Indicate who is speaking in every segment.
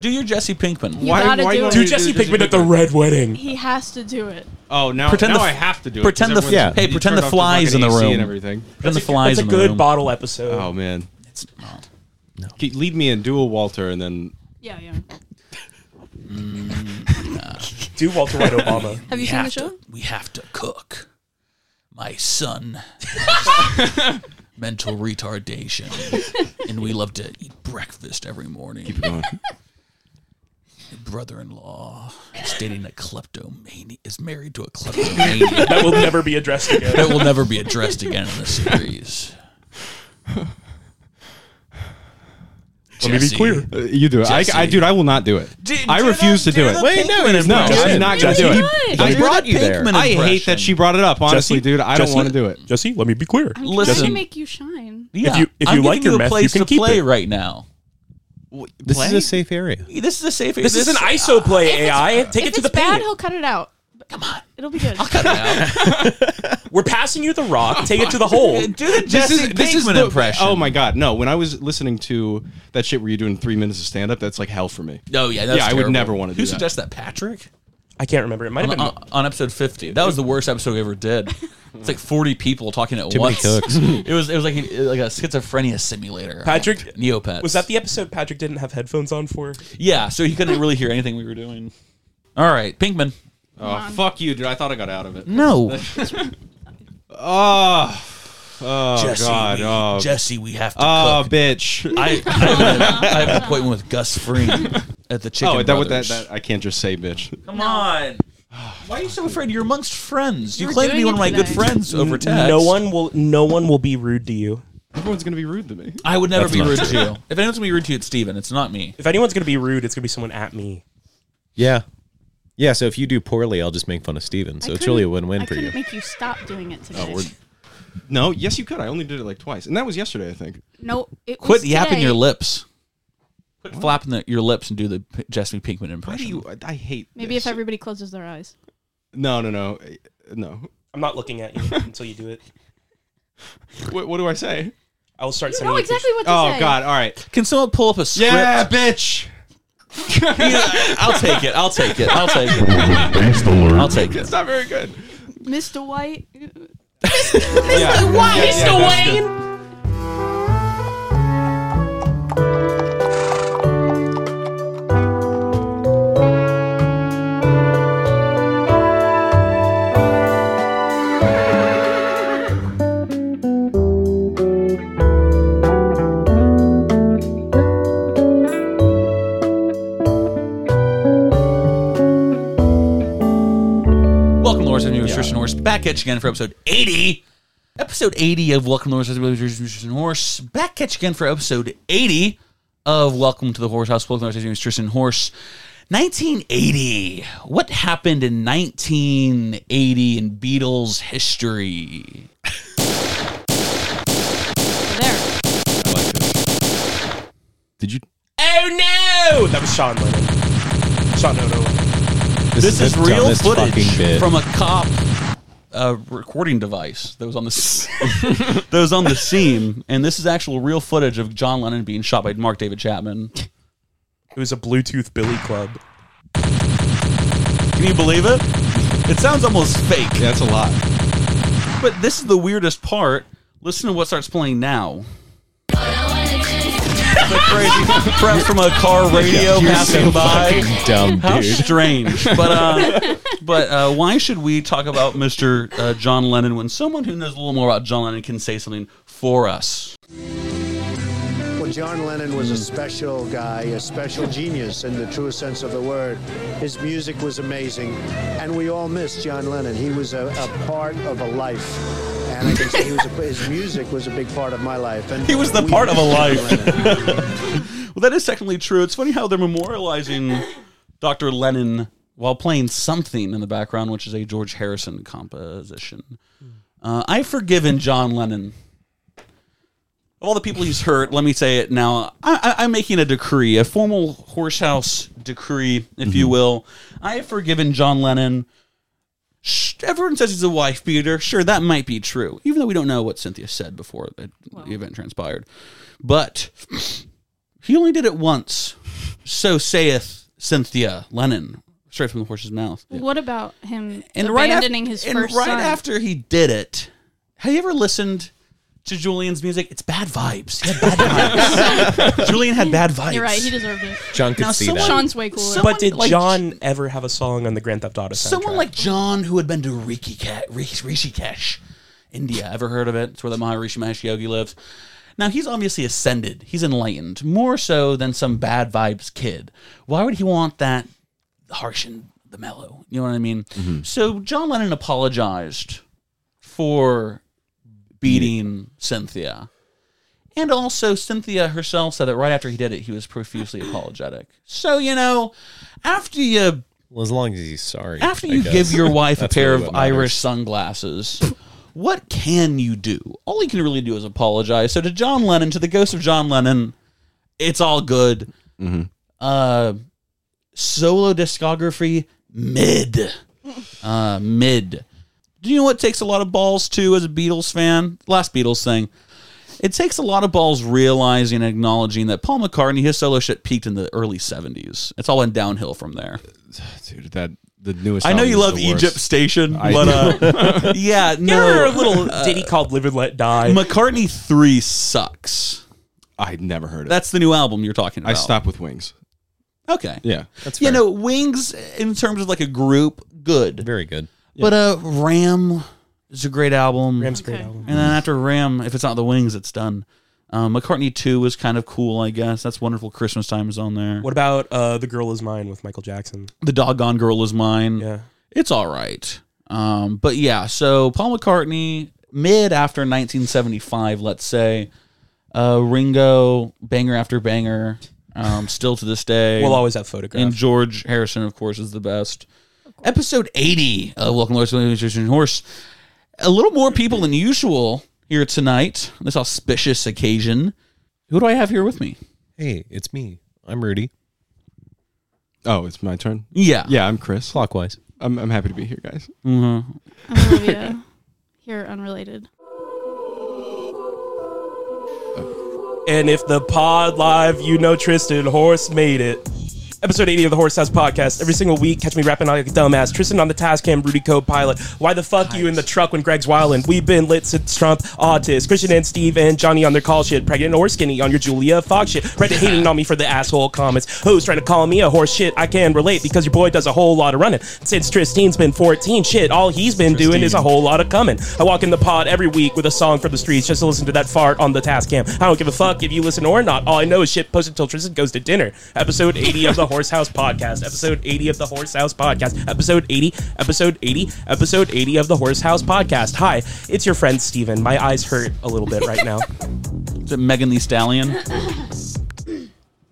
Speaker 1: Do your Jesse Pinkman.
Speaker 2: You gotta do it.
Speaker 3: Do Jesse Pinkman at the Red Wedding.
Speaker 2: He has to do it.
Speaker 4: Oh, now,
Speaker 1: Pretend
Speaker 4: now
Speaker 1: the-
Speaker 4: I have to do it. 'cause
Speaker 1: pretend the-
Speaker 4: everyone's-
Speaker 1: yeah. Hey,
Speaker 4: you
Speaker 1: pretend
Speaker 4: turned
Speaker 1: the
Speaker 4: off
Speaker 1: flies in the
Speaker 4: fucking AC
Speaker 1: room.
Speaker 4: and everything.
Speaker 1: Pretend the flies
Speaker 3: That's a
Speaker 1: in the
Speaker 3: good
Speaker 1: room.
Speaker 3: bottle episode.
Speaker 4: Oh man,
Speaker 1: It's not.
Speaker 4: Ke- lead me in, do a Walter, and then
Speaker 2: Yeah, yeah. Mm.
Speaker 3: Do Walter White Obama.
Speaker 5: Have you seen the
Speaker 1: have
Speaker 5: show?
Speaker 1: to, we have to cook. My son has mental retardation, and we love to eat breakfast every morning. My brother-in-law is dating a kleptomaniac. Is married to a kleptomaniac
Speaker 3: that will never be addressed again.
Speaker 1: that will never be addressed again in the series.
Speaker 3: Let me be
Speaker 1: Jesse.
Speaker 3: clear.
Speaker 4: Uh, you do it. I,
Speaker 1: Jesse.
Speaker 4: I, dude, I will not do it.
Speaker 1: Dude,
Speaker 4: I
Speaker 1: do
Speaker 4: refuse
Speaker 1: the-
Speaker 4: to do
Speaker 1: do
Speaker 4: it.
Speaker 1: the Wait, no, Pinkman it's
Speaker 4: no,
Speaker 1: not.
Speaker 4: I'm
Speaker 1: impression.
Speaker 4: not gonna
Speaker 1: Jesse,
Speaker 4: do it.
Speaker 2: he-
Speaker 4: I,
Speaker 1: he brought you there.
Speaker 4: I hate that she brought it up. Honestly,
Speaker 3: Jesse,
Speaker 4: dude, I don't
Speaker 3: Jesse,
Speaker 4: want to do it.
Speaker 3: Jesse, let me be clear.
Speaker 2: I'm trying
Speaker 1: Listen.
Speaker 2: to make you shine.
Speaker 1: Yeah,
Speaker 3: you- if
Speaker 1: I'm
Speaker 3: you like
Speaker 1: giving
Speaker 3: your
Speaker 1: a
Speaker 3: meth,
Speaker 1: place
Speaker 3: you
Speaker 1: to
Speaker 3: can keep
Speaker 1: play
Speaker 3: it.
Speaker 1: right now.
Speaker 6: This is a safe area.
Speaker 1: This is a safe.
Speaker 3: This is an ISO play AI. Take it
Speaker 2: uh, if
Speaker 3: to
Speaker 2: it's
Speaker 3: the
Speaker 2: bad,
Speaker 3: paint.
Speaker 2: he'll cut it out. Come on, it'll be good.
Speaker 3: We're passing you the rock. Take it to the hole.
Speaker 1: Oh Do the Jesse Pinkman
Speaker 4: the-
Speaker 1: impression.
Speaker 4: Oh my god, no! When I was listening to that shit, where you doing three minutes of stand up, that's like hell for me.
Speaker 1: No, Oh, yeah, that's
Speaker 4: yeah, I would
Speaker 1: terrible.
Speaker 4: never want to do
Speaker 1: Who
Speaker 4: that.
Speaker 1: suggests that, Patrick?
Speaker 3: I can't remember. It might have
Speaker 1: On,
Speaker 3: been.
Speaker 1: on- on episode fifty, that was the worst episode we ever did. It's like forty people talking at
Speaker 6: Too many
Speaker 1: once.
Speaker 6: cooks.
Speaker 1: it was it was like a, like a schizophrenia simulator.
Speaker 3: Patrick-
Speaker 1: like Neopets.
Speaker 3: Was that the episode Patrick didn't have headphones on for?
Speaker 1: yeah? So he couldn't really hear anything we were doing. All right, Pinkman.
Speaker 4: Oh, fuck you, dude! I thought I got out of it.
Speaker 1: No,
Speaker 4: Oh, oh
Speaker 1: Jesse.
Speaker 4: god,
Speaker 1: we,
Speaker 4: oh,
Speaker 1: Jesse, we have to
Speaker 4: oh,
Speaker 1: cook.
Speaker 4: bitch.
Speaker 1: I, I, have, I have an appointment with Gus Fring at the Chicken
Speaker 4: Oh, that, that,
Speaker 1: Brothers.
Speaker 4: that, I can't just say bitch.
Speaker 1: Come on. Why are you so afraid? You're amongst friends. You
Speaker 2: You're
Speaker 1: claim to be
Speaker 2: doing
Speaker 1: one of
Speaker 2: it
Speaker 1: my good
Speaker 2: today.
Speaker 1: friends over text.
Speaker 3: No one will. No one will be rude to you.
Speaker 4: Everyone's gonna be rude to me.
Speaker 1: I would never be rude to you. If anyone's gonna be rude to you, it's Steven. It's not me.
Speaker 3: If anyone's gonna be rude, it's gonna be someone at me.
Speaker 6: Yeah. Yeah, so if you do poorly, I'll just make fun of Steven. So
Speaker 2: I
Speaker 6: it's really a
Speaker 2: couldn't-
Speaker 6: win win
Speaker 2: I
Speaker 6: for you.
Speaker 2: couldn't make you stop doing it today.
Speaker 4: No, yes, you could. I only did it like twice, and that was yesterday, I think.
Speaker 2: no, it
Speaker 1: Quit
Speaker 2: was
Speaker 1: yapping
Speaker 2: today.
Speaker 1: your lips. Quit flapping the, your lips and do the P- Jesse Pinkman
Speaker 4: Why do
Speaker 1: impression.
Speaker 4: you? I- I hate.
Speaker 2: Maybe
Speaker 4: this.
Speaker 2: if everybody closes their eyes.
Speaker 4: No, no, no, eh, no.
Speaker 3: I'm not looking at you until you do it.
Speaker 4: What, what do I say?
Speaker 3: I will start
Speaker 2: You
Speaker 3: sending.
Speaker 2: know
Speaker 3: you pictures.
Speaker 2: exactly what to
Speaker 4: Oh
Speaker 2: say.
Speaker 4: god! All right.
Speaker 1: Can someone pull up a script?
Speaker 4: Yeah, bitch.
Speaker 1: Yeah, I'll take it. I'll take it. I'll take it. I'll take it.
Speaker 4: It's not very good.
Speaker 2: Mr. White.
Speaker 4: Yeah. Yeah, yeah, that's good.
Speaker 1: Welcome, Laura's Review with Tristan Horse. Back at you again for episode 80. Episode 80 of Welcome, Laura's Review with Tristan Horse. Back at you again for episode 80 of Welcome to the Horse House. Welcome, Laura's Review with Tristan Horse. 1980. What happened in 1980 in Beatles history?
Speaker 2: There.
Speaker 6: Did you
Speaker 3: Oh, that was Sean Lennon. Sean Ono.
Speaker 6: This,
Speaker 1: This is
Speaker 6: the
Speaker 1: real
Speaker 6: dumbest
Speaker 1: footage
Speaker 6: fucking bit.
Speaker 1: from a cop uh, recording device that was on the s- that was on the scene, and this is actual real footage of John Lennon being shot by Mark David Chapman.
Speaker 3: It was a Bluetooth Billy Club.
Speaker 1: Can you believe it? It sounds almost fake.
Speaker 4: Yeah, that's a lot.
Speaker 1: But this is the weirdest part. Listen to what starts playing now. the crazy press from a car radio
Speaker 6: You're
Speaker 1: passing
Speaker 6: so
Speaker 1: by.
Speaker 6: fucking dumb,
Speaker 1: How
Speaker 6: dude.
Speaker 1: strange. But uh, but uh, why should we talk about Mr. Uh, John Lennon when someone who knows a little more about John Lennon can say something for us?
Speaker 7: Well, John Lennon was a special guy, a special genius in the truest sense of the word. His music was amazing, and we all miss John Lennon. He was a, a part of a life, and I can say he was a, his music was a big part of my life. And
Speaker 1: He was the
Speaker 7: we
Speaker 1: part of a
Speaker 7: miss John
Speaker 1: life.
Speaker 7: Lennon.
Speaker 1: Well, that is technically true. It's funny how they're memorializing Dr. Lennon while playing something in the background, which is a George Harrison composition. Uh, I've forgiven John Lennon. Of all the people he's hurt, let me say it now. I, I, I'm making a decree, a formal horsehouse decree, if you will. I have forgiven John Lennon. Sh- Everyone says he's a wife beater. Sure, that might be true, even though we don't know what Cynthia said before the, the event transpired. But he only did it once. So saith Cynthia Lennon, straight from the horse's mouth.
Speaker 2: What about him
Speaker 1: And right
Speaker 2: abandoning
Speaker 1: after,
Speaker 2: his
Speaker 1: and
Speaker 2: first
Speaker 1: right
Speaker 2: son?
Speaker 1: after he did it, have you ever listened to Julian's music? It's bad vibes. He had bad vibes. Julian had bad vibes.
Speaker 2: You're right. He deserved it.
Speaker 6: John could
Speaker 1: Now,
Speaker 6: see
Speaker 1: someone-
Speaker 6: that.
Speaker 2: Sean's way cooler.
Speaker 1: Someone
Speaker 3: But did
Speaker 1: like-
Speaker 3: John ever have a song on the Grand Theft Auto soundtrack?
Speaker 1: Someone like John, who had been to Riki Ka- Ri- Rishikesh, India. Ever heard of it? It's where the Maharishi Mahesh Yogi lives. Now he's obviously ascended. He's enlightened more so than some bad vibes kid. Why would he want that harsh and the mellow? You know what I mean? So John Lennon apologized for beating Cynthia. And also, Cynthia herself said that right after he did it, he was profusely apologetic. So, you know, after you
Speaker 6: Well, as long as he's sorry.
Speaker 1: after
Speaker 6: I
Speaker 1: you
Speaker 6: guess.
Speaker 1: give your wife a
Speaker 6: That's
Speaker 1: pair
Speaker 6: really
Speaker 1: of
Speaker 6: what matters.
Speaker 1: Irish sunglasses, what can you do? All you can really do is apologize. So to John Lennon, to the ghost of John Lennon, it's all good.
Speaker 6: Mm-hmm.
Speaker 1: Uh, solo discography mid, uh, mid. Do you know what takes a lot of balls too as a Beatles fan? Last Beatles thing. It takes a lot of balls realizing and acknowledging that Paul McCartney, his solo shit peaked in the early 70s. It's all went downhill from there.
Speaker 4: dude, that the newest.
Speaker 1: I know
Speaker 4: album
Speaker 1: you
Speaker 4: is
Speaker 1: love
Speaker 4: the worst.
Speaker 1: Egypt Station,
Speaker 4: I
Speaker 1: but uh, yeah,
Speaker 3: There are
Speaker 1: no.
Speaker 3: a
Speaker 1: uh,
Speaker 3: little ditty called "Live and Let Die."
Speaker 1: McCartney Three sucks.
Speaker 4: I never heard of. it.
Speaker 1: That's the new album you're talking about.
Speaker 4: I stopped with Wings.
Speaker 1: Okay.
Speaker 4: Yeah,
Speaker 6: That's
Speaker 1: You
Speaker 6: fair.
Speaker 1: know, Wings in terms of like a group, good.
Speaker 6: very good.
Speaker 1: But uh, Ram is a great album.
Speaker 3: Ram's great
Speaker 2: Okay.
Speaker 3: album.
Speaker 1: and then after Ram, if it's not the Wings, it's done. Um, McCartney Two is kind of cool, I guess. That's wonderful. Christmas time is on there.
Speaker 3: What about uh, "The Girl Is Mine" with Michael Jackson?
Speaker 1: The Doggone Girl is mine.
Speaker 3: Yeah,
Speaker 1: it's all right. Um, but yeah, so Paul McCartney, mid after 1975, let's say, uh, Ringo, banger after banger, um, still to this day.
Speaker 3: we'll always have photographs.
Speaker 1: and George Harrison, of course, is the best. Episode 80 of Welcome Lord to the Nutrition Horse. A little more people than usual here tonight, on this auspicious occasion. Who do I have here with me?
Speaker 6: Hey, it's me. I'm Rudy.
Speaker 4: Oh, it's my turn.
Speaker 1: Yeah.
Speaker 4: Yeah, I'm Chris.
Speaker 6: Clockwise.
Speaker 4: I'm, I'm happy to be here, guys.
Speaker 1: Mm-hmm.
Speaker 2: I'm Olivia. Oh, Here, unrelated.
Speaker 3: And if the pod live, you know Tristan Horse made it. Episode 80 of the Horse House Podcast. Every single week, catch me rapping like a dumbass. Tristan on the task cam, Rudy Code Pilot. Why the fuck you in the truck when Greg's wildin'? We've been lit since Trump, Autist, Christian and Steve and Johnny on their call shit. Pregnant or skinny on your Julia Fox shit. Reddit hating on me for the asshole comments. Who's trying to call me a horse shit? I can relate because your boy does a whole lot of running. Since Tristan's been 14, shit, all he's been doing is a whole lot of coming. I walk in the pod every week with a song from the streets just to listen to that fart on the task cam. I don't give a fuck if you listen or not. All I know is shit posted till Tristan goes to dinner. Episode 80 of the Horse House Podcast. Episode 80 of the Horse House Podcast. Episode 80. Episode 80. Episode 80 of the Horse House Podcast. Hi, it's your friend Steven. My eyes hurt a little bit right now.
Speaker 1: Is it Megan the Stallion?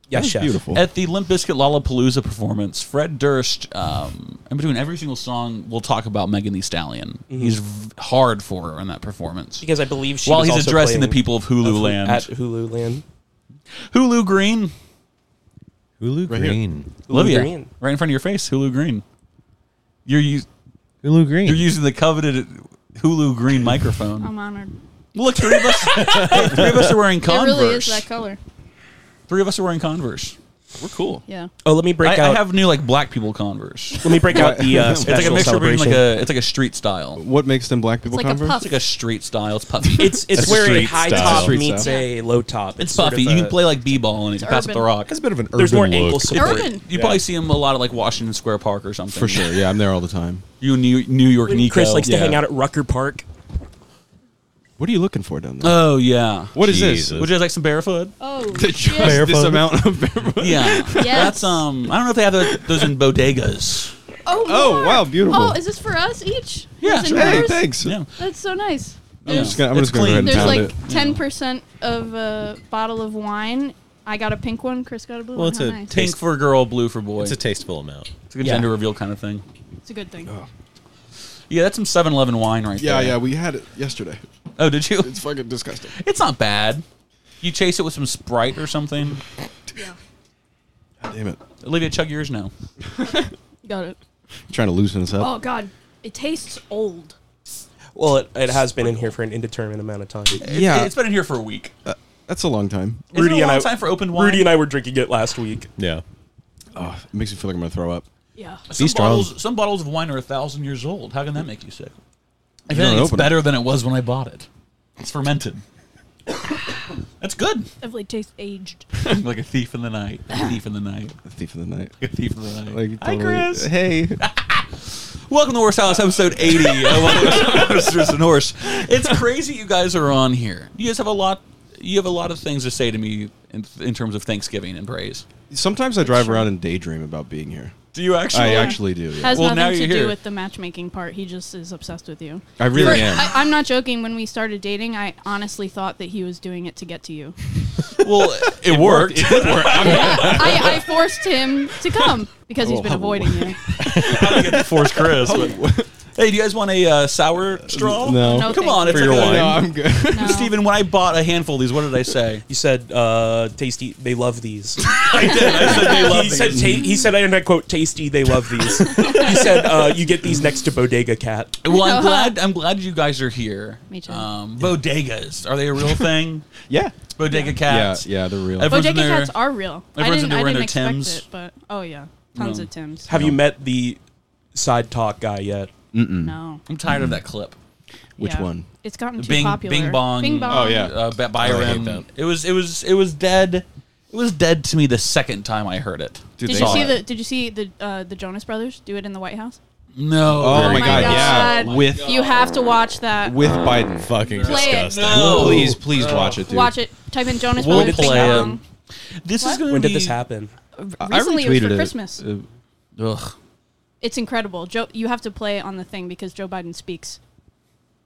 Speaker 3: Yes, chef.
Speaker 4: Beautiful.
Speaker 1: At the Limp Bizkit Lollapalooza performance, Fred Durst, um, in between every single song, we will talk about Megan Thee Stallion. He's v- hard for her in that performance.
Speaker 3: Mm-hmm. Because I believe she
Speaker 1: While
Speaker 3: was
Speaker 1: he's
Speaker 3: also
Speaker 1: addressing the
Speaker 3: playing
Speaker 1: people of Hulu land.
Speaker 3: at Hulu Land.
Speaker 1: Hulu Green.
Speaker 6: Hulu
Speaker 4: Right here.
Speaker 6: Green.
Speaker 1: Olivia.
Speaker 3: Green.
Speaker 1: Right in front of your face, Hulu Green. You're, us-
Speaker 6: Hulu Green.
Speaker 1: you're using the coveted Hulu Green microphone.
Speaker 2: I'm honored.
Speaker 1: Look, three of us, hey, three of us are wearing Converse.
Speaker 2: It really is that color.
Speaker 1: three of us are wearing Converse. We're cool.
Speaker 2: Yeah.
Speaker 3: Oh, let me break
Speaker 1: I,
Speaker 3: out.
Speaker 1: I have new like black people Converse.
Speaker 3: let me break out the uh,
Speaker 4: It's
Speaker 1: It's like a
Speaker 3: special
Speaker 1: mixture between
Speaker 3: celebration.
Speaker 1: like a it's like a street style.
Speaker 4: What makes them black people
Speaker 2: like a
Speaker 4: converse?
Speaker 2: puff.
Speaker 1: It's like a street style. It's puffy.
Speaker 3: It's it's
Speaker 6: That's
Speaker 3: where a
Speaker 6: street
Speaker 3: high
Speaker 6: style.
Speaker 3: top
Speaker 4: Street
Speaker 3: meets
Speaker 4: style.
Speaker 3: a low top.
Speaker 1: It's
Speaker 3: sort
Speaker 1: puffy.
Speaker 3: of
Speaker 1: You can
Speaker 3: a-
Speaker 1: play like b-ball and you can pass up the
Speaker 2: urban.
Speaker 1: rock.
Speaker 6: Has a bit of an urban
Speaker 3: There's more ankle
Speaker 6: look.
Speaker 3: support.
Speaker 2: Urban.
Speaker 1: You probably see him a lot at like Washington Square Park or something.
Speaker 4: For sure. Yeah, I'm there all the time.
Speaker 1: You New New York Nico.
Speaker 3: Chris likes
Speaker 4: Yeah.
Speaker 3: to hang out at Rucker Park.
Speaker 4: What are you looking for down there?
Speaker 1: oh yeah.
Speaker 4: what is
Speaker 6: Jesus.
Speaker 4: this?
Speaker 1: Would you guys like some barefoot?
Speaker 2: Oh.
Speaker 4: Just
Speaker 2: yes.
Speaker 4: this amount of barefoot.
Speaker 1: Yeah. That's
Speaker 2: Yes.
Speaker 1: um. I don't know if they have those, those in bodegas.
Speaker 2: Oh,
Speaker 4: Oh,
Speaker 2: Mark.
Speaker 4: wow, beautiful.
Speaker 2: Oh, is this for us each?
Speaker 1: Yeah,
Speaker 2: Is it
Speaker 1: sure.
Speaker 4: Hey,
Speaker 2: yours?
Speaker 4: thanks.
Speaker 1: Yeah.
Speaker 2: That's so nice.
Speaker 4: I'm
Speaker 2: There's,
Speaker 4: just gonna, I'm
Speaker 1: It's
Speaker 4: just gonna go ahead and
Speaker 1: clean.
Speaker 2: there's
Speaker 4: pound
Speaker 2: like
Speaker 4: it.
Speaker 2: ten percent of a bottle of wine. I got a pink one. Chris got a blue
Speaker 6: Well,
Speaker 2: one.
Speaker 6: it's
Speaker 2: How
Speaker 6: a
Speaker 2: nice.
Speaker 6: ta-
Speaker 1: Pink for girl, blue for boy.
Speaker 6: It's a tasteful amount.
Speaker 1: It's like a
Speaker 3: Yeah.
Speaker 1: gender reveal kind of thing.
Speaker 2: it's a good thing.
Speaker 4: Oh.
Speaker 1: Yeah, that's some 7-Eleven wine right
Speaker 4: Yeah,
Speaker 1: there.
Speaker 4: yeah, we had it yesterday.
Speaker 1: Oh, did you?
Speaker 4: It's fucking disgusting.
Speaker 1: It's not bad. You chase it with some Sprite or something.
Speaker 4: God damn it.
Speaker 1: Olivia, chug yours now.
Speaker 2: Got it.
Speaker 4: trying to loosen this up.
Speaker 2: Oh God, it tastes old.
Speaker 3: Well, it, it has been in here for an indeterminate amount of time.
Speaker 4: yeah, Uh,
Speaker 1: It's been in here for a week.
Speaker 4: that's a long time.
Speaker 1: Rudy
Speaker 3: Rudy
Speaker 1: Isn't it a
Speaker 3: and
Speaker 1: long
Speaker 3: I-
Speaker 1: time for open wine.
Speaker 3: Rudy and I were drinking it last week.
Speaker 6: Yeah.
Speaker 4: Oh, it makes me feel like I'm gonna throw up.
Speaker 2: Yeah.
Speaker 1: Some
Speaker 6: strong.
Speaker 1: bottles, some bottles of wine are a thousand years old. How can that make you sick? I feel
Speaker 4: don't
Speaker 1: like it's
Speaker 4: open it.
Speaker 1: better than it was when I bought it. It's fermented. That's good.
Speaker 2: Definitely tastes aged.
Speaker 1: like a thief in the night. A thief in the night.
Speaker 4: The thief of the night.
Speaker 1: A thief in the night.
Speaker 4: Like,
Speaker 1: Hi,
Speaker 4: totally-
Speaker 1: Chris.
Speaker 4: Hey.
Speaker 1: Welcome to Horse House, episode 80 of Horse and Horse. It's crazy you guys are on here. You guys have a lot. You have a lot of things to say to me in, in terms of Thanksgiving and praise.
Speaker 4: Sometimes I drive around and daydream about being here.
Speaker 1: Do you actually?
Speaker 4: I actually do. Yeah.
Speaker 2: Has
Speaker 1: Well, now
Speaker 2: nothing
Speaker 1: you're
Speaker 2: to do
Speaker 1: here.
Speaker 2: with the matchmaking part. He just is obsessed with you.
Speaker 4: I really
Speaker 2: For-
Speaker 4: am.
Speaker 2: I, I'm not joking. When we started dating, I honestly thought that he was doing it to get to you.
Speaker 1: well, it, worked. It did work.
Speaker 2: I, I forced him to come because he's been avoiding you.
Speaker 1: I get to force Chris. but- hey, do you guys want a uh, sour straw?
Speaker 4: Oh. No.
Speaker 2: No,
Speaker 1: Come
Speaker 2: thank
Speaker 1: on,
Speaker 2: you.
Speaker 1: it's
Speaker 4: For your
Speaker 1: okay.
Speaker 4: wine. No, I'm good.
Speaker 2: No.
Speaker 1: Steven, when I bought a handful of these, what did I say?
Speaker 3: You said uh, tasty. They love these.
Speaker 1: I did. I said they
Speaker 3: he said. Ta- he said. I didn't quote tasty. They love these. he said. Uh, you get these next to Bodega Cat.
Speaker 1: well, I'm glad. I'm glad you guys are here.
Speaker 2: Me too.
Speaker 1: Um, bodegas are they a real thing?
Speaker 4: Yeah.
Speaker 1: Bodega
Speaker 4: Yeah.
Speaker 1: cats.
Speaker 4: Yeah. They're real.
Speaker 1: Every- Everyone's in
Speaker 2: Bodega
Speaker 1: their-
Speaker 2: cats are real. I
Speaker 1: everyone's in
Speaker 2: didn't,
Speaker 1: their
Speaker 2: I
Speaker 1: inner
Speaker 2: didn't expect
Speaker 1: Tims.
Speaker 2: it, but oh yeah, tons of Tims.
Speaker 3: Have you met the side talk guy yet?
Speaker 2: no.
Speaker 1: I'm tired of that clip.
Speaker 4: Which
Speaker 2: Yeah.
Speaker 4: one?
Speaker 2: It's gotten too
Speaker 1: Bing,
Speaker 2: popular.
Speaker 1: Bing Bong.
Speaker 2: Bing
Speaker 4: Oh,
Speaker 2: Bong.
Speaker 4: yeah.
Speaker 1: Uh, Ba- Byron. it was. It was. It was dead. It was dead to me the second time I heard it.
Speaker 4: Dude,
Speaker 2: Did
Speaker 4: they-
Speaker 2: you
Speaker 1: Saw
Speaker 2: see
Speaker 1: it.
Speaker 2: the Did you see the uh, the Jonas Brothers do it in the White House?
Speaker 1: No.
Speaker 4: Oh my God, yeah.
Speaker 2: God.
Speaker 4: With
Speaker 2: You have to watch that.
Speaker 4: with Biden.
Speaker 6: Fucking
Speaker 2: Play it.
Speaker 6: disgusting.
Speaker 1: No.
Speaker 4: Please, please watch it, dude.
Speaker 2: watch it. Type in Jonas
Speaker 1: We'll
Speaker 2: Brothers. Bing
Speaker 1: play it.
Speaker 4: um,
Speaker 2: Bong.
Speaker 1: This is
Speaker 2: What?
Speaker 1: going to
Speaker 3: When
Speaker 1: be
Speaker 3: did this happen?
Speaker 4: I
Speaker 2: Recently, it was
Speaker 4: retweeted
Speaker 2: for Christmas.
Speaker 4: Uh,
Speaker 1: Ugh.
Speaker 2: It's incredible. Joe, you have to play it on the thing because Joe Biden speaks.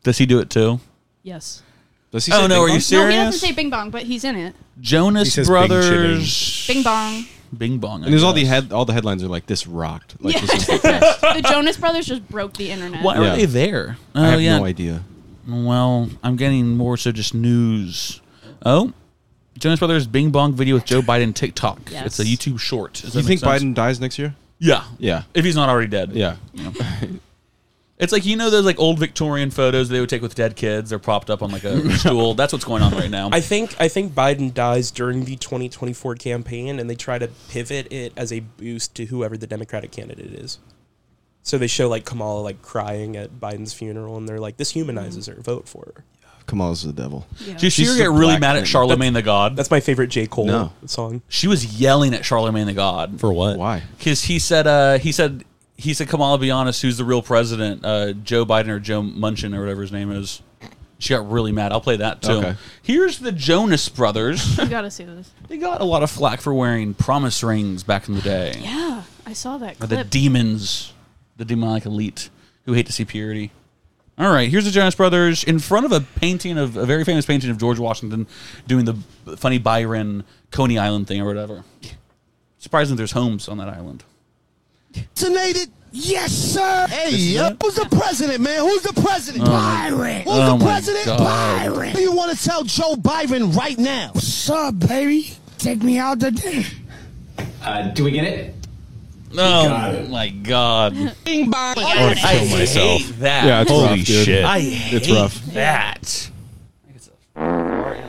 Speaker 1: Does he do it too?
Speaker 2: Yes.
Speaker 4: does he
Speaker 1: Oh
Speaker 4: say
Speaker 1: no, are you
Speaker 4: Bing
Speaker 2: No, he doesn't
Speaker 1: serious?
Speaker 2: say Bing Bong, but he's in it.
Speaker 6: He
Speaker 1: Jonas
Speaker 6: says Bing
Speaker 1: Brothers.
Speaker 2: Bing Bong.
Speaker 1: Bing bong. I
Speaker 4: And there's all the
Speaker 1: guess.
Speaker 4: head, all the headlines are like this rocked. Like
Speaker 2: Yeah.
Speaker 4: this is the best.
Speaker 2: The Jonas Brothers just broke the internet.
Speaker 1: Why
Speaker 4: Yeah.
Speaker 1: are they there? Oh
Speaker 4: I have
Speaker 1: yeah.
Speaker 4: no idea.
Speaker 1: Well, I'm getting more so just news. Oh, Jonas Brothers Bing Bong video with Joe Biden TikTok.
Speaker 2: Yes.
Speaker 1: It's a YouTube short. Does
Speaker 4: Do you
Speaker 1: that make
Speaker 4: think
Speaker 1: sense?
Speaker 4: Biden dies next year?
Speaker 1: Yeah.
Speaker 4: Yeah.
Speaker 1: If he's not already dead.
Speaker 4: Yeah.
Speaker 1: It's like you know those like old Victorian photos they would take with dead kids. They're propped up on like a stool. That's what's going on right now.
Speaker 3: I think I think Biden dies during the 2024 campaign, and they try to pivot it as a boost to whoever the Democratic candidate is. So they show like Kamala like crying at Biden's funeral, and they're like, "This humanizes her. Vote for her."
Speaker 4: Kamala's the devil.
Speaker 2: Yeah.
Speaker 1: Did you
Speaker 4: She's
Speaker 1: see her get
Speaker 4: the
Speaker 1: really
Speaker 4: black
Speaker 1: mad at
Speaker 4: thing.
Speaker 1: Charlemagne the God?
Speaker 3: That's my favorite J Cole
Speaker 4: No.
Speaker 3: song.
Speaker 1: She was yelling at Charlemagne the God
Speaker 6: For what?
Speaker 4: Why?
Speaker 1: because he said uh, he said he said Kamala, be honest, who's the real president? Uh, Joe Biden or Joe Munchin or whatever his name is. She got really mad. I'll play that too.
Speaker 4: Okay.
Speaker 1: Here's the Jonas Brothers.
Speaker 2: You gotta see this.
Speaker 1: they got a lot of flack for wearing promise rings back in the day.
Speaker 2: Yeah, I saw that
Speaker 1: Or the
Speaker 2: clip.
Speaker 1: demons, the demonic elite who hate to see purity. All right, here's the Jonas Brothers in front of a painting of a very famous painting of George Washington doing the funny Byron Coney Island thing or whatever. Surprising there's homes on that island.
Speaker 5: vaccinated? Yes, sir. Hey, yo. who's the president, man? Who's the president? Byron. Who's
Speaker 1: Oh,
Speaker 5: the
Speaker 1: my
Speaker 5: president?
Speaker 1: God.
Speaker 5: Byron. What do you want to tell Joe Byron right now? What's up, baby? Take me out to dinner.
Speaker 8: Uh, do we get it?
Speaker 1: Oh my god!
Speaker 5: Bing bong.
Speaker 1: I hate that.
Speaker 4: Yeah, it's
Speaker 6: Holy
Speaker 4: rough, dude.
Speaker 6: shit.
Speaker 1: I hate
Speaker 4: It's rough.
Speaker 1: that.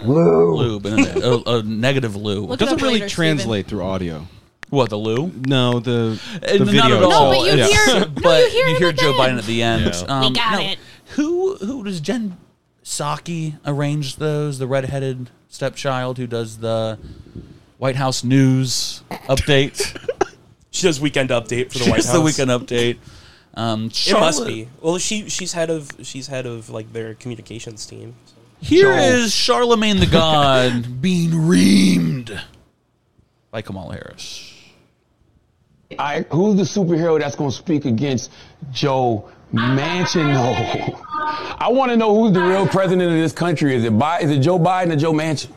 Speaker 1: Lube and a, a, a negative lube.
Speaker 2: Look it
Speaker 4: Doesn't
Speaker 2: up
Speaker 4: really
Speaker 2: later, Steven.
Speaker 4: translate through audio.
Speaker 1: what the lube?
Speaker 4: No, the, the
Speaker 1: Uh,
Speaker 4: video.
Speaker 1: Not at all.
Speaker 2: No, but you
Speaker 4: It's-
Speaker 2: hear- no,
Speaker 1: but
Speaker 2: you hear him at the
Speaker 1: Joe Biden
Speaker 2: end.
Speaker 1: at the end.
Speaker 6: Yeah.
Speaker 1: Um,
Speaker 2: got
Speaker 1: no.
Speaker 2: it.
Speaker 1: Who who does Jen Psaki arrange those? The redheaded stepchild who does the White House news update.
Speaker 3: She does weekend update for the
Speaker 1: She
Speaker 3: White
Speaker 1: does
Speaker 3: House.
Speaker 1: the weekend update. Um,
Speaker 3: It must
Speaker 1: Charlotte-
Speaker 3: be. Well, she she's head of she's head of like their communications team. so.
Speaker 1: Here is
Speaker 4: Joel.
Speaker 1: Charlemagne the God being reamed by Kamala Harris.
Speaker 9: I, who's the superhero that's going to speak against Joe Manchin? I want to know who's the real president of this country. Is it, Bi- is it Joe Biden or Joe Manchin?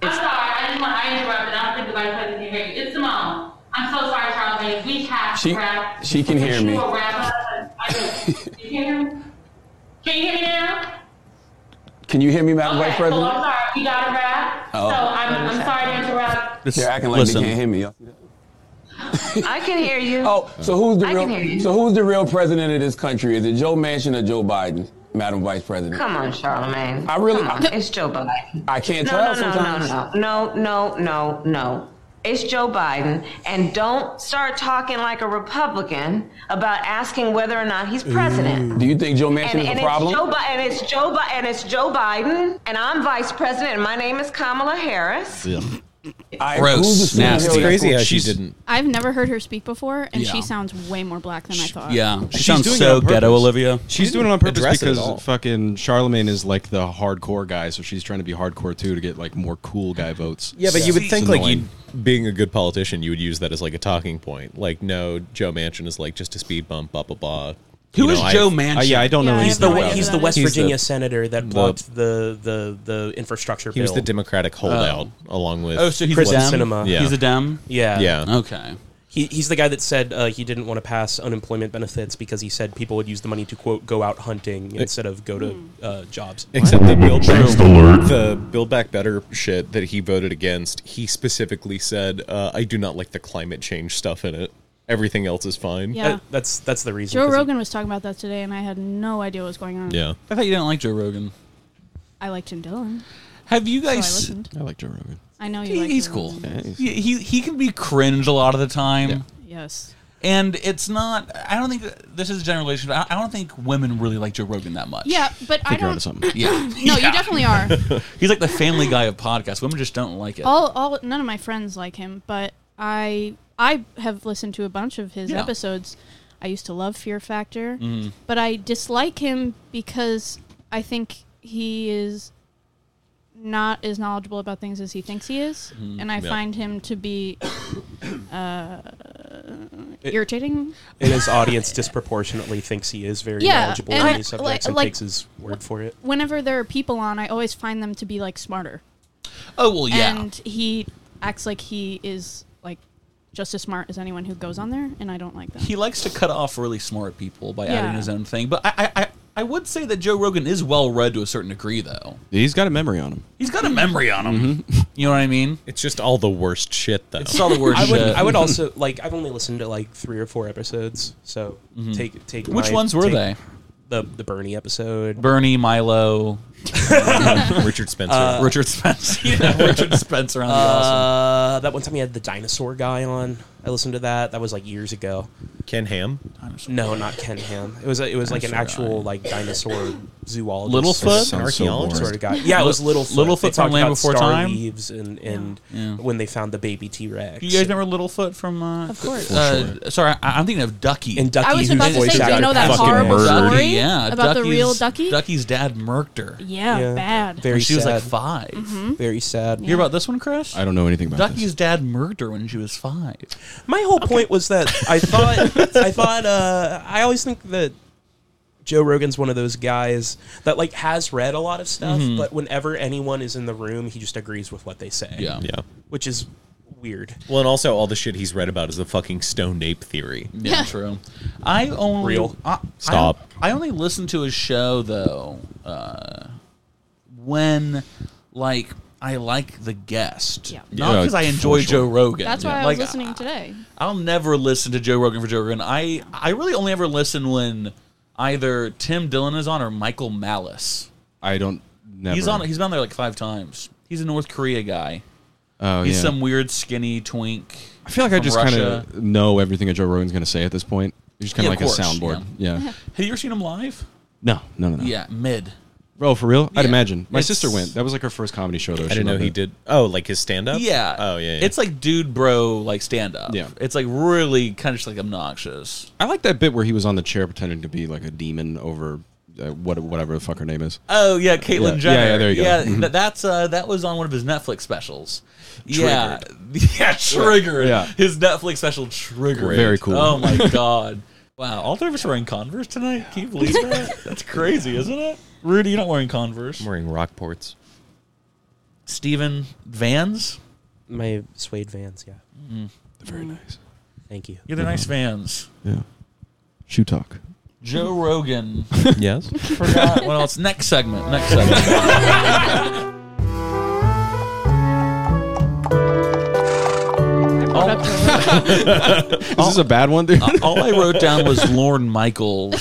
Speaker 10: I'm sorry. I just want I interrupted. I don't think the vice president can hear you. It's Simone. I'm so sorry, Charlamagne. We have
Speaker 9: She-
Speaker 10: to wrap.
Speaker 9: she can hear me.
Speaker 10: We will wrap up. I don't- you can hear me? Can you hear me now?
Speaker 9: Can you hear me, Madam
Speaker 10: Okay,
Speaker 9: Vice
Speaker 10: Well, I'm
Speaker 9: President?
Speaker 10: sorry. We got to wrap.
Speaker 9: Oh.
Speaker 10: So I'm, I'm sorry to interrupt.
Speaker 9: They're acting like
Speaker 1: Listen.
Speaker 9: they can't hear me.
Speaker 10: I can hear you.
Speaker 9: Oh, so who's the
Speaker 10: I can hear
Speaker 9: real
Speaker 10: you.
Speaker 9: so who's the real president of this country? Is it Joe Manchin or Joe Biden, Madam Vice President?
Speaker 10: Come on, Charlamagne.
Speaker 9: I really-
Speaker 10: Come on. It's Joe Biden.
Speaker 9: I can't
Speaker 10: No,
Speaker 9: tell
Speaker 10: no, no,
Speaker 9: sometimes.
Speaker 10: no, no, no, no, no, no.
Speaker 11: It's Joe Biden. And don't start talking like a Republican about asking whether or not he's president.
Speaker 9: Do you think Joe Manchin
Speaker 11: And,
Speaker 9: is
Speaker 11: and
Speaker 9: a
Speaker 11: it's
Speaker 9: problem?
Speaker 11: Joe Bi- and it's Joe Bi- and it's Joe Biden, and I'm vice president, and my name is Kamala Harris.
Speaker 9: I-
Speaker 1: Gross,
Speaker 9: who's the Superhero
Speaker 1: nasty.
Speaker 9: that's
Speaker 1: Crazy
Speaker 9: going-
Speaker 1: how she
Speaker 9: she's-
Speaker 1: didn't-
Speaker 2: I've never heard her speak before, and
Speaker 1: Yeah.
Speaker 2: she sounds way more black than I thought.
Speaker 1: Yeah, she
Speaker 4: She's
Speaker 1: sounds
Speaker 4: doing it
Speaker 1: so
Speaker 4: on purpose.
Speaker 1: ghetto, Olivia.
Speaker 4: She's doing it on purpose
Speaker 1: Address it at
Speaker 4: because
Speaker 1: all.
Speaker 4: fucking Charlemagne is like the hardcore guy, so she's trying to be hardcore too to get like more cool guy votes.
Speaker 6: Yeah, but you would
Speaker 4: It's
Speaker 6: think like
Speaker 4: annoying.
Speaker 6: you being a good politician, you would use that as like a talking point. Like, no, Joe Manchin is like just a speed bump, blah blah blah.
Speaker 3: Who
Speaker 6: Who is
Speaker 3: is Joe Manchin? Uh, yeah, I don't know Yeah, I anything
Speaker 6: He's
Speaker 3: have
Speaker 6: the
Speaker 3: no idea who He's the that West is. Virginia senator that
Speaker 6: the-
Speaker 3: blocked the the the infrastructure
Speaker 6: He was
Speaker 3: bill. Um,
Speaker 6: the Democratic holdout along with
Speaker 3: oh, so he's
Speaker 6: Kristen
Speaker 3: a Dem?
Speaker 6: Sinema. Yeah.
Speaker 3: He's a Dem. Yeah.
Speaker 6: Yeah.
Speaker 1: Okay.
Speaker 3: He, he's the guy that said uh, he didn't want to pass unemployment benefits because he said people would use the money to quote go out hunting instead of go to uh, jobs.
Speaker 6: Except the Build Back,
Speaker 3: True.
Speaker 6: the Build Back Better shit that he voted against, he specifically said, uh, "I do not like the climate change stuff in it. Everything else is fine."
Speaker 2: Yeah. That-
Speaker 3: that's that's the reason.
Speaker 2: Joe Rogan was talking about that today, and I had no idea what was going on.
Speaker 6: Yeah.
Speaker 1: I thought you didn't like Joe Rogan.
Speaker 2: I liked Jim Dillon.
Speaker 1: Have you
Speaker 2: So I
Speaker 1: guys?
Speaker 2: listened.
Speaker 4: I like Joe Rogan.
Speaker 2: I know you
Speaker 1: He-
Speaker 2: like
Speaker 1: he's
Speaker 2: Joe
Speaker 1: cool.
Speaker 2: Rogan.
Speaker 1: He, he he can be cringe a lot of the time.
Speaker 2: Yes.
Speaker 1: And it's not. I don't think this is a generalization. But I, I don't think women really like Joe Rogan that much.
Speaker 2: Yeah, but I,
Speaker 1: think you're
Speaker 2: don't.
Speaker 1: onto something. Yeah.
Speaker 2: no, you definitely are.
Speaker 1: He's like the Family Guy of podcasts. Women just don't like it.
Speaker 2: All, all, none of my friends like him, but I, I have listened to a bunch of his
Speaker 1: Yeah.
Speaker 2: episodes. I used to love Fear Factor,
Speaker 1: Mhm.
Speaker 2: but I dislike him because I think he is not as knowledgeable about things as he thinks he is,
Speaker 1: Mm,
Speaker 2: and I
Speaker 1: yeah.
Speaker 2: find him to be uh, irritating.
Speaker 3: And his audience disproportionately thinks he is very
Speaker 2: Yeah,
Speaker 3: knowledgeable
Speaker 2: and
Speaker 3: on
Speaker 2: I-
Speaker 3: these subjects
Speaker 2: like-
Speaker 3: and
Speaker 2: like-
Speaker 3: takes his word for it.
Speaker 2: Whenever there are people on, I always find them to be like smarter.
Speaker 1: Oh well, yeah.
Speaker 2: And he acts like he is like just as smart as anyone who goes on there, and I don't like that.
Speaker 1: he likes to cut off really smart people by
Speaker 2: Yeah.
Speaker 1: adding his own thing. But I, I I I would say that Joe Rogan is well read to a certain degree, though.
Speaker 4: He's got a memory on him.
Speaker 1: He's got a memory on him. You know what I mean?
Speaker 6: It's just all the worst shit, though.
Speaker 1: It's all the worst
Speaker 3: I would,
Speaker 1: shit.
Speaker 3: I would also like. I've only listened to like three or four episodes, so take take.
Speaker 1: Mm-hmm. Which
Speaker 3: my-
Speaker 1: ones were
Speaker 3: take
Speaker 1: they?
Speaker 3: The the Bernie episode.
Speaker 1: Bernie, Milo,
Speaker 6: Richard Spencer.
Speaker 3: Uh,
Speaker 1: Richard Spencer. Yeah, Richard Spencer on the awesome.
Speaker 3: Uh, that one time he had the dinosaur guy on. I listened to that. That was like years ago.
Speaker 6: Ken Ham?
Speaker 3: No, not Ken Ham. It was a, it was like an
Speaker 1: Dinosaur
Speaker 3: actual like dinosaur zoologist,
Speaker 1: Littlefoot?
Speaker 3: or
Speaker 1: Sounds so
Speaker 3: archaeologist sort
Speaker 1: boring.
Speaker 3: of guy. Yeah, it was
Speaker 1: Lit-
Speaker 3: Littlefoot.
Speaker 1: Littlefoot
Speaker 3: They
Speaker 1: from
Speaker 3: talked
Speaker 1: Land
Speaker 3: about
Speaker 1: Before
Speaker 3: star
Speaker 1: Time?
Speaker 3: leaves and and
Speaker 1: Yeah.
Speaker 3: when they found the baby T Rex.
Speaker 1: You guys remember Littlefoot from? Uh, of
Speaker 2: course.
Speaker 1: Uh, sorry, I, I'm thinking of Ducky.
Speaker 3: And Ducky,
Speaker 2: I was
Speaker 3: whose
Speaker 2: about to
Speaker 3: voice
Speaker 2: say, do you
Speaker 3: actor
Speaker 2: know that
Speaker 3: fucking
Speaker 2: horrible
Speaker 3: murdered.
Speaker 2: story
Speaker 1: yeah,
Speaker 2: about the
Speaker 1: Ducky's-
Speaker 2: real Ducky?
Speaker 1: Ducky's dad murked her.
Speaker 2: Yeah,
Speaker 3: Yeah.
Speaker 2: bad. Mm-hmm.
Speaker 3: Very
Speaker 1: When she was like
Speaker 3: sad.
Speaker 1: 5
Speaker 3: Very sad.
Speaker 1: You hear about this one, Chris?
Speaker 4: I don't know anything about
Speaker 1: Ducky's dad murked her when she was five.
Speaker 3: My whole point was that I thought I thought uh, I always think that Joe Rogan's one of those guys that like has read a lot of stuff,
Speaker 1: Mhm.
Speaker 3: but whenever anyone is in the room, he just agrees with what they say.
Speaker 1: Yeah.
Speaker 6: Yeah.
Speaker 3: which is weird.
Speaker 6: Well, and also all the shit he's read about is the fucking stone ape theory.
Speaker 1: Yeah, true. I only
Speaker 6: Real.
Speaker 1: I, I-
Speaker 6: Stop.
Speaker 1: I, only listened to his show though uh, when like I like the guest,
Speaker 2: Yeah.
Speaker 1: not
Speaker 4: Yeah,
Speaker 1: because I
Speaker 4: for
Speaker 1: enjoy
Speaker 4: sure.
Speaker 1: Joe Rogan.
Speaker 2: That's why I was
Speaker 1: Like, uh,
Speaker 2: listening today.
Speaker 1: I'll never listen to Joe Rogan for Joe Rogan. I I really only ever listen when either Tim Dillon is on or Michael Malice.
Speaker 4: I don't. Never.
Speaker 1: He's on. He's been on there like five times. He's a North Korea guy.
Speaker 4: Oh
Speaker 1: he's
Speaker 4: yeah.
Speaker 1: some weird skinny twink.
Speaker 4: I feel like I
Speaker 1: from
Speaker 4: just kind
Speaker 1: Russia.
Speaker 4: of know everything that Joe Rogan's going to say at this point. He's just kind
Speaker 1: Yeah,
Speaker 4: of
Speaker 1: of course,
Speaker 4: like a soundboard. Yeah.
Speaker 1: Have you ever seen him live?
Speaker 4: No, no, no, no.
Speaker 1: Yeah, mid.
Speaker 4: Oh, for real? I'd
Speaker 1: Yeah.
Speaker 4: imagine. My
Speaker 1: It's-
Speaker 4: sister went. That was like her first comedy show. Though.
Speaker 6: I
Speaker 4: She
Speaker 6: didn't know
Speaker 4: loved
Speaker 6: he
Speaker 4: it.
Speaker 6: did. Oh, like his stand up?
Speaker 1: Yeah.
Speaker 6: Oh, yeah. yeah.
Speaker 1: It's like dude bro like stand up.
Speaker 4: Yeah.
Speaker 1: It's like really kind of just like obnoxious.
Speaker 4: I like that bit where he was on the chair pretending to be like a demon over uh, what whatever the fuck her name is.
Speaker 1: Oh yeah, Caitlyn
Speaker 4: Yeah,
Speaker 1: Jenner.
Speaker 4: yeah, yeah, there you go.
Speaker 1: Yeah,
Speaker 4: Mhm.
Speaker 1: th- that's uh, that was on one of his Netflix specials. Yeah, yeah, triggered.
Speaker 4: Yeah.
Speaker 1: his Netflix special triggered.
Speaker 4: Very cool.
Speaker 1: Oh my god. Wow, all three of us are wearing Converse tonight. Can you believe that? That's crazy, isn't it? Rudy, you're not wearing Converse.
Speaker 6: I'm wearing Rockports.
Speaker 1: Steven Vans.
Speaker 3: My suede vans, yeah.
Speaker 4: Very nice.
Speaker 3: Thank you. Mm-hmm.
Speaker 1: Yeah,
Speaker 4: Mm-hmm.
Speaker 1: they're nice Vans.
Speaker 4: Yeah. Shoe talk.
Speaker 1: Joe Rogan.
Speaker 6: yes.
Speaker 1: Forgot what else? Next segment. Next segment.
Speaker 2: What up, Joe Rogan?
Speaker 4: Is this a bad one, dude?
Speaker 1: All I wrote down was Lorne Michaels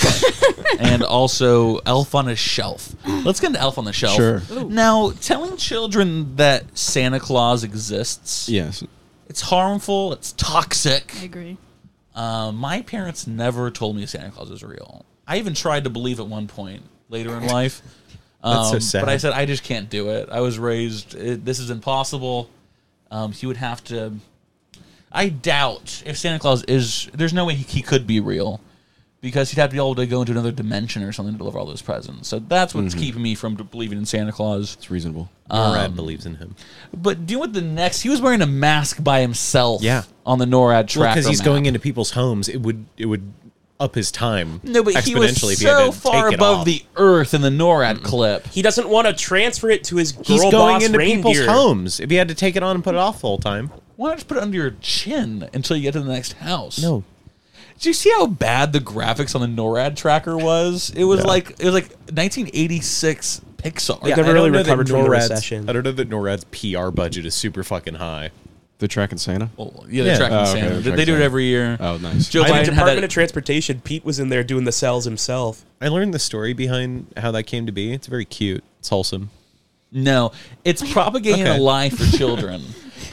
Speaker 1: and also Elf on a Shelf. Let's get into Elf on the Shelf.
Speaker 4: Sure.
Speaker 1: Now, telling children that Santa Claus exists
Speaker 4: yes.
Speaker 1: It's harmful. It's toxic.
Speaker 2: I agree.
Speaker 1: Uh, my parents never told me Santa Claus is real. I even tried to believe at one point later in life.
Speaker 6: That's so
Speaker 1: Um,
Speaker 6: sad.
Speaker 1: But I said I just can't do it. I was raised. It, this is impossible. Um, he would have to. I doubt if Santa Claus is. There's no way he, he could be real, because he'd have to be able to go into another dimension or something to deliver all those presents. So that's what's
Speaker 6: Mhm.
Speaker 1: keeping me from believing in Santa Claus. It's
Speaker 4: reasonable.
Speaker 1: Um,
Speaker 6: Norad believes in him.
Speaker 1: But do you know what the next? He was wearing a mask by himself.
Speaker 6: Yeah.
Speaker 1: on the NORAD tracker.
Speaker 6: because he's
Speaker 1: map.
Speaker 6: going into people's homes, it would it would up his time.
Speaker 1: No, but he was
Speaker 6: exponentially if had
Speaker 1: so
Speaker 6: to
Speaker 1: far
Speaker 6: take it
Speaker 1: above
Speaker 6: off.
Speaker 1: the earth in the
Speaker 6: Mm.
Speaker 1: NORAD clip.
Speaker 3: He doesn't want to transfer it to his girl
Speaker 6: He's
Speaker 3: boss
Speaker 6: going into
Speaker 3: reindeer.
Speaker 6: people's homes. If he had to take it on and put it off the whole time,
Speaker 1: Why not just put it under your chin until you get to the next house? No. Do you see how bad the graphics on the NORAD tracker was? It was
Speaker 6: Yeah.
Speaker 1: like it was like 1986 Pixar.
Speaker 6: Yeah, I don't know that NORAD's I don't know that NORAD's PR budget is super fucking high.
Speaker 4: The track in Santa.
Speaker 1: Oh, yeah, they're tracking Santa. They- they do it every year.
Speaker 4: Oh, nice.
Speaker 1: Joe
Speaker 3: By the
Speaker 1: Biden had
Speaker 3: Department
Speaker 1: that-
Speaker 3: of Transportation, Pete was in there doing the cells himself.
Speaker 6: I learned the story behind how that came to be. It's very cute. It's wholesome.
Speaker 1: No, it's propagating
Speaker 6: Okay.
Speaker 1: a lie for children.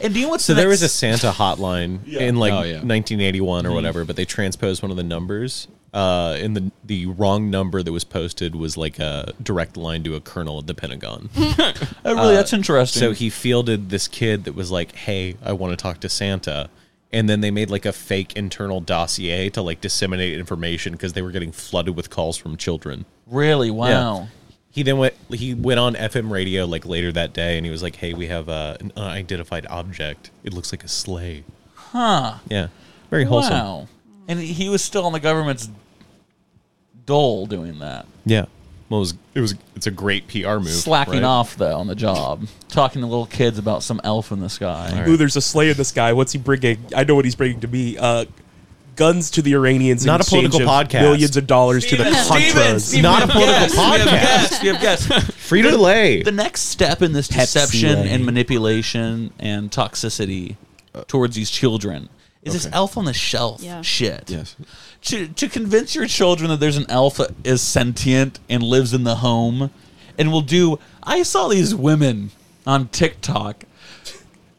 Speaker 1: and do you know what's
Speaker 6: So
Speaker 1: the
Speaker 6: there
Speaker 1: next-
Speaker 6: was a Santa hotline
Speaker 1: Yeah.
Speaker 6: in like
Speaker 1: Oh,
Speaker 6: 1981 or
Speaker 1: Mhm.
Speaker 6: whatever, but they transposed one of the numbers. Uh, and the the wrong number that was posted was like a direct line to a colonel at the Pentagon. Uh,
Speaker 1: Oh, really? That's interesting.
Speaker 6: So he fielded this kid that was like, "Hey, I want to talk to Santa," and then they made like a fake internal dossier to like disseminate information because they were getting flooded with calls from children.
Speaker 1: Really? Wow.
Speaker 6: He then went. He went on FM radio like later that day, and he was like, "Hey, we have uh, an unidentified object. It looks like a sleigh."
Speaker 1: Huh.
Speaker 6: Yeah, very wholesome.
Speaker 1: Wow. And he was still on the government's dole doing that.
Speaker 6: Yeah. Well, it was, it was it's a great PR move.
Speaker 1: Slacking
Speaker 6: right?
Speaker 1: off though on the job, talking to little kids about some elf in the sky.
Speaker 3: Ooh, there's a sleigh in the sky. What's he bringing? I know what he's bringing to me. Uh, guns to the Iranians.
Speaker 1: Not
Speaker 3: in
Speaker 1: a political
Speaker 3: exchange of
Speaker 1: podcast.
Speaker 3: Millions of dollars to the
Speaker 1: Steven,
Speaker 3: Contras.
Speaker 1: Steven,
Speaker 6: Not a
Speaker 1: we have
Speaker 6: political
Speaker 1: guests, We have guests. We have guests.
Speaker 6: Free to
Speaker 1: The-
Speaker 6: lay.
Speaker 1: The next step in this
Speaker 6: Pepsi
Speaker 1: deception
Speaker 6: lay.
Speaker 1: and manipulation and toxicity towards these children is this
Speaker 6: Uh, Okay.
Speaker 1: elf on the shelf
Speaker 6: Yeah.
Speaker 1: shit. Yes. To to convince your children that there's an elf that is sentient and lives in the home and will do I saw these women on TikTok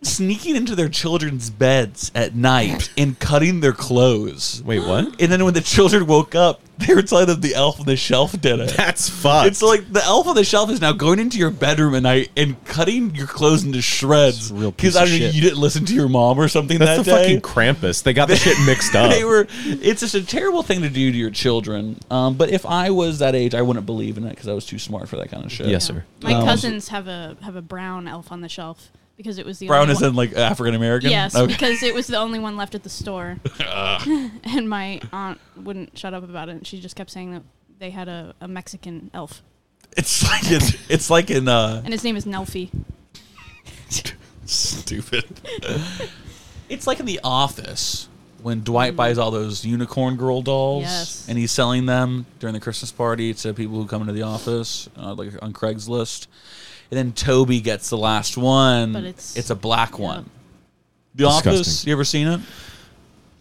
Speaker 1: sneaking into their children's beds at night and cutting their clothes.
Speaker 6: Wait, what?
Speaker 1: And then when the children woke up, they were telling them the elf on the shelf did it.
Speaker 6: That's fucked.
Speaker 1: It's like the elf on the shelf is now going into your bedroom at night and cutting your clothes into shreds. Real
Speaker 6: piece
Speaker 1: I
Speaker 6: of
Speaker 1: don't know,
Speaker 6: shit.
Speaker 1: you didn't listen to your mom or something
Speaker 6: That's
Speaker 1: that
Speaker 6: the
Speaker 1: day.
Speaker 6: fucking Krampus. They got the shit mixed up.
Speaker 1: They were. It's just a terrible thing to do to your children. Um, but if I was that age, I wouldn't believe in it because I was too smart for that kind of shit.
Speaker 6: Yes, sir.
Speaker 2: My
Speaker 1: Um,
Speaker 2: cousins have a have a brown elf on the shelf because it was the
Speaker 1: Brown
Speaker 2: only
Speaker 1: is
Speaker 2: one-
Speaker 1: in like African American.
Speaker 2: Yes, because it was the only one left at the store.
Speaker 1: Ah.
Speaker 2: and my aunt wouldn't shut up about it. And she just kept saying that they had a, a Mexican elf.
Speaker 1: it's like in, it's like in uh,
Speaker 2: And his name is Nelfie.
Speaker 1: Stupid. it's like in The Office when Dwight buys all those unicorn girl dolls
Speaker 2: Yes.
Speaker 1: and he's selling them during the Christmas party to people who come into the office, uh, like on Craigslist. And then Toby gets the last one.
Speaker 2: But it's-
Speaker 1: a black one. The
Speaker 4: Disgusting.
Speaker 1: Office, you ever seen it?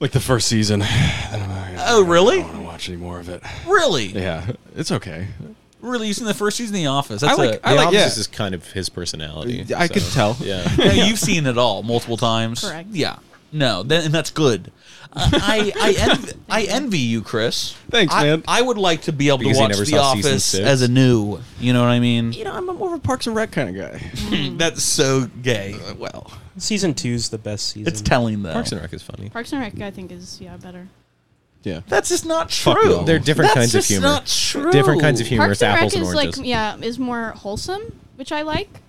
Speaker 4: Like the first season. I don't know. I
Speaker 1: Oh, really?
Speaker 4: don't want to watch any more of it.
Speaker 1: Really?
Speaker 4: Yeah, it's okay.
Speaker 1: Really? You seen the first season of The Office? That's
Speaker 4: I like-
Speaker 1: it.
Speaker 4: I The like- Office yeah.
Speaker 6: is kind of his personality.
Speaker 4: I could tell.
Speaker 6: Yeah.
Speaker 1: No, you've seen it all multiple times.
Speaker 2: Correct.
Speaker 1: Yeah. No, then, and that's good. Uh, I I, envy, I envy you, Chris.
Speaker 4: Thanks,
Speaker 1: I,
Speaker 4: man.
Speaker 1: I would like to be able
Speaker 4: Because
Speaker 1: to
Speaker 4: you
Speaker 1: watch
Speaker 4: never
Speaker 1: The
Speaker 4: saw season
Speaker 1: Office
Speaker 4: six?
Speaker 1: as a new. You know what I mean?
Speaker 4: You know, I'm more of a Parks and Rec kind of guy.
Speaker 1: that's so gay. well,
Speaker 3: season two's the best season.
Speaker 1: It's telling though.
Speaker 6: Parks and Rec is funny.
Speaker 2: Parks and Rec, I think, is yeah better.
Speaker 4: Yeah.
Speaker 1: That's just not
Speaker 6: Fuck
Speaker 1: true.
Speaker 6: no. They're different
Speaker 1: That's
Speaker 6: kinds of
Speaker 1: just
Speaker 6: humor.
Speaker 1: Not true.
Speaker 6: Different kinds of humor. It's
Speaker 2: Parks and Rec
Speaker 6: apples
Speaker 2: is
Speaker 6: and
Speaker 2: like
Speaker 6: oranges.
Speaker 2: yeah is more wholesome, which I like.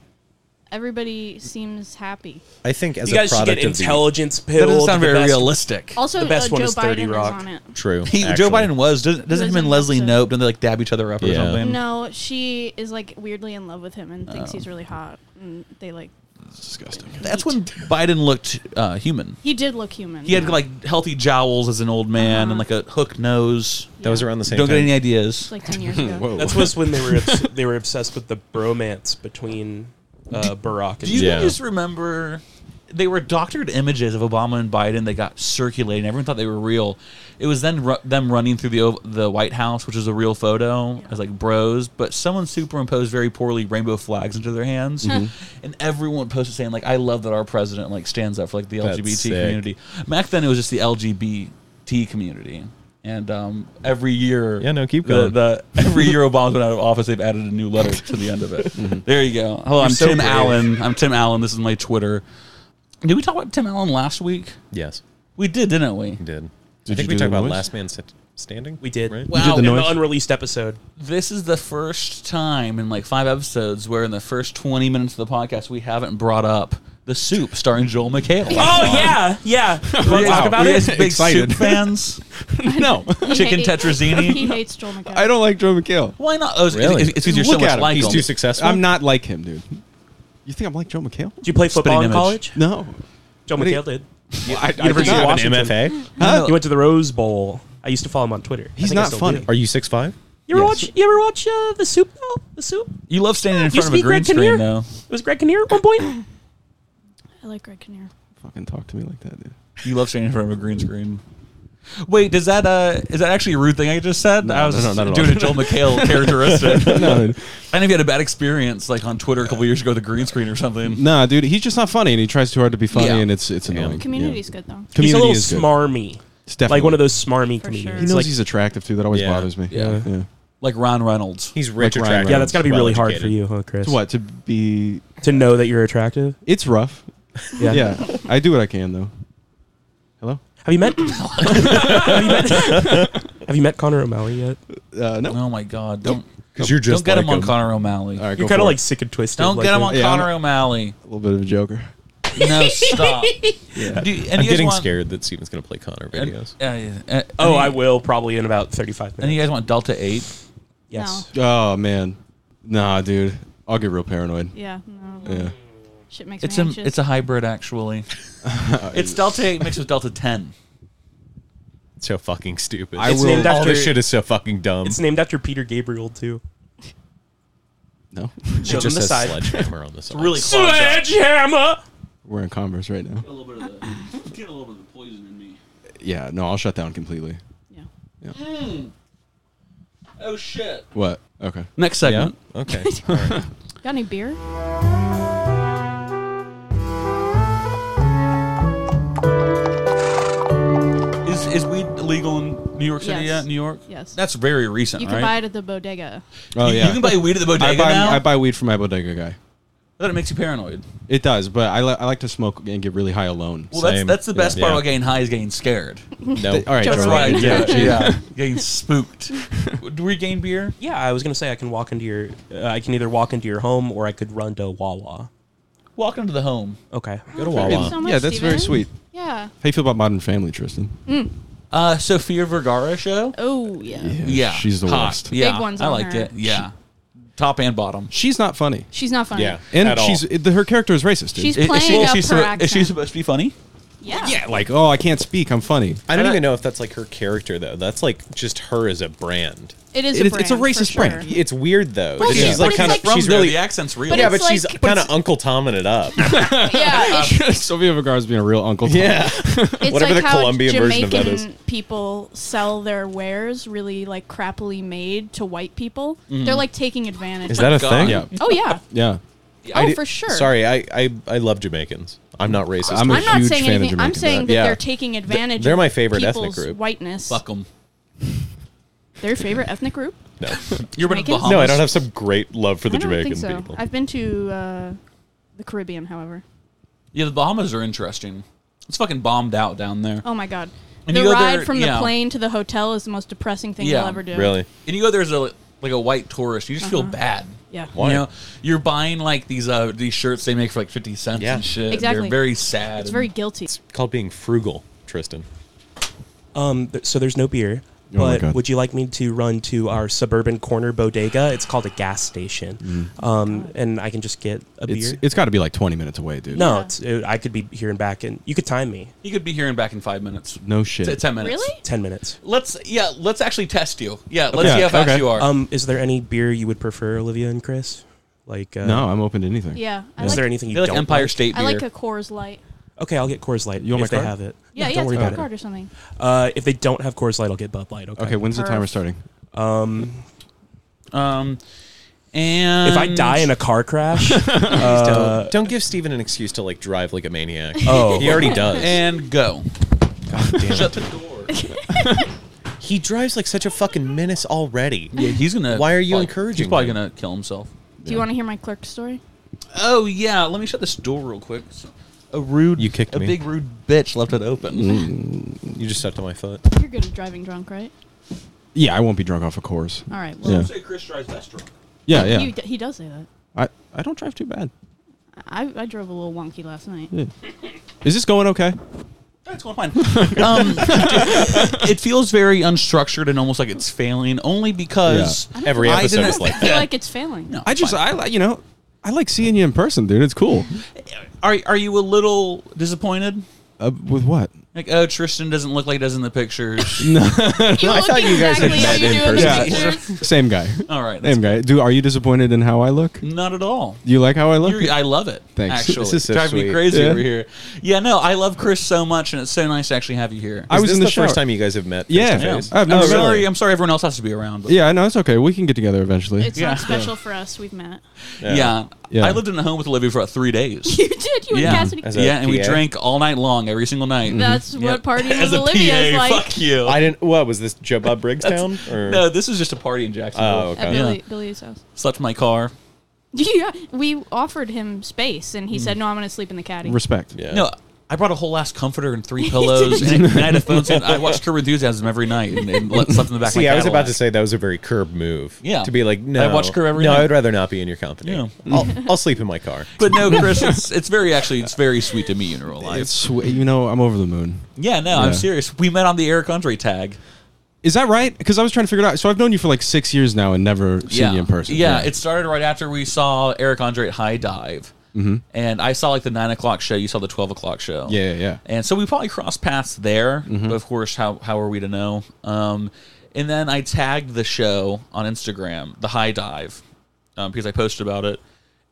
Speaker 2: Everybody seems happy.
Speaker 6: I think as
Speaker 3: you guys
Speaker 6: a
Speaker 3: should
Speaker 6: product
Speaker 3: get
Speaker 6: of the-
Speaker 3: intelligence
Speaker 1: That doesn't
Speaker 3: pilled.
Speaker 1: sound
Speaker 3: the
Speaker 1: very
Speaker 3: best-
Speaker 1: realistic.
Speaker 2: Also,
Speaker 3: the best
Speaker 2: uh,
Speaker 3: one
Speaker 2: Joe
Speaker 3: is Thirty
Speaker 2: Biden was
Speaker 3: Rock.
Speaker 2: on it.
Speaker 6: True.
Speaker 1: He, Joe
Speaker 6: actually.
Speaker 1: Biden was doesn't,
Speaker 2: was
Speaker 1: doesn't him and
Speaker 2: in
Speaker 1: Leslie
Speaker 2: Russia.
Speaker 1: Nope? Don't they like dab each other up or
Speaker 6: Yeah.
Speaker 1: something?
Speaker 2: No, she is like weirdly in love with him and thinks
Speaker 6: Oh.
Speaker 2: he's really hot, and they like.
Speaker 4: disgusting.
Speaker 1: That's when Biden looked uh, human.
Speaker 2: He did look human. Uh-huh.
Speaker 1: He had
Speaker 2: yeah.
Speaker 1: like healthy jowls as an old man and like a hook nose.
Speaker 6: That was around the same
Speaker 1: Don't get
Speaker 6: time.
Speaker 1: any ideas.
Speaker 2: It's like 10 years ago.
Speaker 1: Whoa.
Speaker 3: That was when they were obs- they were obsessed with the bromance between uh, Barack and
Speaker 1: Do you
Speaker 3: Joe.
Speaker 1: just remember they were doctored images of Obama and Biden. They got circulating. Everyone thought they were real. It was then ru- them running through the O- the White House, which is a real photo as like bros. But someone superimposed very poorly rainbow flags into their hands,
Speaker 6: Mhm.
Speaker 1: and everyone posted saying like, "I love that our president like stands up for like the
Speaker 6: That's
Speaker 1: LGBT
Speaker 6: sick.
Speaker 1: community." Back then, it was just the LGBT community. And um, every year, yeah, no, keep
Speaker 6: going.
Speaker 1: The, the every year Obama's been out of office, they've added a new letter to the end of it.
Speaker 6: Mhm.
Speaker 1: There you go. Hello,
Speaker 6: You're
Speaker 1: I'm
Speaker 6: so
Speaker 1: Tim
Speaker 6: brave.
Speaker 1: Allen. I'm Tim Allen. This is my Twitter. Did we talk about Tim Allen last week?
Speaker 6: Yes.
Speaker 1: We did, didn't we?
Speaker 6: We did. I think we talked about Last Man Sit- Standing.
Speaker 3: We did.
Speaker 6: Right?
Speaker 1: Wow.
Speaker 3: In the unreleased episode.
Speaker 1: This is the first time in like five episodes where in the first 20 minutes of the podcast we haven't brought up The Soup starring Joel McHale.
Speaker 3: Oh yeah, yeah. You
Speaker 1: Are
Speaker 3: want
Speaker 1: you
Speaker 3: to
Speaker 1: guys-
Speaker 3: talk about
Speaker 1: are you
Speaker 3: it?
Speaker 1: guys big soup fans? no. Chicken
Speaker 2: hate- He
Speaker 1: tetrazzini?
Speaker 2: hates Joel McHale.
Speaker 4: I don't like Joe McHale.
Speaker 1: Why not? Oh, it's- Really? it's- it's 'cause you're so
Speaker 4: Look
Speaker 1: much
Speaker 4: at him.
Speaker 1: like him.
Speaker 4: I'm not like him, dude. You think I'm like Joe McHale?
Speaker 3: Did you play football in college?
Speaker 4: No.
Speaker 3: Joe
Speaker 4: What do you-
Speaker 3: McHale did.
Speaker 4: Well, I- I
Speaker 3: University
Speaker 4: did
Speaker 3: of
Speaker 4: not have an
Speaker 3: Washington.
Speaker 4: MFA?
Speaker 3: Huh?
Speaker 4: No.
Speaker 3: He went to the Rose Bowl. I used to follow him on Twitter. I
Speaker 4: He's
Speaker 3: think I
Speaker 4: not
Speaker 3: still
Speaker 4: funny.
Speaker 3: do.
Speaker 6: Are you six five?
Speaker 3: You ever watch? You ever watch uh, the Soup? though? the Soup.
Speaker 1: You love standing in
Speaker 3: Used to
Speaker 1: front of
Speaker 3: be
Speaker 1: a green
Speaker 3: Greg Kinnear.
Speaker 1: screen, though.
Speaker 3: It was Greg Kinnear at one point.
Speaker 2: I like Greg Kinnear.
Speaker 4: Fucking talk to me like that, dude.
Speaker 1: You love standing in front of a green screen. Wait, does that uh is that actually a rude thing I just said? I was
Speaker 4: no, no, not at
Speaker 1: doing
Speaker 4: all.
Speaker 1: a Joel McHale characteristic.
Speaker 4: No.
Speaker 1: I know if you had a bad experience like on Twitter a couple years ago with a green screen or something.
Speaker 4: Nah, dude, he's just not funny, and he tries too hard to be funny,
Speaker 1: Yeah.
Speaker 4: and it's it's annoying.
Speaker 2: Community's good though.
Speaker 4: Community
Speaker 3: he's a little
Speaker 4: is good.
Speaker 3: smarmy.
Speaker 4: It's definitely-
Speaker 3: like one of those smarmy comedians.
Speaker 4: He knows
Speaker 3: Like-
Speaker 4: he's attractive too. That always
Speaker 6: Yeah.
Speaker 4: bothers me.
Speaker 6: Yeah.
Speaker 1: Like Ron Reynolds.
Speaker 6: He's rich,
Speaker 4: Ryan
Speaker 6: attractive.
Speaker 3: yeah, that's got to be really hard for
Speaker 6: well-educated.
Speaker 3: you, huh, Chris?
Speaker 4: To what? To be?
Speaker 3: To know that you're attractive.
Speaker 4: It's rough.
Speaker 3: Yeah.
Speaker 4: Yeah. I do what I can though. Hello.
Speaker 3: Have you met? have, you met have you met Connor O'Malley yet?
Speaker 4: Uh, no.
Speaker 1: Oh my god, don't
Speaker 6: 'Cause you're just
Speaker 1: don't get
Speaker 6: like
Speaker 1: him on
Speaker 6: him.
Speaker 1: Connor O'Malley.
Speaker 4: All right, go
Speaker 3: You're kind of
Speaker 4: for it.
Speaker 3: like sick and twisted.
Speaker 1: Don't
Speaker 3: like
Speaker 1: get him
Speaker 3: that.
Speaker 1: on
Speaker 4: Yeah,
Speaker 1: Connor
Speaker 4: I'm-
Speaker 1: O'Malley.
Speaker 4: a little bit of a joker.
Speaker 1: No, stop.
Speaker 4: Yeah.
Speaker 1: Do you- and
Speaker 6: I'm
Speaker 1: you guys
Speaker 6: getting
Speaker 1: want-
Speaker 6: scared that Steven's going to play Connor
Speaker 1: and-
Speaker 6: videos.
Speaker 1: uh, yeah, uh,
Speaker 3: Oh,
Speaker 1: and
Speaker 3: I
Speaker 1: you-
Speaker 3: will probably in about 35
Speaker 1: And
Speaker 3: minutes.
Speaker 1: you guys want Delta Eight?
Speaker 3: Yes.
Speaker 4: Oh man. Nah, dude. I'll get real paranoid.
Speaker 2: Yeah. No.
Speaker 4: Yeah.
Speaker 2: Shit makes
Speaker 1: It's
Speaker 2: me
Speaker 1: a
Speaker 2: anxious.
Speaker 1: it's a hybrid actually. it's
Speaker 4: Uh,
Speaker 1: Delta Eight mixed with Delta Ten.
Speaker 6: It's so fucking stupid.
Speaker 4: I
Speaker 3: It's
Speaker 4: will.
Speaker 3: named
Speaker 6: All
Speaker 3: after-
Speaker 6: this shit is so fucking dumb.
Speaker 3: It's named after Peter Gabriel too.
Speaker 4: No.
Speaker 6: it
Speaker 3: Shows
Speaker 6: just
Speaker 3: on the
Speaker 6: says
Speaker 3: side.
Speaker 6: sledgehammer on the side.
Speaker 1: really clogged up.
Speaker 3: Sledgehammer.
Speaker 4: We're in Converse right now.
Speaker 1: little bit of the, get a little bit of the poison in me.
Speaker 4: Yeah. No, I'll shut down completely.
Speaker 2: yeah.
Speaker 1: Hmm. Oh shit!
Speaker 4: What? Okay.
Speaker 1: Next
Speaker 6: Yeah.
Speaker 1: segment.
Speaker 6: Okay.
Speaker 2: Got any beer?
Speaker 1: Is is weed legal in New York City
Speaker 2: Yes.
Speaker 1: yet? New York?
Speaker 2: Yes.
Speaker 1: That's very recent,
Speaker 2: You
Speaker 1: right?
Speaker 2: can buy it at the bodega.
Speaker 4: Oh
Speaker 1: You-
Speaker 4: yeah.
Speaker 1: You can buy weed at the bodega
Speaker 4: I buy
Speaker 1: now.
Speaker 4: I buy weed from my bodega guy.
Speaker 1: that it makes you paranoid.
Speaker 4: It does, but I, li- I like to smoke and get really high alone.
Speaker 1: Well,
Speaker 6: Same.
Speaker 1: that's that's the best part
Speaker 6: Yeah.
Speaker 1: about getting high is getting scared.
Speaker 6: No.
Speaker 4: All right,
Speaker 2: Joe
Speaker 4: Joe Rogan.
Speaker 2: Rogan. Right,
Speaker 4: Yeah,
Speaker 1: yeah,
Speaker 4: gee, yeah.
Speaker 1: getting spooked. Do we gain beer?
Speaker 3: Yeah, I was gonna say I can walk into your. Uh, I can either walk into your home or I could run to Wawa.
Speaker 1: Walk into the home.
Speaker 3: Okay.
Speaker 6: Go to
Speaker 2: Thank you
Speaker 6: Wawa.
Speaker 2: so much,
Speaker 4: Yeah, that's very sweet.
Speaker 2: Steven. Yeah.
Speaker 4: How you feel about Modern Family, Tristan?
Speaker 1: Uh, Sophia Vergara show.
Speaker 2: Oh yeah.
Speaker 1: Yeah,
Speaker 4: she's the
Speaker 1: Hot.
Speaker 4: worst.
Speaker 1: Yeah,
Speaker 2: Big ones
Speaker 1: I
Speaker 2: on
Speaker 1: liked
Speaker 2: her.
Speaker 1: it. Yeah, top and bottom.
Speaker 4: She's not funny,
Speaker 2: She's not funny.
Speaker 6: Yeah.
Speaker 4: and
Speaker 6: At all.
Speaker 4: she's it- her character is racist. Dude.
Speaker 2: She's playing up her
Speaker 1: she, supposed- is she
Speaker 2: accent.
Speaker 1: supposed to be funny?
Speaker 2: Yeah.
Speaker 4: yeah, like oh, I can't speak. I'm funny.
Speaker 6: I don't even know if that's like her character though. That's like just her as a brand.
Speaker 2: It is.
Speaker 4: It
Speaker 2: a
Speaker 4: is-
Speaker 2: brand,
Speaker 4: it's a racist
Speaker 2: for sure.
Speaker 4: brand.
Speaker 6: It's weird though.
Speaker 2: Well,
Speaker 6: that
Speaker 2: she's-
Speaker 6: she's
Speaker 2: but
Speaker 6: like
Speaker 2: it's
Speaker 6: kind of
Speaker 2: like from
Speaker 6: she's
Speaker 1: though,
Speaker 6: really
Speaker 1: the accent's real.
Speaker 2: But
Speaker 6: yeah,
Speaker 2: it's
Speaker 6: but she's
Speaker 2: like-
Speaker 6: kind of Uncle Tomming it up.
Speaker 2: Yeah. it's-
Speaker 4: Sylvia Vergara's being a real uncle.
Speaker 6: yeah,
Speaker 2: It's
Speaker 6: Whatever
Speaker 2: like
Speaker 6: the
Speaker 2: how
Speaker 6: Colombian version
Speaker 2: Jamaican
Speaker 6: of that is.
Speaker 2: people sell their wares really like crappily made to white people. They're like taking advantage.
Speaker 6: Mm-hmm. is that a
Speaker 1: God.
Speaker 6: thing?
Speaker 4: yeah,
Speaker 2: oh yeah.
Speaker 4: yeah.
Speaker 2: Oh
Speaker 6: di-
Speaker 2: for sure.
Speaker 6: Sorry, I, I I love Jamaicans. I'm not racist.
Speaker 4: I'm a
Speaker 2: I'm not
Speaker 4: huge
Speaker 2: saying
Speaker 4: fan of
Speaker 2: anything. I'm
Speaker 4: Jamaican,
Speaker 2: saying
Speaker 6: but-
Speaker 2: that
Speaker 6: Yeah.
Speaker 2: they're taking advantage.
Speaker 6: they're
Speaker 2: of
Speaker 6: my favorite ethnic
Speaker 2: people's
Speaker 6: group.
Speaker 2: Whiteness.
Speaker 1: Fuck them.
Speaker 2: Their favorite ethnic group?
Speaker 6: no,
Speaker 1: You're in
Speaker 2: Jamaicans?
Speaker 1: Bahamas.
Speaker 6: no, I don't have some great love for the
Speaker 2: I don't
Speaker 6: Jamaican
Speaker 2: think so.
Speaker 6: people.
Speaker 2: I've been to uh, the Caribbean, however.
Speaker 1: Yeah, the Bahamas are interesting. It's fucking bombed out down there.
Speaker 2: Oh my god.
Speaker 1: And
Speaker 2: the
Speaker 1: you go
Speaker 2: ride
Speaker 1: there-
Speaker 2: from the
Speaker 1: yeah.
Speaker 2: plane to the hotel is the most depressing thing
Speaker 1: Yeah.
Speaker 2: you'll ever do. Uh-huh.
Speaker 6: really,
Speaker 1: And you go there's a like a white tourist, you just feel bad.
Speaker 2: Yeah.
Speaker 6: Why?
Speaker 1: You know, you're buying like these uh these shirts they make for like fifty cents
Speaker 6: Yeah.
Speaker 1: and shit.
Speaker 2: Exactly.
Speaker 1: They're very sad.
Speaker 2: It's
Speaker 1: and-
Speaker 2: very guilty.
Speaker 6: called being frugal, Tristan.
Speaker 3: Um. Th- so there's no beer.
Speaker 4: Oh my
Speaker 3: But
Speaker 4: God.
Speaker 3: would you like me to run to our suburban corner bodega? It's called a gas station, um, and I can just get a
Speaker 4: Mm. It's
Speaker 3: beer.
Speaker 4: it's got to be like 20 minutes away, dude.
Speaker 3: no, it's, it, I could be here and back, and you could time me
Speaker 1: you could be here in back in five minutes.
Speaker 4: no shit.
Speaker 1: T- ten minutes.
Speaker 2: Really?
Speaker 3: ten minutes.
Speaker 1: Let's yeah, let's actually test you. Yeah, let's
Speaker 4: Yeah,
Speaker 1: see how fast
Speaker 4: okay.
Speaker 1: you are.
Speaker 3: Um, is there any beer you would prefer, Olivia and Chris? Like, uh,
Speaker 4: no, I'm open to anything.
Speaker 2: Yeah. I
Speaker 3: Is
Speaker 2: like,
Speaker 3: there anything you
Speaker 1: they like
Speaker 3: don't
Speaker 1: Empire
Speaker 3: like?
Speaker 1: State
Speaker 2: I
Speaker 1: beer.
Speaker 2: like a Coors Light.
Speaker 3: Okay, I'll get Coors Light
Speaker 4: You want
Speaker 3: if
Speaker 4: my
Speaker 3: they
Speaker 4: card?
Speaker 3: have it.
Speaker 2: Yeah, yeah,
Speaker 3: don't
Speaker 2: it's
Speaker 3: worry
Speaker 2: my
Speaker 3: about it.
Speaker 2: card or something.
Speaker 3: Uh, if they don't have Coors Light, I'll get Bud Light. Okay.
Speaker 4: Okay, when's the timer starting?
Speaker 3: Um,
Speaker 1: um, and
Speaker 3: if I die in a car crash,
Speaker 6: Please
Speaker 3: uh,
Speaker 6: don't, don't give Steven an excuse to like drive like a maniac.
Speaker 3: Oh.
Speaker 6: he already does.
Speaker 1: And go.
Speaker 6: God damn it.
Speaker 1: Shut the door.
Speaker 6: He drives like such a fucking menace already.
Speaker 1: Yeah, he's gonna.
Speaker 6: Why are you
Speaker 1: probably-
Speaker 6: encouraging?
Speaker 1: He's probably
Speaker 6: him?
Speaker 1: gonna kill himself.
Speaker 2: Do you want to hear my clerk story?
Speaker 1: Oh yeah, let me shut this door real quick. A rude,
Speaker 6: You kicked
Speaker 1: a
Speaker 6: me.
Speaker 1: big rude bitch left it open.
Speaker 4: Mm.
Speaker 6: You just stepped on my foot.
Speaker 2: You're good at driving drunk, right?
Speaker 4: Yeah, I won't be drunk off of course.
Speaker 2: All right.
Speaker 4: Yeah.
Speaker 2: Well,
Speaker 1: Say Chris drives best drunk.
Speaker 4: Yeah, yeah.
Speaker 2: You, he does say that.
Speaker 4: I, I don't drive too bad.
Speaker 2: I, I drove a little wonky last night.
Speaker 4: Yeah. Is this going okay?
Speaker 1: That's one fine. um, it feels very unstructured and almost like it's failing, only because
Speaker 2: I don't Every
Speaker 1: I
Speaker 6: episode
Speaker 1: didn't-
Speaker 6: is like
Speaker 2: I feel like it's failing.
Speaker 1: No,
Speaker 4: I just I like you know I like seeing you in person, dude. It's cool.
Speaker 1: Are are you a little disappointed?
Speaker 4: Uh, with what?
Speaker 1: Like, oh, Tristan doesn't look like he does in the pictures.
Speaker 4: No,
Speaker 2: You
Speaker 6: I
Speaker 2: look
Speaker 6: thought you guys had
Speaker 2: exactly
Speaker 6: met
Speaker 2: how you
Speaker 6: in
Speaker 2: do the
Speaker 6: person.
Speaker 2: pictures.
Speaker 4: same guy.
Speaker 1: All right, that's
Speaker 4: same guy. Do are you disappointed in how I look?
Speaker 1: Not at all.
Speaker 4: You like how Oh, I look?
Speaker 1: You're, I love it.
Speaker 4: Thanks.
Speaker 1: Actually,
Speaker 4: This is so
Speaker 1: drives me
Speaker 4: sweet.
Speaker 1: crazy
Speaker 4: Yeah.
Speaker 1: over here. Yeah, no, I love Chris so much, and it's so nice to actually have you here.
Speaker 4: I
Speaker 6: Is
Speaker 4: was
Speaker 6: this
Speaker 4: in the
Speaker 6: first
Speaker 4: shower.
Speaker 6: time you guys have met. face
Speaker 4: Yeah.
Speaker 6: to face?
Speaker 4: I've
Speaker 1: I'm
Speaker 4: never met
Speaker 1: sorry.
Speaker 4: her.
Speaker 1: I'm sorry. Everyone else has to be around. But
Speaker 4: Yeah, no, it's okay. We can get together eventually.
Speaker 2: It's
Speaker 1: Yeah.
Speaker 2: not special for us. We've met.
Speaker 1: yeah.
Speaker 4: Yeah.
Speaker 1: I lived in a home with Olivia for about three days.
Speaker 2: You did. You
Speaker 1: yeah,
Speaker 2: and Cassidy.
Speaker 6: As a
Speaker 1: yeah, and we
Speaker 6: PA?
Speaker 1: drank all night long, every single night.
Speaker 2: That's what party
Speaker 1: As
Speaker 2: with
Speaker 1: a
Speaker 2: Olivia is
Speaker 1: PA,
Speaker 2: like.
Speaker 1: fuck you.
Speaker 6: I didn't. What was this, Joe Bob Briggs town? Or?
Speaker 1: no, this is just a party in Jacksonville.
Speaker 6: Oh,
Speaker 2: At
Speaker 6: okay.
Speaker 2: Billy,
Speaker 1: Yeah.
Speaker 2: Billy's house.
Speaker 1: Slept in my car.
Speaker 2: Yeah, we offered him space, and he said, "No, I'm going to sleep in the caddy."
Speaker 4: Mm. Respect.
Speaker 6: Yeah.
Speaker 1: No, I brought a whole ass comforter and three pillows, and, and I had a phone. stand. I watched Curb Enthusiasm every night, and, and let- slept in the back. of
Speaker 6: See,
Speaker 1: my
Speaker 6: I was about
Speaker 1: Cadillac.
Speaker 6: to say that was a very curb move.
Speaker 1: Yeah.
Speaker 6: To be like, no,
Speaker 1: I watch Curb every
Speaker 6: No,
Speaker 1: night.
Speaker 6: I'd rather not be in your company.
Speaker 1: Yeah.
Speaker 6: I'll, I'll sleep in my car.
Speaker 1: But no, Chris, it's, it's very actually it's very sweet to meet you in real life.
Speaker 4: It's sw- you know I'm over the moon.
Speaker 1: yeah, no, I'm
Speaker 4: Yeah.
Speaker 1: serious. We met on the Eric Andre tag.
Speaker 4: Is that right? Because I was trying to figure it out. So I've known you for like six years now and never seen
Speaker 1: yeah.
Speaker 4: you in person.
Speaker 1: Yeah, it started right after we saw Eric Andre at High Dive. Mm-hmm. And I saw like the nine o'clock show. You saw the twelve o'clock show.
Speaker 4: Yeah, yeah, Mm-hmm. yeah.
Speaker 1: And so we probably crossed paths there. But of course, how how are we to know? Um, and then I tagged the show on Instagram, the High Dive, um, because I posted about it.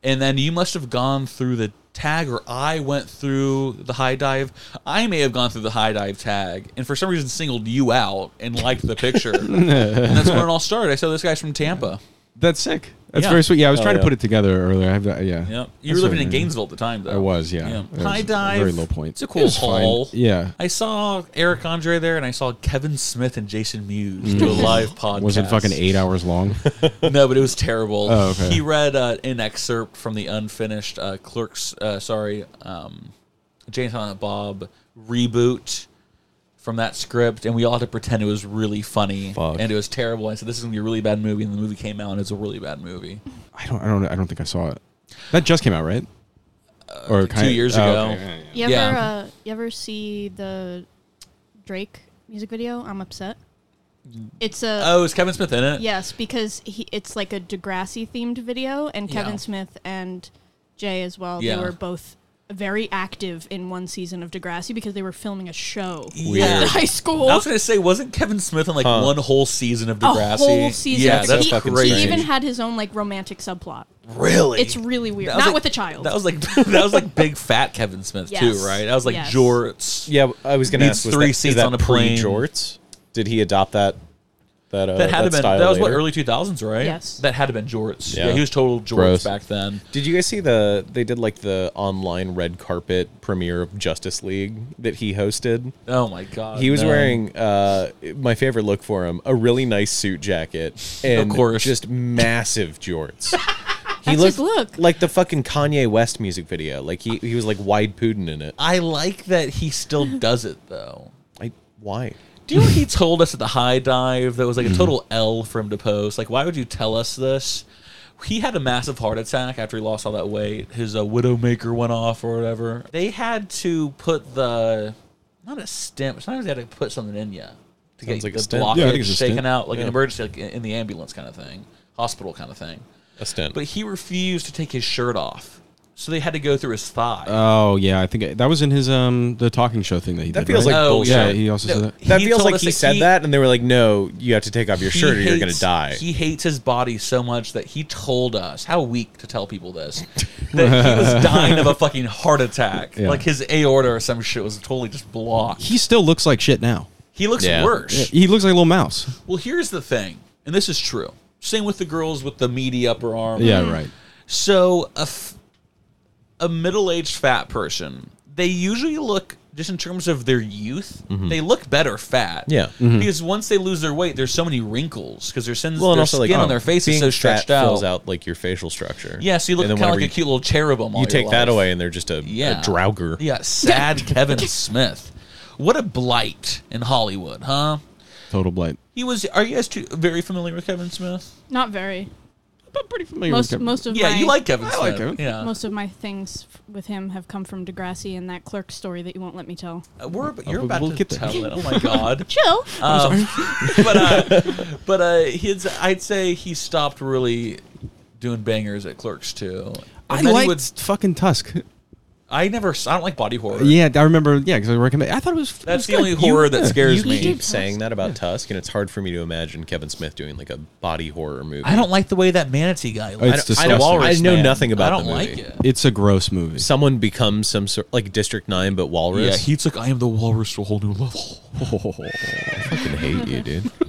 Speaker 1: And then you must have gone through the tag, or I went through the high dive. I may have gone through the high dive tag, and for some reason singled you out and liked the picture. and that's when it all started. I saw this guy's from Tampa.
Speaker 4: that's sick.
Speaker 1: Oh,
Speaker 4: That's
Speaker 1: Yeah.
Speaker 4: very sweet. Yeah, I was trying
Speaker 6: yeah.
Speaker 4: to put it together earlier. I've, uh,
Speaker 1: Yep.
Speaker 4: yeah,
Speaker 1: You
Speaker 4: That's
Speaker 1: were living
Speaker 4: right,
Speaker 1: in
Speaker 4: yeah.
Speaker 1: Gainesville at the time, though.
Speaker 4: I was, yeah.
Speaker 1: Yeah.
Speaker 4: It was
Speaker 1: High
Speaker 4: a
Speaker 1: dive.
Speaker 4: very low point.
Speaker 1: It's a
Speaker 4: It
Speaker 1: cool
Speaker 4: was fine.
Speaker 1: hall.
Speaker 4: Yeah.
Speaker 1: I saw Eric Andre there, and I saw Kevin Smith and Jason Mewes do a live podcast.
Speaker 4: Mm-hmm. Mm. Was it fucking eight hours long?
Speaker 1: No, but it was terrible.
Speaker 4: Oh, okay.
Speaker 1: He read uh, an excerpt from the unfinished uh, Clerks. Uh, sorry, um, Jane Silent Bob reboot from that script, and we all had to pretend it was really funny,
Speaker 6: Fuck.
Speaker 1: and it was terrible. I said, "This is gonna be a really bad movie," and the movie came out, and it's a really bad movie.
Speaker 4: I don't. I don't. I don't think I saw it. That just came out, right?
Speaker 1: Uh,
Speaker 4: or oh,
Speaker 1: two years ago.
Speaker 2: You ever
Speaker 1: Yeah.
Speaker 2: uh, you ever see the Drake music video? I'm upset. It's a
Speaker 1: Oh, is Kevin Smith in it?
Speaker 2: yes because he, it's like a Degrassi themed video, and
Speaker 1: Yeah.
Speaker 2: Kevin Smith and Jay as well.
Speaker 1: Yeah.
Speaker 2: They were both very active in one season of Degrassi because they were filming a show
Speaker 1: Yeah.
Speaker 2: at high school.
Speaker 1: I was gonna say, wasn't Kevin Smith in like
Speaker 6: Huh.
Speaker 1: one whole season of
Speaker 2: a
Speaker 1: Degrassi?
Speaker 2: whole season.
Speaker 1: Yeah,
Speaker 2: of-
Speaker 1: that's
Speaker 2: he,
Speaker 1: fucking
Speaker 2: he
Speaker 1: crazy.
Speaker 2: even had his own like romantic subplot.
Speaker 1: really,
Speaker 2: It's really weird.
Speaker 1: That
Speaker 2: Not
Speaker 1: was like-
Speaker 2: with a child.
Speaker 1: That was like that was like big fat Kevin Smith
Speaker 2: Yes.
Speaker 1: too, right? That was like
Speaker 2: Yes.
Speaker 1: jorts.
Speaker 6: Yeah, I was gonna
Speaker 1: Needs
Speaker 6: ask. Was
Speaker 1: three
Speaker 6: that, is
Speaker 1: seats
Speaker 6: that
Speaker 1: on a plane.
Speaker 6: pre-jorts? Did he adopt that? That, uh,
Speaker 1: That had to been
Speaker 6: style
Speaker 1: that was what
Speaker 6: later?
Speaker 1: early two thousands, right?
Speaker 2: Yes.
Speaker 1: That had to been jorts. Yeah,
Speaker 6: Yeah.
Speaker 1: he was total jorts
Speaker 6: Gross.
Speaker 1: back then.
Speaker 6: Did you guys see the? They did like the online red carpet premiere of Justice League that he hosted.
Speaker 1: Oh my god,
Speaker 6: He was
Speaker 1: no.
Speaker 6: wearing uh, my favorite look for him: a really nice suit jacket and
Speaker 1: course.
Speaker 6: just massive jorts. he looked
Speaker 2: That's his look.
Speaker 6: like the fucking Kanye West music video. Like he, he was like wide puddin in it.
Speaker 1: I like that he still does it though.
Speaker 6: I why? Mm-hmm.
Speaker 1: Do you know what he told us at the high dive that was like a total L for him to post? Like, why would you tell us this? He had a massive heart attack after he lost all that weight. His uh, widowmaker went off or whatever. They had to put the not a stent. but Sometimes they had to put something in you to
Speaker 6: Sounds
Speaker 1: get
Speaker 6: like a
Speaker 1: the
Speaker 6: stent.
Speaker 1: blockage
Speaker 4: Yeah, I think it's a
Speaker 1: taken
Speaker 4: stent.
Speaker 1: out, like an
Speaker 6: Yeah.
Speaker 1: emergency, like in- in the ambulance kind of thing, hospital kind of thing.
Speaker 6: A stint.
Speaker 1: But he refused to take his shirt off. So they had to go through his thigh.
Speaker 4: Oh yeah, I think that was in his um the talking show thing that he
Speaker 6: That
Speaker 4: did.
Speaker 6: feels
Speaker 4: right?
Speaker 6: like bullshit.
Speaker 4: Oh, Yeah, he also said that.
Speaker 6: That
Speaker 1: He
Speaker 6: feels
Speaker 1: told
Speaker 6: like
Speaker 1: us
Speaker 6: he
Speaker 1: that
Speaker 6: said
Speaker 1: he-
Speaker 6: that, and they were like, "No, you have to take off your
Speaker 1: He
Speaker 6: shirt, or you're gonna
Speaker 1: hates-
Speaker 6: die."
Speaker 1: He hates his body so much that he told us how weak to tell people this that he was dying of a fucking heart attack.
Speaker 4: Yeah.
Speaker 1: Like his aorta or some shit was totally just blocked.
Speaker 4: He still looks like shit now.
Speaker 1: He looks Yeah. worse.
Speaker 4: Yeah, he looks like a little mouse.
Speaker 1: Well, here's the thing, and this is true. Same with the girls with the meaty upper arm.
Speaker 4: Yeah, right.
Speaker 1: So a f- a middle aged fat person, they usually look just in terms of their youth,
Speaker 6: Mhm.
Speaker 1: they look better fat.
Speaker 6: Yeah. Mhm.
Speaker 1: because once they lose their weight, there's so many wrinkles because their, sins,
Speaker 6: Well, and
Speaker 1: their
Speaker 6: also
Speaker 1: skin
Speaker 6: like um,
Speaker 1: on their face is
Speaker 6: being
Speaker 1: so stretched
Speaker 6: fat
Speaker 1: out.
Speaker 6: fills out like your facial structure.
Speaker 1: Yeah, so you look
Speaker 6: And then
Speaker 1: kind of
Speaker 6: whenever
Speaker 1: like a
Speaker 6: you-
Speaker 1: cute little cherubim. all
Speaker 6: You
Speaker 1: your
Speaker 6: take that
Speaker 1: life.
Speaker 6: away, and they're just a,
Speaker 1: yeah.
Speaker 6: a drowger.
Speaker 1: Yeah, sad Kevin Smith. What a blight in Hollywood, huh?
Speaker 4: Total blight.
Speaker 1: He was. Are you guys too, very familiar with Kevin Smith?
Speaker 2: Not very.
Speaker 1: But pretty
Speaker 2: familiar Most- with Kevin. most of
Speaker 1: yeah,
Speaker 2: my-
Speaker 1: you like Kevin
Speaker 2: I
Speaker 1: Smith.
Speaker 2: like
Speaker 1: Kevin. Yeah,
Speaker 2: Most of my things f- with him have come from Degrassi and that clerk story that you won't let me tell.
Speaker 1: Uh, we're ab- you're
Speaker 2: we'll-
Speaker 1: about
Speaker 2: we'll
Speaker 1: to
Speaker 2: get there.
Speaker 1: tell it. Oh my god,
Speaker 2: Chill. I'm
Speaker 1: Um, but uh, but uh, his, I'd say he stopped really doing bangers at Clerks too. And
Speaker 4: I
Speaker 1: then he
Speaker 4: like
Speaker 1: would-
Speaker 4: fucking Tusk.
Speaker 1: I never. s- I don't like body horror.
Speaker 4: Yeah, I remember. Yeah, because I recommend. I thought it was. it
Speaker 1: That's
Speaker 4: was
Speaker 1: the
Speaker 4: good.
Speaker 1: only horror that scares
Speaker 6: you
Speaker 1: me.
Speaker 6: keep saying that about Tusk, and it's hard for me to imagine Kevin Smith doing like a body horror movie.
Speaker 1: I don't like the way that manatee guy.
Speaker 4: Oh, it's
Speaker 1: looks.
Speaker 4: disgusting.
Speaker 6: I know
Speaker 1: man.
Speaker 6: nothing about
Speaker 1: I don't
Speaker 6: the movie.
Speaker 1: like it.
Speaker 4: It's a gross movie.
Speaker 6: Someone becomes some sort like District Nine, but Walrus.
Speaker 1: Yeah, he took I am the walrus to a whole new level.
Speaker 6: I fucking hate you, dude.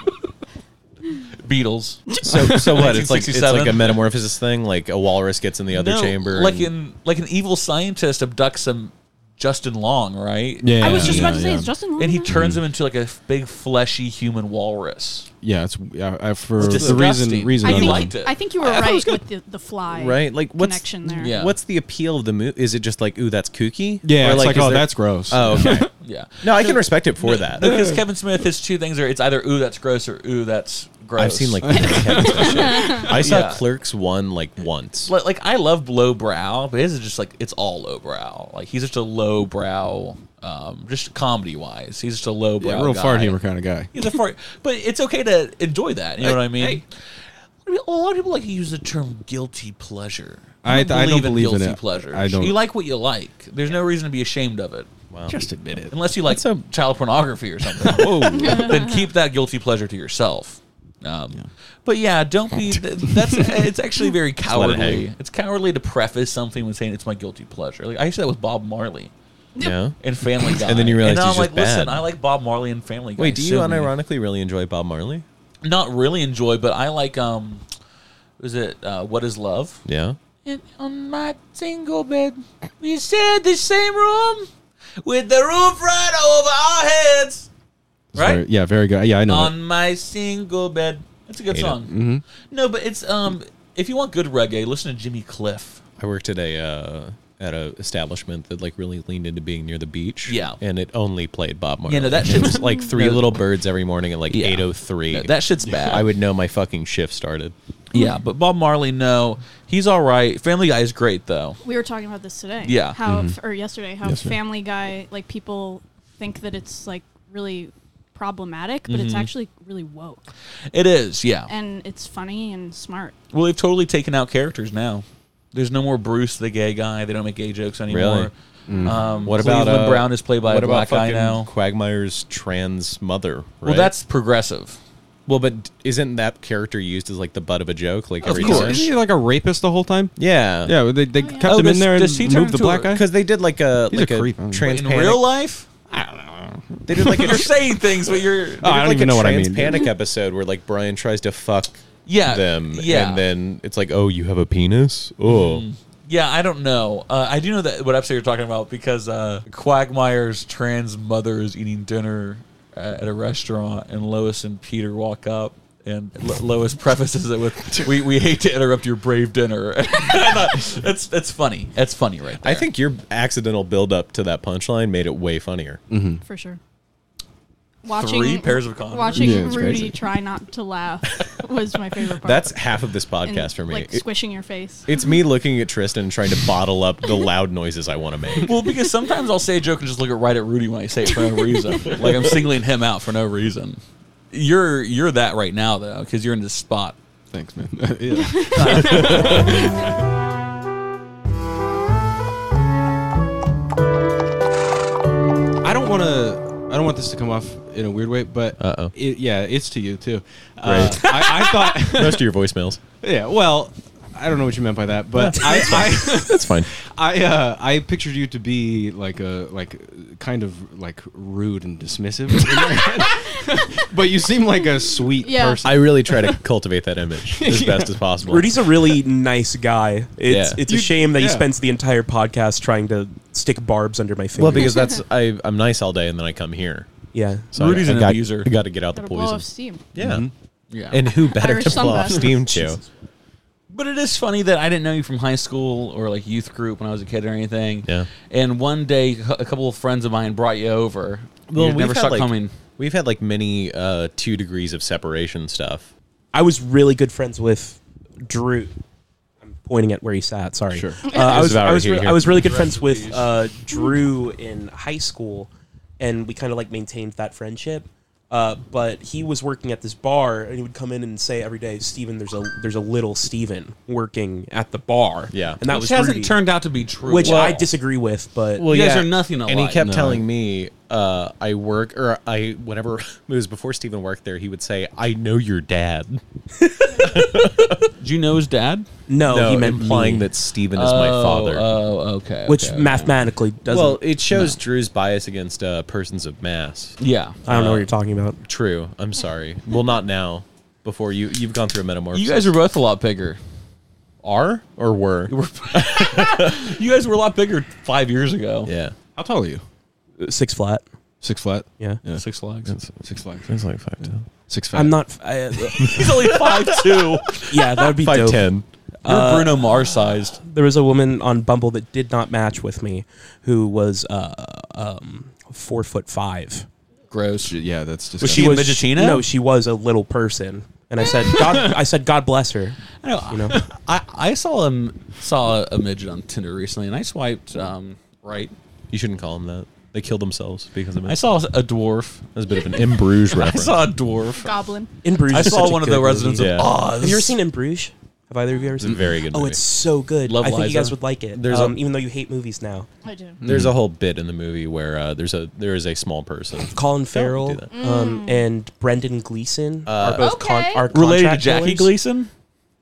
Speaker 1: Beatles.
Speaker 6: So so what? It's like it's
Speaker 1: 1967?
Speaker 6: like a metamorphosis thing. Like a walrus gets in the other
Speaker 1: No,
Speaker 6: chamber.
Speaker 1: Like
Speaker 6: and-
Speaker 1: in like an evil scientist abducts him. Justin Long, right?
Speaker 4: Yeah, I was just about to yeah, say, yeah.
Speaker 2: is Justin Long
Speaker 1: and he
Speaker 2: in that?
Speaker 1: turns
Speaker 6: Hmm.
Speaker 1: him into like a f- big fleshy human walrus.
Speaker 4: Yeah, it's I, I, for
Speaker 1: It's
Speaker 4: the reason
Speaker 1: disgusting.
Speaker 4: reason
Speaker 1: I
Speaker 4: unknown.
Speaker 1: think- liked it.
Speaker 2: I think you were
Speaker 1: I thought it was
Speaker 2: right with the, the fly
Speaker 6: right? Like what's
Speaker 2: connection there.
Speaker 6: What's the appeal of the movie? Is it just like ooh that's kooky?
Speaker 4: Yeah, it's like,
Speaker 6: is
Speaker 4: oh, that's gross.
Speaker 6: Oh okay.
Speaker 1: Yeah.
Speaker 6: No, I can respect it for that.
Speaker 1: Because Kevin Smith, his two things are it's either ooh that's gross or ooh that's gross.
Speaker 6: I've seen like Kevin Smith shit. I saw
Speaker 1: Yeah.
Speaker 6: Clerks one like once.
Speaker 1: like, like, I love lowbrow, but his is just like it's all lowbrow. Like he's just a lowbrow, um, just comedy wise. He's just a lowbrow,
Speaker 4: yeah, real
Speaker 1: guy.
Speaker 4: fart humor kind of guy.
Speaker 1: He's a fart, but it's okay to enjoy that. You know what I mean? A lot of people like to use the term guilty pleasure.
Speaker 4: I- I don't believe in
Speaker 1: guilty
Speaker 4: it.
Speaker 1: pleasure.
Speaker 4: I don't-
Speaker 1: You like what you like. There's no reason to be ashamed of it.
Speaker 4: Just admit it.
Speaker 1: Unless you like child pornography or something. then keep that guilty pleasure to yourself. Um, But yeah, don't be. th- That's it's actually very
Speaker 6: let it
Speaker 1: cowardly.
Speaker 6: hang.
Speaker 1: it's cowardly to preface something with saying it's my guilty pleasure. Like I used to do that with Bob Marley
Speaker 6: Yeah.
Speaker 1: and Family Guy,
Speaker 6: And then you realize
Speaker 1: and now
Speaker 6: he's
Speaker 1: I'm like,
Speaker 6: just
Speaker 1: listen,
Speaker 6: bad.
Speaker 1: I like Bob Marley and Family Guy.
Speaker 6: Wait, do you
Speaker 1: so many-
Speaker 6: unironically really enjoy Bob Marley?
Speaker 1: not really enjoy, but I like um, was it uh, what is love?
Speaker 6: Yeah.
Speaker 12: And on my single bed, we shared the same room with the roof right over our heads.
Speaker 1: Right?
Speaker 4: Very- yeah, very good. Yeah, I know.
Speaker 1: on my single bed. It's a good
Speaker 6: Hate it. Mm-hmm.
Speaker 1: song.
Speaker 4: Mhm.
Speaker 1: No, but it's um, if you want good reggae, listen to Jimmy Cliff.
Speaker 6: I worked at a uh, at a establishment that like really leaned into being near the beach.
Speaker 1: Yeah.
Speaker 6: and it only played Bob Marley.
Speaker 1: Yeah, no, that
Speaker 6: It
Speaker 1: shit
Speaker 6: was
Speaker 1: was-
Speaker 6: like three
Speaker 1: no.
Speaker 6: little birds every morning at like
Speaker 1: Yeah.
Speaker 6: eight oh three.
Speaker 1: No, that shit's bad.
Speaker 6: I would know my fucking shift started.
Speaker 1: Yeah, but Bob Marley, no, he's all right. Family Guy is great though.
Speaker 2: We were talking about this today.
Speaker 1: Yeah.
Speaker 2: How
Speaker 1: Mhm.
Speaker 2: f- or Mm-hmm. yesterday, how
Speaker 1: Yesterday.
Speaker 2: Family Guy like people think that it's like really problematic, but it's
Speaker 1: Mhm.
Speaker 2: actually really woke.
Speaker 1: It is, yeah.
Speaker 2: And it's funny and smart.
Speaker 1: Well, they've totally taken out characters now. There's no more Bruce the gay guy. They don't make gay jokes anymore.
Speaker 6: Really? Mm.
Speaker 1: Um,
Speaker 6: what about
Speaker 1: Cleveland
Speaker 6: uh,
Speaker 1: Brown is played by a
Speaker 6: what about
Speaker 1: black guy
Speaker 6: fucking
Speaker 1: now?
Speaker 6: Quagmire's trans mother.
Speaker 1: Well,
Speaker 6: right?
Speaker 1: that's progressive.
Speaker 6: well, but isn't that character used as like the butt of a joke? Like
Speaker 4: Of
Speaker 6: every
Speaker 4: course.
Speaker 6: time?
Speaker 4: Isn't he like a rapist the whole time?
Speaker 6: Yeah.
Speaker 4: Yeah, they,
Speaker 1: Oh,
Speaker 4: they kept him in there and moved the black guy.
Speaker 6: Because they did like a
Speaker 4: He's a
Speaker 6: like a,
Speaker 4: creep, I don't know.
Speaker 6: trans
Speaker 1: In
Speaker 6: panic-
Speaker 1: real life,
Speaker 6: They did like a Oh,
Speaker 1: you're saying things, but you're.
Speaker 6: They did,
Speaker 4: Oh, I don't
Speaker 6: like
Speaker 4: even
Speaker 6: a
Speaker 4: know what I
Speaker 6: trans
Speaker 4: mean.
Speaker 6: Panic episode where like Brian tries to fuck
Speaker 1: Yeah,
Speaker 6: them,
Speaker 1: yeah.
Speaker 6: and then it's like, oh, you have a penis. Oh,
Speaker 1: Yeah, I don't know. Uh, I do know that what episode you're talking about because uh, Quagmire's trans mother is eating dinner uh, at a restaurant, and Lois and Peter walk up. And Lo- Lois prefaces it with, "We we hate to interrupt your brave dinner." And I thought, that's that's funny. That's funny, right?
Speaker 6: I think your accidental build up to that punchline made it way funnier. Mm-hmm.
Speaker 2: For sure. Watching
Speaker 6: Three pairs of condoms.
Speaker 2: Watching
Speaker 6: Yeah, it's
Speaker 2: Rudy
Speaker 6: crazy.
Speaker 2: try not to laugh was my favorite part.
Speaker 6: That's half of this
Speaker 2: And,
Speaker 6: podcast for me.
Speaker 2: Like
Speaker 6: It-
Speaker 2: squishing your face.
Speaker 6: it's me looking at Tristan and trying to bottle up the loud noises I want to make.
Speaker 1: Well, because sometimes I'll say a joke and just look at right at Rudy when I say it for no reason. like I'm singling him out for no reason. You're you're that right now though, because you're in this spot.
Speaker 4: Thanks, man. want this to come off in a weird way, but
Speaker 6: Uh-oh.
Speaker 4: It, yeah, it's to you too. Uh,
Speaker 6: Right.
Speaker 4: I, I thought
Speaker 6: Most of your voicemails.
Speaker 4: Yeah, well, I don't know what you meant by that, but
Speaker 6: Yeah,
Speaker 4: I,
Speaker 6: that's fine.
Speaker 4: I
Speaker 6: That's fine.
Speaker 4: I uh, I pictured you to be like a like kind of like rude and dismissive, in your head. but you seem like a sweet person.
Speaker 6: I really try to cultivate that image as
Speaker 4: Yeah.
Speaker 6: best as possible.
Speaker 3: Rudy's a really nice guy. It's
Speaker 6: Yeah.
Speaker 3: it's a
Speaker 6: You-
Speaker 3: shame that
Speaker 6: yeah.
Speaker 3: he spends the entire podcast trying to stick barbs under my fingers.
Speaker 6: well, because that's I, I'm nice all day, and then I come here.
Speaker 3: Yeah.
Speaker 6: so
Speaker 3: Rudy's
Speaker 6: I, I
Speaker 3: an
Speaker 6: got,
Speaker 3: abuser.
Speaker 6: I got to get out the
Speaker 2: Gotta blow
Speaker 6: poison.
Speaker 2: off steam.
Speaker 6: Yeah,
Speaker 1: Mhm.
Speaker 6: yeah. And who better
Speaker 2: Irish
Speaker 6: to blow off
Speaker 2: sunbath.
Speaker 6: steam to?
Speaker 1: But it is funny that I didn't know you from high school or like youth group when I was a kid or anything.
Speaker 6: Yeah.
Speaker 1: And one day, c- a couple of friends of mine brought you over. Well, you
Speaker 6: we've
Speaker 1: never
Speaker 6: had,
Speaker 1: stopped
Speaker 6: like,
Speaker 1: coming.
Speaker 6: We've had like many uh, two degrees of separation stuff.
Speaker 3: I was really good friends with Drew. I'm pointing at where he sat. Sorry.
Speaker 6: Sure.
Speaker 3: Uh, I
Speaker 6: It's
Speaker 3: was
Speaker 6: about
Speaker 3: I
Speaker 6: right
Speaker 3: was,
Speaker 6: here,
Speaker 3: re-
Speaker 6: here.
Speaker 3: I was really good
Speaker 6: Rest
Speaker 3: friends
Speaker 6: in
Speaker 3: with
Speaker 6: peace.
Speaker 3: uh, Drew in high school, and we kind of like maintained that friendship. Uh, but he was working at this bar, and he would come in and say every day, "Steven, there's a there's a little Steven working at the bar."
Speaker 6: Yeah.
Speaker 3: and that
Speaker 1: Which
Speaker 3: was
Speaker 1: hasn't
Speaker 3: Rudy.
Speaker 1: turned out to be true.
Speaker 3: which
Speaker 1: Well-
Speaker 3: I disagree with. But
Speaker 1: Well, You guys yeah. are nothing alike.
Speaker 6: And he kept
Speaker 1: No.
Speaker 6: telling me, uh, I work, or I, whenever it was before Steven worked there, he would say, I know your dad.
Speaker 1: Did you know his dad?
Speaker 3: No, he meant
Speaker 6: implying
Speaker 3: me.
Speaker 6: that Steven is my
Speaker 1: Oh,
Speaker 6: father.
Speaker 1: oh, okay,
Speaker 3: Which okay, okay. mathematically doesn't-
Speaker 6: Well, it shows Drew's bias against uh, persons of mass. Uh,
Speaker 1: Yeah.
Speaker 3: I don't know what you're talking about.
Speaker 6: True. I'm sorry. well, not now. Before you, you've gone through a metamorphosis.
Speaker 1: You guys are both a lot bigger.
Speaker 6: Are or were?
Speaker 1: you guys were a lot bigger five years ago.
Speaker 6: Yeah.
Speaker 4: How tall are you?
Speaker 3: Six flat.
Speaker 4: Six flat.
Speaker 3: Yeah.
Speaker 1: Six flags.
Speaker 4: Six flags.
Speaker 6: It's like five two.
Speaker 4: Six
Speaker 3: I'm not. I, uh,
Speaker 1: He's only five two.
Speaker 3: Yeah, that would be dope.
Speaker 1: You're
Speaker 3: Uh,
Speaker 1: Bruno Mars sized.
Speaker 3: There was a woman on Bumble that did not match with me, who was uh, um, four foot five.
Speaker 1: Gross.
Speaker 4: Yeah, that's
Speaker 1: Was she a midgetina?
Speaker 3: No, she was a little person, and I said, God, I said, God bless her.
Speaker 1: I know.
Speaker 3: You know,
Speaker 1: I, I saw him saw a midget on Tinder recently, and I swiped um, right.
Speaker 6: You shouldn't call them that. They kill themselves because of it.
Speaker 1: I saw a dwarf.
Speaker 6: That's a bit of an in Bruges
Speaker 1: I
Speaker 6: reference.
Speaker 1: saw a dwarf.
Speaker 2: Goblin.
Speaker 3: in Bruges.
Speaker 1: I
Speaker 3: is
Speaker 1: saw
Speaker 3: such a
Speaker 1: one of
Speaker 3: good
Speaker 1: the residents
Speaker 3: movie.
Speaker 1: of Oz.
Speaker 3: Have you ever seen In Bruges? Have either of you ever seen? it?
Speaker 6: very good
Speaker 3: Oh,
Speaker 6: movie.
Speaker 3: it's so good.
Speaker 6: Love
Speaker 3: I think
Speaker 6: Liza.
Speaker 3: you guys would like it.
Speaker 6: There's a-
Speaker 3: um, even though you hate movies now.
Speaker 2: I do.
Speaker 1: Hmm.
Speaker 6: There's a whole bit in the movie where uh, there's a there is a small person.
Speaker 3: Colin
Speaker 6: do
Speaker 3: Farrell
Speaker 6: that.
Speaker 3: um, and Brendan Gleeson
Speaker 6: Uh,
Speaker 3: are both con-
Speaker 2: Mm. Okay.
Speaker 3: are
Speaker 1: Related to
Speaker 3: contract
Speaker 1: Jackie
Speaker 3: killers.
Speaker 1: Gleason?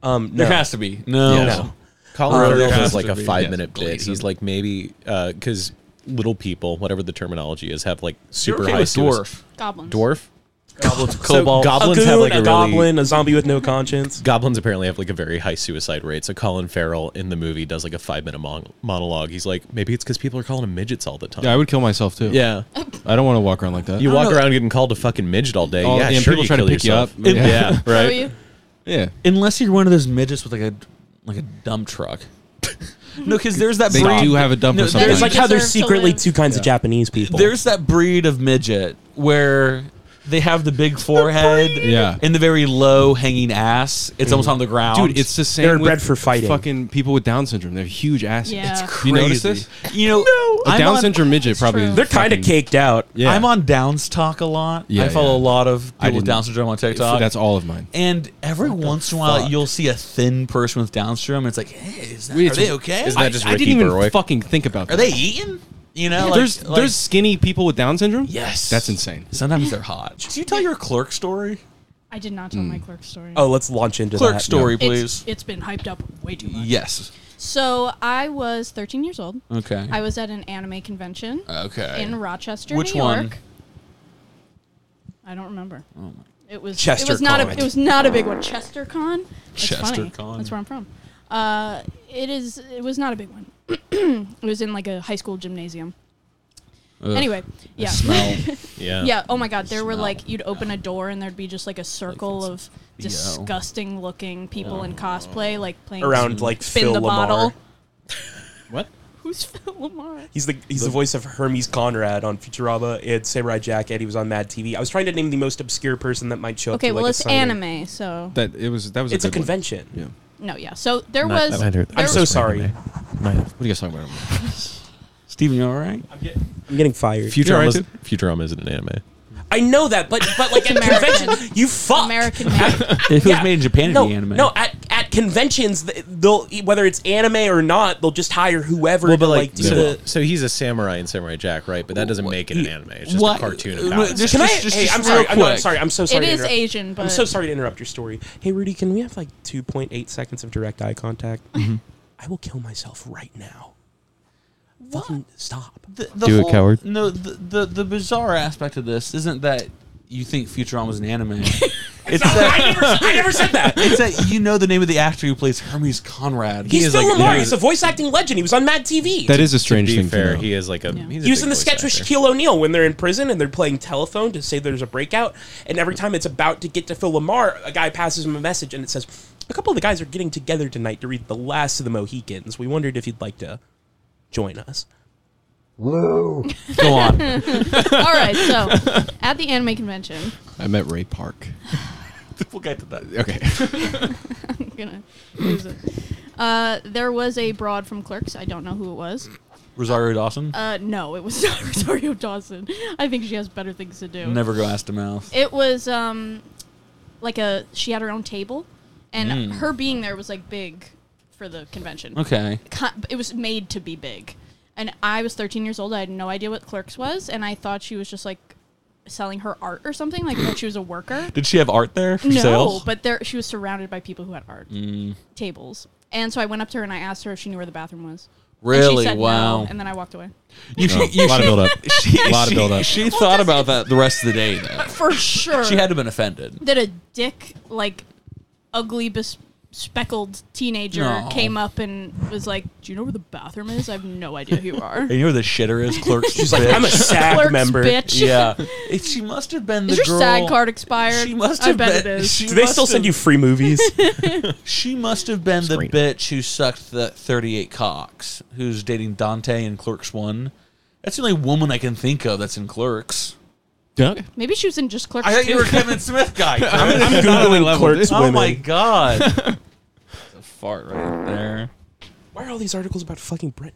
Speaker 3: Um, no.
Speaker 1: There has to be. No.
Speaker 6: Yeah.
Speaker 3: No.
Speaker 6: Colin
Speaker 3: Um,
Speaker 6: Farrell
Speaker 1: there has
Speaker 6: has like
Speaker 1: to
Speaker 6: a
Speaker 1: be.
Speaker 6: five
Speaker 1: Yes,
Speaker 6: minute bit.
Speaker 1: Gleason.
Speaker 6: He's like maybe because little people, whatever the terminology is, have like super
Speaker 1: okay
Speaker 6: high
Speaker 1: with
Speaker 6: suic-
Speaker 1: dwarf?
Speaker 2: Goblins.
Speaker 6: Dwarf.
Speaker 1: Goblins,
Speaker 6: So
Speaker 1: cobalt.
Speaker 6: goblins
Speaker 3: a goon,
Speaker 6: have like a,
Speaker 3: a,
Speaker 6: really,
Speaker 3: goblin, a zombie with no conscience.
Speaker 6: Goblins apparently have like a very high suicide rate. So Colin Farrell in the movie does like a five minute mon- monologue. He's like, maybe it's because people are calling him midgets all the time.
Speaker 4: Yeah, I would kill myself too.
Speaker 6: Yeah.
Speaker 4: I don't want to walk around like that.
Speaker 6: You
Speaker 1: I don't
Speaker 6: walk
Speaker 1: know.
Speaker 6: around getting called a fucking midget all day.
Speaker 4: All-
Speaker 6: yeah,
Speaker 4: and
Speaker 6: sure
Speaker 4: people
Speaker 6: you
Speaker 4: try to
Speaker 6: kill
Speaker 4: pick you
Speaker 6: yourself.
Speaker 4: up. Yeah.
Speaker 6: yeah,
Speaker 2: How are
Speaker 6: right.
Speaker 2: you?
Speaker 4: yeah,
Speaker 1: Unless you're one of those midgets with like a like a dump truck. no, because there's that
Speaker 4: They
Speaker 1: breed.
Speaker 4: do have a dumper
Speaker 1: No,
Speaker 4: sometimes.
Speaker 1: there's
Speaker 3: It's
Speaker 1: like
Speaker 3: like how there's
Speaker 2: deserve to
Speaker 3: secretly
Speaker 2: live.
Speaker 3: two kinds of Japanese people.
Speaker 1: there's that breed of midget where they have the big forehead
Speaker 4: Yeah. Mm-hmm.
Speaker 1: and the very low hanging ass. It's almost on the ground.
Speaker 4: dude, it's the same.
Speaker 3: They're
Speaker 4: with
Speaker 3: bred for fighting.
Speaker 4: Fucking people with Down syndrome, they're huge asses.
Speaker 2: Yeah. It's
Speaker 4: Do you notice this?
Speaker 1: You know,
Speaker 4: A
Speaker 1: I'm
Speaker 4: Down
Speaker 1: on-
Speaker 4: syndrome midget probably.
Speaker 2: true.
Speaker 4: is
Speaker 3: They're kind of
Speaker 4: fucking-
Speaker 3: caked out.
Speaker 4: Yeah.
Speaker 1: I'm on Downs Talk a lot.
Speaker 4: Yeah,
Speaker 1: I follow
Speaker 4: yeah.
Speaker 1: a lot of
Speaker 4: I
Speaker 1: people with
Speaker 4: didn't-
Speaker 1: Down syndrome on TikTok.
Speaker 4: That's all of mine.
Speaker 1: and every once in a while,
Speaker 6: fuck?
Speaker 1: you'll see a thin person with Down syndrome. And it's like, hey, is that,
Speaker 4: Wait,
Speaker 1: are
Speaker 4: it's-
Speaker 1: they okay?
Speaker 6: isn't that just
Speaker 4: I
Speaker 6: Ricky
Speaker 4: didn't even
Speaker 6: Berwick?
Speaker 4: fucking think about that.
Speaker 1: are they eating? You know, like-
Speaker 4: there's
Speaker 1: like-
Speaker 4: there's skinny people with Down syndrome.
Speaker 1: yes,
Speaker 4: that's insane.
Speaker 1: Sometimes they're hot. Did you tell your clerk story?
Speaker 2: I did not tell my clerk story.
Speaker 3: Oh, let's launch into
Speaker 1: Clerk
Speaker 3: that.
Speaker 1: story,
Speaker 2: It's,
Speaker 1: please.
Speaker 2: it's been hyped up way too much.
Speaker 1: yes.
Speaker 2: So I was 13 years old.
Speaker 1: Okay.
Speaker 2: I was at an anime convention
Speaker 1: okay.
Speaker 2: in Rochester,
Speaker 1: Which
Speaker 2: New York.
Speaker 1: one? Oh
Speaker 2: I don't remember. It was It
Speaker 3: Chester
Speaker 2: was not
Speaker 3: Con.
Speaker 2: a. It was not a big one. Chester Con. That's
Speaker 1: Chester
Speaker 2: funny.
Speaker 1: Con.
Speaker 2: That's where I'm from. Uh, it is. It was not a big one. it was in like a high school gymnasium.
Speaker 1: Ugh.
Speaker 2: Anyway, yeah.
Speaker 1: Smell.
Speaker 6: Yeah.
Speaker 2: Yeah. Oh my God. There were
Speaker 1: Smell.
Speaker 2: like you'd open a door and there'd be just like a circle of
Speaker 1: BO.
Speaker 2: disgusting looking people
Speaker 1: Oh.
Speaker 2: in cosplay, like playing
Speaker 3: Around, like,
Speaker 2: spin
Speaker 3: Phil
Speaker 2: the
Speaker 3: Lamar.
Speaker 2: bottle.
Speaker 1: what?
Speaker 2: Who's Phil Lamar?
Speaker 3: He's the he's the voice of Hermes Conrad on Futurama and Samurai Jack. And he was on Mad TV. I was trying to name the most obscure person that might show up.
Speaker 2: Okay,
Speaker 3: to, like,
Speaker 2: well
Speaker 3: a
Speaker 2: it's
Speaker 3: signing.
Speaker 2: anime, so
Speaker 4: That it was that was.
Speaker 3: It's a
Speaker 4: good one.
Speaker 3: convention.
Speaker 4: Yeah.
Speaker 2: no, yeah. So there
Speaker 6: Not-
Speaker 2: was.
Speaker 6: neither-
Speaker 2: there
Speaker 3: I'm so
Speaker 2: was-
Speaker 3: sorry.
Speaker 4: eh? What are you guys talking about?
Speaker 1: Steven, you all right?
Speaker 3: I'm getting fired.
Speaker 6: Futurama's,
Speaker 4: right,
Speaker 6: Futurama isn't an anime.
Speaker 3: I know that, but but like at
Speaker 2: American.
Speaker 3: convention, you fuck.
Speaker 2: American man.
Speaker 1: If it was
Speaker 3: Yeah.
Speaker 1: made in Japan, it'd
Speaker 3: no,
Speaker 1: be anime.
Speaker 3: No, at, at conventions, th- they'll whether it's anime or not, they'll just hire whoever.
Speaker 6: Well, but
Speaker 3: to,
Speaker 6: like,
Speaker 3: do
Speaker 6: so,
Speaker 3: the-
Speaker 6: so he's a samurai in Samurai Jack, right? But that doesn't make it an anime. It's just
Speaker 3: What?
Speaker 6: a cartoon.
Speaker 3: Uh,
Speaker 6: About
Speaker 3: just- Can I- just- hey, just I'm sorry, real I'm not- quick. sorry, I'm so sorry
Speaker 2: It
Speaker 3: to
Speaker 2: is
Speaker 3: interrupt.
Speaker 2: Asian, but
Speaker 3: I'm so sorry to interrupt your story. Hey, Rudy, can we have like 2.8 seconds of direct eye contact? I will kill myself right now. Fucking stop.
Speaker 1: the
Speaker 13: Do it, coward.
Speaker 1: No, the, the the bizarre aspect of this isn't that you think Futurama is an anime. it's
Speaker 3: not- I never- I never said that.
Speaker 1: It's that you know the name of the actor who plays Hermes Conrad.
Speaker 3: He's Phil Lamar. He's a voice acting legend. He was on Mad TV.
Speaker 6: to be fair,
Speaker 1: know.
Speaker 6: He is like a. He's a
Speaker 3: he was
Speaker 6: big
Speaker 3: in the
Speaker 6: voice
Speaker 3: sketch with
Speaker 6: actor.
Speaker 3: Shaquille O'Neal when they're in prison and they're playing telephone to say there's a breakout. And every time it's about to get to Phil Lamar, a guy passes him a message and it says, "A couple of the guys are getting together tonight to read The Last of the Mohicans. We wondered if you'd like to join us."
Speaker 7: Whoa!
Speaker 1: Go on.
Speaker 2: All right, so at the anime convention,
Speaker 4: I met Ray Park.
Speaker 1: we'll get to that.
Speaker 4: Okay.
Speaker 2: I'm gonna lose it. Uh, there was a broad from Clerks. I don't know who it was.
Speaker 1: Rosario Dawson.
Speaker 2: Uh, no, it was not Rosario Dawson. I think she has better things to do.
Speaker 1: Never go ass to mouth.
Speaker 2: It was um, like a she had her own table, and
Speaker 1: Mm.
Speaker 2: her being there was like big for the convention.
Speaker 1: Okay.
Speaker 2: Ki- it was made to be big, and I was 13 years old. I had no idea what Clerks was, and I thought she was just like selling her art or something, like that she was a worker.
Speaker 1: Did she have art there for
Speaker 2: no,
Speaker 1: sale?
Speaker 2: but there she was surrounded by people who had art
Speaker 1: Mm.
Speaker 2: tables. And so I went up to her and I asked her if she knew where the bathroom was. And
Speaker 1: Really?
Speaker 2: she said
Speaker 1: Wow.
Speaker 2: No, and then I walked away.
Speaker 1: You
Speaker 13: Oh,
Speaker 1: should- you
Speaker 13: a lot of
Speaker 1: should-
Speaker 13: build up.
Speaker 1: She,
Speaker 13: A lot of
Speaker 1: she-
Speaker 13: build up.
Speaker 1: She thought about that the rest of the day. Though.
Speaker 2: For sure.
Speaker 1: She had to have been offended.
Speaker 2: that a dick, like ugly bes- speckled teenager
Speaker 1: No.
Speaker 2: came up and was like, "Do you know where the bathroom is? I have no idea who you are."
Speaker 1: And you know where the shitter is, clerks.
Speaker 3: She's like, "I'm a
Speaker 1: bitch."
Speaker 3: SAG Clerks member." bitch.
Speaker 1: Yeah, It- she must have been the
Speaker 2: is your
Speaker 1: girl.
Speaker 2: SAG card expired?
Speaker 1: She must
Speaker 2: I
Speaker 1: have
Speaker 2: bet
Speaker 1: been-
Speaker 2: it is.
Speaker 1: she
Speaker 3: Do they
Speaker 1: must
Speaker 3: still send
Speaker 1: have-
Speaker 3: you free movies?
Speaker 1: She must have been the bitch who sucked the 38 cocks, who's dating Dante in Clerks 1. That's the only woman I can think of that's in Clerks.
Speaker 2: Maybe she was in just Clerks.
Speaker 1: I thought you
Speaker 2: too.
Speaker 1: were a Kevin Smith guy.
Speaker 3: I'm- I'm Googling
Speaker 1: Oh,
Speaker 3: Clerks
Speaker 1: Oh my
Speaker 3: women.
Speaker 1: god. It's a fart right there.
Speaker 3: Why are all these articles about fucking Brett?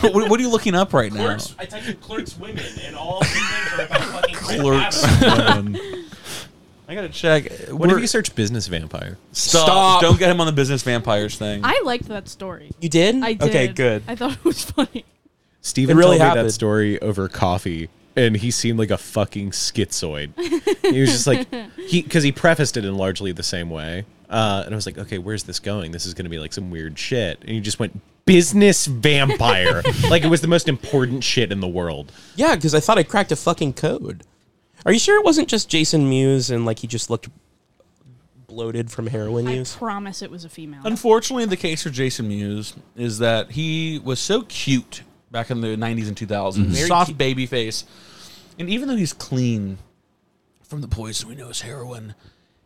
Speaker 1: what, what are you looking up right now?
Speaker 3: I typed in clerks women, and all these things are about fucking
Speaker 1: Clerks women. I gotta check.
Speaker 6: What if
Speaker 1: We're-
Speaker 6: you search business vampire?
Speaker 1: Stop. Don't get him on the business vampires thing.
Speaker 2: I liked that story.
Speaker 3: You did?
Speaker 2: I did.
Speaker 6: Okay, good.
Speaker 2: I thought it was funny.
Speaker 6: Steven
Speaker 3: It really
Speaker 6: told me
Speaker 3: happened.
Speaker 6: that story over coffee, and he seemed like a fucking schizoid. he was just like he because he prefaced it in largely the same way. Uh, and I was like, okay, where's this going? This is going to be like some weird shit. And he just went business vampire, like it was the most important shit in the world.
Speaker 3: Yeah, because I thought I cracked a fucking code. Are you sure it wasn't just Jason Mewes and like he just looked bloated from heroin
Speaker 2: I
Speaker 3: use?
Speaker 2: promise it was a female.
Speaker 1: Unfortunately, the case for Jason Mewes is that he was so cute back in the 90s and 2000s,
Speaker 13: Mhm. Very
Speaker 1: Mm-hmm. soft baby face. And even though he's clean from the poison we know is heroin,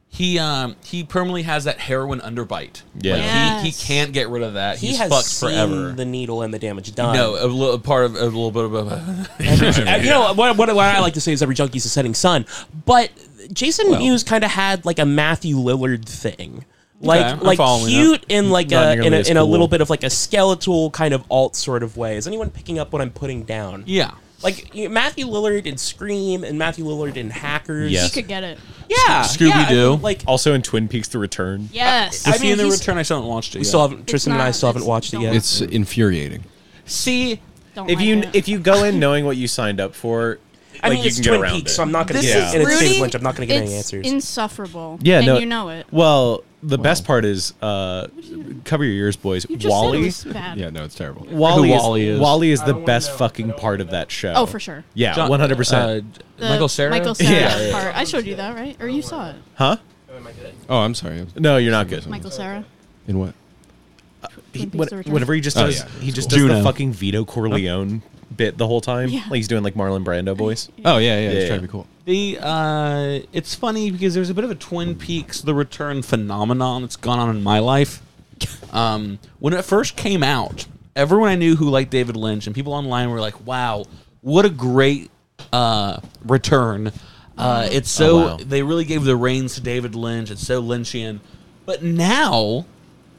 Speaker 1: he um, he permanently has that heroin underbite.
Speaker 6: Yeah.
Speaker 1: Like, he, he
Speaker 3: Yes.
Speaker 1: can't get rid of that.
Speaker 3: He
Speaker 1: he's
Speaker 3: has
Speaker 1: fucked
Speaker 3: seen
Speaker 1: forever.
Speaker 3: the needle and the damage done.
Speaker 1: No, a, little part of a little bit of
Speaker 3: Uh,
Speaker 1: a.
Speaker 3: you know what, what, what I like to say is every junkie's a setting sun, but Jason
Speaker 1: Well.
Speaker 3: Mewes kind of had like a Matthew Lillard thing, like
Speaker 1: I'm
Speaker 3: like
Speaker 1: following
Speaker 3: cute
Speaker 1: that.
Speaker 3: in like
Speaker 1: Not
Speaker 3: a in,
Speaker 1: nearly
Speaker 3: a,
Speaker 1: as
Speaker 3: in a
Speaker 1: cool.
Speaker 3: little bit of like a skeletal kind of alt sort of way. Is anyone picking up what I'm putting down?
Speaker 1: Yeah.
Speaker 3: Like you know, Matthew Lillard in Scream and Matthew Lillard in Hackers.
Speaker 6: Yes.
Speaker 2: She could get it.
Speaker 3: Yeah,
Speaker 6: Scooby Doo,
Speaker 3: yeah, like
Speaker 6: also in Twin Peaks: The Return.
Speaker 2: Yes.
Speaker 1: I mean, the
Speaker 3: he's-
Speaker 1: return I still haven't watched it.
Speaker 3: We
Speaker 1: yet.
Speaker 3: still haven't. Tristan and I still haven't watched it yet.
Speaker 4: It's infuriating.
Speaker 1: See,
Speaker 2: Don't
Speaker 6: if
Speaker 2: like
Speaker 6: you
Speaker 2: it.
Speaker 6: if you go in knowing what you signed up for,
Speaker 3: I
Speaker 6: like
Speaker 3: mean,
Speaker 6: you
Speaker 3: it's
Speaker 6: can get
Speaker 3: Twin
Speaker 6: around
Speaker 3: Peaks,
Speaker 6: it.
Speaker 3: so I'm not gonna
Speaker 6: Yeah.
Speaker 3: get and it's David
Speaker 2: Rudy,
Speaker 3: Lynch. I'm not gonna get any
Speaker 2: it's
Speaker 3: answers.
Speaker 2: Insufferable.
Speaker 6: Yeah,
Speaker 2: and
Speaker 6: no,
Speaker 2: you know it.
Speaker 6: Well, the best part is uh, cover your ears, boys.
Speaker 2: You just said it
Speaker 6: Wally.
Speaker 2: was bad. Yeah,
Speaker 4: no, it's terrible.
Speaker 6: Wally,
Speaker 1: Who
Speaker 6: is,
Speaker 1: Wally
Speaker 6: Wally
Speaker 1: is.
Speaker 6: is the best fucking part of that show.
Speaker 2: Oh, for sure.
Speaker 6: Yeah,
Speaker 3: uh,
Speaker 1: John-
Speaker 6: one hundred percent.
Speaker 2: The
Speaker 1: Michael Cera?
Speaker 2: Michael Cera
Speaker 6: Yeah, yeah, yeah.
Speaker 2: part. I showed you that, right? Or you saw it.
Speaker 6: Huh?
Speaker 4: Oh, I'm sorry.
Speaker 6: No, you're not good.
Speaker 2: Michael Cera.
Speaker 4: In what?
Speaker 6: He,
Speaker 2: Twin Peaks
Speaker 6: when-
Speaker 2: The Return.
Speaker 6: whenever he just
Speaker 4: Oh,
Speaker 6: does,
Speaker 4: yeah,
Speaker 6: he
Speaker 4: it's
Speaker 6: just
Speaker 4: cool.
Speaker 6: does
Speaker 4: Juno.
Speaker 6: the fucking Vito Corleone bit the whole time.
Speaker 1: Yeah.
Speaker 6: Like he's doing like Marlon Brando voice.
Speaker 4: Oh yeah, yeah. It's trying to be cool.
Speaker 1: The uh, it's funny because there's a bit of a Twin Peaks: The Return phenomenon that's gone on in my life. Um, when it first came out, everyone I knew who liked David Lynch and people online were like, "Wow, what a great uh, return!" Uh, it's so
Speaker 6: Oh, wow.
Speaker 1: they really gave the reins to David Lynch. It's so Lynchian. But now,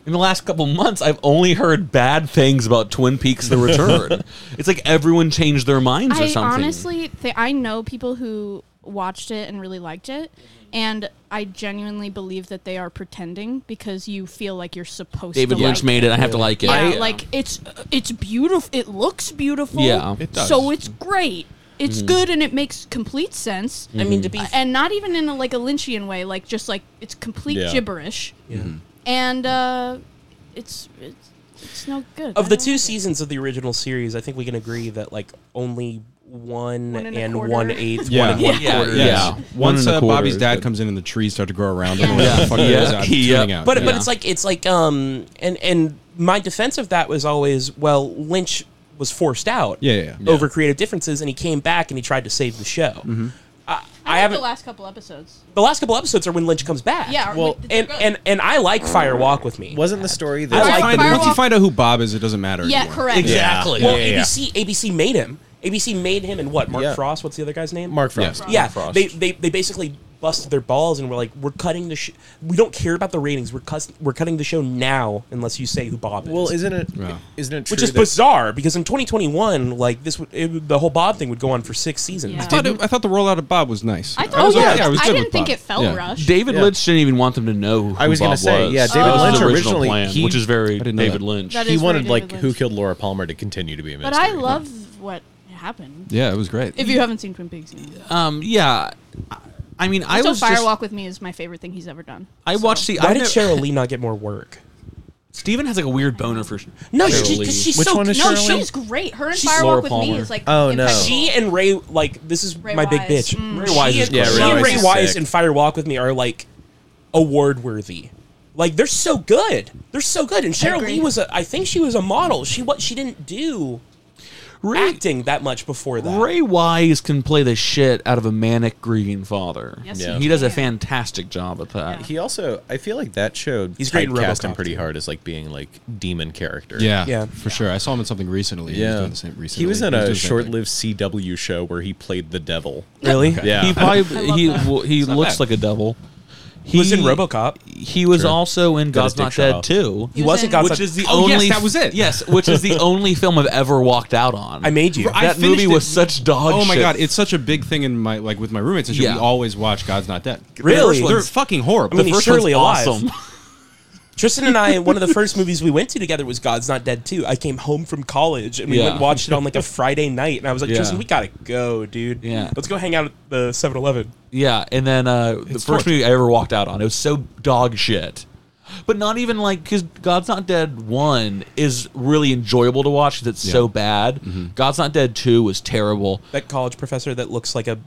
Speaker 1: in the last couple months, I've only heard bad things about Twin Peaks: The Return. it's like everyone changed their minds or
Speaker 2: I
Speaker 1: something.
Speaker 2: honestly, th- I know people who watched it and really liked it.
Speaker 13: Mm-hmm.
Speaker 2: And I genuinely believe that they are pretending because you feel like you're supposed
Speaker 13: David
Speaker 2: to.
Speaker 13: Lynch
Speaker 2: like
Speaker 13: made it, I have to like it.
Speaker 2: Yeah,
Speaker 13: I-
Speaker 2: like it's it's beautiful. It looks beautiful.
Speaker 13: Yeah. It does.
Speaker 2: So it's great. It's
Speaker 13: Mhm.
Speaker 2: good and it makes complete sense.
Speaker 13: I mean, to be-
Speaker 2: and not even in a, like a Lynchian way, like just like it's complete
Speaker 3: Yeah.
Speaker 2: gibberish. And uh, it's it's it's no good.
Speaker 3: of
Speaker 2: I
Speaker 3: the
Speaker 2: don't-
Speaker 3: two seasons of the original series, I think we can agree that like only one,
Speaker 2: One and
Speaker 3: and,
Speaker 2: a quarter.
Speaker 3: one eighth,
Speaker 4: Yeah.
Speaker 3: one and one
Speaker 4: Yeah,
Speaker 3: quarter.
Speaker 4: yeah. Yeah. Once, uh, Bobby's dad comes in and the trees start to grow around him, whatever the fuck it is, I'm tuning out.
Speaker 3: But but
Speaker 4: Yeah.
Speaker 3: it's like it's like um and and my defense of that was always well Lynch was forced out
Speaker 4: Yeah, yeah, Mm-hmm. yeah.
Speaker 3: over creative differences and he came back and he tried to save the show. I, I,
Speaker 2: I, like
Speaker 3: haven't
Speaker 2: the last couple episodes.
Speaker 3: the last couple episodes are when Lynch comes back.
Speaker 2: Yeah, or
Speaker 3: well,
Speaker 2: with
Speaker 3: and, and and I like Fire Walk with Me. Wasn't the story
Speaker 4: Once, you find, once you find out who Bob is, it doesn't matter.
Speaker 3: Yeah,
Speaker 4: anymore.
Speaker 3: correct.
Speaker 6: Exactly.
Speaker 3: Well,
Speaker 6: Yeah, yeah, yeah.
Speaker 3: ABC ABC made him. ABC made him and what? Mark
Speaker 6: Yeah.
Speaker 3: Frost. What's the other guy's name?
Speaker 6: Mark Frost.
Speaker 3: Yeah.
Speaker 6: Mark Frost.
Speaker 3: They, they they basically busted their balls and were like, we're cutting the. Sh- we don't care about the ratings. We're cuss- we're cutting the show now unless you say who Bob is.
Speaker 6: Well, isn't it? Isn't it?
Speaker 3: Which
Speaker 6: true
Speaker 3: is
Speaker 6: that-
Speaker 3: bizarre because in 2021, like this, would, it, would- the whole Bob thing would go on for six seasons.
Speaker 4: I thought, it, I thought the rollout of Bob was nice.
Speaker 2: I thought
Speaker 4: was
Speaker 2: it
Speaker 4: okay.
Speaker 2: was-
Speaker 4: was
Speaker 2: I
Speaker 4: good
Speaker 2: didn't
Speaker 4: with
Speaker 2: think
Speaker 4: Bob.
Speaker 2: it felt
Speaker 4: Yeah.
Speaker 2: rushed.
Speaker 1: David
Speaker 4: Yeah.
Speaker 1: Lynch didn't even want them to know. Who
Speaker 6: I was
Speaker 1: going to
Speaker 6: say, yeah, David
Speaker 2: Oh.
Speaker 6: Lynch
Speaker 1: original
Speaker 6: originally,
Speaker 1: plan,
Speaker 6: he,
Speaker 1: which is very David Lynch.
Speaker 2: That
Speaker 6: he
Speaker 2: is very
Speaker 6: wanted like
Speaker 2: David Lynch.
Speaker 6: Who Killed Laura Palmer to continue to be a mystery.
Speaker 2: But I love what happened.
Speaker 4: Yeah, it was great.
Speaker 2: If you haven't seen Twin Peaks,
Speaker 1: Um, yeah. I- I mean, I
Speaker 2: so
Speaker 1: was
Speaker 2: Firewalk
Speaker 1: just,
Speaker 2: with Me is my favorite thing he's ever done.
Speaker 1: I watched the.
Speaker 3: Why
Speaker 1: I
Speaker 3: did
Speaker 1: never-
Speaker 3: Cheryl Lee not get more work?
Speaker 1: Steven has like a weird boner for.
Speaker 3: No,
Speaker 1: Cheryl
Speaker 3: she,
Speaker 1: Lee.
Speaker 3: 'cause she's so
Speaker 2: no, she's great. Her and
Speaker 3: She's-
Speaker 2: Firewalk
Speaker 1: Laura
Speaker 2: with Me
Speaker 1: Palmer.
Speaker 2: is like
Speaker 1: Oh, no.
Speaker 2: impeccable.
Speaker 3: She and Ray, like, this is
Speaker 2: Ray
Speaker 3: my big
Speaker 2: Wise.
Speaker 3: bitch.
Speaker 2: Mm.
Speaker 1: Ray Wise
Speaker 3: she
Speaker 1: is
Speaker 3: and,
Speaker 1: great.
Speaker 3: she
Speaker 1: Ray
Speaker 3: and
Speaker 1: Wise
Speaker 3: Ray
Speaker 1: is
Speaker 3: Wise
Speaker 1: sick.
Speaker 3: and Fire Walk with Me are like award worthy. Like they're so good. They're so good. And Cheryl Lee was, a, I think she was a model. She what she didn't do acting that much before that.
Speaker 1: Ray Wise can play the shit out of a manic grieving father.
Speaker 3: Yes, he Yeah.
Speaker 1: he does a fantastic job at that.
Speaker 6: He also, I feel like that showed
Speaker 3: He's
Speaker 6: he's
Speaker 3: great in
Speaker 6: typecast
Speaker 3: RoboCop,
Speaker 6: him pretty hard as like being like demon character.
Speaker 4: Yeah, for sure. I saw him in something recently. He was
Speaker 6: Yeah,
Speaker 4: doing the same recently.
Speaker 6: he was in
Speaker 4: doing
Speaker 6: a
Speaker 4: the same thing.
Speaker 6: short-lived CW show where he played the devil.
Speaker 3: Really?
Speaker 6: Yeah.
Speaker 1: He probably he well, he looks like a devil. He
Speaker 3: was in RoboCop.
Speaker 1: He was
Speaker 6: Sure.
Speaker 1: also in
Speaker 6: Got
Speaker 1: God's
Speaker 6: his dick
Speaker 1: Not
Speaker 6: shot
Speaker 1: Dead
Speaker 6: off.
Speaker 1: too.
Speaker 3: He was in God's
Speaker 1: which
Speaker 3: Not-
Speaker 1: is the
Speaker 3: Oh,
Speaker 1: only
Speaker 3: yes, that was it.
Speaker 1: Yes, which is the only film I've ever walked out on.
Speaker 3: I made you.
Speaker 4: I
Speaker 1: That
Speaker 4: finished
Speaker 1: movie
Speaker 4: it-
Speaker 1: was such dog.
Speaker 4: Oh my
Speaker 1: shit.
Speaker 4: god, it's such a big thing in my like with my roommates and shit.
Speaker 1: Yeah.
Speaker 4: We always watch God's Not Dead.
Speaker 3: Really?
Speaker 4: they're, they're fucking horrible.
Speaker 3: I mean,
Speaker 4: the first
Speaker 3: he's surely
Speaker 4: one's
Speaker 3: alive.
Speaker 4: awesome.
Speaker 3: Tristan and I, one of the first movies we went to together was God's Not Dead 2. I came home from college and we
Speaker 1: Yeah.
Speaker 3: went and watched it on like a Friday night. And I was like,
Speaker 1: Yeah.
Speaker 3: Tristan, we gotta go, dude.
Speaker 1: Yeah.
Speaker 3: Let's go hang out at the 7 Eleven.
Speaker 1: Yeah, and then uh, the first
Speaker 3: torture.
Speaker 1: movie I ever walked out on, it was so dog shit. But not even like because God's Not Dead one is really enjoyable to watch because it's so bad.
Speaker 6: Mm-hmm.
Speaker 1: God's Not Dead two was terrible.
Speaker 3: That college professor that looks like a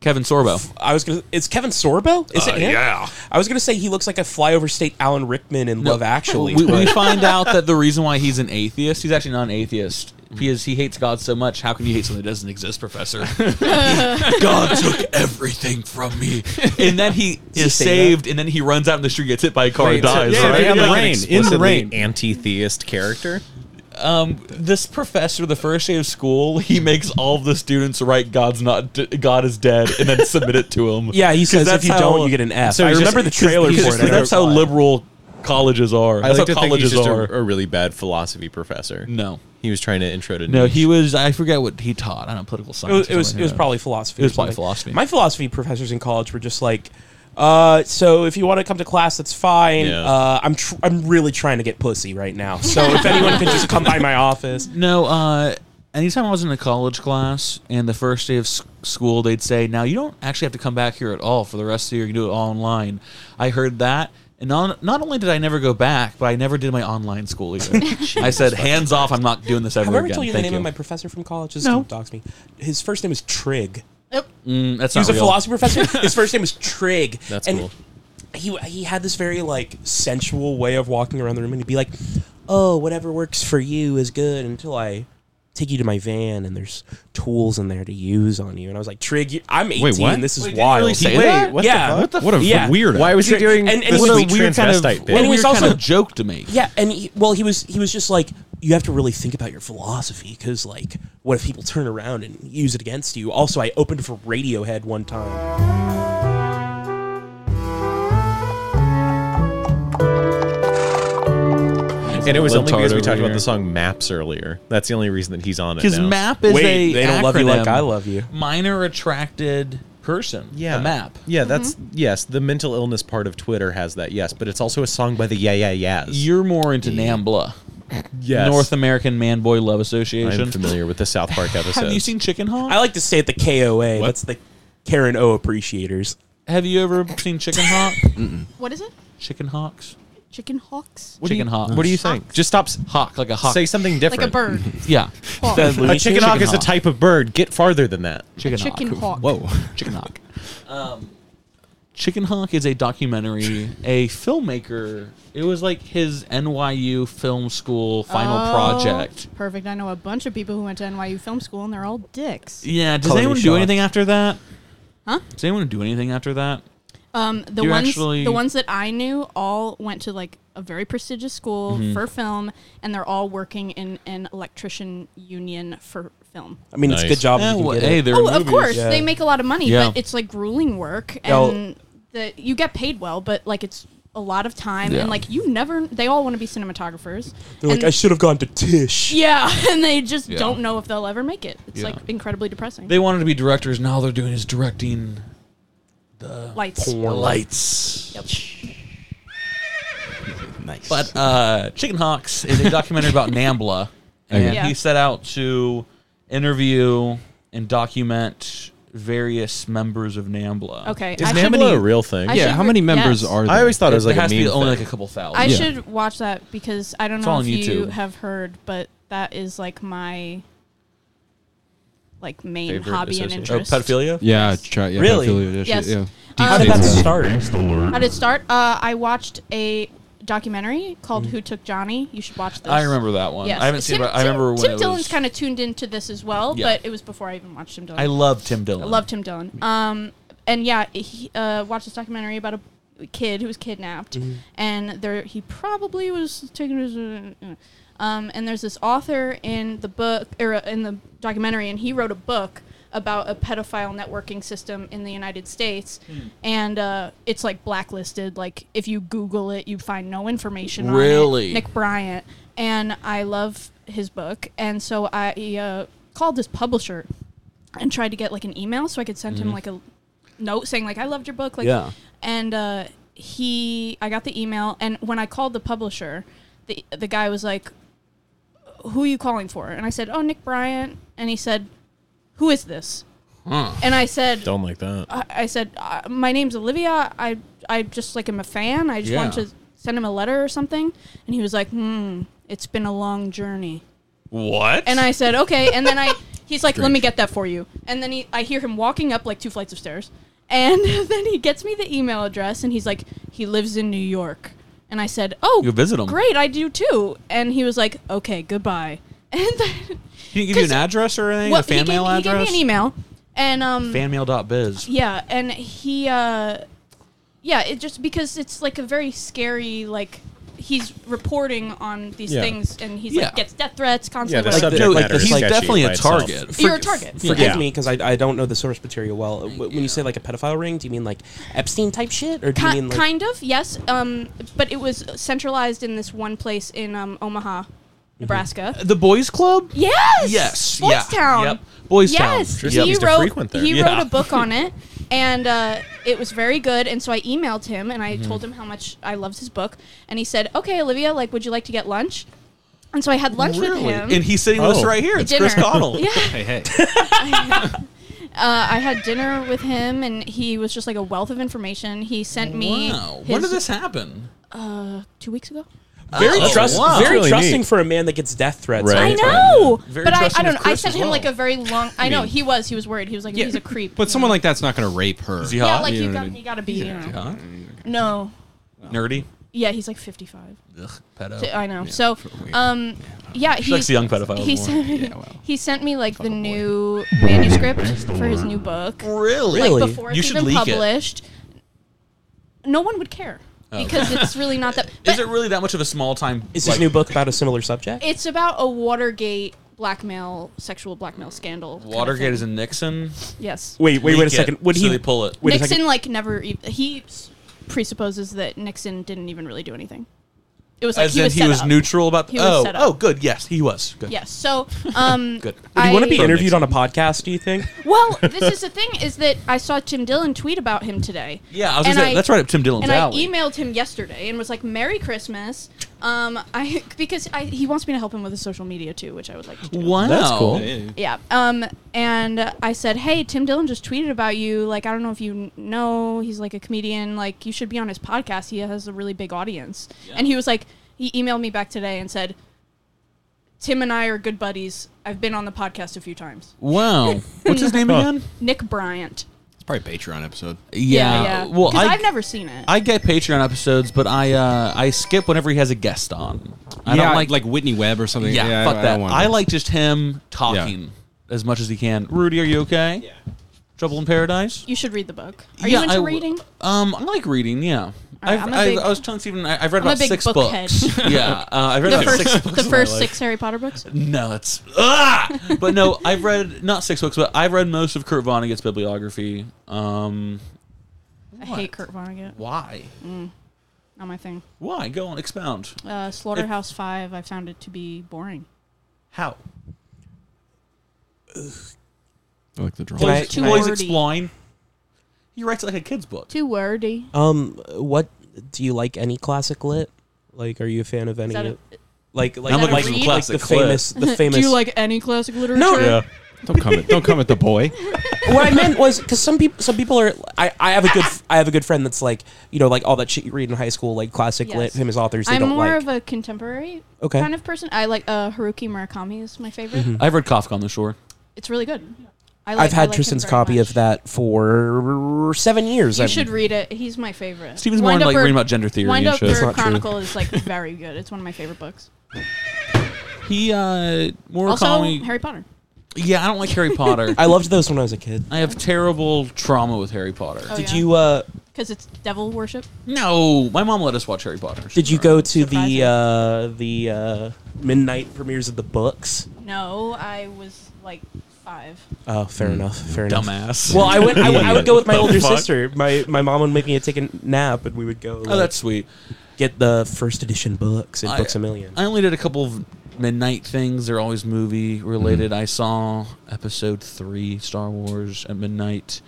Speaker 1: Kevin Sorbo.
Speaker 3: I was gonna. It's Kevin Sorbo. Is it
Speaker 1: Uh,
Speaker 3: him?
Speaker 1: yeah.
Speaker 3: I was gonna say he looks like a flyover state Alan Rickman in Love Actually.
Speaker 1: we, we
Speaker 3: but-
Speaker 1: find out that the reason why he's an atheist, he's actually not an atheist because he hates God so much. How can you hate something that doesn't exist, Professor? God took everything from me, and then he
Speaker 6: he
Speaker 1: is
Speaker 6: say
Speaker 1: saved, and then he runs out in the street, gets hit by a car,
Speaker 6: Wait,
Speaker 1: and
Speaker 6: so-
Speaker 1: dies.
Speaker 6: so
Speaker 1: right?
Speaker 6: they have, like, an explicitly
Speaker 1: anti-theist character. Um, this professor, the first day of school, he makes all of the students write "God's not d- God is dead" and then submit it to him.
Speaker 3: Yeah, he
Speaker 1: 'Cause
Speaker 3: says
Speaker 1: that's
Speaker 3: if you don't, you get an F. I
Speaker 1: he's
Speaker 3: remember the trailer
Speaker 1: he's
Speaker 3: for
Speaker 1: just-
Speaker 3: it. I
Speaker 1: That's how
Speaker 3: never-
Speaker 1: liberal colleges are.
Speaker 6: I
Speaker 1: That's
Speaker 6: like
Speaker 1: how
Speaker 6: to think
Speaker 1: colleges
Speaker 6: he's just
Speaker 1: are.
Speaker 6: a, a really bad philosophy professor.
Speaker 1: No,
Speaker 6: he was trying to intro to
Speaker 1: No,
Speaker 6: niche.
Speaker 1: he was. I forget what he taught. I don't know, political
Speaker 3: It
Speaker 1: science.
Speaker 3: was,
Speaker 1: or
Speaker 3: it was,
Speaker 1: something
Speaker 3: it was
Speaker 1: like that.
Speaker 3: probably philosophy.
Speaker 1: It
Speaker 3: or
Speaker 1: was probably
Speaker 3: something.
Speaker 1: philosophy.
Speaker 3: My philosophy professors in college were just like, uh, so if you want to come to class, that's fine.
Speaker 1: Yeah.
Speaker 3: Uh, I'm tr- I'm really trying to get pussy right now. So if anyone could just come by my office.
Speaker 1: No, uh, anytime I was in a college class and the first day of s- school, they'd say, "Now you don't actually have to come back here at all for the rest of the year. You can do it all online." I heard that, and not, not only did I never go back, but I never did my online school either. I said, "Hands off! I'm not doing this ever
Speaker 3: Have I ever
Speaker 1: again."
Speaker 3: told you the
Speaker 1: Thank
Speaker 3: name
Speaker 1: you.
Speaker 3: of my professor from college? This
Speaker 1: No.
Speaker 3: dude doxed me. His first name is Trig.
Speaker 1: Mm, that's
Speaker 3: he
Speaker 1: not
Speaker 3: was a
Speaker 1: real.
Speaker 3: philosophy professor. His first name was Trig.
Speaker 1: That's
Speaker 3: and
Speaker 1: cool.
Speaker 3: He he had this very like sensual way of walking around the room, and he'd be like, "Oh, whatever works for you is good." Until I take you to my van, and there's tools in there to use on you. And I was like, "Trig, you- I'm 18.
Speaker 6: Wait, what?
Speaker 3: This is
Speaker 6: Wait, did he
Speaker 3: wild."
Speaker 6: really say Wait, that? what the
Speaker 3: yeah.
Speaker 6: fuck? What the What a f- weirdo. Why was he
Speaker 3: Trig-
Speaker 6: doing this
Speaker 3: he was-
Speaker 6: sweet What a weird kind of- transvestite what a bit?
Speaker 3: And he was
Speaker 6: weird kind
Speaker 3: also
Speaker 6: of
Speaker 1: joke to me.
Speaker 3: Yeah, and he, well, he was he was just like, "You have to really think about your philosophy because like, what if people turn around and use it against you?" Also, I opened for Radiohead one time.
Speaker 6: and it was only
Speaker 1: Libtard
Speaker 6: because we
Speaker 1: over
Speaker 6: talked about
Speaker 1: here.
Speaker 6: the song Maps earlier. That's the only reason that he's on it.
Speaker 1: Because
Speaker 6: now.
Speaker 1: MAP is a acronym.
Speaker 6: Yeah,
Speaker 1: Minor attracted person.
Speaker 6: Yeah.
Speaker 1: A map.
Speaker 6: Yeah, that's yes. The mental illness part of Twitter has that. Yes, but it's also a song by the Yeah Yeah Yeahs.
Speaker 1: You're more into NAMBLA.
Speaker 6: Yes.
Speaker 1: North American Man Boy Love Association.
Speaker 6: I'm familiar with the South Park episode.
Speaker 1: Have you seen Chicken Hawk?
Speaker 3: I like to say it the KOA. That's the Karen O appreciators.
Speaker 1: Have you ever seen Chicken Hawk?
Speaker 2: What is it?
Speaker 1: Chicken Hawks.
Speaker 2: Chicken hawks?
Speaker 1: chicken Hawk.
Speaker 6: What do you think? Just stop. s-
Speaker 1: Hawk like a hawk.
Speaker 6: Say something different.
Speaker 2: Like a bird.
Speaker 1: Yeah.
Speaker 2: Hawk.
Speaker 6: a
Speaker 2: That
Speaker 6: chicken,
Speaker 1: Looney Tunes?
Speaker 6: hawk is
Speaker 1: Chicken
Speaker 6: a type of bird. Get farther than that.
Speaker 1: Chicken Hawk.
Speaker 2: Chicken hawk.
Speaker 1: Whoa. Chicken Hawk. Um, Chicken Hawk is a documentary. A filmmaker. It was like his NYU film school final
Speaker 2: Oh,
Speaker 1: project.
Speaker 2: Perfect. I know a bunch of people who went to NYU film school and they're all dicks.
Speaker 1: Yeah. Does
Speaker 3: Colored
Speaker 1: anyone do
Speaker 3: shots.
Speaker 1: anything after that?
Speaker 2: Huh?
Speaker 1: Does anyone do anything after that?
Speaker 2: Um, the
Speaker 1: You
Speaker 2: ones
Speaker 1: actually-
Speaker 2: the ones that I knew all went to like a very prestigious school
Speaker 1: Mhm.
Speaker 2: for film, and they're all working in an electrician union for film.
Speaker 3: I mean, it's a good job. if
Speaker 1: Yeah,
Speaker 6: Eh,
Speaker 3: you can
Speaker 1: well,
Speaker 3: get
Speaker 1: hey,
Speaker 3: it.
Speaker 1: they're
Speaker 2: oh, of course, they make a lot of money,
Speaker 1: Yeah.
Speaker 2: but it's like grueling work,
Speaker 3: Yeah, well-
Speaker 2: and the, you get paid well, but like it's a lot of time,
Speaker 3: Yeah.
Speaker 2: and like you never. They all want to be cinematographers.
Speaker 3: They're like,
Speaker 2: and-
Speaker 3: I should have gone to Tish.
Speaker 2: Yeah, and they just
Speaker 1: Yeah.
Speaker 2: don't know if they'll ever make it. It's
Speaker 1: Yeah.
Speaker 2: like incredibly depressing.
Speaker 1: They wanted to be directors, and all they're doing is directing
Speaker 2: lights.
Speaker 1: porn lights.
Speaker 2: Yep.
Speaker 1: Nice. But uh, Chicken Hawks is a documentary about Nambla, and
Speaker 2: Okay. Yeah.
Speaker 1: he set out to interview and document various members of Nambla.
Speaker 2: Okay,
Speaker 6: Is I should- Nambla a real thing? I
Speaker 4: yeah,
Speaker 6: should
Speaker 4: how
Speaker 6: re-
Speaker 4: many members
Speaker 2: yes.
Speaker 4: are there?
Speaker 6: I always thought it was
Speaker 1: There
Speaker 6: like
Speaker 1: has
Speaker 6: a
Speaker 1: to be
Speaker 6: meme
Speaker 1: only
Speaker 6: thing.
Speaker 1: like a couple thousand.
Speaker 2: I
Speaker 1: Oh, Yeah.
Speaker 2: should watch that because I don't
Speaker 1: It's all
Speaker 2: know
Speaker 1: on
Speaker 2: if you
Speaker 1: YouTube.
Speaker 2: have heard, but that is like my like main
Speaker 6: Favorite
Speaker 2: hobby and
Speaker 6: association. Oh,
Speaker 2: interest.
Speaker 1: pedophilia?
Speaker 4: Yeah, try, yeah,
Speaker 3: Really?
Speaker 4: pedophilia, that shit,
Speaker 2: Yes.
Speaker 4: yeah.
Speaker 2: Uh, How did that
Speaker 3: start?
Speaker 2: How did it start? Uh, I watched a documentary called "Who Took Johnny." You should watch this.
Speaker 1: I remember that one. I haven't seen it, but I remember when
Speaker 2: Tim
Speaker 1: it
Speaker 2: Dillon's
Speaker 1: was-
Speaker 2: kind of tuned into this as well,
Speaker 1: Yeah.
Speaker 2: but it was before I even watched Tim Dillon.
Speaker 1: I love Tim Dillon.
Speaker 2: I love Tim Dillon. Um, and yeah, he uh, watched this documentary about a kid who was kidnapped,
Speaker 13: Mhm.
Speaker 2: and there he probably was taken as. Um, and there's this author in the book or in the documentary, and he wrote a book about a pedophile networking system in the United States,
Speaker 13: Hmm.
Speaker 2: and uh, it's like blacklisted. Like if you Google it, you find no information. on it.
Speaker 1: Really?
Speaker 2: Nick Bryant, and I love his book, and so I uh, called this publisher and tried to get like an email so I could send him
Speaker 13: Mhm.
Speaker 2: like a note saying like I loved your book like
Speaker 13: Yeah.
Speaker 2: and uh, he I got the email and when I called the publisher the the guy was like who are you calling for and I said oh Nick Bryant and he said who is this
Speaker 6: Huh.
Speaker 2: and I said
Speaker 6: Don't like that.
Speaker 2: I, I said uh, my name's Olivia I I just like am a fan I just want
Speaker 6: Yeah.
Speaker 2: to send him a letter or something and he was like hmm it's been a long journey
Speaker 1: What?
Speaker 2: and I said, okay. And then I, he's like, let me
Speaker 1: Strange.
Speaker 2: get that for you. And then he, I hear him walking up like two flights of stairs. And then he gets me the email address and he's like, he lives in New York. And I said, oh,
Speaker 1: You visit him.
Speaker 2: Great, I do too. And he was like, okay, goodbye. And then,
Speaker 1: He didn't give you an address or anything?
Speaker 2: well,
Speaker 1: a fan
Speaker 2: he, gave,
Speaker 1: mail
Speaker 2: he gave
Speaker 1: address?
Speaker 2: me an email. And, um,
Speaker 1: Fanmail.biz.
Speaker 2: yeah, and he, uh, yeah, it just because it's like a very scary, like, he's reporting on these
Speaker 1: Yeah.
Speaker 2: things and he's
Speaker 1: Yeah.
Speaker 2: like gets death threats
Speaker 6: Yeah,
Speaker 2: constantly.
Speaker 6: the
Speaker 2: Like,
Speaker 6: subject
Speaker 3: the- like
Speaker 6: matter
Speaker 3: the-
Speaker 6: is
Speaker 3: he's
Speaker 6: sketchy
Speaker 3: definitely a
Speaker 6: by itself.
Speaker 1: target.
Speaker 2: You're a target.
Speaker 3: Forgive
Speaker 2: Yeah.
Speaker 3: me because I, I don't know the source material well. W- When you say like a pedophile ring, do you mean like Epstein type shit, or do you
Speaker 2: Ki-
Speaker 3: mean like
Speaker 2: kind of, yes. Um, but it was centralized in this one place in um, Omaha,
Speaker 3: Mm-hmm.
Speaker 2: Nebraska.
Speaker 1: The Boys Club?
Speaker 2: Yes.
Speaker 1: Uh, Yes.
Speaker 2: Boys
Speaker 1: yeah.
Speaker 2: Town.
Speaker 1: Yep. Boys Town.
Speaker 2: yes.
Speaker 1: Yep.
Speaker 2: He
Speaker 1: Used to
Speaker 2: wrote.
Speaker 1: frequent there.
Speaker 2: He
Speaker 1: Yeah.
Speaker 2: wrote a book on it, and uh, it was very good. And so I emailed him, and I
Speaker 3: Mm-hmm.
Speaker 13: Mhm.
Speaker 2: told him how much I loved his book, and he said, "Okay, Olivia, like, would you like to get lunch?" And so I had lunch with
Speaker 1: Really?
Speaker 2: him.
Speaker 1: And he's sitting with us
Speaker 3: Oh.
Speaker 2: Oh.
Speaker 1: right here. It's Chris
Speaker 2: Dinner.
Speaker 1: Connell.
Speaker 2: Yeah.
Speaker 1: hey.
Speaker 2: Uh, I had dinner with him, and he was just like a wealth of information. He sent me.
Speaker 1: Wow. When
Speaker 2: his-
Speaker 1: did this happen?
Speaker 2: Uh, two weeks ago.
Speaker 3: very
Speaker 1: Oh,
Speaker 3: trust,
Speaker 1: wow.
Speaker 3: very
Speaker 1: Really
Speaker 3: trusting
Speaker 1: neat.
Speaker 3: for a man that gets death threats? all
Speaker 2: I
Speaker 3: the time.
Speaker 2: know,
Speaker 1: Very
Speaker 2: but I, I
Speaker 1: trusting
Speaker 2: don't.
Speaker 1: of
Speaker 2: know. I
Speaker 1: Chris
Speaker 2: sent
Speaker 1: as
Speaker 2: him
Speaker 1: well.
Speaker 2: like a very long. I
Speaker 4: I
Speaker 2: know
Speaker 4: mean-
Speaker 2: he was. He was worried. He was like, he's a creep.
Speaker 4: But someone like that's not going to rape her.
Speaker 1: Is he
Speaker 2: yeah,
Speaker 1: hot?
Speaker 2: like
Speaker 4: You
Speaker 2: you
Speaker 4: know what
Speaker 2: got,
Speaker 4: I
Speaker 2: you
Speaker 4: mean?
Speaker 2: gotta be.
Speaker 1: He's
Speaker 2: you know.
Speaker 1: hot.
Speaker 2: No,
Speaker 1: Nerdy.
Speaker 2: yeah, he's like fifty-five.
Speaker 1: Ugh, pedo.
Speaker 2: So- I know. so, um, yeah,
Speaker 1: She
Speaker 2: he,
Speaker 1: likes the young pedophile
Speaker 2: He
Speaker 1: more.
Speaker 2: sent, he sent me like the new manuscript for his new book.
Speaker 1: Really?
Speaker 2: Like
Speaker 1: Really?
Speaker 2: before
Speaker 1: You
Speaker 2: it's
Speaker 1: should
Speaker 2: even
Speaker 1: leak it.
Speaker 2: published. No one would care
Speaker 1: Oh, okay.
Speaker 2: because it's really not that.
Speaker 1: Is it really that much of a small time?
Speaker 3: Is his new book about a similar subject?
Speaker 2: It's about a Watergate blackmail, sexual blackmail scandal. kind of
Speaker 1: Watergate
Speaker 2: thing.
Speaker 1: is a Nixon?
Speaker 2: Yes.
Speaker 3: Wait, wait, wait a
Speaker 1: Leak it,
Speaker 3: second. Would
Speaker 1: so
Speaker 3: he
Speaker 1: they pull it?
Speaker 2: e-, Nixon like never ev- he s- presupposes that Nixon didn't even really do anything. It was like
Speaker 1: As
Speaker 2: he
Speaker 1: in
Speaker 2: was
Speaker 1: he
Speaker 2: set
Speaker 1: was
Speaker 2: up.
Speaker 1: neutral about. The,
Speaker 2: He was
Speaker 1: oh,
Speaker 2: set up.
Speaker 1: oh, good. Yes, he was good.
Speaker 2: Yes. So, um,
Speaker 1: Good. Would
Speaker 3: Would you want to be
Speaker 2: I-
Speaker 3: interviewed on a podcast? Do you think?
Speaker 2: Well, this is the thing is that I saw Tim Dillon tweet about him today.
Speaker 1: Yeah, I was
Speaker 2: And
Speaker 1: gonna say, that's right up Tim Dillon's
Speaker 2: And
Speaker 1: alley.
Speaker 2: I emailed him yesterday and was like, "Merry Christmas." Um, I because I, he wants me to help him with his social media too, which I would like to do.
Speaker 1: Wow. That's cool. Yeah.
Speaker 2: Yeah. Um, and I said, "Hey, Tim Dillon just tweeted about you. Like, I don't know if you kn- know, he's like a comedian. Like, you should be on his podcast. He has a really big audience." And he was like, he emailed me back today and said, "Tim and I are good buddies. I've been on the podcast a few times."
Speaker 1: Wow. What's his name again?
Speaker 2: Nick Bryant.
Speaker 4: It's probably a Patreon episode.
Speaker 1: Yeah. Well,
Speaker 2: 'Cause
Speaker 1: I,
Speaker 2: I've never seen it.
Speaker 1: I get Patreon episodes, but I uh, I skip whenever he has a guest on. I
Speaker 4: Yeah,
Speaker 1: don't like
Speaker 4: like Whitney Webb or something.
Speaker 1: Yeah,
Speaker 4: Yeah, I-
Speaker 1: fuck
Speaker 4: I
Speaker 1: that.
Speaker 4: don't want
Speaker 1: I
Speaker 4: that.
Speaker 1: like just him talking as much as he can. Rudy, are you okay? Yeah. Trouble in Paradise.
Speaker 2: You should read the book. Are
Speaker 1: Yeah,
Speaker 2: you into
Speaker 1: I w-
Speaker 2: reading?
Speaker 1: Um, I like reading. Yeah. I've,
Speaker 2: I'm a
Speaker 1: i
Speaker 2: big-
Speaker 1: I was telling Stephen I- I've read
Speaker 2: I'm a
Speaker 1: about
Speaker 2: big
Speaker 1: six
Speaker 2: book head.
Speaker 1: books. yeah, uh, I've read
Speaker 2: the
Speaker 1: about
Speaker 2: first,
Speaker 1: six books.
Speaker 2: The
Speaker 1: in my
Speaker 2: first
Speaker 1: life.
Speaker 2: six Harry Potter books.
Speaker 1: No, it's ah! but no, I've read not six books, but I've read most of Kurt Vonnegut's bibliography. Um,
Speaker 2: I hate Kurt Vonnegut.
Speaker 1: Why?
Speaker 2: Mm, not my thing.
Speaker 1: why? Go on, expound.
Speaker 2: Uh, Slaughterhouse Five. I found it to be boring.
Speaker 1: How?
Speaker 4: I like the
Speaker 3: Can I-
Speaker 1: Please,
Speaker 3: can I-
Speaker 1: please explain. He writes like a kid's book.
Speaker 2: Too wordy.
Speaker 3: Um, what do you like? Any classic lit? Like, are you a fan of any?
Speaker 2: that a-
Speaker 3: like, like,
Speaker 1: I'm
Speaker 3: like,
Speaker 1: looking
Speaker 3: like,
Speaker 1: for
Speaker 3: the
Speaker 1: classic lit.
Speaker 3: famous, the famous.
Speaker 2: Do you like any classic literature?
Speaker 3: No.
Speaker 4: Don't come at don't come at the boy.
Speaker 3: what I meant was because some people, some people are. I, I have a good, I have a good friend that's like, you know, like all that shit you read in high school, like classic lit,
Speaker 2: Yes.
Speaker 3: famous authors. They
Speaker 2: I'm
Speaker 3: don't
Speaker 2: more
Speaker 3: like.
Speaker 2: of a contemporary
Speaker 3: Okay.
Speaker 2: kind of person. I like uh, Haruki Murakami is my favorite.
Speaker 1: I've read Kafka on the Shore.
Speaker 2: It's really good. I like,
Speaker 3: Mm-hmm. I've had
Speaker 2: I like him
Speaker 3: Tristan's
Speaker 2: very
Speaker 3: copy
Speaker 2: much.
Speaker 3: of that for seven years.
Speaker 2: You
Speaker 3: I've-
Speaker 2: should read it. He's my favorite.
Speaker 1: Steven's more into, like, reading about gender theory
Speaker 2: Wind
Speaker 1: and
Speaker 2: Up
Speaker 1: shit. That's
Speaker 2: Bird
Speaker 1: not true.
Speaker 2: Chronicle is like very good. It's one of my favorite books.
Speaker 1: He uh Murakami.
Speaker 2: Also, Harry Potter.
Speaker 1: yeah, I don't like Harry Potter.
Speaker 3: I loved those when I was a kid.
Speaker 1: I have terrible trauma with Harry Potter.
Speaker 2: Oh,
Speaker 3: Did
Speaker 2: yeah.
Speaker 3: you uh
Speaker 2: Because it's devil worship.
Speaker 1: No, my mom let us watch Harry Potter.
Speaker 3: did you go to the uh the uh midnight premieres of the books?
Speaker 2: No, I was like five.
Speaker 3: Oh, fair enough. Fair enough.
Speaker 1: Hmm. dumbass.
Speaker 3: Well, I would I, would- I would go with my
Speaker 1: The
Speaker 3: older
Speaker 1: fuck?
Speaker 3: sister. My my mom would make me take a nap and we would go like,
Speaker 1: Oh, that's sweet.
Speaker 3: Get the first edition books and
Speaker 1: I-
Speaker 3: books a million.
Speaker 1: I only did a couple of midnight things. They're always movie related.
Speaker 3: Mm-hmm.
Speaker 1: I saw episode three, Star Wars, at midnight.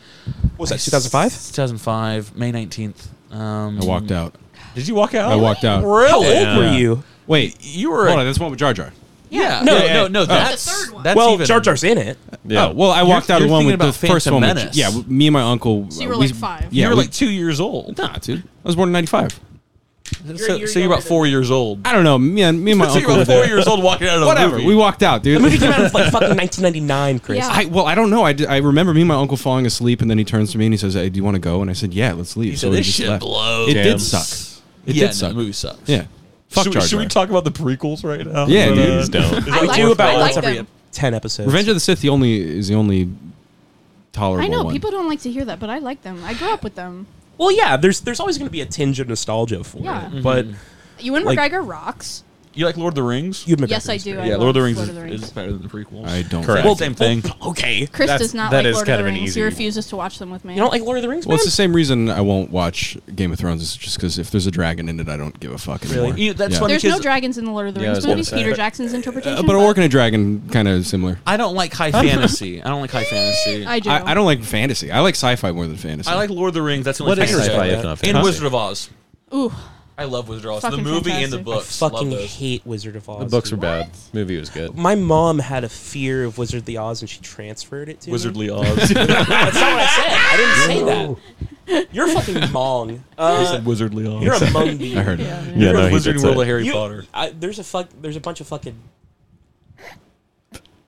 Speaker 1: What
Speaker 3: was that, 2005?
Speaker 1: 2005, May 19th. Um,
Speaker 4: I walked out.
Speaker 1: Did you walk out?
Speaker 4: I walked out.
Speaker 1: Really?
Speaker 3: How old were you?
Speaker 4: Wait,
Speaker 1: you were-
Speaker 4: Hold on, that's one with Jar Jar.
Speaker 1: Yeah.
Speaker 3: Yeah.
Speaker 1: No,
Speaker 3: Yeah,
Speaker 1: no,
Speaker 3: yeah.
Speaker 1: no.
Speaker 3: Oh.
Speaker 1: That's,
Speaker 3: The third
Speaker 1: that's,
Speaker 3: one. Well,
Speaker 1: even-
Speaker 3: Jar Jar's in it.
Speaker 4: Yeah. Oh, well, I
Speaker 1: You're-
Speaker 4: walked out
Speaker 1: you're
Speaker 4: of the one with
Speaker 1: thinking
Speaker 4: the
Speaker 1: about
Speaker 4: first one.
Speaker 1: Phantom
Speaker 4: With,
Speaker 1: Menace.
Speaker 4: yeah, w- me and my uncle.
Speaker 2: So you were
Speaker 4: uh,
Speaker 2: like five.
Speaker 4: Yeah,
Speaker 1: you were
Speaker 4: we-
Speaker 1: like two years old.
Speaker 4: Nah, dude. I was born in '95.
Speaker 1: so, so you're about four years old.
Speaker 4: I don't know. Me and me and my
Speaker 1: so
Speaker 4: uncle.
Speaker 1: you're about
Speaker 4: were
Speaker 1: four
Speaker 4: there.
Speaker 1: years old walking out of the
Speaker 4: Whatever.
Speaker 1: movie.
Speaker 4: We walked out, dude.
Speaker 3: The movie came out in like fucking 1999, Chris.
Speaker 2: Yeah.
Speaker 4: I, well, I don't know. I, d- I remember me and my uncle falling asleep, and then he turns to me and he says, hey, "Do you want to go?" And I said, "Yeah, let's leave."
Speaker 1: He said,
Speaker 4: we
Speaker 1: "This
Speaker 4: just
Speaker 1: shit
Speaker 4: left.
Speaker 1: blows."
Speaker 4: It
Speaker 1: Damn.
Speaker 4: did suck. It
Speaker 1: yeah,
Speaker 4: did suck.
Speaker 1: No, the movie sucks.
Speaker 4: Yeah. Fuck
Speaker 1: should,
Speaker 4: Jar
Speaker 1: we, should we
Speaker 4: Jar.
Speaker 1: talk about the prequels right now?
Speaker 4: Yeah,
Speaker 1: But,
Speaker 4: dude.
Speaker 1: uh,
Speaker 4: Please don't.
Speaker 1: is that
Speaker 2: I
Speaker 1: worth
Speaker 2: like
Speaker 1: it?
Speaker 3: do about
Speaker 2: I like
Speaker 3: once every
Speaker 2: them.
Speaker 3: ten episodes.
Speaker 4: Revenge of the Sith the only is the only tolerable
Speaker 2: I know
Speaker 4: one.
Speaker 2: people don't like to hear that, but I like them. I grew up with them.
Speaker 3: well, yeah. There's there's always going to be a tinge of nostalgia for
Speaker 2: Yeah.
Speaker 3: it, but
Speaker 2: Ewan
Speaker 3: Like-
Speaker 2: McGregor rocks.
Speaker 1: Mm-hmm. You like Lord of the Rings?
Speaker 3: Ewan
Speaker 2: Yes,
Speaker 3: McGregor
Speaker 2: I
Speaker 3: is
Speaker 2: do.
Speaker 3: great.
Speaker 2: I
Speaker 1: yeah,
Speaker 2: love
Speaker 1: Lord of the Rings
Speaker 2: Lord
Speaker 1: is,
Speaker 2: the
Speaker 1: is better than the prequels.
Speaker 4: I don't.
Speaker 6: Correct.
Speaker 1: Well, same thing.
Speaker 3: Okay.
Speaker 2: Chris
Speaker 6: That's-
Speaker 2: does not
Speaker 6: that
Speaker 2: like
Speaker 6: is
Speaker 2: Lord of
Speaker 6: kind of
Speaker 2: the
Speaker 6: an
Speaker 2: Rings. He
Speaker 6: easy-
Speaker 2: refuses to watch them with me.
Speaker 3: You don't like Lord of the Rings,
Speaker 4: Well,
Speaker 3: man?
Speaker 4: it's the same reason I won't watch Game of Thrones. It's just because if there's a dragon in it, I don't give a fuck anymore.
Speaker 1: You know, that's
Speaker 4: Yeah.
Speaker 1: funny
Speaker 2: There's no
Speaker 1: because
Speaker 2: dragons in the Lord of the
Speaker 6: Yeah, I
Speaker 2: Rings
Speaker 6: was gonna
Speaker 2: movies.
Speaker 6: say
Speaker 2: Peter
Speaker 6: that.
Speaker 2: Jackson's interpretation.
Speaker 4: Uh, but a orc and a dragon kind of similar.
Speaker 1: I don't like high fantasy. I don't like high fantasy.
Speaker 2: I do.
Speaker 4: I, I don't like fantasy. I like sci-fi more than fantasy.
Speaker 1: I like Lord of the Rings. That's the
Speaker 6: What
Speaker 1: only
Speaker 6: is
Speaker 1: thing I
Speaker 6: sci-fi
Speaker 1: like.
Speaker 6: if not
Speaker 1: And
Speaker 6: fantasy?
Speaker 1: Wizard of Oz.
Speaker 2: Ooh,
Speaker 1: I love Wizard of Oz.
Speaker 2: Fucking
Speaker 1: the movie and the
Speaker 2: fantastic.
Speaker 3: I
Speaker 1: books.
Speaker 3: fucking
Speaker 1: love those.
Speaker 3: hate Wizard of Oz.
Speaker 6: The books were
Speaker 3: dude.
Speaker 6: bad. Movie was good.
Speaker 3: My mom had a fear of Wizard of the Oz, and she transferred it to Me.
Speaker 1: Wizardly Oz.
Speaker 3: That's not what I said. I didn't say that. You're a fucking mong.
Speaker 1: I
Speaker 3: Uh,
Speaker 1: said Wizardly Oz.
Speaker 3: you're a mongey.
Speaker 4: I heard it.
Speaker 6: Yeah,
Speaker 1: You're a
Speaker 6: no, he did
Speaker 1: Wizarding
Speaker 6: say
Speaker 1: World
Speaker 6: it.
Speaker 1: of Harry
Speaker 3: You-
Speaker 1: Potter.
Speaker 3: I, there's a fuck. There's a bunch of fucking.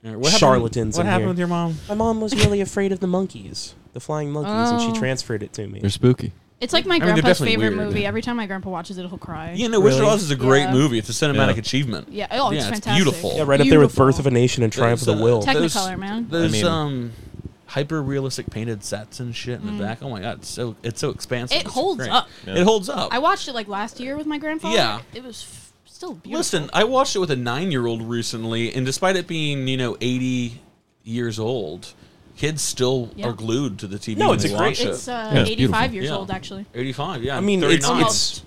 Speaker 1: What
Speaker 3: Charlatans
Speaker 1: What
Speaker 3: in
Speaker 1: happened
Speaker 3: here.
Speaker 1: with your mom?
Speaker 3: My mom was really afraid of the monkeys, the flying monkeys, and
Speaker 2: Oh.
Speaker 3: she transferred it to me.
Speaker 4: They're spooky.
Speaker 2: it's like my
Speaker 1: mean, they're
Speaker 2: grandpa's
Speaker 1: definitely
Speaker 2: favorite
Speaker 1: weird.
Speaker 2: movie. Every time my grandpa watches it, he'll cry.
Speaker 1: Yeah, no, Wizard of
Speaker 3: Really?
Speaker 1: Oz is a great
Speaker 2: Yeah.
Speaker 1: movie. It's a cinematic
Speaker 6: Yeah.
Speaker 1: achievement.
Speaker 2: Yeah, oh, it's
Speaker 1: it's
Speaker 2: fantastic.
Speaker 1: beautiful.
Speaker 3: yeah, right up there with
Speaker 2: Beautiful.
Speaker 3: Birth of a Nation and Triumph of the
Speaker 1: Those, uh,
Speaker 3: Will.
Speaker 1: those-
Speaker 2: Technicolor, man.
Speaker 1: Those
Speaker 6: I mean-
Speaker 1: um, hyper realistic painted sets and shit in the back. Oh my god, it's so it's so expansive.
Speaker 2: Mm. It
Speaker 1: It's
Speaker 2: holds
Speaker 1: great.
Speaker 2: up.
Speaker 1: It holds up.
Speaker 2: I watched it like last year with my grandfather.
Speaker 1: Yeah.
Speaker 2: it was f- still beautiful.
Speaker 1: Listen, I watched it with a nine year old recently, and despite it being you know eighty years old, kids still
Speaker 2: Yeah.
Speaker 1: are glued to the TV.
Speaker 3: No,
Speaker 1: when
Speaker 3: it's
Speaker 1: they
Speaker 3: a great-
Speaker 1: watch it.
Speaker 2: it's uh,
Speaker 4: Yeah, it's
Speaker 2: 85
Speaker 4: beautiful.
Speaker 2: years
Speaker 1: Yeah.
Speaker 2: old actually.
Speaker 1: Eighty five. Yeah,
Speaker 3: I mean, it's,
Speaker 1: 39.
Speaker 3: it's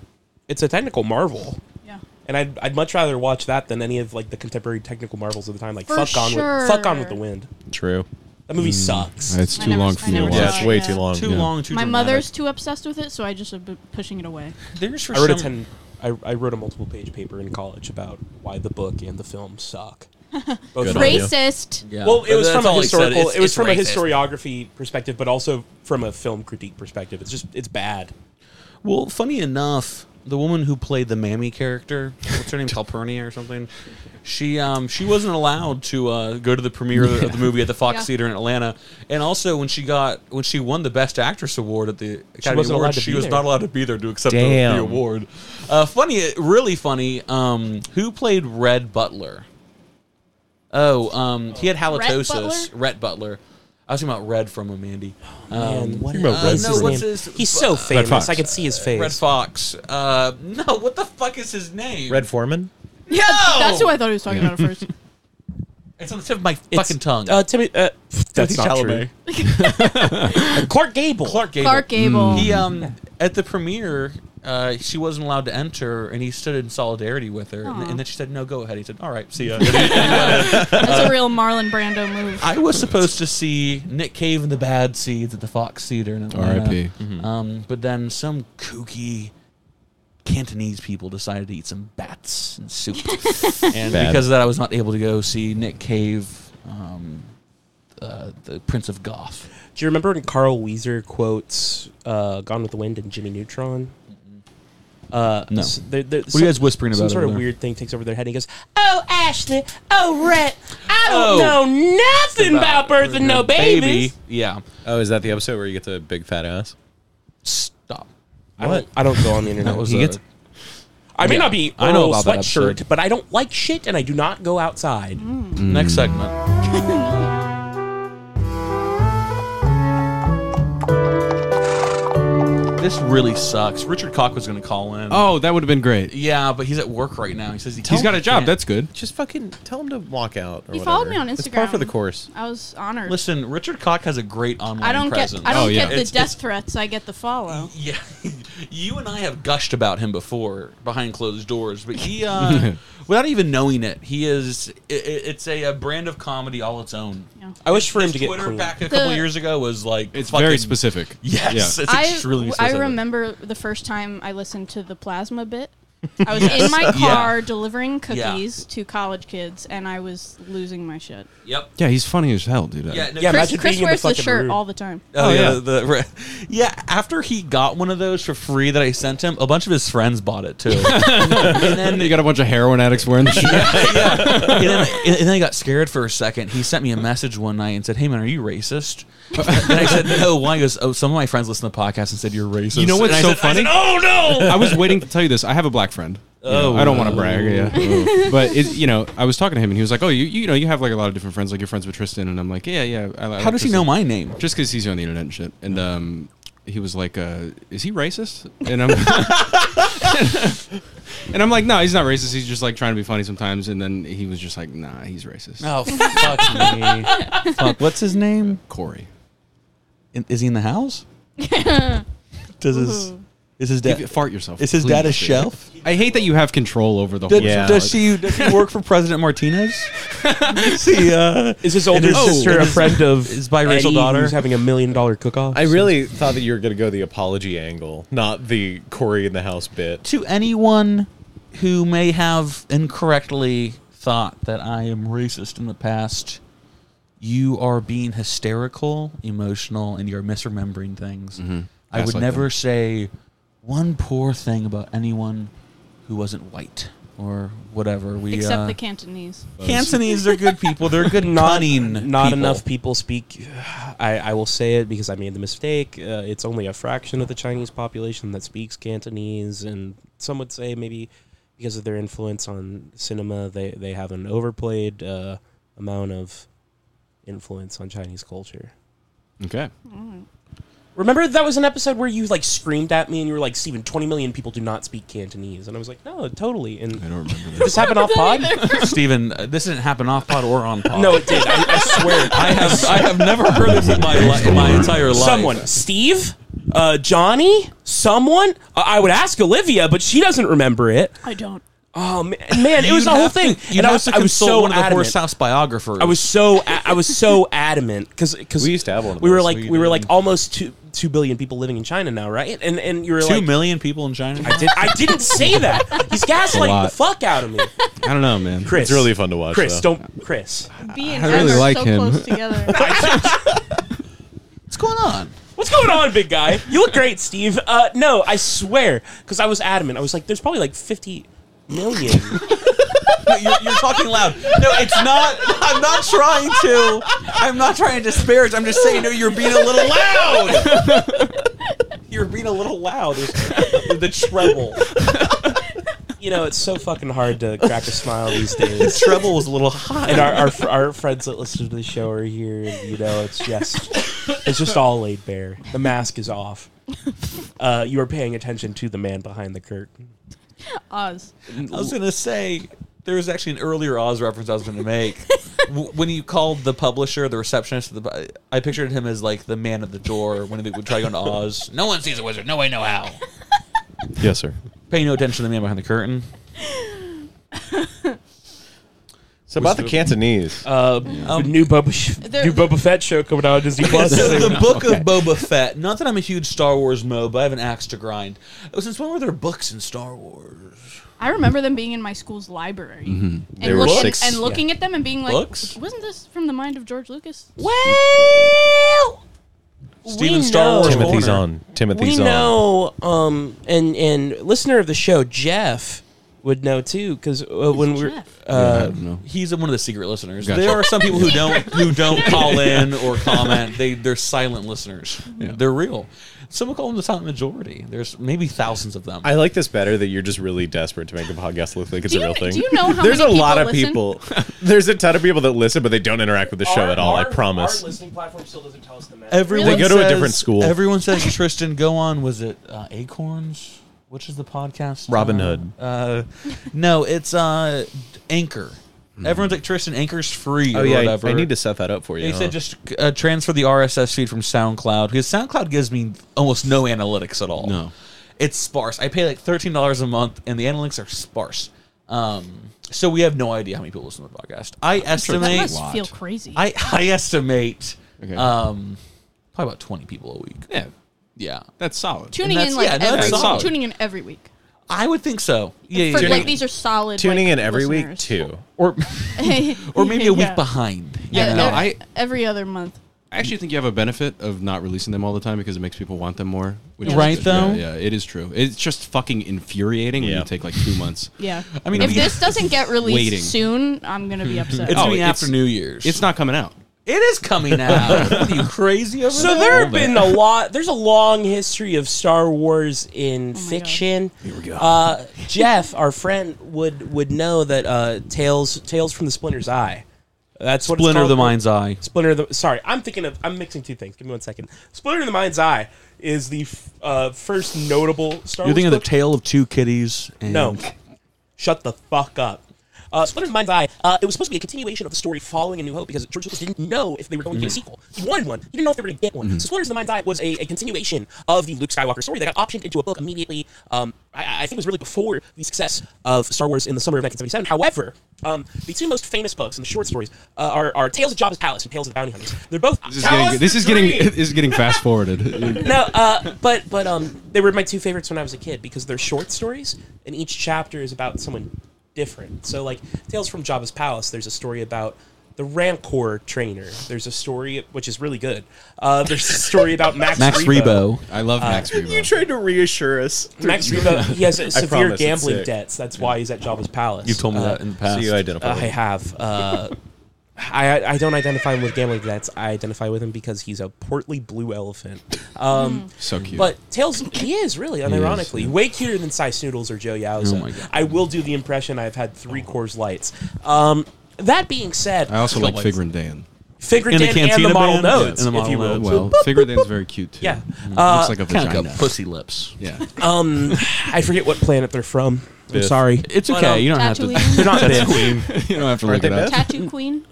Speaker 3: it's a technical marvel,
Speaker 2: Yeah,
Speaker 3: and and I'd, I'd much rather watch that than any of like the contemporary technical marvels of the time, like
Speaker 2: For
Speaker 3: fuck on
Speaker 2: sure.
Speaker 3: with fuck on with the wind.
Speaker 6: True.
Speaker 3: That movie
Speaker 4: Hmm.
Speaker 6: Mm.
Speaker 3: sucks.
Speaker 4: Uh,
Speaker 6: It's I too never- long for I me to never watch.
Speaker 1: Yeah, it's way too
Speaker 6: long.
Speaker 1: Too long, too
Speaker 2: My
Speaker 1: dramatic.
Speaker 2: mother's too obsessed with it, so I just have been pushing it away.
Speaker 1: There's for
Speaker 3: I wrote a
Speaker 1: some-
Speaker 3: ten. I, I wrote a multiple page paper in college about why the book and the film suck. Both
Speaker 2: Good
Speaker 3: from-
Speaker 2: on you. Racist. Yeah.
Speaker 3: Well, it
Speaker 2: But
Speaker 3: was
Speaker 2: that's
Speaker 3: from a
Speaker 2: all he said.
Speaker 3: historical.
Speaker 2: It's-
Speaker 3: it was
Speaker 2: it's
Speaker 3: from a
Speaker 2: racist.
Speaker 3: historiography perspective, but also from a film critique perspective. It's just it's bad.
Speaker 1: Well, funny enough, the woman who played the Mammy character, what's her name, Calpurnia or something, she um she wasn't allowed to uh, go to the premiere of the movie at the Fox
Speaker 3: Yeah.
Speaker 1: Theater in Atlanta, and also when she got when she won the Best Actress award at the Academy
Speaker 3: wasn't allowed
Speaker 1: Awards,
Speaker 3: to
Speaker 1: she
Speaker 3: be
Speaker 1: was
Speaker 3: there.
Speaker 1: not allowed to be there to accept the,
Speaker 3: Damn.
Speaker 1: the award. Uh, funny, really funny. Um, who played Red Butler? Oh, um, he had
Speaker 3: Rhett
Speaker 1: halitosis. Rhett Butler. I was talking about Red from him, Andy.
Speaker 3: Man,
Speaker 1: Um,
Speaker 3: what
Speaker 1: uh,
Speaker 3: is
Speaker 1: no,
Speaker 3: his
Speaker 1: what's
Speaker 3: name?
Speaker 1: his-
Speaker 3: He's so
Speaker 1: uh,
Speaker 3: famous. I can see his face.
Speaker 1: Red Fox. Uh, no, what the fuck is his name?
Speaker 6: Red Foreman.
Speaker 2: Yeah, that's who I thought he was talking about at first.
Speaker 1: It's on the tip of my
Speaker 3: It's-
Speaker 1: fucking tongue.
Speaker 3: Uh, Timmy, uh, that's not true. Clark Gable.
Speaker 1: Clark Gable.
Speaker 2: Clark Gable.
Speaker 1: He um at the premiere, uh, she wasn't allowed to enter, and he stood in solidarity with her, and,
Speaker 2: Aw.
Speaker 1: and then she said, "No, go ahead." He said, "All right, see ya."
Speaker 2: That's a real Marlon Brando move.
Speaker 1: I was supposed to see Nick Cave and the Bad Seeds at the Fox Theater in Atlanta.
Speaker 4: R.I.P..
Speaker 1: Um, but then some kooky Cantonese people decided to eat some bats and soup, and
Speaker 6: Bad.
Speaker 1: because of that, I was not able to go see Nick Cave, um, uh, the Prince of Goth.
Speaker 3: Do you remember when Carl Weezer quotes uh, "Gone with the Wind" and Jimmy Neutron? Uh,
Speaker 1: No.
Speaker 3: s- there- there-
Speaker 1: What are you guys whispering
Speaker 3: Some
Speaker 1: about
Speaker 3: sort
Speaker 1: over
Speaker 3: of
Speaker 1: there?
Speaker 3: weird thing takes over their head. and He goes,
Speaker 12: Oh, Ashley. Oh, Rhett. I
Speaker 3: Oh.
Speaker 12: don't know nothing about, birthing no babies.
Speaker 1: Yeah.
Speaker 6: Oh, is that the episode where you get the big fat ass?
Speaker 1: Stop.
Speaker 3: "I don't, I don't go on the internet."
Speaker 1: That was
Speaker 3: He
Speaker 1: a-
Speaker 3: gets- I may
Speaker 1: Yeah,
Speaker 3: not be
Speaker 1: I know
Speaker 3: Earl
Speaker 1: about that
Speaker 3: sweatshirt,
Speaker 1: episode.
Speaker 3: but I don't like shit, and I do not go outside.
Speaker 1: Mm.
Speaker 4: Hmm.
Speaker 1: Next segment. This really sucks. Richard Koch was going to call in.
Speaker 4: Oh, that would have been great.
Speaker 1: Yeah, but he's at work right now. He says he
Speaker 4: He's got a job. That's good.
Speaker 6: Just fucking tell him to walk out. Or
Speaker 2: He
Speaker 6: whatever.
Speaker 2: followed me on
Speaker 6: It's par
Speaker 2: Instagram.
Speaker 6: for the course.
Speaker 2: I was honored.
Speaker 1: Listen, Richard Koch has a great online
Speaker 2: I don't
Speaker 1: presence.
Speaker 2: get I
Speaker 4: Oh,
Speaker 2: don't get the
Speaker 1: It's-
Speaker 2: death threats. I get the follow.
Speaker 1: Oh, Yeah, you and I have gushed about him before behind closed doors, but he, uh, without even knowing it, he is. i i it's a, uh brand of comedy all its own.
Speaker 2: Yeah.
Speaker 3: I wish for him to get
Speaker 1: Twitter
Speaker 3: clean.
Speaker 1: back a
Speaker 2: The-
Speaker 1: couple years ago was like
Speaker 4: It's
Speaker 1: fucking-
Speaker 4: very specific.
Speaker 1: Yes,
Speaker 4: Yeah.
Speaker 1: it's extremely
Speaker 2: I
Speaker 1: specific.
Speaker 2: remember the first time I listened to the plasma bit. I was in my
Speaker 1: Yes. Yeah.
Speaker 2: car delivering
Speaker 1: Yeah.
Speaker 2: cookies to college kids, and I was losing my shit.
Speaker 1: Yep.
Speaker 4: Yeah, he's funny as hell, dude.
Speaker 1: Yeah, no,
Speaker 3: Yeah,
Speaker 2: Chris,
Speaker 3: imagine
Speaker 2: Chris
Speaker 3: being in the
Speaker 2: wears the,
Speaker 3: fucking
Speaker 2: shirt
Speaker 3: room.
Speaker 2: all the time.
Speaker 1: Oh,
Speaker 4: Oh,
Speaker 1: yeah,
Speaker 4: yeah.
Speaker 1: the- re- yeah. After he got one of those for free that I sent him, a bunch of his friends bought it too. and then
Speaker 4: You got a bunch of heroin addicts wearing the shirt.
Speaker 1: and then, and then I got scared for a second. He sent me a message one night and said, "Hey man, are you racist?" and I said, "No." Why? He goes, "Oh, some of my friends listen to the podcast and said you're racist."
Speaker 4: You know what's
Speaker 1: And I
Speaker 4: so
Speaker 1: said- I said,
Speaker 4: funny?
Speaker 1: oh no!
Speaker 4: I was waiting to tell you this. I have a black friend. You know,
Speaker 1: Oh.
Speaker 4: I don't want to brag, yeah. but it, you know, I was talking to him, and he was like, "Oh, you, you know, you have like a lot of different friends. Like you're friends with Tristan." And I'm like, "Yeah, yeah." I, I
Speaker 1: How does he know my name?
Speaker 4: Just because he's on the internet and shit. And um, he was like, uh, "Is he racist?" And I'm, and I'm like, "No, he's not racist. He's just like trying to be funny sometimes." And then he was just like, "Nah, he's racist."
Speaker 1: Oh fuck me! Fuck. What's his name?
Speaker 4: Uh, Corey.
Speaker 1: In- Is he in the house? Does his is his
Speaker 4: You
Speaker 1: dad
Speaker 4: fart yourself.
Speaker 1: is his
Speaker 4: please,
Speaker 1: dad a
Speaker 4: dude.
Speaker 1: shelf?
Speaker 4: I hate that you have control over the whole.
Speaker 1: Did,
Speaker 6: Yeah.
Speaker 1: Does she does he work for President Martinez? See, uh,
Speaker 3: Is his older
Speaker 1: is- oh,
Speaker 3: sister a
Speaker 1: is-
Speaker 3: friend of
Speaker 1: is biracial
Speaker 3: Eddie
Speaker 1: daughter?
Speaker 3: who's having a million dollar cook off?
Speaker 6: I really thought that you were going to go the apology angle, not the Corey in the house bit.
Speaker 1: to anyone who may have incorrectly thought that I am racist in the past, you are being hysterical, emotional, and you're misremembering things. I would
Speaker 4: Gaslight
Speaker 1: never say one poor thing about anyone who wasn't white or whatever. We
Speaker 2: Except
Speaker 1: uh,
Speaker 2: the Cantonese.
Speaker 1: Cantonese are good people. They're good,
Speaker 3: not,
Speaker 1: cunning.
Speaker 3: not
Speaker 1: people.
Speaker 3: enough people speak. I, I will say it because I made the mistake. Uh, it's only a fraction of the Chinese population that speaks Cantonese, and some would say maybe because of their influence on cinema, they, they have an overplayed uh, amount of influence on Chinese culture.
Speaker 4: Okay.
Speaker 3: Remember that was an episode where you like screamed at me and you were like, "Steven, twenty million people do not speak Cantonese," and I was like, "No, totally."
Speaker 4: I
Speaker 3: And
Speaker 4: don't remember. That.
Speaker 3: this happened off pod.
Speaker 1: Stephen, uh, this didn't happen off pod or on pod.
Speaker 3: No, it did. I, I swear.
Speaker 1: I have I have never heard this in my li- in my entire life.
Speaker 3: Someone. Steve? Uh, Johnny? Someone? I I would ask Olivia, but she doesn't remember it.
Speaker 2: I don't.
Speaker 3: Oh man, man, it
Speaker 1: You'd
Speaker 3: was the whole
Speaker 1: have to-
Speaker 3: thing.
Speaker 1: you'd
Speaker 3: and I
Speaker 1: have
Speaker 3: was,
Speaker 1: to
Speaker 3: I was
Speaker 1: consult
Speaker 3: so
Speaker 1: one of the
Speaker 3: adamant.
Speaker 1: horse house biographers.
Speaker 3: I was so a- I was so adamant because because we used to have one.
Speaker 1: of
Speaker 3: we were
Speaker 1: those.
Speaker 3: like
Speaker 1: We
Speaker 3: we, were
Speaker 1: did.
Speaker 3: like almost two two billion people living in China now, right? And and you were
Speaker 1: Two
Speaker 3: like
Speaker 1: million people in China.
Speaker 3: I did. I didn't say that. He's gaslighting the
Speaker 1: lot.
Speaker 3: fuck out of me.
Speaker 4: I don't know, man.
Speaker 3: Chris, Chris,
Speaker 4: though.
Speaker 3: don't Chris.
Speaker 2: B and
Speaker 4: I really
Speaker 2: M are
Speaker 4: like
Speaker 2: so
Speaker 4: him.
Speaker 2: close together.
Speaker 1: What's going on?
Speaker 3: What's going on, big guy? You look great, Steve. Uh, no, I swear, because I was adamant. I was like, there's probably like 50 million.
Speaker 1: you're, you're talking loud. No, it's not. I'm not trying to. I'm not trying to disparage. I'm just saying, no, you're being a little loud. You're being a little loud. is The treble.
Speaker 3: you know, it's so fucking hard to crack a smile these days.
Speaker 1: The treble was a little high.
Speaker 3: And our, our, fr- our friends that listen to the show are here, and you know, it's just it's just all laid bare. The mask is off. Uh, you are paying attention to the man behind the curtain.
Speaker 2: Oz.
Speaker 1: I was gonna say there was actually an earlier Oz reference I was gonna make W- when you called the publisher, the receptionist. Of the, I pictured him as like the man at the door when they would try to go into Oz. No one sees a wizard. No way, no how.
Speaker 6: Yes, sir.
Speaker 1: Pay no attention to the man behind the curtain.
Speaker 6: So about the Cantonese.
Speaker 3: Uh, the new Boba, new Boba Fett show coming out on Disney Plus.
Speaker 1: So the book
Speaker 3: Okay.
Speaker 1: of Boba Fett. Not that I'm a huge Star Wars mo, but I have an axe to grind. Oh, Since when were there books in Star Wars?
Speaker 2: I remember them being in my school's library
Speaker 1: Mhm.
Speaker 2: and,
Speaker 1: There were
Speaker 2: looking,
Speaker 1: six-
Speaker 2: and looking at them and being like,
Speaker 1: Books?
Speaker 2: "Wasn't this from the mind of George Lucas?"
Speaker 3: Well,
Speaker 1: Steven
Speaker 3: we
Speaker 1: Star
Speaker 3: know-
Speaker 1: Wars
Speaker 6: Timothy's Corner. on. Timothy's on.
Speaker 3: we know, um, and and listener of the show Jeff would know too because uh, when we're
Speaker 1: Yeah, I
Speaker 3: uh,
Speaker 1: don't know. he's one of the secret listeners.
Speaker 3: Gotcha.
Speaker 1: There are some people who don't who don't call in or comment. They they're silent listeners. They're real. Some call them the silent majority. There's maybe thousands of them.
Speaker 6: I like this better that you're just really desperate to make the podcast look like it's
Speaker 1: Do
Speaker 6: a
Speaker 1: you-
Speaker 6: real thing.
Speaker 1: do you know how
Speaker 6: There's
Speaker 1: many
Speaker 6: a lot
Speaker 1: people
Speaker 6: of people. There's a ton of people that listen, but they don't interact with the show
Speaker 3: Our-
Speaker 6: at all. I
Speaker 3: our-
Speaker 6: promise.
Speaker 3: Our listening platform still doesn't tell us the math.
Speaker 1: Everyone
Speaker 6: They go to a
Speaker 1: says-
Speaker 6: different school.
Speaker 1: Everyone says Tristan. Go on. Was it uh, Acorns? Which is the podcast?
Speaker 6: Robin
Speaker 1: Uh,
Speaker 6: Hood.
Speaker 1: Uh, no, it's uh, Anchor.
Speaker 6: Hmm.
Speaker 1: Everyone's like Tristan. Anchor's free.
Speaker 6: Oh,
Speaker 1: or
Speaker 6: yeah, I-
Speaker 1: whatever.
Speaker 6: I need to set that up for you,
Speaker 1: They
Speaker 6: huh?
Speaker 1: said just uh, transfer the RSS feed from SoundCloud because SoundCloud gives me almost no analytics at all. No, it's sparse. I pay like thirteen dollars a month, and the analytics are sparse. Um, so we have no idea how many people listen to the podcast. I
Speaker 2: sure
Speaker 1: estimate
Speaker 2: that's a That must feel lot. crazy.
Speaker 1: I I estimate um, probably about twenty people a week. Yeah, yeah,
Speaker 4: that's solid.
Speaker 2: Tuning in like every tuning in every week.
Speaker 1: I would think so. Yeah, yeah,
Speaker 2: For,
Speaker 1: yeah.
Speaker 2: like these are solid.
Speaker 6: Tuning
Speaker 2: like,
Speaker 6: in every week
Speaker 2: listeners.
Speaker 6: too.
Speaker 1: Or
Speaker 2: or maybe a week Yeah.
Speaker 1: behind.
Speaker 4: Yeah,
Speaker 2: Uh,
Speaker 4: no,
Speaker 2: ev-
Speaker 4: I
Speaker 2: every other month.
Speaker 4: I actually think you have a benefit of not releasing them all the time because it makes people want them more. Which is
Speaker 1: Right,
Speaker 4: true.
Speaker 1: though?
Speaker 4: Yeah, yeah, it is true. It's just fucking infuriating when you take like two months.
Speaker 2: Yeah.
Speaker 4: I mean,
Speaker 2: if
Speaker 4: we-
Speaker 2: this doesn't get released
Speaker 4: Waiting.
Speaker 2: soon, I'm gonna be upset.
Speaker 4: Oh,
Speaker 1: New Year's.
Speaker 4: It's not coming out.
Speaker 1: It is coming out. What are you crazy over
Speaker 3: So
Speaker 1: there
Speaker 3: there have been a lot. There's a long history of Star Wars in fiction. Here we go. Uh, Jeff, our friend, would would know that uh, tales tales from the Splinter's Eye. That's what
Speaker 1: Splinter
Speaker 3: it's
Speaker 1: of the
Speaker 3: called.
Speaker 1: Mind's Eye.
Speaker 3: Splinter of the. Sorry, I'm thinking of. I'm mixing two things. Give me one second. Splinter of the Mind's Eye is the f- uh, first notable Star
Speaker 1: You're
Speaker 3: Wars.
Speaker 1: thinking of
Speaker 3: book.
Speaker 1: the Tale of Two Kitties. And
Speaker 3: No. Shut the fuck up. Uh, Splinter of the Mind's Eye, uh, it was supposed to be a continuation of the story following A New Hope because George Lucas didn't know if they were going to get a
Speaker 1: Mhm.
Speaker 3: sequel. He wanted one. He didn't know if they were going to get one.
Speaker 1: Mhm.
Speaker 3: So Splinter of the Mind's Eye was a, a continuation of the Luke Skywalker story that got optioned into a book immediately. Um, I, I think it was really before the success of Star Wars in the summer of 1977. However, um, the two most famous books and the short stories uh, are, are Tales of Jabba's Palace and Tales of the Bounty Hunters. They're both.
Speaker 4: This is getting this is getting this is getting fast forwarded.
Speaker 3: no, uh, but but um, they were my two favorites when I was a kid because they're short stories, and each chapter is about someone different. So like Tales from Jabba's Palace, there's a story about the Rancor trainer. There's a story which is really good. Uh, there's a story about Max,
Speaker 1: Max Rebo.
Speaker 4: I love
Speaker 3: Uh,
Speaker 4: Max Rebo.
Speaker 6: You tried to reassure us.
Speaker 3: Max
Speaker 6: through-
Speaker 3: Rebo, he has
Speaker 6: I promise
Speaker 3: severe
Speaker 6: it's
Speaker 3: gambling
Speaker 6: sick.
Speaker 3: debts. That's why he's at Jabba's palace.
Speaker 1: You've told me that in the past. So you identify
Speaker 3: uh,
Speaker 1: with
Speaker 3: I
Speaker 1: him.
Speaker 3: have. Uh, I I don't identify him with gambling debts. I identify with him because he's a portly blue elephant. Um,
Speaker 4: Mm. So cute.
Speaker 3: But Tails, he is really,
Speaker 4: is,
Speaker 3: unironically,
Speaker 4: yeah.
Speaker 3: way cuter than Cy Snoodles or Joe Yowza.
Speaker 4: Oh my God.
Speaker 3: I will do the impression I've had three Coors Lights. Um, that being said,
Speaker 4: I also like Figrin Dan.
Speaker 3: Figrin Dan and the model nodes, if you will.
Speaker 4: Well, Figrin Dan's very cute too.
Speaker 3: Yeah.
Speaker 4: Mm, looks
Speaker 3: Uh,
Speaker 4: like a
Speaker 3: Kinda
Speaker 4: vagina.
Speaker 3: got
Speaker 1: pussy lips.
Speaker 4: Yeah.
Speaker 3: Um, I forget what planet they're from. I'm
Speaker 4: Biff.
Speaker 3: sorry. um,
Speaker 4: It's
Speaker 2: Oh,
Speaker 4: okay, you don't have to- Tatooine?
Speaker 3: They're not
Speaker 4: Tatooine.
Speaker 3: Biff.
Speaker 4: You don't have to Aren't look it they up. Biff?
Speaker 2: Tattoo Queen.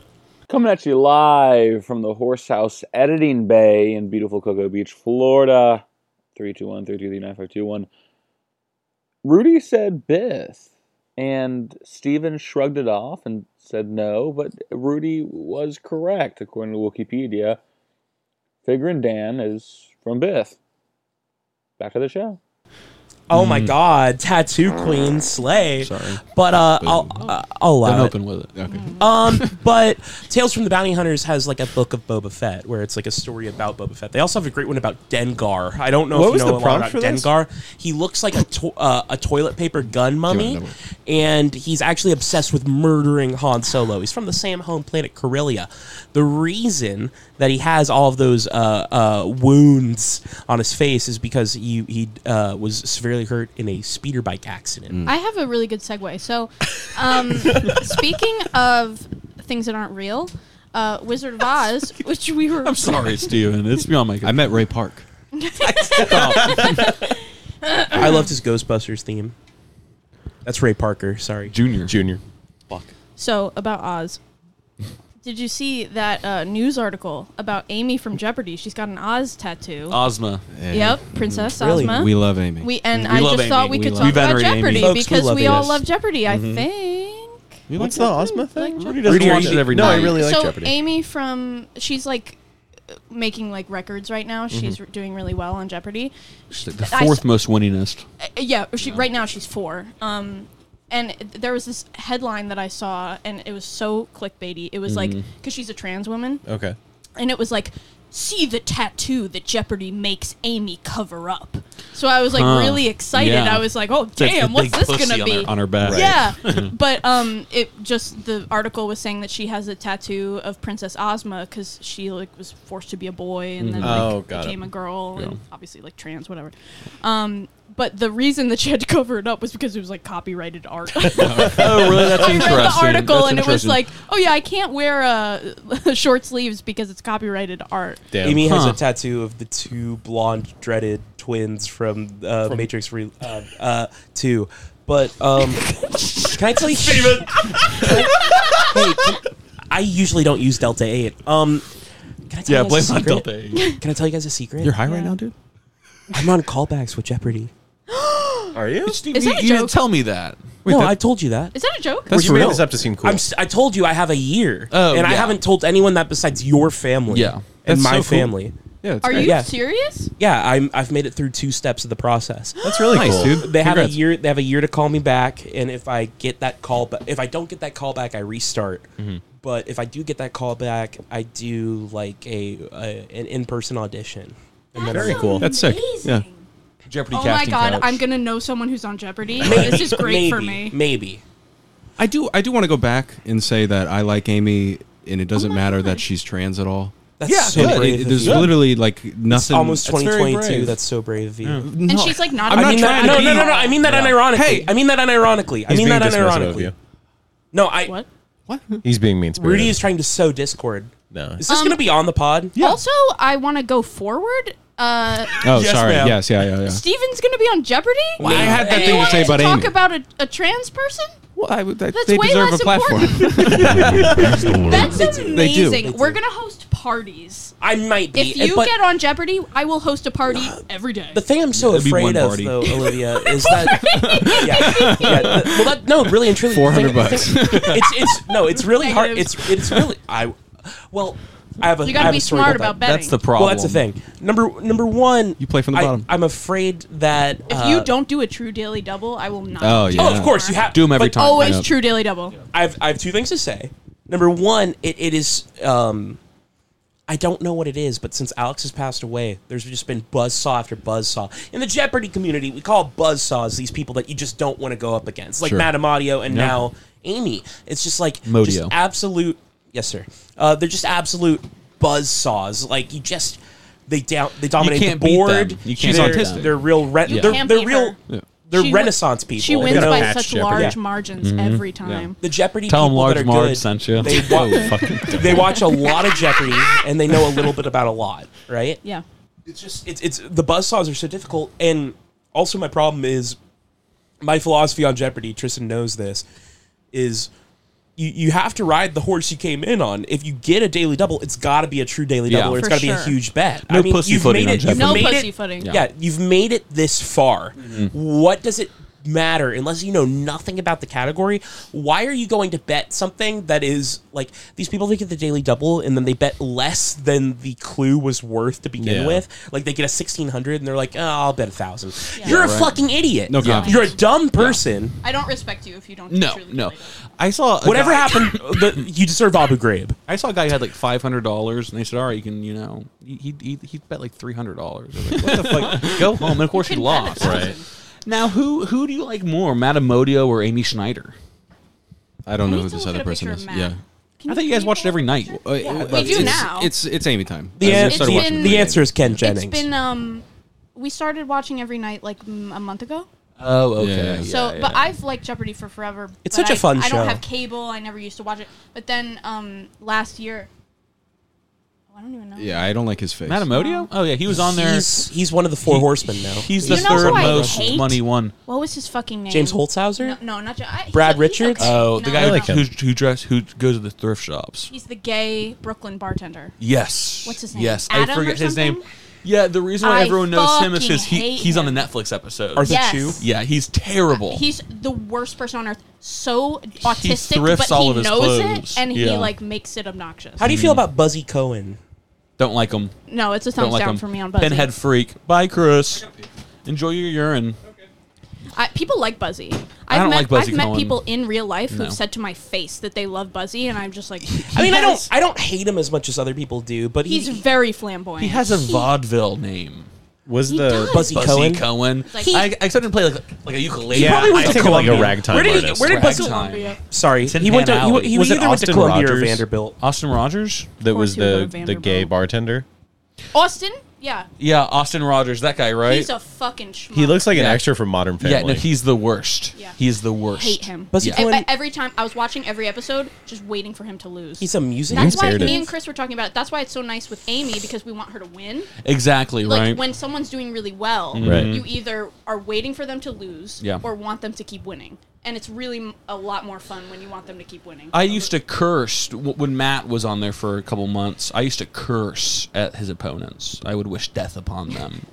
Speaker 13: Coming at you live from the Horse House Editing Bay in beautiful Cocoa Beach, Florida. 321 323 9521. Rudy said Biff, And Steven shrugged it off and said no, but Rudy was correct, according to Wikipedia. Figuring Dan is from Bith. Back to the show.
Speaker 3: Oh
Speaker 4: Mm.
Speaker 3: my God, tattoo queen slay. Sorry, but uh, I'll uh, I'll allow
Speaker 1: Don't
Speaker 3: it.
Speaker 1: open with it. Okay.
Speaker 3: Um, but Tales from the Bounty Hunters has like a book of Boba Fett, where it's like a story about Boba Fett. They also have a great one about Dengar. I don't know
Speaker 12: What
Speaker 3: if you
Speaker 12: was
Speaker 3: know
Speaker 12: the
Speaker 3: a lot
Speaker 12: prompt
Speaker 3: about
Speaker 12: for this?
Speaker 3: Dengar. He looks like a to- uh, a toilet paper gun mummy, and he's actually obsessed with murdering Han Solo. He's from the same home planet Corellia. The reason that he has all of those uh, uh, wounds on his face is because he he uh, was severely hurt in a speeder bike accident.
Speaker 12: Mm.
Speaker 2: I have a really good segue. So, um, speaking of things that aren't real, uh, Wizard of Oz, which we were.
Speaker 1: I'm sorry, Steven. It's beyond my. I met Ray Park.
Speaker 3: I loved his Ghostbusters theme. That's Ray Parker. Sorry,
Speaker 1: Junior.
Speaker 6: Junior.
Speaker 3: Fuck.
Speaker 2: So about Oz. Did you see that uh, news article about Amy from Jeopardy? She's got an Oz tattoo.
Speaker 1: Ozma.
Speaker 2: Yep, Princess Ozma.
Speaker 4: We love Amy.
Speaker 2: We and
Speaker 1: We
Speaker 2: I
Speaker 1: love
Speaker 2: just thought
Speaker 1: Amy.
Speaker 2: we
Speaker 1: We
Speaker 2: could
Speaker 1: love
Speaker 2: talk
Speaker 1: Amy.
Speaker 2: about
Speaker 1: We venerate
Speaker 2: Jeopardy
Speaker 1: Amy. Folks,
Speaker 2: because
Speaker 1: we love
Speaker 2: we all
Speaker 1: Amy.
Speaker 2: love Jeopardy. I
Speaker 1: Mhm.
Speaker 2: think.
Speaker 6: What's the Ozma thing?
Speaker 1: Rudy doesn't watch it every
Speaker 6: no,
Speaker 1: night.
Speaker 6: I really like
Speaker 2: so
Speaker 6: Jeopardy.
Speaker 2: Amy from she's like uh, making like records right now. She's
Speaker 1: Mhm.
Speaker 2: re- doing really well on Jeopardy.
Speaker 1: She's like the
Speaker 2: I s-
Speaker 1: fourth most winningest.
Speaker 2: Uh, yeah, she right now she's four. Um, and there was this headline that I saw, and it was so clickbaity. It was like
Speaker 6: Mhm.
Speaker 2: because she's a trans woman,
Speaker 6: Okay.
Speaker 2: and it was like see the tattoo that Jeopardy makes Amy cover up. So I was like
Speaker 1: Huh.
Speaker 2: really excited.
Speaker 1: Yeah.
Speaker 2: I was like, oh
Speaker 1: It's like
Speaker 2: damn,
Speaker 1: a
Speaker 2: what's
Speaker 1: big
Speaker 2: this
Speaker 1: pussy
Speaker 2: gonna
Speaker 1: on
Speaker 2: be
Speaker 1: her- on her back. Right.
Speaker 2: Yeah,
Speaker 1: Mhm.
Speaker 2: but um, it just the article was saying that she has a tattoo of Princess Ozma because she like was forced to be a boy and then
Speaker 1: Mm-hmm.
Speaker 12: Mhm.
Speaker 2: like
Speaker 12: Oh, got it.
Speaker 2: became a girl
Speaker 12: Yeah.
Speaker 2: and obviously like trans whatever. Um. But the reason that she had to cover it up was because it was like copyrighted art.
Speaker 1: Oh, really? That's
Speaker 2: I read the
Speaker 1: interesting.
Speaker 2: article
Speaker 1: That's
Speaker 2: and it was
Speaker 1: interesting.
Speaker 2: like, oh yeah, I can't wear uh, short sleeves because it's copyrighted art.
Speaker 3: Amy has
Speaker 1: Huh.
Speaker 3: a tattoo of the two blonde dreaded twins from, uh, Matrix Re- uh, uh, Two. But um, can I tell you, Steven? I usually don't use Delta Eight. Um, can I tell
Speaker 1: Yeah,
Speaker 3: you guys
Speaker 1: blame it
Speaker 3: a
Speaker 1: on
Speaker 3: secret?
Speaker 1: Delta 8.
Speaker 3: Can I tell you guys a secret?
Speaker 1: You're high right Yeah. now,
Speaker 3: dude. I'm on callbacks with Jeopardy.
Speaker 6: Are you?
Speaker 2: Is
Speaker 1: you,
Speaker 2: that a
Speaker 1: you didn't
Speaker 2: joke?
Speaker 1: tell me that.
Speaker 3: no, I told you that.
Speaker 2: Is that a joke?
Speaker 3: That's
Speaker 6: you made this up to seem cool.
Speaker 3: I'm, si told you I have a year,
Speaker 1: Oh,
Speaker 3: and I
Speaker 1: yeah.
Speaker 3: haven't told anyone that besides your family.
Speaker 1: Yeah.
Speaker 3: and
Speaker 1: That's
Speaker 3: my
Speaker 1: so cool.
Speaker 3: family.
Speaker 1: Yeah,
Speaker 2: Are you
Speaker 3: Yeah.
Speaker 2: serious?
Speaker 3: Yeah, I'm, I've made it through two steps of the process.
Speaker 6: That's really Nice, cool. dude.
Speaker 3: They have a
Speaker 6: Congrats.
Speaker 3: year. They have a year to call me back, and if I get that call, ba- if I don't get that call back, I restart.
Speaker 6: Mhm.
Speaker 3: But if I do get that call back, I do like a, a an in person audition. And then
Speaker 6: Very
Speaker 3: I'm-
Speaker 6: cool. That's sick.
Speaker 2: Yeah.
Speaker 3: Jeopardy.
Speaker 2: Oh my god,
Speaker 3: couch.
Speaker 2: I'm gonna know someone who's on Jeopardy.
Speaker 3: Maybe.
Speaker 2: this is great for me.
Speaker 3: Maybe. Maybe.
Speaker 4: I do. I do want to go back and say that I like Amy, and it doesn't matter that she's trans at all.
Speaker 3: That's Yeah, so
Speaker 4: It-
Speaker 3: brave
Speaker 4: it-
Speaker 3: of
Speaker 4: there's
Speaker 3: you.
Speaker 4: literally like nothing.
Speaker 3: It's almost
Speaker 4: That's very
Speaker 3: 2022.
Speaker 4: brave.
Speaker 3: That's so brave of you.
Speaker 2: And she's like not.
Speaker 4: I'm
Speaker 2: on
Speaker 4: not
Speaker 2: Jeopardy.
Speaker 3: mean
Speaker 4: trying
Speaker 3: that, no,
Speaker 4: to
Speaker 3: no,
Speaker 4: be-
Speaker 3: no, no, I mean that
Speaker 4: Yeah.
Speaker 3: unironically.
Speaker 4: Hey!
Speaker 3: I mean that unironically. I
Speaker 6: He's
Speaker 3: mean
Speaker 6: being
Speaker 3: that
Speaker 6: dismissive of
Speaker 3: unironically.
Speaker 6: you.
Speaker 3: No, I.
Speaker 2: What?
Speaker 6: He's being mean spirited.
Speaker 3: Rudy is trying to sow discord.
Speaker 6: No.
Speaker 3: Is this
Speaker 2: Um,
Speaker 3: going to be on the pod?
Speaker 2: Also, I want to go forward. Uh,
Speaker 4: Oh,
Speaker 3: Yes,
Speaker 4: sorry.
Speaker 3: ma'am.
Speaker 4: Yes. Yeah. Yeah. Yeah.
Speaker 2: Steven's gonna be on Jeopardy.
Speaker 4: Well, I had that
Speaker 2: You
Speaker 4: thing to
Speaker 2: wanted
Speaker 4: say about
Speaker 2: talk
Speaker 4: Amy.
Speaker 2: about a, a trans person.
Speaker 4: Well, I, that,
Speaker 2: That's
Speaker 4: they
Speaker 2: way
Speaker 4: deserve a
Speaker 2: less
Speaker 4: platform.
Speaker 2: That's amazing.
Speaker 4: They do. They do.
Speaker 2: We're gonna host parties.
Speaker 3: I might be.
Speaker 2: If you
Speaker 3: but
Speaker 2: get on Jeopardy, I will host a party every day.
Speaker 3: the thing I'm so
Speaker 4: It'd be
Speaker 3: afraid
Speaker 4: one
Speaker 3: of,
Speaker 4: party.
Speaker 3: though, Olivia, is that yeah, yeah. th- well, that, no, really and truly, the
Speaker 4: 400
Speaker 3: thing- the
Speaker 4: bucks.
Speaker 3: thing- It's it's no, it's really hard. It's it's really I. Well, I have a.
Speaker 2: You gotta
Speaker 3: I have
Speaker 2: be
Speaker 3: a story
Speaker 2: smart
Speaker 3: about,
Speaker 2: about
Speaker 3: that.
Speaker 2: betting. That's the
Speaker 3: Well, that's the thing. Number number one, you
Speaker 4: play from the bottom.
Speaker 3: I, am afraid that
Speaker 2: If
Speaker 3: uh,
Speaker 2: you don't do a true daily double, I will not.
Speaker 3: Oh,
Speaker 2: do
Speaker 3: yeah.
Speaker 2: it.
Speaker 3: Oh, of course, you have-
Speaker 1: Do them every
Speaker 3: but
Speaker 1: time.
Speaker 2: Always
Speaker 1: Yeah.
Speaker 2: true daily double.
Speaker 3: I've I have two things to say. Number one, it, it is um I don't know what it is, but since Alex has passed away, there's just been buzzsaw after buzzsaw. In the Jeopardy community, we call buzzsaws these people that you just don't want to go up against, like
Speaker 1: Sure.
Speaker 3: Madame Audio and
Speaker 1: Yeah.
Speaker 3: now Amy. It's just like
Speaker 1: Modio.
Speaker 3: just absolute. Yes, sir. Uh, they're just absolute buzzsaws. Like you just they down they dominate
Speaker 1: can't
Speaker 3: the
Speaker 1: beat
Speaker 3: board.
Speaker 1: them. You can't
Speaker 3: they're,
Speaker 1: beat them.
Speaker 3: They're real. Re-
Speaker 1: You
Speaker 3: They're,
Speaker 2: can't
Speaker 3: they're
Speaker 2: beat
Speaker 3: real.
Speaker 2: her. Yeah.
Speaker 3: They're
Speaker 2: She win-
Speaker 3: Renaissance people.
Speaker 2: She wins
Speaker 3: you know?
Speaker 2: by such large
Speaker 3: Yeah.
Speaker 2: margins
Speaker 6: Mm-hmm.
Speaker 1: Mhm.
Speaker 2: every
Speaker 1: Yeah.
Speaker 2: time.
Speaker 3: The Jeopardy
Speaker 1: Tell 'em
Speaker 3: people
Speaker 1: Large
Speaker 3: that are
Speaker 1: Marge
Speaker 3: good,
Speaker 1: sent you.
Speaker 3: They, wa- they watch a lot of Jeopardy and they know a little bit about a lot, right?
Speaker 2: Yeah.
Speaker 3: It's just it's it's the buzzsaws are so difficult, and also my problem is my philosophy on Jeopardy. Tristan knows this is. You, you have to ride the horse you came in on. If you get a daily double, it's got to be a true daily
Speaker 1: Yeah.
Speaker 3: double, or it's
Speaker 1: For
Speaker 3: got to be a
Speaker 1: sure.
Speaker 3: huge bet.
Speaker 1: No
Speaker 3: I mean, you've
Speaker 1: pussyfooting
Speaker 3: made
Speaker 1: on
Speaker 3: it. You've
Speaker 1: Jeopardy.
Speaker 3: made
Speaker 1: No
Speaker 3: it-
Speaker 2: pussyfooting.
Speaker 1: Mm-hmm.
Speaker 3: Yeah, you've made it this far. What does it matter unless you know nothing about the category. Why are you going to bet something that is like these people they get the daily double and then they bet less than the clue was worth to begin
Speaker 13: Yeah.
Speaker 3: with? Like they get a sixteen hundred and they're like, oh, I'll bet a thousand. You're
Speaker 1: Yeah,
Speaker 3: a
Speaker 1: right.
Speaker 3: fucking idiot.
Speaker 1: No confidence.
Speaker 3: You're a dumb person.
Speaker 2: I don't respect you if you don't.
Speaker 1: No, no. I saw a
Speaker 3: Whatever
Speaker 1: guy-
Speaker 3: happened, the, you deserve Abu Ghraib.
Speaker 1: I saw a guy who had like five hundred dollars, and they said, "All right, you can, you know, he he, he bet like three hundred dollars." Like, what the fuck? Go home. And of course, he lost.
Speaker 4: Right.
Speaker 1: Now, who who do you like more, Matt Amodio or Amy Schneider?
Speaker 4: I don't know who this other person is. Yeah.
Speaker 1: I think you guys watch it every night. Uh,
Speaker 2: We do now.
Speaker 4: It's it's Amy time.
Speaker 3: The,
Speaker 4: I
Speaker 3: an-
Speaker 4: started watching
Speaker 3: the,
Speaker 4: it.
Speaker 3: answer is Ken Jennings.
Speaker 2: It's been um, we started watching every night like mm, a month ago.
Speaker 1: Oh, okay.
Speaker 4: Yeah.
Speaker 2: so, but I've liked Jeopardy for forever.
Speaker 3: It's
Speaker 2: but
Speaker 3: such a
Speaker 2: I-
Speaker 3: fun
Speaker 2: I don't
Speaker 3: show.
Speaker 2: have cable. I never used to watch it. But then um, last year, oh, I don't even know.
Speaker 4: Yeah, I don't like his face.
Speaker 1: Matt Amodio? Oh yeah, he was on there.
Speaker 3: He's, he's one of the four horsemen now.
Speaker 1: He's
Speaker 2: You
Speaker 1: the
Speaker 2: know who
Speaker 1: third
Speaker 2: I
Speaker 1: most
Speaker 2: hate?
Speaker 1: money one.
Speaker 2: What was his fucking name?
Speaker 3: James Holzhauser?
Speaker 2: No, no not James.
Speaker 3: Brad Richards?
Speaker 1: Oh, the
Speaker 2: No,
Speaker 1: guy
Speaker 2: no,
Speaker 1: who-
Speaker 2: no.
Speaker 1: who who dress who goes to the thrift shops.
Speaker 2: He's the gay Brooklyn bartender.
Speaker 1: Yes.
Speaker 2: What's his name?
Speaker 1: Yes,
Speaker 2: Adam
Speaker 1: I
Speaker 2: or
Speaker 1: forget his name.
Speaker 2: something?
Speaker 1: Yeah, the reason why
Speaker 2: I
Speaker 1: everyone knows him is
Speaker 2: fucking
Speaker 1: because he
Speaker 2: hate
Speaker 1: he's on
Speaker 2: him.
Speaker 1: the Netflix episode.
Speaker 2: Arthur Yes. Chu?
Speaker 1: Yeah, he's terrible.
Speaker 2: He's the worst person on earth. So autistic,
Speaker 1: thrifts
Speaker 2: but
Speaker 1: all
Speaker 2: he
Speaker 1: of his
Speaker 2: knows
Speaker 1: clothes.
Speaker 2: it, and he
Speaker 1: Yeah.
Speaker 2: like makes it obnoxious.
Speaker 3: How do you feel
Speaker 1: Mm-hmm.
Speaker 3: about Buzzy Cohen?
Speaker 1: Don't like him.
Speaker 2: No, it's a
Speaker 1: Don't
Speaker 2: thumbs
Speaker 1: like
Speaker 2: down
Speaker 1: him.
Speaker 2: for me on Buzzy.
Speaker 1: Pinhead freak. Bye, Chris. Enjoy your urine.
Speaker 2: I, people like Buzzy. I've
Speaker 1: I don't
Speaker 2: met,
Speaker 1: like Buzzy
Speaker 2: I've met
Speaker 1: Cohen.
Speaker 2: people in real life
Speaker 1: No.
Speaker 2: who've said to my face that they love Buzzy, and I'm just like,
Speaker 3: I mean, I
Speaker 2: Yes.
Speaker 3: don't, I don't hate him as much as other people do, but
Speaker 2: He's
Speaker 3: he,
Speaker 2: very flamboyant.
Speaker 1: He has a vaudeville name.
Speaker 6: Was
Speaker 2: the- does.
Speaker 3: Buzzy Cohen?
Speaker 2: Like-
Speaker 1: I, I expected him to play like, like a ukulele.
Speaker 3: He probably went
Speaker 1: I
Speaker 3: to
Speaker 1: think
Speaker 3: Columbia.
Speaker 1: like a
Speaker 6: ragtime
Speaker 3: where did he,
Speaker 6: artist.
Speaker 3: Where did Buzzy?
Speaker 1: Columbia.
Speaker 3: Sorry,
Speaker 1: It's in
Speaker 3: he went
Speaker 1: Pan
Speaker 3: to. He,
Speaker 1: Alley.
Speaker 3: he
Speaker 6: Was it
Speaker 3: either went to
Speaker 6: Austin
Speaker 3: Columbia or
Speaker 6: Rogers?
Speaker 3: Vanderbilt.
Speaker 1: Austin Rogers?
Speaker 6: That was
Speaker 2: he was
Speaker 6: the
Speaker 2: on
Speaker 6: the gay bartender.
Speaker 2: Austin, yeah,
Speaker 1: Yeah, Austin Rogers, that guy, right?
Speaker 2: he's a fucking schmuck.
Speaker 6: He looks like an
Speaker 1: Yeah.
Speaker 6: extra from Modern Family.
Speaker 1: yeah, no, he's the worst.
Speaker 2: Yeah.
Speaker 1: He's the worst.
Speaker 2: hate him.
Speaker 3: Buzzy
Speaker 2: E-
Speaker 3: Cohen-
Speaker 2: every time I was watching every episode, just waiting for him to lose.
Speaker 3: He's a music.
Speaker 2: That's why
Speaker 6: Fair it
Speaker 2: me
Speaker 6: is.
Speaker 2: and Chris were talking about. It. That's why it's so nice with Amy because we want her to win.
Speaker 1: Exactly,
Speaker 2: Like
Speaker 1: right? Mm-hmm.
Speaker 2: when someone's doing really well,
Speaker 6: Right.
Speaker 2: you either are waiting for them to lose
Speaker 1: Yeah.
Speaker 2: or want them to keep winning. And it's really m- a lot more fun when you want them to keep winning.
Speaker 1: I used to curse w- when Matt was on there for a couple months. I used to curse at his opponents. I would wish death upon them.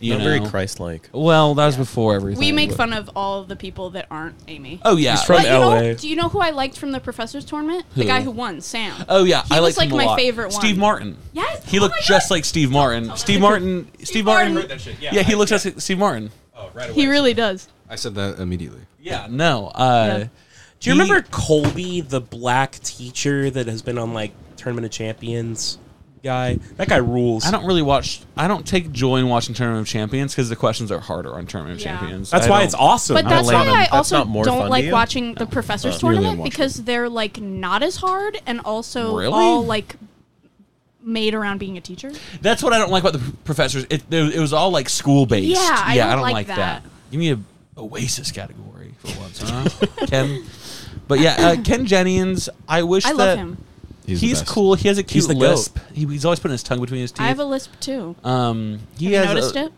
Speaker 1: You
Speaker 6: Not very
Speaker 1: know?
Speaker 6: Christ-like.
Speaker 1: Well, that was before everything.
Speaker 2: we make
Speaker 1: but-
Speaker 2: fun of all the people that aren't Amy.
Speaker 1: Oh yeah,
Speaker 3: He's from
Speaker 2: But you know-
Speaker 3: LA.
Speaker 2: do you know who I liked from the professors tournament?
Speaker 1: Who?
Speaker 2: The guy who won, Sam.
Speaker 1: Oh yeah,
Speaker 2: he
Speaker 1: I
Speaker 2: was
Speaker 1: liked
Speaker 2: like
Speaker 1: him a
Speaker 2: my
Speaker 1: lot.
Speaker 2: favorite one.
Speaker 1: Steve Martin.
Speaker 2: Yes.
Speaker 1: He
Speaker 2: Oh
Speaker 1: looked
Speaker 2: my
Speaker 1: just
Speaker 2: God. Oh
Speaker 1: like Steve Martin. Steve Martin. Steve Martin.
Speaker 2: Martin. I heard
Speaker 4: that shit, yeah.
Speaker 1: Yeah, he looks just like Steve Martin.
Speaker 2: He really does.
Speaker 4: I said that immediately.
Speaker 1: Yeah. No. Uh,
Speaker 2: Yeah.
Speaker 3: Do you
Speaker 1: he-
Speaker 3: remember Colby, the black teacher that has been on like Tournament of Champions guy? That guy rules.
Speaker 1: I don't really watch. I don't take joy in watching Tournament of Champions because the questions are harder on Tournament of
Speaker 2: Yeah.
Speaker 1: Champions.
Speaker 3: That's
Speaker 1: I
Speaker 3: why
Speaker 1: don't-
Speaker 3: it's awesome.
Speaker 2: But that's
Speaker 1: like
Speaker 2: why
Speaker 1: them.
Speaker 2: I
Speaker 1: That's
Speaker 2: also
Speaker 6: not more fun
Speaker 2: don't
Speaker 6: to
Speaker 2: like
Speaker 6: you?
Speaker 2: watching the professors
Speaker 6: Really
Speaker 2: tournament
Speaker 6: unwatchable.
Speaker 2: because they're like not as hard and also
Speaker 1: Really?
Speaker 2: all like made around being a teacher.
Speaker 1: That's what I don't like about the professors. It, there- it was all like school based.
Speaker 2: Yeah, I
Speaker 1: yeah,
Speaker 2: don't
Speaker 1: I don't
Speaker 2: like
Speaker 1: like that.
Speaker 2: that.
Speaker 1: Give me a Oasis category for once, huh? Ken. But yeah, uh, Ken Jennings. I wish
Speaker 2: I
Speaker 1: that
Speaker 2: love him.
Speaker 1: He's,
Speaker 4: He's the best.
Speaker 1: cool. He has a cute
Speaker 3: the goat.
Speaker 1: lisp. He, he's always putting his tongue between his teeth.
Speaker 2: I have a lisp too.
Speaker 1: um, he
Speaker 2: Have you
Speaker 1: has
Speaker 2: noticed
Speaker 1: a-
Speaker 2: it?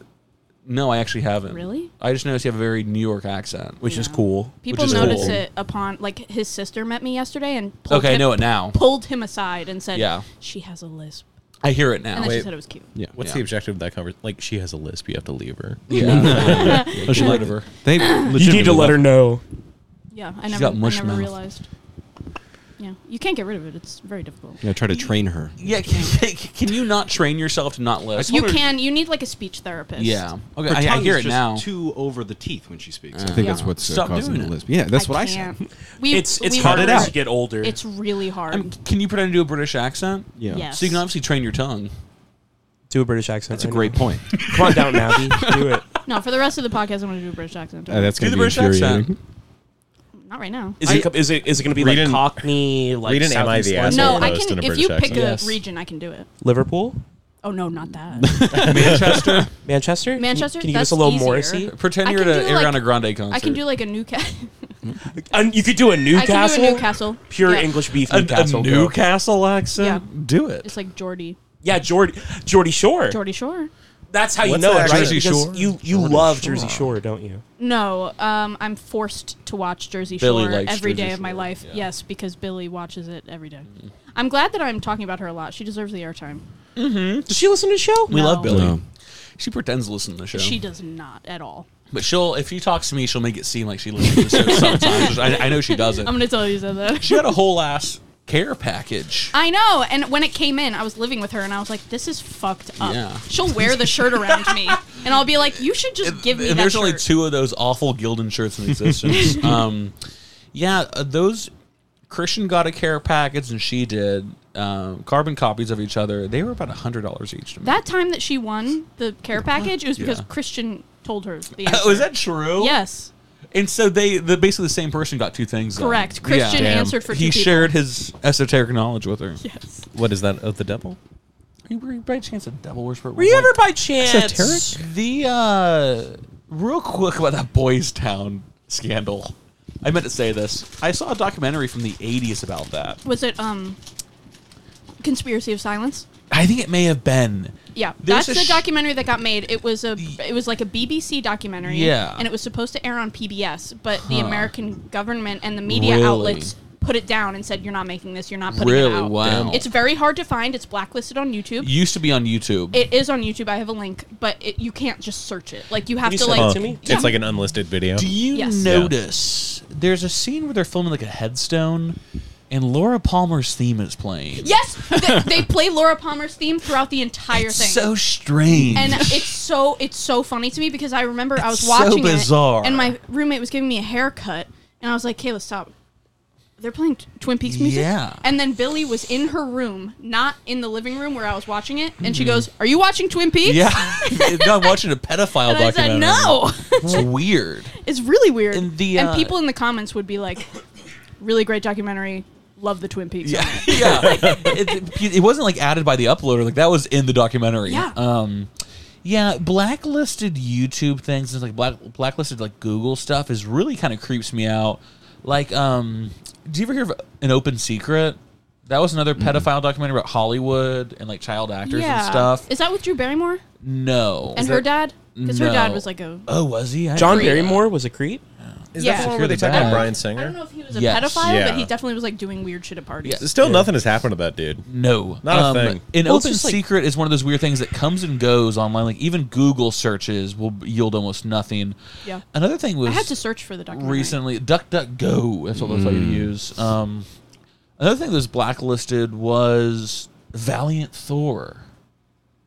Speaker 1: No, I actually haven't.
Speaker 2: Really?
Speaker 1: I just noticed you have a very New York accent,
Speaker 3: which is cool.
Speaker 2: People
Speaker 1: is
Speaker 2: notice
Speaker 1: cool.
Speaker 2: it upon like his sister met me yesterday and pulled
Speaker 1: Okay, I
Speaker 2: him-
Speaker 1: know it now.
Speaker 2: pulled him aside and said,
Speaker 1: Yeah.
Speaker 2: she has a lisp,"
Speaker 1: I hear it
Speaker 2: and
Speaker 1: now.
Speaker 2: then she
Speaker 6: Wait.
Speaker 2: said it was cute.
Speaker 1: Yeah.
Speaker 6: What's
Speaker 1: yeah.
Speaker 6: the objective of that conversation? Like, she has a lisp. You have to leave her.
Speaker 1: Yeah.
Speaker 2: Oh,
Speaker 1: I should let her.
Speaker 4: They
Speaker 3: You need to let her know.
Speaker 2: Yeah, I
Speaker 1: She's
Speaker 2: never,
Speaker 1: got
Speaker 2: I
Speaker 1: mush
Speaker 2: never
Speaker 1: mouth.
Speaker 2: realized. Yeah, you can't get rid of it. It's very difficult.
Speaker 4: Yeah, try to train her.
Speaker 1: Yeah. Can, can you not train yourself to not lisp?
Speaker 2: You can. You need like a speech therapist.
Speaker 1: Yeah. Okay. I, I hear it now.
Speaker 4: Too over the teeth when she speaks. I think
Speaker 2: Yeah.
Speaker 4: that's what's uh,
Speaker 1: Stop
Speaker 4: causing
Speaker 1: doing
Speaker 4: the
Speaker 1: it.
Speaker 4: lisp. Yeah, that's what I said.
Speaker 2: can't. We,
Speaker 3: It's it's
Speaker 2: we
Speaker 3: harder
Speaker 2: were-
Speaker 3: as you get older.
Speaker 2: It's really hard.
Speaker 1: I mean, can you pretend to do a British accent?
Speaker 4: Yeah.
Speaker 2: Yes.
Speaker 1: So you can obviously train your tongue.
Speaker 3: do a British accent.
Speaker 4: That's a
Speaker 3: right
Speaker 4: great
Speaker 3: now.
Speaker 4: point.
Speaker 3: Come on down, Maddie. Do it.
Speaker 2: No, for the rest of the podcast, I'm going to do a British accent.
Speaker 4: Uh, that's
Speaker 1: Do
Speaker 4: gonna
Speaker 1: the
Speaker 4: be
Speaker 1: British accent.
Speaker 4: infuriating.
Speaker 2: Not right now.
Speaker 3: Is it is it is it going to be
Speaker 6: Read
Speaker 3: like
Speaker 6: an-
Speaker 3: Cockney? Like
Speaker 6: read an Am I
Speaker 3: Southeast
Speaker 6: the
Speaker 3: London?
Speaker 2: No,
Speaker 6: Asshole
Speaker 2: I
Speaker 6: roast in
Speaker 2: can.
Speaker 6: a
Speaker 2: If
Speaker 6: British
Speaker 2: you pick
Speaker 6: accent.
Speaker 2: a
Speaker 1: Yes.
Speaker 2: region, I can do it.
Speaker 3: Liverpool,
Speaker 2: Oh no, not that.
Speaker 1: Manchester.
Speaker 3: Manchester,
Speaker 2: Manchester,
Speaker 3: Can you give us
Speaker 2: that's
Speaker 3: a little
Speaker 2: easier.
Speaker 3: Morrissey?
Speaker 1: Pretend
Speaker 2: I
Speaker 1: you're at
Speaker 2: can
Speaker 1: an
Speaker 2: do, like-
Speaker 1: Ariana Grande concert.
Speaker 2: I can do like a Newcastle.
Speaker 3: And you could do a
Speaker 2: I
Speaker 3: Newcastle.
Speaker 2: can do a Newcastle.
Speaker 3: Pure
Speaker 2: Yeah.
Speaker 3: English beef
Speaker 1: a,
Speaker 3: Newcastle.
Speaker 1: a
Speaker 3: girl.
Speaker 1: Newcastle accent.
Speaker 2: Yeah.
Speaker 1: Do it.
Speaker 2: It's like Geordie,
Speaker 3: Yeah, Jordy Jordy Shore.
Speaker 2: Geordie Shore.
Speaker 3: That's how you
Speaker 6: What's
Speaker 3: know
Speaker 6: the
Speaker 3: it, right?
Speaker 1: Jersey
Speaker 3: Because
Speaker 1: Shore?
Speaker 3: You you
Speaker 1: Jordan
Speaker 3: love
Speaker 1: Shore.
Speaker 3: Jersey Shore, don't you?
Speaker 2: No, um, I'm forced to watch Jersey
Speaker 1: Billy
Speaker 2: Shore every day
Speaker 1: likes Jersey
Speaker 2: of my
Speaker 1: Shore,
Speaker 2: life.
Speaker 1: yeah. Mm-hmm.
Speaker 2: Yes, because Billy watches it every day. I'm glad that I'm talking about her a lot. She deserves the airtime. Mm-hmm.
Speaker 3: Does she listen to the show?
Speaker 1: we love
Speaker 2: No.
Speaker 1: Billy.
Speaker 4: No.
Speaker 1: She pretends to listen to the show.
Speaker 2: She does not at all.
Speaker 1: But she'll, if she talks to me, she'll make it seem like she listens to the show sometimes. I, I know she doesn't.
Speaker 2: I'm gonna tell you said that.
Speaker 1: she had a whole ass care package.
Speaker 2: I know, and when it came in, I was living with her, and I was like, "This is fucked up."
Speaker 1: Yeah.
Speaker 2: She'll wear the shirt around me, and I'll be like, "You should just give me
Speaker 1: And
Speaker 2: that
Speaker 1: there's
Speaker 2: shirt."
Speaker 1: only two of those awful Gildan shirts in existence. um, yeah, uh, those Christian got a care package, and she did um, carbon copies of each other. They were about hundred dollars each. To me.
Speaker 2: that time that she won the care package, it was because
Speaker 1: Yeah.
Speaker 2: Christian told her the answer.
Speaker 1: Oh, is that true?
Speaker 2: Yes.
Speaker 1: And so they, the basically the same person got two things. though.
Speaker 2: Correct. Christian Damn. answered for
Speaker 1: He
Speaker 2: two people.
Speaker 1: shared his esoteric knowledge with her.
Speaker 2: Yes.
Speaker 6: What is that of the devil?
Speaker 1: Were you by chance a devil worshiper?
Speaker 12: Were you ever by chance?
Speaker 1: Esoteric? The uh, real quick about that Boys Town scandal. I meant to say this. I saw a documentary from the '80s about that.
Speaker 2: Was it um, conspiracy of silence?
Speaker 1: I think it may have been.
Speaker 2: Yeah,
Speaker 1: There's
Speaker 2: that's
Speaker 1: a
Speaker 2: the
Speaker 1: sh-
Speaker 2: documentary that got made. It was a it was like a BBC documentary.
Speaker 1: Yeah.
Speaker 2: and it was supposed to air on PBS, but the
Speaker 1: Huh.
Speaker 2: American government and the media
Speaker 1: Really?
Speaker 2: outlets put it down and said, "You're not making this. You're not putting
Speaker 1: Really?
Speaker 2: it out."
Speaker 1: Wow.
Speaker 2: It's very hard to find. It's blacklisted on YouTube.
Speaker 1: It used to be on YouTube.
Speaker 2: it is on YouTube. I have a link, but it, you can't just search it. Like you have to like. Yeah.
Speaker 6: Oh, It's like an unlisted video.
Speaker 1: Do you
Speaker 2: Yes.
Speaker 1: notice there's a scene where they're filming like a headstone, and Laura Palmer's theme is playing.
Speaker 2: Yes, they, they play Laura Palmer's theme throughout the entire thing.
Speaker 1: So strange.
Speaker 2: and it's so it's so funny to me because I remember I was
Speaker 1: so
Speaker 2: watching it,
Speaker 1: bizarre.
Speaker 2: and my roommate was giving me a haircut, and I was like, "Kayla, stop! They're playing T- Twin Peaks music."
Speaker 1: Yeah.
Speaker 2: And then Billy was in her room, not in the living room where I was watching it, and she goes, "Are you watching Twin Peaks?"
Speaker 1: Mm-hmm. yeah, I'm watching a pedophile
Speaker 2: And I said,
Speaker 1: documentary.
Speaker 2: "No."
Speaker 1: it's weird.
Speaker 2: It's really weird.
Speaker 1: And the, uh,
Speaker 2: and people in the comments would be like, "Really great documentary. Love the Twin Peaks."
Speaker 1: Yeah, yeah. it, it- it wasn't like added by the uploader. Like that was in the documentary.
Speaker 2: Yeah.
Speaker 1: Um, yeah. Blacklisted YouTube things and like black blacklisted like Google stuff is really kind of creeps me out. Like, um, do you ever hear of an open secret? That was another pedophile documentary about Hollywood and like child actors and stuff.
Speaker 2: Is that with Drew Barrymore
Speaker 1: No.
Speaker 2: and her dad? Because her dad was like a
Speaker 1: Oh, was he? I
Speaker 3: John
Speaker 1: didn't-
Speaker 3: Barrymore was a creep.
Speaker 2: Is that Yeah. the one where they
Speaker 1: Secure
Speaker 2: talk about
Speaker 1: bag.
Speaker 6: Brian
Speaker 2: I don't know if he was a
Speaker 1: Yes.
Speaker 2: pedophile,
Speaker 6: Yeah.
Speaker 2: but he definitely was like doing weird shit at parties.
Speaker 6: Still, nothing has happened to that dude.
Speaker 1: No,
Speaker 6: Not a
Speaker 1: Um,
Speaker 6: thing.
Speaker 1: An
Speaker 6: Well, it's
Speaker 1: open
Speaker 6: just like-
Speaker 1: secret is one of those weird things that comes and goes online. Like even Google searches will yield almost nothing.
Speaker 2: Yeah.
Speaker 1: Another thing was
Speaker 2: I had to search for the documentary.
Speaker 1: recently. DuckDuckGo. That's what they'll tell you to
Speaker 6: Mm.
Speaker 1: use. Um, another thing that was blacklisted was Valiant Thor.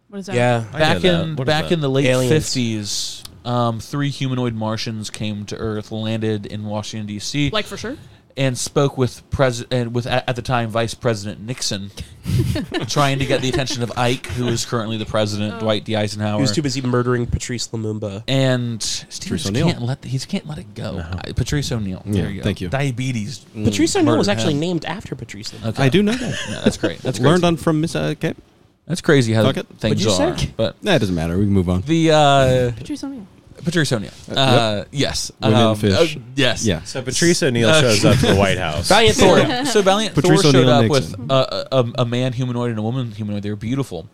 Speaker 2: What is that?
Speaker 1: back in back in the late
Speaker 3: Aliens.
Speaker 1: fifties, um, three humanoid Martians came to Earth, landed in Washington D.C.
Speaker 2: Like, for sure?
Speaker 1: and spoke with president with at at the time Vice President Nixon, trying to get the attention of Ike, who is currently the president,
Speaker 2: Oh.
Speaker 1: Dwight D. Eisenhower.
Speaker 3: He was too busy murdering Patrice Lumumba.
Speaker 1: and Steve just
Speaker 3: O'Neill. Uh-huh.
Speaker 1: can't let he just can't let it go. I- Patrice O'Neill.
Speaker 3: Yeah,
Speaker 1: there you go.
Speaker 3: thank you.
Speaker 1: Diabetes.
Speaker 3: Mm, Patrice O'Neill was
Speaker 1: murdered
Speaker 3: actually
Speaker 1: him.
Speaker 3: named after Patrice Lumumba.
Speaker 1: Okay.
Speaker 4: I do know that.
Speaker 1: No, that's great. That's
Speaker 4: learned
Speaker 1: crazy.
Speaker 4: on from Miss uh, Kate.
Speaker 1: That's crazy how
Speaker 4: Fuck it.
Speaker 1: things
Speaker 4: What'd you say?
Speaker 1: are, But
Speaker 4: that doesn't matter. We can move on.
Speaker 1: The uh,
Speaker 2: Patrice O'Neill.
Speaker 1: Patrice O'Neill.
Speaker 4: Uh, yep.
Speaker 1: Uh, Yes.
Speaker 4: Women
Speaker 1: Um,
Speaker 4: fish.
Speaker 1: uh, yes. Uh,
Speaker 4: Yeah.
Speaker 6: So Patrice O'Neill shows up to the White House.
Speaker 1: Valiant Thor. So Valiant
Speaker 4: Patrice
Speaker 1: Thor showed
Speaker 4: O'Neill
Speaker 1: up
Speaker 4: Nixon.
Speaker 1: with a, a, a man humanoid and a woman humanoid. They were beautiful.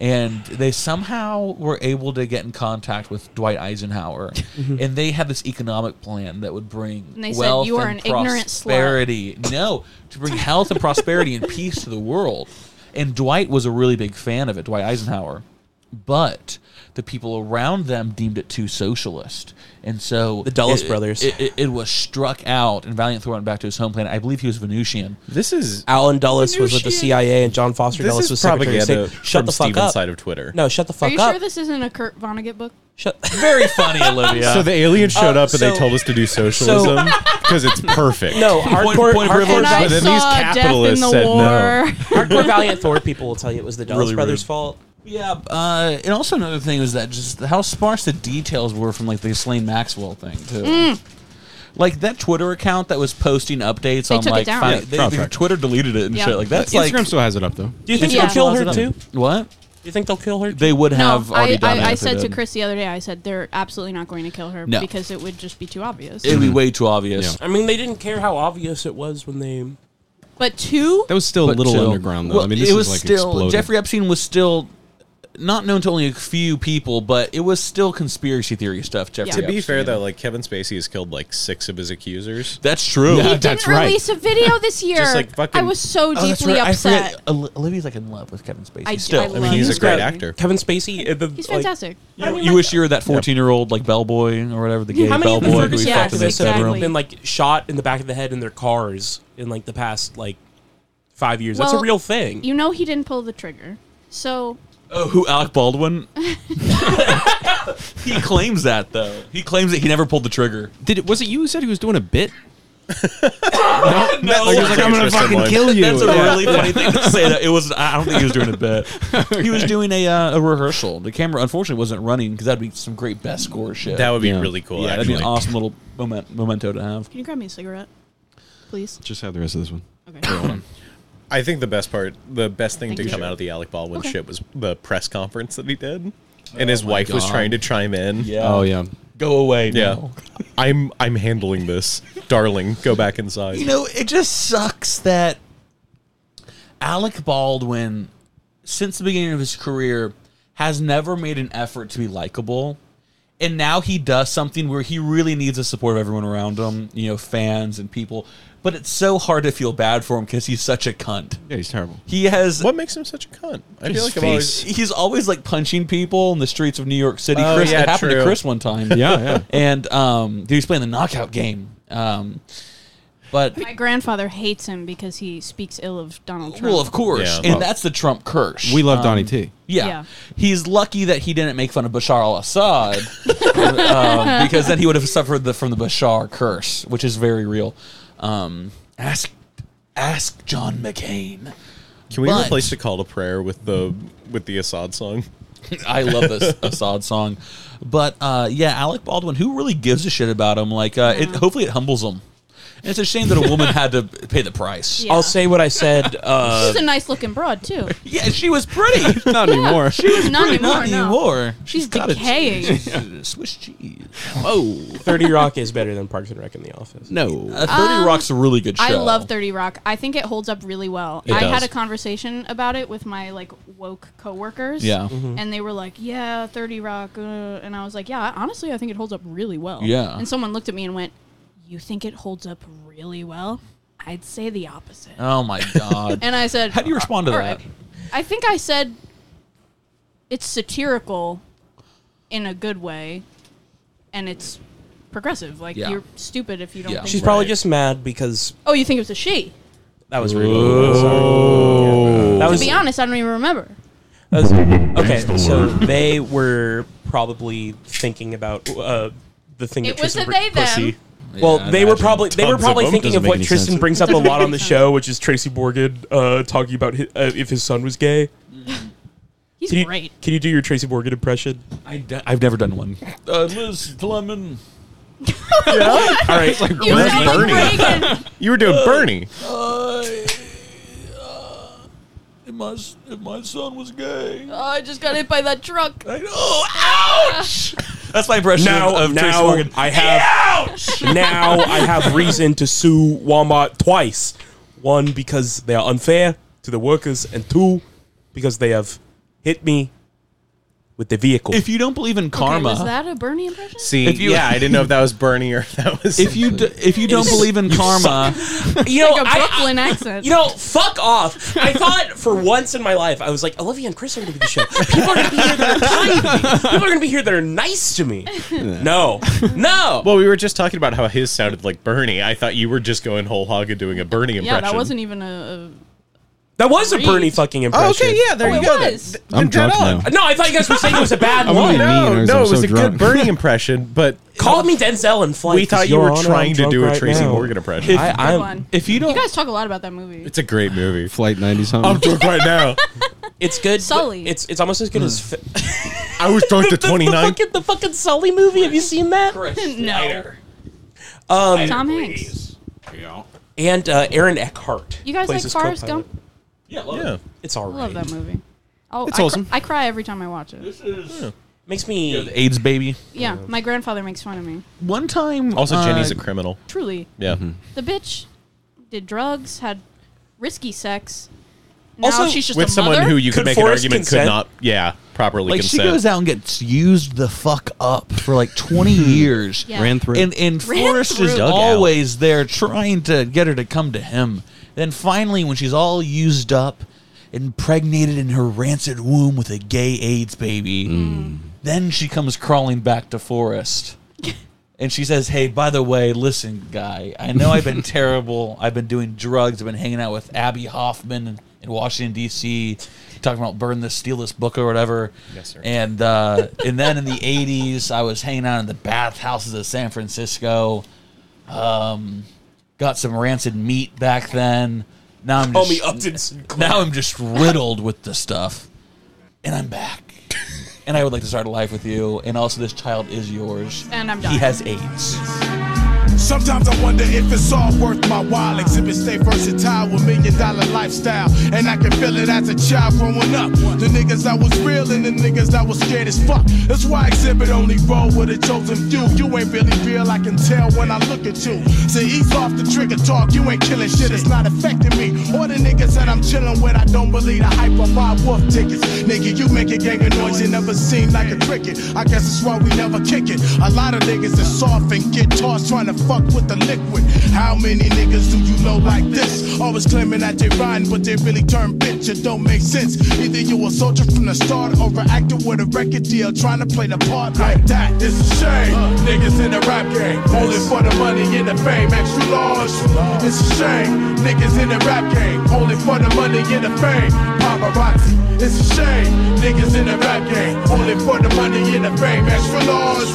Speaker 1: And they somehow were able to get in contact with Dwight Eisenhower. And they had this economic plan that would bring
Speaker 2: And they said,
Speaker 1: wealth
Speaker 2: "You are
Speaker 1: and
Speaker 2: an ignorant slut."
Speaker 1: prosperity. No, to bring health and prosperity and peace to the world. And Dwight was a really big fan of it, Dwight Eisenhower. But the people around them deemed it too socialist. And so
Speaker 3: The Dulles
Speaker 1: it-
Speaker 3: brothers.
Speaker 1: It, it, it was struck out, and Valiant Thor went back to his home planet. I believe he was Venusian.
Speaker 6: This is
Speaker 3: Alan Dulles was with the
Speaker 1: Venusian.
Speaker 3: CIA, and John Foster
Speaker 6: This
Speaker 3: Dulles
Speaker 6: is
Speaker 3: was Secretary of
Speaker 6: propaganda
Speaker 3: State. Shut
Speaker 6: from
Speaker 3: the fuck
Speaker 6: Steven's
Speaker 3: up.
Speaker 6: side of Twitter.
Speaker 3: No, shut the
Speaker 2: Are
Speaker 3: fuck
Speaker 2: you
Speaker 3: up.
Speaker 2: sure this isn't a Kurt Vonnegut book?
Speaker 1: Very funny, Olivia.
Speaker 6: So the alien showed
Speaker 3: Oh,
Speaker 1: Uh,
Speaker 6: up and
Speaker 1: so-
Speaker 6: they told us to do socialism because it's perfect.
Speaker 3: No, hardcore,
Speaker 1: point of
Speaker 3: hardcore,
Speaker 1: privilege.
Speaker 6: But then these capitalists said no.
Speaker 3: hardcore Valiant Thor people will tell you it was the Dulles
Speaker 1: Really
Speaker 3: brothers'
Speaker 1: rude.
Speaker 3: fault.
Speaker 1: Yeah, uh, and also another thing was that just how sparse the details were from like the Slain Maxwell thing too.
Speaker 2: Mm.
Speaker 1: Like that Twitter account that was posting updates
Speaker 2: They
Speaker 1: on
Speaker 2: took it
Speaker 1: like
Speaker 2: down.
Speaker 1: fin-
Speaker 2: Yeah,
Speaker 1: they-
Speaker 4: contract.
Speaker 1: Twitter deleted it and
Speaker 2: Yeah.
Speaker 1: shit like that's
Speaker 4: Instagram
Speaker 1: like
Speaker 4: still has it up though.
Speaker 3: Do you think
Speaker 2: Yeah.
Speaker 3: they'll kill her
Speaker 1: Instagram-
Speaker 3: too? Do
Speaker 1: What
Speaker 3: you think they'll kill her? Too?
Speaker 1: they would have
Speaker 2: no,
Speaker 1: already
Speaker 2: I,
Speaker 1: done
Speaker 2: I,
Speaker 1: it.
Speaker 2: I
Speaker 1: if they
Speaker 2: said to
Speaker 1: did.
Speaker 2: Chris the other day, I said they're absolutely not going to kill her
Speaker 1: No.
Speaker 2: because it would just be too obvious.
Speaker 1: it'd be way too obvious.
Speaker 3: I mean, they didn't care how obvious it was when they.
Speaker 2: but two,
Speaker 4: That was still
Speaker 1: But
Speaker 4: a little
Speaker 1: still-
Speaker 4: underground though.
Speaker 1: Well,
Speaker 4: I mean, this
Speaker 1: it
Speaker 4: is
Speaker 1: was
Speaker 4: like
Speaker 1: still
Speaker 4: exploded.
Speaker 1: Jeffrey Epstein was still not known to only a few people, but it was still conspiracy theory stuff. Jeffrey
Speaker 6: To be fair
Speaker 1: Epstein.
Speaker 6: though, like Kevin Spacey has killed like six of his accusers.
Speaker 1: That's true.
Speaker 2: he didn't release a video this year.
Speaker 6: Just like fucking-
Speaker 2: I was so
Speaker 1: Oh, that's
Speaker 2: deeply
Speaker 1: right. I
Speaker 2: upset.
Speaker 1: forget. Oli- Olivia's like in love with Kevin Spacey.
Speaker 2: I-
Speaker 1: Still,
Speaker 2: I I mean, love he's a him.
Speaker 1: great
Speaker 6: actor.
Speaker 3: Kevin Spacey. uh, the-
Speaker 2: He's
Speaker 3: like-
Speaker 2: fantastic.
Speaker 1: You, you wish you were that fourteen-year-old like bellboy or whatever the gay
Speaker 3: How many of the
Speaker 1: bellboy who
Speaker 3: Ferguson
Speaker 1: he fucked in the
Speaker 3: activists
Speaker 1: bedroom.
Speaker 3: have been like shot in the back of the head in their cars in like the past like five years? That's a
Speaker 2: Well,
Speaker 3: real thing.
Speaker 2: You know he didn't pull the trigger. So
Speaker 1: Oh, who Alec Baldwin? he claims that though. He claims that he never pulled the trigger.
Speaker 4: Did it, was it you who said he was doing a bit?
Speaker 1: no, no,
Speaker 4: Like, he was like, "I'm gonna fucking kill you."
Speaker 1: That's a
Speaker 4: Yeah.
Speaker 1: really funny thing to say. That it was. I don't think he was doing a bit. He was doing a uh, a rehearsal. The camera unfortunately wasn't running because that'd be some great best score shit.
Speaker 6: That would be Yeah. really cool,
Speaker 1: Yeah, that'd be an
Speaker 6: actually.
Speaker 1: awesome little moment, memento to have.
Speaker 2: can you grab me a cigarette, please?
Speaker 4: Just have the rest of this one.
Speaker 6: I think the best part, the best thing
Speaker 2: Thank
Speaker 6: to
Speaker 2: you.
Speaker 6: come
Speaker 2: Sure.
Speaker 6: out of the Alec Baldwin
Speaker 2: Okay.
Speaker 6: shit was the press conference that he did, and his
Speaker 4: my
Speaker 6: wife was
Speaker 4: God.
Speaker 6: trying to chime in.
Speaker 4: Yeah. Oh, yeah.
Speaker 1: Go away.
Speaker 6: Yeah. I'm I'm handling this, darling. Go back inside.
Speaker 1: You know, it just sucks that Alec Baldwin, since the beginning of his career, has never made an effort to be likable. And now he does something where he really needs the support of everyone around him, you know, fans and people. But it's so hard to feel bad for him because he's such a cunt.
Speaker 4: Yeah, he's terrible.
Speaker 1: He has.
Speaker 6: What makes him such a cunt? I feel like I'm always.
Speaker 1: he's always like punching people in the streets of New York City.
Speaker 6: Oh,
Speaker 1: Chris,
Speaker 6: yeah,
Speaker 1: it happened
Speaker 6: true.
Speaker 1: to Chris one time.
Speaker 6: Yeah, yeah.
Speaker 1: And um, dude, he was playing the knockout game. Um, but
Speaker 2: My grandfather hates him because he speaks ill of Donald Trump.
Speaker 1: Well, of course,
Speaker 4: Yeah.
Speaker 1: and that's the Trump curse. Um,
Speaker 4: We love Donny T.
Speaker 1: Yeah.
Speaker 2: Yeah.
Speaker 1: he's lucky that he didn't make fun of Bashar al-Assad um, because then he would have suffered the, from the Bashar curse, which is very real. Um, ask, ask John McCain.
Speaker 6: Can we
Speaker 1: But-
Speaker 6: replace the call to prayer with the with the Assad song?
Speaker 1: I love this Assad song, but uh, yeah, Alec Baldwin. Who really gives a shit about him? Like, uh, it, hopefully, it humbles him. And it's a shame that a woman had to pay the price.
Speaker 2: Yeah. I'll
Speaker 3: say what I said. uh,
Speaker 2: She's a nice looking broad too.
Speaker 1: yeah, she was pretty.
Speaker 4: Not anymore.
Speaker 1: She was
Speaker 2: Not
Speaker 1: pretty. Not
Speaker 2: anymore, no.
Speaker 1: anymore.
Speaker 2: She's
Speaker 1: cottage
Speaker 2: decaying.
Speaker 1: cheese. Swiss cheese. Oh.
Speaker 3: 30 Rock is better than Parks and Rec in The Office.
Speaker 1: No. Uh, 30
Speaker 2: Um,
Speaker 1: Rock's a really good show.
Speaker 2: I love 30 Rock. I think it holds up really well.
Speaker 1: It
Speaker 2: I
Speaker 1: does.
Speaker 2: had a conversation about it with my like woke coworkers.
Speaker 1: Yeah.
Speaker 3: Mm-hmm.
Speaker 1: Mhm.
Speaker 2: And they were like, "Yeah, 30 Rock." Uh, and I was like, "Yeah, honestly, I think it holds up really well."
Speaker 1: Yeah.
Speaker 2: And someone looked at me and went, "You think it holds up really well?" I'd say the opposite.
Speaker 1: Oh my god.
Speaker 2: And I said, "Uh,
Speaker 1: How do you respond to
Speaker 2: "All
Speaker 1: that?
Speaker 2: right." I think I said it's satirical in a good way and it's progressive. Like
Speaker 3: Yeah.
Speaker 2: you're stupid if you don't think
Speaker 3: She's
Speaker 2: that-
Speaker 3: probably just mad because
Speaker 2: Oh, you think it was a she?
Speaker 3: that was rude. Sorry. That was
Speaker 2: to be honest, I don't even remember.
Speaker 3: That was- okay, so they were probably thinking about uh, the thing
Speaker 2: It
Speaker 3: that
Speaker 2: was
Speaker 3: Tristan
Speaker 2: a they,
Speaker 3: br- pussy.
Speaker 2: them.
Speaker 1: Yeah,
Speaker 3: well,
Speaker 1: I
Speaker 3: they were
Speaker 1: imagine.
Speaker 3: probably they were
Speaker 1: Tons of
Speaker 3: probably
Speaker 1: them.
Speaker 3: thinking
Speaker 1: Doesn't
Speaker 3: of
Speaker 1: make
Speaker 3: what
Speaker 1: any
Speaker 3: Tristan
Speaker 1: sense.
Speaker 3: brings up a lot on the show, which is Tracy Morgan uh, talking about hi uh, if his son was gay.
Speaker 2: He's
Speaker 3: can you,
Speaker 2: great.
Speaker 3: Can you do your Tracy Morgan impression?
Speaker 1: I have never done one. Uh, Liz Lemon.
Speaker 3: All right,
Speaker 6: You That's sound like Bernie.
Speaker 2: Reagan.
Speaker 6: You were
Speaker 1: Uh,
Speaker 6: doing Bernie.
Speaker 1: I, if, my, if my son was gay.
Speaker 2: I just got hit by that truck.
Speaker 1: oh, ouch! That's my impression
Speaker 3: now,
Speaker 1: of, of Tracy
Speaker 3: now
Speaker 1: Morgan.
Speaker 3: I have now I have reason to sue Walmart twice. One because they are unfair to the workers, and two because they have hit me with the vehicle.
Speaker 1: If you don't believe in
Speaker 2: Okay,
Speaker 1: karma,
Speaker 2: was that a Bernie impression?
Speaker 6: See,
Speaker 1: If you-
Speaker 6: yeah, I didn't know if that was Bernie or if that was.
Speaker 1: if you d- if you don't believe in
Speaker 6: uh,
Speaker 1: karma,
Speaker 3: you know,
Speaker 2: like a
Speaker 3: I-
Speaker 2: Brooklyn accent.
Speaker 3: You know, fuck off. I thought for once in my life, I was like, Olivia and Chris are going to be the show. People are going to be here that are kind to me. People are going to be here that are nice to me. No. No.
Speaker 6: Well, we were just talking about how his sounded like Bernie. I thought you were just going whole hog and doing a Bernie
Speaker 2: yeah,
Speaker 6: impression.
Speaker 2: that wasn't even a.
Speaker 3: That was a Bernie fucking impression.
Speaker 6: okay, yeah, there
Speaker 2: Oh,
Speaker 6: you
Speaker 2: it
Speaker 6: go. then.
Speaker 2: was.
Speaker 6: Th-
Speaker 4: I'm
Speaker 6: then dead
Speaker 4: drunk
Speaker 6: on.
Speaker 4: now.
Speaker 3: No, I thought you guys were saying it was a bad
Speaker 4: I'm
Speaker 3: one.
Speaker 4: really mean.
Speaker 6: No,
Speaker 4: I was-
Speaker 6: no,
Speaker 4: I'm
Speaker 6: it was
Speaker 4: so
Speaker 6: a
Speaker 4: drunk.
Speaker 6: good Bernie impression, but
Speaker 3: Call me Denzel and Flight.
Speaker 6: we thought you were trying to do a Tracy Morgan impression.
Speaker 1: If-
Speaker 3: I,
Speaker 2: a
Speaker 3: I'm,
Speaker 2: one.
Speaker 1: if you
Speaker 2: You
Speaker 1: don't,
Speaker 2: guys talk a lot about that movie.
Speaker 6: It's a great movie.
Speaker 4: Flight 90 something.
Speaker 6: I'm drunk right now. Mm.
Speaker 3: It's good. but
Speaker 2: Sully.
Speaker 3: It's it's almost as good as fi-
Speaker 6: I was drunk the
Speaker 3: the
Speaker 6: 29th.
Speaker 3: fucking the fucking Sully movie. Have you seen that?
Speaker 2: no.
Speaker 3: Um,
Speaker 2: Tom Hanks.
Speaker 3: and uh, Aaron Eckhart.
Speaker 2: You guys
Speaker 3: plays
Speaker 2: like
Speaker 3: his
Speaker 2: Forrest
Speaker 3: co-pilot.
Speaker 2: Gump?
Speaker 1: yeah,
Speaker 6: Yeah.
Speaker 3: It's all
Speaker 2: I love
Speaker 3: right.
Speaker 2: that movie. Oh,
Speaker 4: It's
Speaker 2: I, cr-
Speaker 4: wholesome.
Speaker 2: I cry every time I watch it.
Speaker 3: Makes me.
Speaker 1: AIDS baby.
Speaker 2: Yeah, my grandfather makes fun of me.
Speaker 1: One time,
Speaker 6: Also,
Speaker 1: uh,
Speaker 6: Jenny's a criminal.
Speaker 2: Truly.
Speaker 1: Mm-hmm.
Speaker 6: Yeah.
Speaker 2: The bitch did drugs, had risky sex, Now she's just
Speaker 6: with
Speaker 2: a
Speaker 6: someone
Speaker 2: mother?
Speaker 6: who you could
Speaker 1: Could
Speaker 6: make an
Speaker 1: force
Speaker 6: argument
Speaker 1: consent?
Speaker 6: could not, yeah, properly
Speaker 1: Like
Speaker 6: consent.
Speaker 1: she goes out and gets used the fuck up for like twenty years.
Speaker 6: Yeah. Ran through.
Speaker 1: And and
Speaker 6: Ran
Speaker 1: Forrest is
Speaker 6: through. Dug out.
Speaker 1: always there trying to get her to come to him. Then finally, when she's all used up, impregnated in her rancid womb with a gay AIDS baby,
Speaker 6: Hmm.
Speaker 1: then she comes crawling back to Forrest. And she says, "Hey, by the way, listen, guy. I know I've been terrible. I've been doing drugs. I've been hanging out with Abby Hoffman in Washington D.C. talking about burn this, steal this book or whatever.
Speaker 6: Yes, sir.
Speaker 1: And uh, and then in the '80s, I was hanging out in the bathhouses of San Francisco. Um, got some rancid meat back then. Now I'm
Speaker 3: Homie
Speaker 1: just
Speaker 3: Upton Sinclair.
Speaker 1: now I'm just riddled with the stuff, and I'm back. and I would like to start a life with you. And also, this child is yours.
Speaker 2: And I'm
Speaker 1: He
Speaker 2: done.
Speaker 1: has AIDS.
Speaker 14: Sometimes I wonder if it's all worth my while. Exhibit stay versatile with million dollar lifestyle. And I can feel it as a child growing up. The niggas I was real and the niggas I was scared as fuck. That's why exhibit only roll with a chosen few. You ain't really real, I can tell when I look at you. So ease off the trigger talk, you ain't killing shit, it's not affecting me. Or the niggas that I'm chilling with, I don't believe the hype of my wolf tickets. Nigga, you make a gang of noise, it never seemed like a cricket. I guess that's why we never kick it. A lot of niggas is soft and get tossed trying to fuck with the liquid. How many niggas do you know like this? Always claiming that they riding, but they really turn bitch. It don't make sense. Either you a soldier from the start or an actor with a record deal trying to play the part like that. It's a shame. Niggas in the rap game, only for the money and the fame. Extra large. It's a shame. Niggas in the rap game, only for the money and the fame. Paparazzi. It's a shame. Niggas in the rap game, only for the money and the fame. Extra large.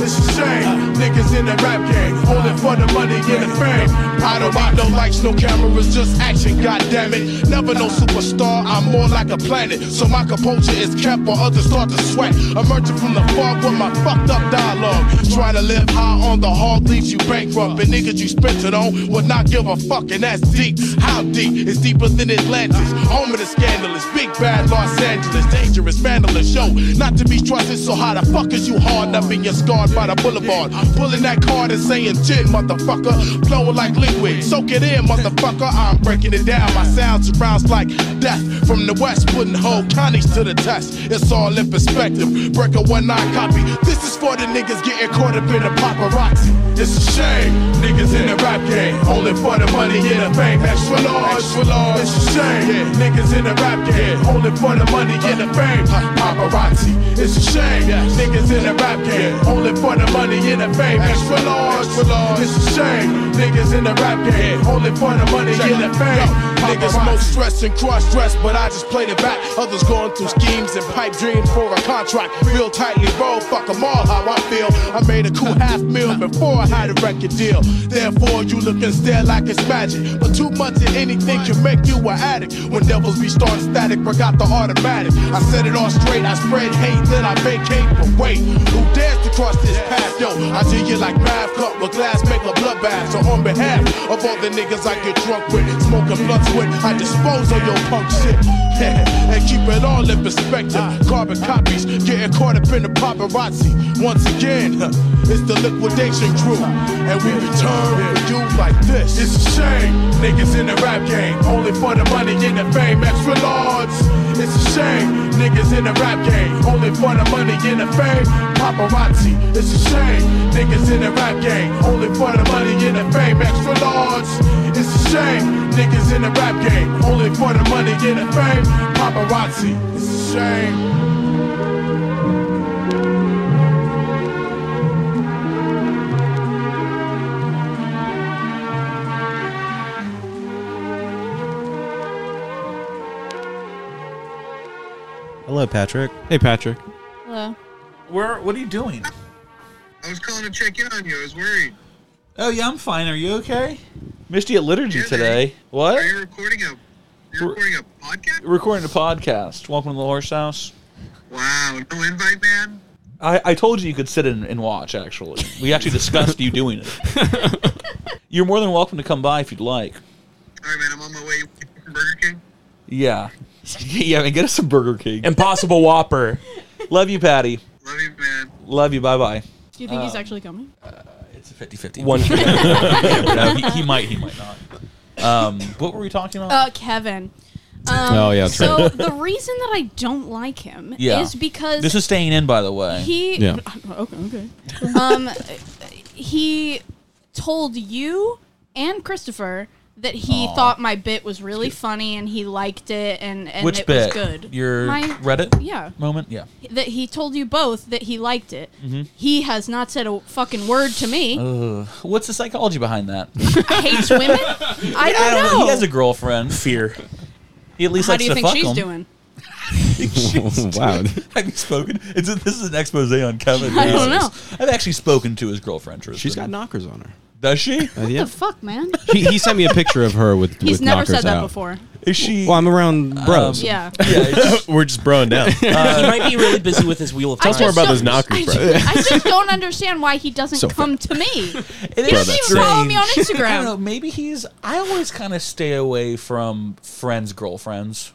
Speaker 14: It's a shame. Niggas in the rap game, only for the money and the fame. I don't want no lights, no cameras, just action. God damn it. Never no superstar. I'm more like a planet. So my composure is kept while others start to sweat. Emerging from the fog with my fucked up dialogue. Try to live high on the hog leaves you bankrupt. And niggas you spent it on would not give a fuck. And that's deep. How deep? It's deeper than Atlantis. Home of the scandalous. Big bad Los Angeles. Dangerous, vandalous. Yo, not to be trusted. So how the fuck is you hard up and you're scarred by the boulevard? Pulling that card and saying gin, motherfucker. Blowing like liquid. Soak it in, motherfucker. I'm breaking it down. My sound surrounds like death from the west. Putting whole conics to the test. It's all in perspective. Break a one nine copy. This is for the niggas getting caught up in the paparazzi. It's a shame. Niggas in the rap game. Only for the money and the fame. Extra large. Extra large. It's a shame. Niggas in the rap game. Only for the money and the fame. Paparazzi. It's a shame. Niggas in the rap game. Only for the money and the fame. Extra large. Extra large. It's a shame. Niggas in the rap game. Only for the money and the fame. Niggas smoke stress and cross dress, but I just played it back. Others going through schemes and pipe dreams for a contract. Real tightly roll, fuck 'em all how I feel. I made a cool half mil before I had a record deal. Therefore, you look and stare like it's magic. But too much of anything can make you an addict. When devils be starting static, forgot the automatic. I said it all straight, I spread hate, then I vacate. But wait, who dares to cross this path? Yo, I do you like math, cut with glass, make a bloodbath. So on behalf of all the niggas I get drunk with, smoking blunts with, I dispose of your punk shit. and keep it all in perspective. Carbon copies, getting caught up in the paparazzi. Once again, it's the liquidation crew. And we return with you like this. It's a shame, niggas in the rap game, only for the money and the fame. Extra large. It's a shame, niggas in the rap game, only for the money and the fame. Paparazzi. It's a shame, niggas in the rap game, only for the money and the fame. Extra large. It's a shame, niggas in the rap game, only for the money and the fame. Paparazzi. It's a shame.
Speaker 6: Hello, Patrick. Hey, Patrick.
Speaker 2: Hello.
Speaker 1: Where? What are you doing?
Speaker 15: I was calling to check in on you. I was worried.
Speaker 1: Oh yeah, I'm fine. Are you okay? Missed you at liturgy today. What? Are you
Speaker 15: recording a?
Speaker 1: You're recording
Speaker 15: a podcast.
Speaker 1: Recording a podcast. Welcome to the horse house.
Speaker 15: Wow, no invite, man.
Speaker 1: I, I told you you could sit in and watch. Actually, we actually discussed you doing it. You're more than welcome to come by if you'd like.
Speaker 15: All right, man. I'm on my way from Burger King.
Speaker 1: Yeah, yeah. And get us a Burger King. Impossible Whopper. Love you, Patty. Love you, man. Love you. Bye bye.
Speaker 2: Do you think he's
Speaker 1: Uh,
Speaker 2: actually coming?
Speaker 1: It's a 50 50.
Speaker 3: One-
Speaker 1: no, he, he might, he might not. Um, what were we talking about?
Speaker 2: Uh, Kevin. Um,
Speaker 1: Oh, yeah, that's
Speaker 2: So
Speaker 1: right.
Speaker 2: the reason that I don't like him
Speaker 1: Yeah.
Speaker 2: Uh, is because
Speaker 1: This is staying in, by the way.
Speaker 2: He
Speaker 1: Yeah.
Speaker 2: okay, okay. um, he told you and Christopher that he
Speaker 1: Aw.
Speaker 2: thought my bit was really funny and he liked it and, and
Speaker 1: Which
Speaker 2: it
Speaker 1: bit?
Speaker 2: was good.
Speaker 1: Your
Speaker 2: My-
Speaker 1: Reddit
Speaker 2: yeah.
Speaker 1: moment? Yeah.
Speaker 2: That he told you both that he liked it.
Speaker 1: Mhm.
Speaker 2: He has not said a fucking word to me.
Speaker 1: Mm-hmm. Ugh. What's the psychology behind that?
Speaker 2: Hates women. I don't, know.
Speaker 1: He has a girlfriend.
Speaker 3: Fear.
Speaker 1: He at least
Speaker 2: How
Speaker 1: likes
Speaker 2: do
Speaker 1: to
Speaker 2: you think
Speaker 1: fuck
Speaker 2: she's
Speaker 1: 'em.
Speaker 2: doing?
Speaker 4: wow.
Speaker 1: Have you spoken? It's a, this is an expose on Kevin.
Speaker 2: I don't
Speaker 1: Jesus. I've actually spoken to his girlfriend. Tristan. She's got
Speaker 4: knockers on her. Uh,
Speaker 1: Does she?
Speaker 2: What the fuck, man?
Speaker 4: he, he sent me a picture of her with
Speaker 2: He's
Speaker 4: with
Speaker 2: never
Speaker 4: knockers
Speaker 2: said that
Speaker 4: out.
Speaker 2: before.
Speaker 1: Is she?
Speaker 4: Well, I'm around
Speaker 1: Um,
Speaker 4: bros.
Speaker 2: yeah.
Speaker 6: We're just broing down.
Speaker 3: uh, he
Speaker 4: Uh,
Speaker 3: might be really busy with his wheel of time.
Speaker 6: Talk more about those
Speaker 2: I
Speaker 6: knockers,
Speaker 2: just,
Speaker 6: bro.
Speaker 2: I just don't understand why he doesn't
Speaker 6: So
Speaker 2: come to me. He doesn't
Speaker 1: It
Speaker 2: even
Speaker 1: is
Speaker 2: follow me on
Speaker 1: strange.
Speaker 2: Instagram.
Speaker 1: I don't know. Maybe he's. I always kind of stay away from friends, girlfriends.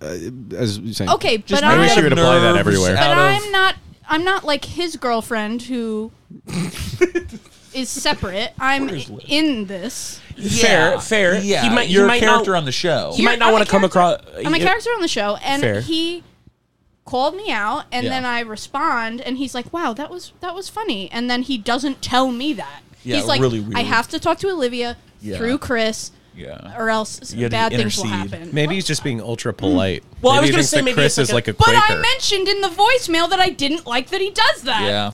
Speaker 4: Uh, as you saying.
Speaker 2: Okay, but
Speaker 6: I wish
Speaker 2: I'm-
Speaker 6: you would apply that everywhere.
Speaker 2: But I'm not. I'm not like his girlfriend who is separate. I'm in this.
Speaker 3: Fair, fair.
Speaker 1: Yeah,
Speaker 3: He might- he
Speaker 1: you're a
Speaker 3: might not-
Speaker 1: character on the show.
Speaker 3: He might not want to come across.
Speaker 2: I'm a character on the show, and
Speaker 3: Fair.
Speaker 2: he called me out, and
Speaker 3: Yeah.
Speaker 2: then I respond, and he's like, "Wow, that was that was funny," and then he doesn't tell me that.
Speaker 1: Yeah,
Speaker 2: he's like,
Speaker 1: really weird.
Speaker 2: "I have to talk to Olivia
Speaker 6: Yeah.
Speaker 2: through Chris,
Speaker 1: Yeah.
Speaker 2: or else s- bad things will happen."
Speaker 6: Maybe he's just being ultra polite.
Speaker 2: Well, I
Speaker 6: maybe
Speaker 2: was
Speaker 6: he
Speaker 2: gonna
Speaker 6: thinks
Speaker 2: say
Speaker 6: that
Speaker 2: maybe
Speaker 6: Chris
Speaker 2: it's
Speaker 6: is like a
Speaker 2: But
Speaker 6: Quaker.
Speaker 2: I mentioned in the voicemail that I didn't like that he does that.
Speaker 1: Yeah.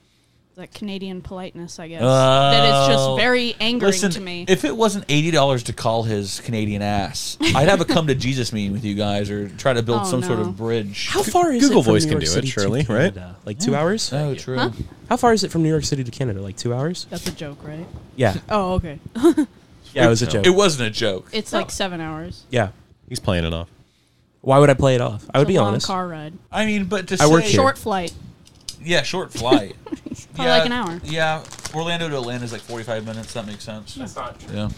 Speaker 2: That Canadian politeness, I guess.
Speaker 1: Oh.
Speaker 2: that is just very angering
Speaker 1: Listen,
Speaker 2: to me.
Speaker 1: If it wasn't eighty dollars to call his Canadian ass, I'd have a come to Jesus meeting with you guys or try to build
Speaker 2: Oh,
Speaker 1: some sort
Speaker 2: no.
Speaker 1: of bridge.
Speaker 3: How far is
Speaker 6: Google
Speaker 3: it from
Speaker 6: Voice
Speaker 3: New
Speaker 6: can
Speaker 3: York
Speaker 6: do it,
Speaker 3: City to
Speaker 6: surely,
Speaker 3: Canada?
Speaker 6: right?
Speaker 3: Like two
Speaker 1: Yeah.
Speaker 3: hours?
Speaker 1: Oh, true.
Speaker 2: Huh?
Speaker 3: How far is it from New York City to Canada? Like two hours?
Speaker 2: That's a joke, right?
Speaker 3: Yeah.
Speaker 2: Oh, okay.
Speaker 3: Yeah, it was a joke.
Speaker 1: It wasn't a joke.
Speaker 2: it's like seven hours.
Speaker 3: Yeah.
Speaker 6: He's playing it off.
Speaker 3: Why would I play it off? I
Speaker 2: It's
Speaker 3: would be
Speaker 2: a long
Speaker 3: honest.
Speaker 2: Car ride.
Speaker 1: I mean, but to
Speaker 3: I work
Speaker 1: say-
Speaker 3: here.
Speaker 2: Short flight.
Speaker 1: Yeah, short flight.
Speaker 2: Probably like an hour.
Speaker 1: Yeah, Orlando to Atlanta is like forty-five minutes. That makes sense. That's
Speaker 3: not true.
Speaker 1: Yeah,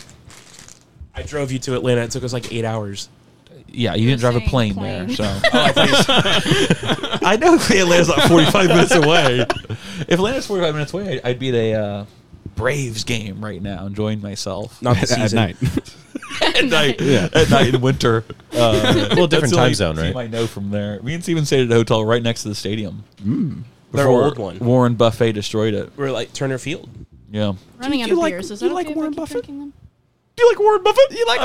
Speaker 3: I drove you to Atlanta. It took us like eight hours. Oh,
Speaker 1: yeah. You didn't drive a plane, there, so
Speaker 3: I
Speaker 1: I know Atlanta's not forty-five minutes away. If Atlanta's forty-five minutes away, I'd, I'd be at a uh, Braves game right now, enjoying myself.
Speaker 3: Not this At- at season. night.
Speaker 1: at night.
Speaker 3: Yeah.
Speaker 1: At night in winter. Uh,
Speaker 6: A little different
Speaker 1: that's the
Speaker 6: time
Speaker 1: only
Speaker 6: zone, right?
Speaker 1: Team I know from there. Me and Steven stayed at a hotel right next to the stadium.
Speaker 6: Mm.
Speaker 3: Their
Speaker 1: Before
Speaker 3: old one.
Speaker 1: Warren Buffet destroyed it.
Speaker 3: We're like Turner Field.
Speaker 1: Yeah.
Speaker 2: Running out
Speaker 3: you
Speaker 2: of
Speaker 3: like-
Speaker 2: beers. Is
Speaker 3: you
Speaker 2: that
Speaker 3: like
Speaker 2: okay if I
Speaker 3: Warren
Speaker 2: keep
Speaker 3: Buffett?
Speaker 2: drinking them?
Speaker 3: Do you like Warren Buffett? You like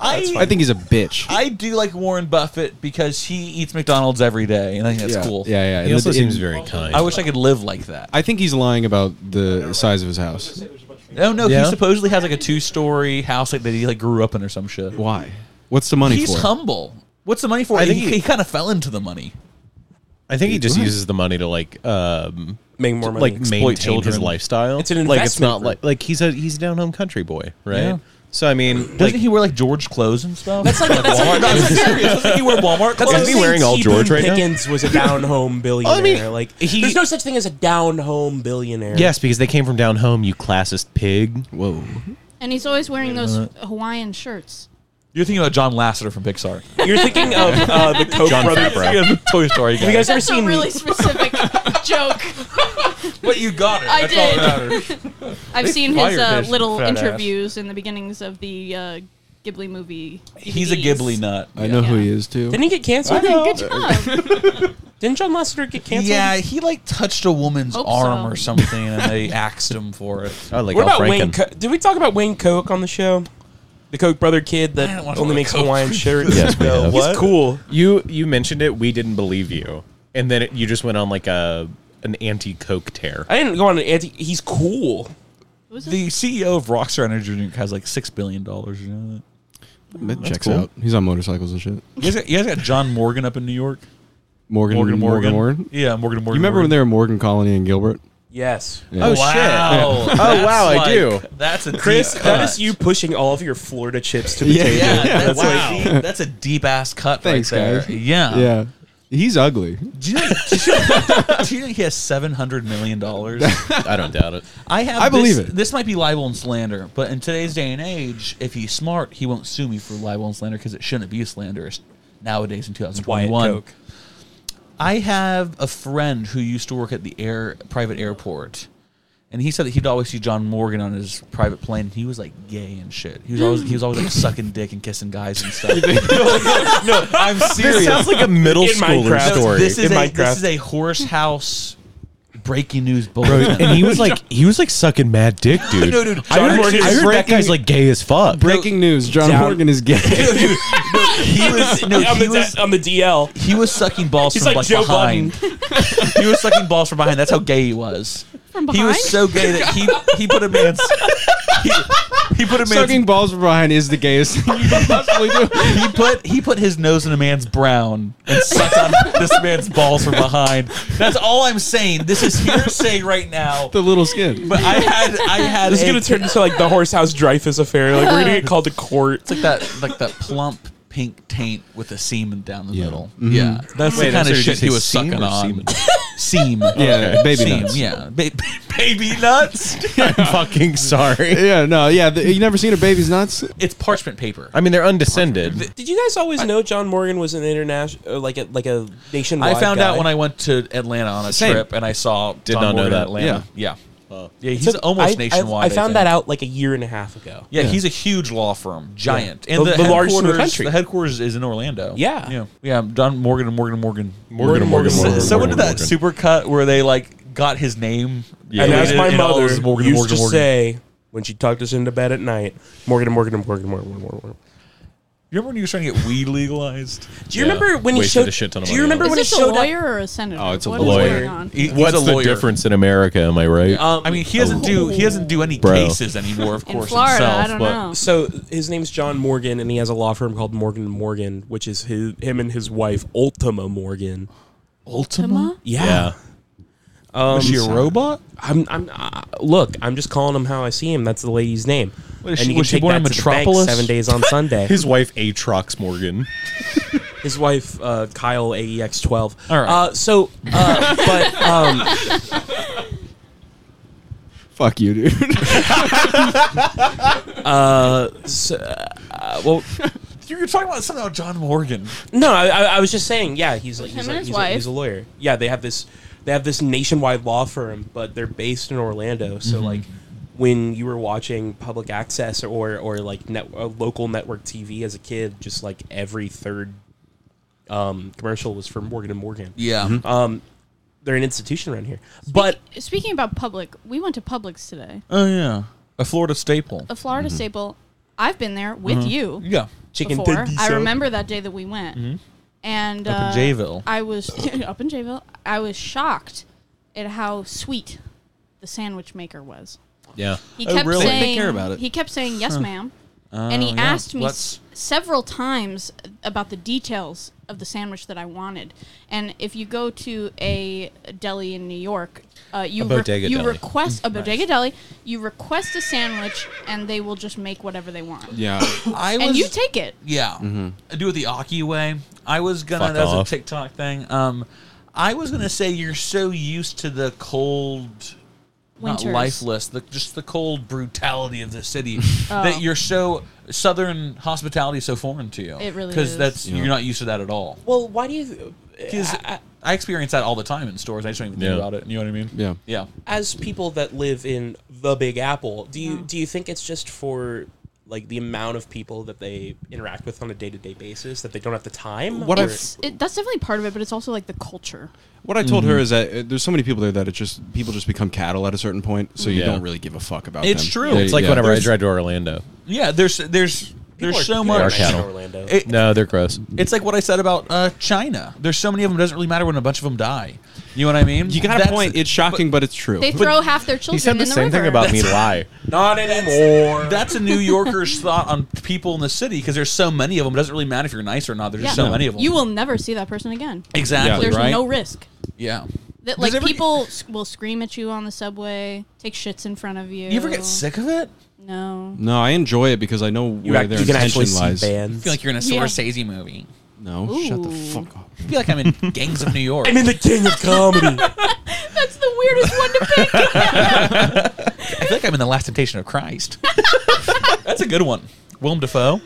Speaker 1: I,
Speaker 4: I think he's a bitch.
Speaker 1: I do like Warren Buffett because he eats McDonald's every day, and I think that's
Speaker 4: Yeah.
Speaker 1: cool.
Speaker 4: Yeah, yeah. He And also the- seems very kind.
Speaker 1: I wish I could live like that.
Speaker 4: I think he's lying about the size of his house.
Speaker 1: Oh, No, no,
Speaker 4: Yeah?
Speaker 1: he supposedly has like a two-story house like, that he like grew up in or some shit.
Speaker 4: Why? What's the money
Speaker 1: He's
Speaker 4: for?
Speaker 1: humble. What's the money for?
Speaker 6: I
Speaker 1: he,
Speaker 6: think he-
Speaker 1: he kind of fell into the money.
Speaker 6: I think he just
Speaker 1: Right.
Speaker 6: uses the money to like um
Speaker 3: make more money.
Speaker 6: like
Speaker 3: Exploit
Speaker 6: maintain
Speaker 3: children.
Speaker 6: his lifestyle.
Speaker 3: It's an
Speaker 6: like it's
Speaker 3: investment
Speaker 6: not
Speaker 3: for-
Speaker 6: like like he's a he's a down home country boy, right?
Speaker 1: Yeah.
Speaker 6: So I mean,
Speaker 1: Doesn't
Speaker 6: like
Speaker 1: he wear like George clothes and stuff?
Speaker 3: That's like- that's
Speaker 1: Walmart.
Speaker 3: like-
Speaker 1: No, I'm serious. Doesn't he wear Walmart
Speaker 3: That's
Speaker 1: clothes?
Speaker 3: like
Speaker 6: Is he wearing all
Speaker 3: T.
Speaker 6: George
Speaker 3: Boone
Speaker 6: right now?
Speaker 3: Pickens was a down home billionaire. like there's no such thing as a down home billionaire.
Speaker 6: yes, because they came from down home, you classist pig. Whoa.
Speaker 2: And he's always wearing
Speaker 1: Wait a
Speaker 2: those
Speaker 1: minute.
Speaker 3: Uh-huh.
Speaker 2: Hawaiian shirts.
Speaker 1: You're thinking about John Lasseter from Pixar.
Speaker 3: You're thinking of uh, the Koch
Speaker 1: John
Speaker 3: brothers.
Speaker 1: Favreau. Yeah, the Toy Story
Speaker 3: Have you guys
Speaker 1: guy.
Speaker 3: ever
Speaker 2: That's a
Speaker 3: seen?
Speaker 2: really specific joke.
Speaker 1: But you got it.
Speaker 2: I
Speaker 1: That's
Speaker 2: did.
Speaker 1: all that matters.
Speaker 2: I've
Speaker 1: They
Speaker 2: seen his
Speaker 1: fired
Speaker 2: uh,
Speaker 1: his
Speaker 2: little
Speaker 1: fat ass.
Speaker 2: interviews in the beginnings of the uh, Ghibli movie.
Speaker 1: He's a
Speaker 2: DVDs.
Speaker 1: Ghibli nut.
Speaker 4: I know who he is too.
Speaker 3: Didn't he get canceled?
Speaker 2: I know. Good job.
Speaker 3: Didn't John Lasseter get canceled?
Speaker 1: Yeah, he like touched a woman's
Speaker 3: Hope
Speaker 1: arm
Speaker 3: so.
Speaker 1: or something, and they axed him for it.
Speaker 6: I like
Speaker 3: what about Wayne? Co- Did we talk about Wayne Koch on the show? The Koch brother kid
Speaker 1: I don't
Speaker 3: that
Speaker 1: wanna
Speaker 3: only
Speaker 1: talk
Speaker 3: makes
Speaker 1: about
Speaker 3: Hawaiian
Speaker 1: Koch.
Speaker 3: shirts.
Speaker 6: Yes, we have.
Speaker 3: He's cool.
Speaker 6: You you mentioned it. We didn't believe you, and then it, you just went on like a an anti coke tear.
Speaker 3: I didn't go on an anti. He's cool.
Speaker 1: The CEO of Rockstar Energy Drink has like six billion dollars. You know that?
Speaker 4: That
Speaker 1: That's
Speaker 4: checks
Speaker 1: cool.
Speaker 4: out. He's on motorcycles and shit.
Speaker 1: You guys, got, you guys got John Morgan up in New York.
Speaker 4: Morgan
Speaker 1: Morgan,
Speaker 4: Morgan Morgan.
Speaker 1: Morgan. Yeah, Morgan, Morgan,
Speaker 4: You remember
Speaker 1: Morgan.
Speaker 4: when they were Morgan Colony and Gilbert?
Speaker 3: Yes.
Speaker 4: Yeah.
Speaker 6: Oh,
Speaker 1: wow.
Speaker 6: shit.
Speaker 1: That's
Speaker 6: Oh, wow, I
Speaker 1: like-
Speaker 6: do.
Speaker 1: That's a
Speaker 3: Chris,
Speaker 1: Deep
Speaker 3: that
Speaker 1: cut.
Speaker 3: is you pushing all of your Florida chips to the
Speaker 4: Yeah,
Speaker 3: table.
Speaker 4: yeah,
Speaker 1: Yeah, that's,
Speaker 3: like-
Speaker 1: a deep, that's a deep ass cut
Speaker 4: Thanks,
Speaker 1: right there.
Speaker 4: guys.
Speaker 1: Yeah.
Speaker 4: Yeah. He's ugly.
Speaker 1: Do you, know, do, you know, do you know he has seven hundred million dollars?
Speaker 6: I don't doubt it.
Speaker 1: I have.
Speaker 4: I believe
Speaker 1: this,
Speaker 4: it.
Speaker 1: This might be libel and slander, but in today's day and age, if he's smart, he won't sue me for libel and slander because it shouldn't be slanderous nowadays in
Speaker 3: Wyatt
Speaker 1: 2021.
Speaker 3: Coke.
Speaker 1: I have a friend who used to work at the air private airport, And he said that he'd always see John Morgan on his private plane. He was like gay and shit. He was always he was always like sucking dick and kissing guys and stuff. no, I'm
Speaker 6: This
Speaker 1: serious.
Speaker 6: sounds like a middle In schooler Minecraft. story.
Speaker 1: This is a
Speaker 6: In Minecraft.
Speaker 1: this is a horse house breaking news
Speaker 6: Bro,
Speaker 1: bulletin.
Speaker 6: and he was like, he was like sucking mad dick, dude.
Speaker 1: No, dude,
Speaker 6: I
Speaker 1: John
Speaker 6: heard,
Speaker 1: Morgan
Speaker 6: I
Speaker 1: is
Speaker 6: heard that
Speaker 1: breaking-
Speaker 6: guy's like gay as fuck.
Speaker 4: Breaking news: John
Speaker 6: Down-
Speaker 4: Morgan is gay.
Speaker 1: he was no,
Speaker 3: on,
Speaker 1: he
Speaker 3: the,
Speaker 1: was
Speaker 3: on the DL.
Speaker 1: he was sucking balls
Speaker 3: He's
Speaker 1: from
Speaker 3: like
Speaker 1: like,
Speaker 3: Joe
Speaker 1: behind. he was sucking balls from behind. That's how gay he was.
Speaker 2: From
Speaker 1: He was so gay that he he put a man's he, he put a man's
Speaker 4: Sucking balls from behind is the gayest thing you can possibly do.
Speaker 1: he put he put his nose in a man's brown and sucked on this man's balls from behind. That's all I'm saying. This is hearsay right now.
Speaker 4: The little skin.
Speaker 1: But I had I had
Speaker 3: This is
Speaker 1: a-
Speaker 3: gonna turn into like the horse house Dreyfus affair. Like we're gonna get called to court.
Speaker 1: It's like that like that plump pink taint with a semen down the middle.
Speaker 16: Mhm.
Speaker 1: Yeah, that's
Speaker 16: Wait,
Speaker 1: the
Speaker 16: I'm
Speaker 1: kind of
Speaker 16: sorry,
Speaker 1: shit
Speaker 16: did you
Speaker 1: he
Speaker 16: say
Speaker 1: was
Speaker 16: seam
Speaker 1: sucking
Speaker 16: or
Speaker 1: on.
Speaker 16: semen?
Speaker 1: Seam.
Speaker 4: Yeah, baby
Speaker 1: Seam,
Speaker 4: nuts.
Speaker 1: Yeah, ba- baby nuts.
Speaker 6: I'm fucking sorry.
Speaker 4: Yeah, no, yeah. The, you never seen a baby's nuts?
Speaker 1: It's parchment paper.
Speaker 6: I mean, they're undescended.
Speaker 3: Did you guys always know John Morgan was an international, uh, like a like a nationwide?
Speaker 1: I found
Speaker 3: guy?
Speaker 1: out when I went to Atlanta on a
Speaker 3: Same.
Speaker 1: trip and I saw
Speaker 6: Did
Speaker 1: John
Speaker 6: not know
Speaker 1: Morgan
Speaker 6: that.
Speaker 1: in Atlanta. Yeah, yeah,
Speaker 3: It
Speaker 1: he's
Speaker 3: took-
Speaker 1: almost
Speaker 3: Uh, I- I-
Speaker 1: nationwide.
Speaker 3: I, found
Speaker 1: think.
Speaker 3: that out like a year and a half ago.
Speaker 1: Yeah, he's a huge law firm, giant,
Speaker 3: Yeah.
Speaker 1: and
Speaker 3: The-
Speaker 1: the,
Speaker 3: the largest in the
Speaker 1: headquarters-
Speaker 3: country.
Speaker 1: headquarters is in Orlando.
Speaker 3: Yeah.
Speaker 1: yeah, yeah. John Morgan and Morgan and Morgan,
Speaker 6: Morgan and Morgan,
Speaker 1: So-
Speaker 6: Morgan,
Speaker 1: Someone
Speaker 6: Morgan,
Speaker 1: did that supercut where they like got his name.
Speaker 3: Yeah. And as
Speaker 1: deleted
Speaker 3: my
Speaker 1: and all
Speaker 3: mother
Speaker 1: is Morgan,
Speaker 3: used
Speaker 1: Morgan,
Speaker 3: to
Speaker 1: Morgan.
Speaker 3: say when she tucked us into bed at night, Morgan and Morgan and Morgan and Morgan and Morgan. and Morgan.
Speaker 1: you remember when you were trying to get weed legalized?
Speaker 3: Do you remember when he showed? do you remember
Speaker 2: Is
Speaker 3: when he
Speaker 2: this a
Speaker 3: showed up?
Speaker 2: lawyer or a senator?
Speaker 6: Oh, it's a
Speaker 2: What is going
Speaker 6: lawyer.
Speaker 2: on?
Speaker 1: He- he's
Speaker 6: What's
Speaker 1: a
Speaker 6: the
Speaker 1: lawyer. Um,
Speaker 6: difference in America? Am I right?
Speaker 3: um,
Speaker 1: I mean, he doesn't do he doesn't do any
Speaker 6: Bro.
Speaker 1: cases anymore, of course. himself, but
Speaker 3: So his name's John Morgan, and he has a law firm called Morgan and Morgan, which is his, him and his wife Ultima Morgan.
Speaker 1: Ultima?
Speaker 3: Yeah.
Speaker 6: Yeah.
Speaker 3: Um,
Speaker 1: Was she a robot?
Speaker 3: I'm. I'm. Uh, look, I'm just calling him how I see him. That's the lady's name.
Speaker 6: What is
Speaker 3: And
Speaker 6: she-
Speaker 3: you can
Speaker 6: was she
Speaker 3: take
Speaker 6: born
Speaker 3: that
Speaker 6: in
Speaker 3: to the bank
Speaker 6: Metropolis?
Speaker 3: Seven days on Sunday.
Speaker 6: His wife, Atrox Morgan.
Speaker 3: His wife, uh, Kyle AEX12.
Speaker 6: All right.
Speaker 3: Uh, so, uh, but um,
Speaker 4: Fuck you, dude.
Speaker 3: uh, so, uh, well,
Speaker 1: you were talking about something about John Morgan.
Speaker 3: no, I, I, I was just saying. Yeah, he's like he's,
Speaker 2: Him
Speaker 3: a,
Speaker 2: and his
Speaker 3: he's, a,
Speaker 2: wife.
Speaker 3: he's a lawyer. Yeah, they have this they have this nationwide law firm, but they're based in Orlando. So
Speaker 1: Mhm.
Speaker 3: like when you were watching public access or or like net, uh, local network TV as a kid, just like every third um, commercial was for Morgan and Morgan.
Speaker 1: Yeah. Mhm.
Speaker 3: um, they're an institution around here, but
Speaker 2: Speaking about public, we went to Publix today.
Speaker 1: Oh yeah, a Florida staple.
Speaker 2: A Florida
Speaker 6: Mm-hmm.
Speaker 2: staple. I've been there with
Speaker 1: Mhm.
Speaker 2: you.
Speaker 1: Yeah. Mm-hmm. Chicken
Speaker 2: before.
Speaker 1: tendizo.
Speaker 2: I remember that day that we went.
Speaker 1: Mhm.
Speaker 2: And
Speaker 1: Up in
Speaker 2: uh,
Speaker 1: Jayville.
Speaker 2: I was up in Jayville. I was shocked at how sweet the sandwich maker was.
Speaker 6: Yeah.
Speaker 2: He
Speaker 1: Oh,
Speaker 2: kept
Speaker 1: really? They- they
Speaker 2: saying
Speaker 1: care about it.
Speaker 2: He kept saying yes,
Speaker 1: Huh.
Speaker 2: ma'am.
Speaker 1: Oh,
Speaker 2: and he
Speaker 1: yeah.
Speaker 2: asked me
Speaker 1: Let's-
Speaker 2: s- several times about the details of the sandwich that I wanted. And if you go to a deli in New York, uh, you
Speaker 6: A bodega
Speaker 2: you
Speaker 6: deli.
Speaker 2: request a
Speaker 6: Mm,
Speaker 2: bodega deli, you request a sandwich, and they will just make whatever they want.
Speaker 4: Yeah.
Speaker 1: I
Speaker 2: and
Speaker 1: was-
Speaker 2: you take it.
Speaker 1: Yeah.
Speaker 4: Mhm.
Speaker 1: I do it the Aki way. I was gonna
Speaker 6: Mm-hmm. Fuck
Speaker 1: that's
Speaker 6: off.
Speaker 1: a TikTok thing. Um I was gonna say you're so used to the cold
Speaker 16: Winters.
Speaker 1: not lifeless, the just the cold brutality of the city
Speaker 16: Oh.
Speaker 1: that you're so southern hospitality is so foreign to you.
Speaker 3: It really
Speaker 1: Because
Speaker 3: is.
Speaker 1: that's
Speaker 3: Yeah.
Speaker 1: you're not used to that at all.
Speaker 3: well, why do you?
Speaker 1: Because I, experience that all the time in stores. I just don't even
Speaker 6: Yeah.
Speaker 1: think about it. You know what I mean?
Speaker 4: Yeah.
Speaker 1: Yeah.
Speaker 3: as people that live in the Big Apple, do you do you think it's just for like the amount of people that they interact with on a day to day basis that they don't have the time?
Speaker 4: What
Speaker 3: or-
Speaker 2: It's- it, that's definitely part of it, but it's also like the culture.
Speaker 4: What I told
Speaker 3: Mhm.
Speaker 4: her
Speaker 1: Mm-hmm.
Speaker 4: is that uh, there's so many people there that it just people just become cattle at a certain point, so you
Speaker 6: Yeah.
Speaker 4: don't really give a fuck about
Speaker 1: It's
Speaker 4: them.
Speaker 1: true.
Speaker 4: They-
Speaker 6: It's like
Speaker 4: yeah.
Speaker 6: whenever I
Speaker 4: There's-
Speaker 6: drive to Orlando.
Speaker 1: Yeah, there's there's
Speaker 3: People
Speaker 1: there's
Speaker 3: are-
Speaker 1: so
Speaker 3: people
Speaker 1: much
Speaker 3: are
Speaker 6: Our cattle.
Speaker 3: Orlando.
Speaker 1: It-
Speaker 6: no, they're gross.
Speaker 1: It's like what I said about uh, China. There's so many of them. It doesn't really matter when a bunch of them die. You know what I mean? You
Speaker 4: got a point. It's shocking, but, it's true.
Speaker 2: They throw half their children in the river.
Speaker 6: lie.
Speaker 3: Not anymore.
Speaker 1: That's a New Yorker's thought on people in the city because there's so many of them. It doesn't really matter if you're nice or not. There's just
Speaker 2: Yeah.
Speaker 1: so many of them.
Speaker 2: You will never see that person again.
Speaker 1: Exactly,
Speaker 2: There's
Speaker 1: right?
Speaker 2: no risk.
Speaker 1: yeah.
Speaker 2: That
Speaker 1: Does
Speaker 2: like people s- will scream at you on the subway, take shits in front of you.
Speaker 1: You ever get sick of it?
Speaker 2: No.
Speaker 4: No, I enjoy it because I know where
Speaker 3: act-
Speaker 4: their
Speaker 3: you can
Speaker 4: intention
Speaker 3: actually see
Speaker 4: lies.
Speaker 3: bands. I feel
Speaker 1: like you're in a
Speaker 2: Yeah.
Speaker 1: Scorsese movie.
Speaker 4: No, shut the fuck up.
Speaker 1: I feel like I'm in Gangs of New York.
Speaker 3: I'm in the king of comedy.
Speaker 2: That's the weirdest one to pick.
Speaker 1: I feel like I'm in the Last Temptation of Christ. That's a good one. Willem Dafoe.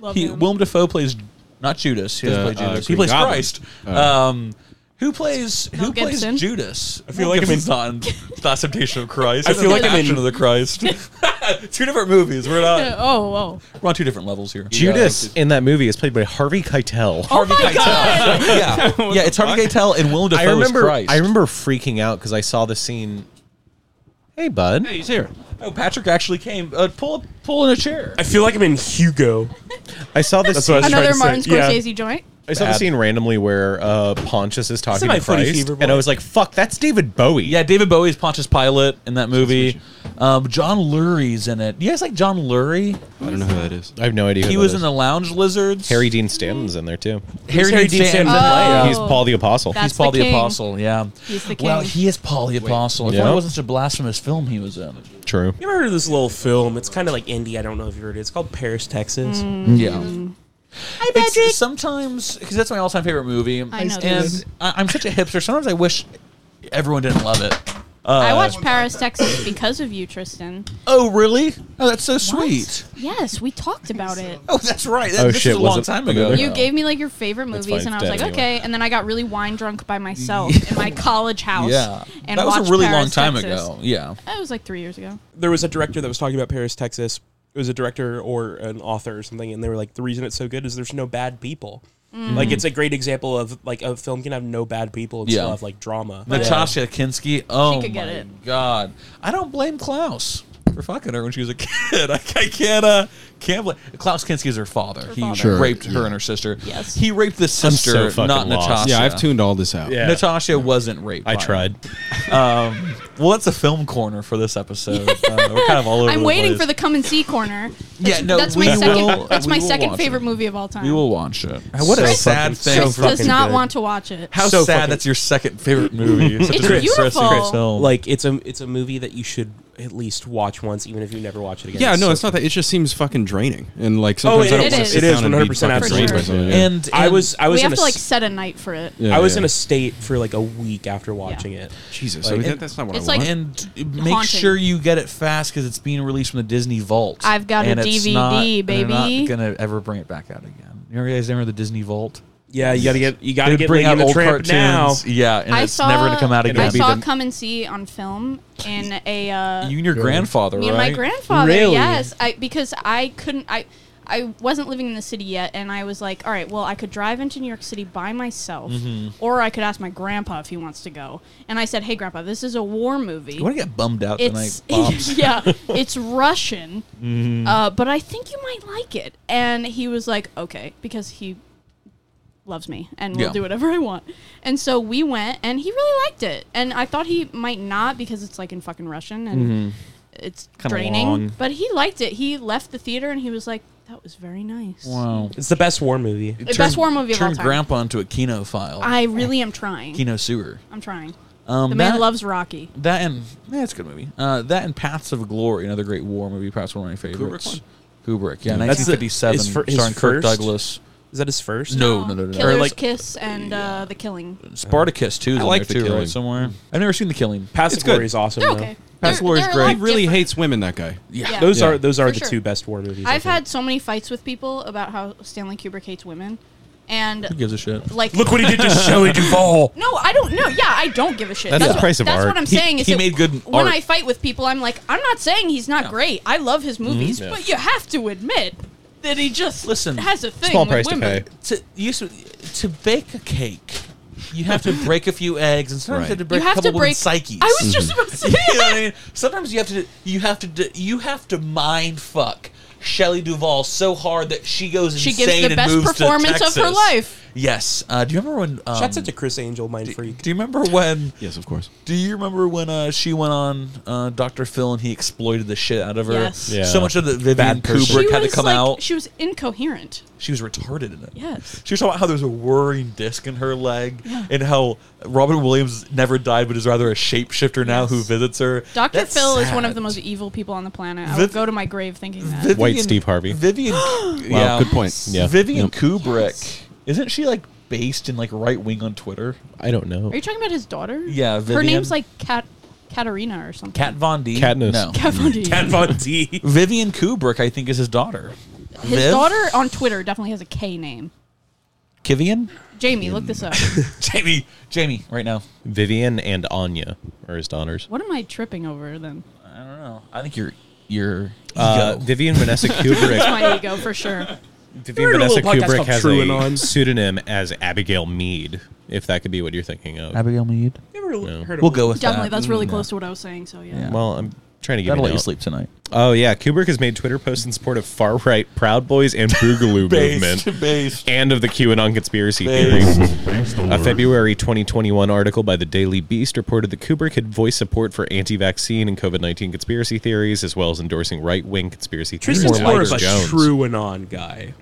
Speaker 2: Love
Speaker 1: he,
Speaker 2: him.
Speaker 1: Willem Dafoe plays not Judas. He doesn't
Speaker 4: The,
Speaker 1: play
Speaker 4: uh,
Speaker 1: Judas. he
Speaker 4: Green
Speaker 1: plays
Speaker 4: Goblin.
Speaker 1: Christ.
Speaker 4: Oh.
Speaker 1: Um, Who plays Who
Speaker 2: Gibson.
Speaker 1: plays Judas?
Speaker 17: I feel like I'm
Speaker 1: Gibson's
Speaker 17: in-
Speaker 1: not in- not Temptation of Christ.
Speaker 17: I feel like I'm in-
Speaker 1: Passion of the Christ. two different movies. We're not
Speaker 2: oh, oh.
Speaker 1: we're on two different levels here.
Speaker 6: Judas in that movie is played by Harvey Keitel.
Speaker 1: Harvey
Speaker 3: Oh
Speaker 1: Keitel. yeah, yeah. It's Harvey Keitel and Willem Dafoe
Speaker 6: I remember,
Speaker 1: as Christ.
Speaker 6: I remember freaking out because I saw the scene. Hey, bud.
Speaker 1: Hey, he's here. Oh, Patrick actually came. Uh, pull up, pull in a chair.
Speaker 3: I feel like I'm in Hugo.
Speaker 6: I saw this.
Speaker 3: That's what I was trying
Speaker 2: Another
Speaker 3: to
Speaker 2: Martin
Speaker 3: say. Yeah.
Speaker 2: Scorsese joint.
Speaker 6: I saw the
Speaker 3: Bad.
Speaker 6: scene randomly where uh, Pontius is talking
Speaker 17: my
Speaker 6: to
Speaker 17: funny
Speaker 6: Christ,
Speaker 17: fever
Speaker 6: and I
Speaker 17: boy.
Speaker 6: was like, "Fuck, that's David Bowie."
Speaker 1: Yeah, David Bowie's Pontius Pilate in that movie. Um, John Lurie's in it. You guys like John Lurie?
Speaker 6: I don't know who that is. I have no idea.
Speaker 1: He
Speaker 6: who
Speaker 1: was
Speaker 6: that
Speaker 1: in
Speaker 6: is.
Speaker 1: the Lounge Lizards.
Speaker 6: Harry Dean Stanton's in there too.
Speaker 1: Harry Harry Dean Dean Stanton's Stanton's in
Speaker 2: in Leia.
Speaker 6: He's Paul the Apostle.
Speaker 2: Oh.
Speaker 1: He's
Speaker 2: That's
Speaker 1: Paul
Speaker 2: the
Speaker 1: the,
Speaker 2: king.
Speaker 1: Apostle. Yeah.
Speaker 2: He's the
Speaker 1: Well,
Speaker 2: king.
Speaker 1: he is Paul the Apostle. If
Speaker 6: Yeah.
Speaker 1: only it wasn't such a blasphemous film he was in. True.
Speaker 3: You ever heard of this little film? It's kind of like indie. I don't know if you heard it. It's called Paris, Texas.
Speaker 2: Mm.
Speaker 1: Yeah. Hi, Patrick. Sometimes, because that's my all-time favorite movie.
Speaker 2: I know this.
Speaker 1: and I, I'm such a hipster. Sometimes I wish everyone didn't love it. Uh,
Speaker 2: I watched Paris, Texas because of you, Tristan.
Speaker 1: Oh, really? Oh, that's so sweet.
Speaker 2: Yes, we talked about it.
Speaker 1: Oh, that's right.
Speaker 6: Oh,
Speaker 1: That, this
Speaker 6: shit,
Speaker 1: is a
Speaker 6: was
Speaker 1: long
Speaker 6: it
Speaker 1: time
Speaker 6: another-
Speaker 1: ago.
Speaker 2: You gave me like your favorite
Speaker 6: That's
Speaker 2: movies,
Speaker 6: fine,
Speaker 2: and I
Speaker 6: it's
Speaker 2: was like,
Speaker 6: dead anyway.
Speaker 2: okay. And then I got really wine drunk by myself in my college house.
Speaker 1: Yeah.
Speaker 2: and
Speaker 1: That was a
Speaker 2: watched
Speaker 1: really
Speaker 2: Paris,
Speaker 1: long time
Speaker 2: Texas.
Speaker 1: ago. Yeah.
Speaker 2: That was like three years ago.
Speaker 3: There was a director that was talking about Paris, Texas. It was a director or an author or something, and they were like, the reason it's so good is there's no bad people.
Speaker 1: Mm.
Speaker 3: Like it's a great example of like a film can have no bad people and still have like drama. uh,
Speaker 1: Natasha Kinski. Oh my
Speaker 3: could get it.
Speaker 1: god! I don't blame Klaus for fucking her when she was a kid. I, I can't. Uh, can't blame Klaus Kinski is her father. he
Speaker 6: father. Sure.
Speaker 1: raped her
Speaker 6: Yeah.
Speaker 1: and her sister.
Speaker 6: Yes.
Speaker 1: He raped the
Speaker 6: I'm
Speaker 1: sister,
Speaker 6: so fucking
Speaker 1: not
Speaker 6: lost.
Speaker 1: Natasha.
Speaker 6: Yeah, I've tuned all this out. Yeah.
Speaker 1: Natasha wasn't raped.
Speaker 6: I
Speaker 1: by him.
Speaker 6: tried.
Speaker 1: Um, well, that's a film corner for this episode. Uh, we're kind of all over.
Speaker 2: I'm
Speaker 1: the
Speaker 2: waiting
Speaker 1: place.
Speaker 2: for the come and see corner.
Speaker 1: Yeah,
Speaker 2: That's,
Speaker 1: no,
Speaker 2: that's
Speaker 1: we
Speaker 2: my second.
Speaker 1: will-
Speaker 2: that's
Speaker 1: we
Speaker 2: my
Speaker 1: will
Speaker 2: second
Speaker 1: watch
Speaker 2: favorite movie of all time.
Speaker 1: We will watch it. What a
Speaker 2: Chris-
Speaker 1: sad
Speaker 2: Chris
Speaker 1: thing. for
Speaker 2: does not
Speaker 1: fucking-
Speaker 2: want to watch it.
Speaker 1: How
Speaker 3: So
Speaker 1: sad
Speaker 3: fucking-
Speaker 1: that's your second favorite movie. Such
Speaker 2: It's
Speaker 1: a depressing
Speaker 2: beautiful.
Speaker 1: film.
Speaker 3: Like it's a it's a movie that you should at least watch once, even if you never watch it again.
Speaker 4: Yeah, no,
Speaker 3: so
Speaker 4: it's not that. It just seems fucking draining, and like
Speaker 3: Oh,
Speaker 4: sometimes
Speaker 3: it
Speaker 4: I don't want to
Speaker 3: is.
Speaker 4: sit
Speaker 3: It is
Speaker 4: down and
Speaker 3: one
Speaker 4: be
Speaker 3: hundred percent
Speaker 4: fucking drained by something.
Speaker 3: absolutely.
Speaker 4: Yeah.
Speaker 3: I was, I was.
Speaker 2: we
Speaker 3: in
Speaker 2: have
Speaker 3: a
Speaker 2: to like
Speaker 3: s-
Speaker 2: set a night for it.
Speaker 4: Yeah,
Speaker 3: I was
Speaker 4: yeah.
Speaker 3: in a state for like a week after watching it.
Speaker 4: Jesus,
Speaker 3: Like-
Speaker 2: It's like
Speaker 1: and make
Speaker 2: haunting.
Speaker 1: sure you get it fast because it's being released from the Disney Vault.
Speaker 2: I've got a
Speaker 1: And it's
Speaker 2: DVD,
Speaker 1: not- and they're
Speaker 2: baby.
Speaker 1: not gonna ever bring it back out again. You guys remember the Disney Vault?
Speaker 3: Yeah, you gotta get- you gotta
Speaker 1: They would
Speaker 3: get
Speaker 1: bring
Speaker 3: Lady
Speaker 1: out
Speaker 3: and the
Speaker 1: old
Speaker 3: Tramp
Speaker 1: cartoons.
Speaker 3: now.
Speaker 1: Yeah, and
Speaker 2: I
Speaker 1: it's
Speaker 2: saw,
Speaker 1: never gonna come out again.
Speaker 2: I saw Come and See on film in a. Uh,
Speaker 1: you and your grandfather,
Speaker 2: me and
Speaker 1: right?
Speaker 2: my grandfather,
Speaker 1: Really?
Speaker 2: yes. I because I couldn't. I I wasn't living in the city yet, and I was like, all right, well, I could drive into New York City by myself,
Speaker 1: Mhm.
Speaker 2: or I could ask my grandpa if he wants to go. And I said, hey, grandpa, this is a war movie.
Speaker 1: You want to get bummed out
Speaker 2: it's
Speaker 1: tonight, Bob's?
Speaker 2: yeah, it's Russian,
Speaker 1: Mhm.
Speaker 3: Mm-hmm.
Speaker 2: uh, but I think you might like it. And he was like, okay, because he loves me and will
Speaker 1: Yeah.
Speaker 2: do whatever I want. And so we went, and he really liked it. And I thought he might not because it's like in fucking Russian and
Speaker 1: Mhm.
Speaker 2: it's
Speaker 1: Kinda
Speaker 2: draining.
Speaker 1: long.
Speaker 2: But he liked it. He left the theater and he was like, that was very nice.
Speaker 1: Wow,
Speaker 3: it's the best war movie.
Speaker 2: The best war movie of all
Speaker 1: Turn
Speaker 2: time.
Speaker 1: grandpa into a kino file.
Speaker 2: I really am trying.
Speaker 1: kino sewer.
Speaker 2: I'm trying.
Speaker 1: Um,
Speaker 2: the man
Speaker 1: that-
Speaker 2: loves Rocky.
Speaker 1: That and yeah, it's a good movie. Uh, that and Paths of Glory, another great war movie, perhaps one of my favorites. Kubrick, yeah,
Speaker 3: That's the-
Speaker 1: 1957,
Speaker 3: his fir- his
Speaker 1: starring Kirk
Speaker 3: first?
Speaker 1: Douglas.
Speaker 3: Is that his first?
Speaker 1: No,
Speaker 2: Oh.
Speaker 1: no, no, no. no.
Speaker 2: Killer's Kiss and uh, The Killing.
Speaker 1: Spartacus too.
Speaker 4: I
Speaker 1: I
Speaker 4: like
Speaker 1: like
Speaker 4: The
Speaker 1: too,
Speaker 4: Killing.
Speaker 1: right somewhere. I've never seen The Killing.
Speaker 3: Paths of
Speaker 1: It's good.
Speaker 3: Glory is awesome.
Speaker 2: They're
Speaker 3: though.
Speaker 2: okay.
Speaker 1: Pass Glory's
Speaker 2: they're
Speaker 1: great.
Speaker 2: like-
Speaker 4: He really
Speaker 2: Different.
Speaker 4: hates women. That guy.
Speaker 2: Yeah. Yeah.
Speaker 3: Those
Speaker 2: Yeah.
Speaker 3: are those are
Speaker 2: For
Speaker 3: the
Speaker 2: sure.
Speaker 3: two best war movies. I
Speaker 2: I've
Speaker 3: think.
Speaker 2: had so many fights with people about how Stanley Kubrick hates women, and
Speaker 1: Who gives a shit?
Speaker 2: Like,
Speaker 1: Look what he did to Shelley Duvall.
Speaker 2: No, I don't know. Yeah, I don't give a shit.
Speaker 1: That's the
Speaker 2: what-
Speaker 1: price of
Speaker 2: that's
Speaker 1: art.
Speaker 2: what I'm
Speaker 1: He-
Speaker 2: saying. is
Speaker 1: he
Speaker 2: that
Speaker 1: made good
Speaker 2: When
Speaker 1: art.
Speaker 2: I fight with people, I'm like, I'm not saying he's not great. I love his movies,
Speaker 1: Mhm. Yeah.
Speaker 2: but you have to admit that he just
Speaker 1: Listen,
Speaker 2: has a thing. with women.
Speaker 1: To, you should- to bake a cake, you have to break a few eggs, and sometimes
Speaker 2: Right.
Speaker 1: you have to break
Speaker 2: You have
Speaker 1: a couple
Speaker 2: to
Speaker 1: women's
Speaker 2: break-
Speaker 1: psyches.
Speaker 2: I was just Mhm. about to say
Speaker 1: You know what I mean? Sometimes you have to. You have to. d- You have to mind fuck Shelley Duvall so hard that she goes
Speaker 2: She
Speaker 1: insane
Speaker 2: gives the
Speaker 1: and
Speaker 2: best
Speaker 1: moves to
Speaker 2: performance of her
Speaker 1: Texas.
Speaker 2: life.
Speaker 1: Yes. Uh, do you remember when? Um,
Speaker 3: Shout out to Chris Angel, mind freak.
Speaker 1: do you remember when?
Speaker 4: Yes, of course.
Speaker 1: Do you remember when uh, she went on uh, Dr. Phil and he exploited the shit out of her?
Speaker 2: Yes. Yeah.
Speaker 1: So much of the Vivian
Speaker 3: Bad person.
Speaker 1: Kubrick
Speaker 2: She
Speaker 1: had to
Speaker 2: was
Speaker 1: come
Speaker 2: like-
Speaker 1: out.
Speaker 2: She was incoherent.
Speaker 1: She was retarded in it.
Speaker 2: Yes.
Speaker 1: She was talking about how there's a whirring disc in her leg
Speaker 2: Yeah.
Speaker 1: and how Robert Williams never died but is rather a shapeshifter now who visits her.
Speaker 2: Dr.
Speaker 1: That's
Speaker 2: Phil is
Speaker 1: sad.
Speaker 2: one of the most evil people on the planet. I would
Speaker 1: Viv-
Speaker 2: go to my grave thinking that.
Speaker 1: Vivian-
Speaker 6: White Steve Harvey.
Speaker 1: Vivian.
Speaker 6: Wow, good point. Yeah.
Speaker 1: Vivian
Speaker 6: Yep.
Speaker 1: Kubrick. Isn't she like based in like right wing on Twitter?
Speaker 6: I don't know.
Speaker 2: Are you talking about his daughter?
Speaker 1: Yeah,
Speaker 2: Her
Speaker 1: Vivian.
Speaker 2: name's like Kat, Katarina or something.
Speaker 1: Kat Von D.
Speaker 6: Katniss.
Speaker 1: No.
Speaker 2: Kat Von D.
Speaker 3: Kat Von D.
Speaker 1: Vivian Kubrick, I think, is his daughter.
Speaker 2: His
Speaker 1: Viv?
Speaker 2: daughter on Twitter definitely has a K name.
Speaker 1: Kivian?
Speaker 2: Jamie, look this up.
Speaker 1: Jamie, Jamie, right now.
Speaker 6: Vivian and Anya are his daughters.
Speaker 2: What am I tripping over then?
Speaker 1: I don't know. I think you're you're
Speaker 6: Uh, Vivian Vanessa
Speaker 2: It's
Speaker 6: Kubrick.
Speaker 2: my ego for sure.
Speaker 6: Vivian Vanessa Kubrick has a pseudonym as Abigail Mead, if that could be what you're thinking of.
Speaker 1: Abigail Mead.
Speaker 6: No.
Speaker 1: We'll go with
Speaker 2: Definitely,
Speaker 1: that.
Speaker 2: that's
Speaker 6: Mm,
Speaker 2: really close to what I was saying. So yeah.
Speaker 6: Well, I'm trying to get
Speaker 1: That'll
Speaker 6: it
Speaker 1: let you
Speaker 6: out.
Speaker 1: sleep tonight.
Speaker 6: Oh yeah, Kubrick has made Twitter posts in support of far right Proud Boys and Boogaloo
Speaker 1: Based,
Speaker 6: movement,
Speaker 1: based.
Speaker 6: and of the QAnon conspiracy
Speaker 1: Based.
Speaker 6: theory. A February 2021 article by the Daily Beast reported that Kubrick had voiced support for anti-vaccine and COVID-19 conspiracy theories, as well as endorsing right-wing conspiracy
Speaker 3: Tristan's
Speaker 6: theories.
Speaker 3: more
Speaker 6: like
Speaker 3: of a
Speaker 6: Jones.
Speaker 3: true and on guy.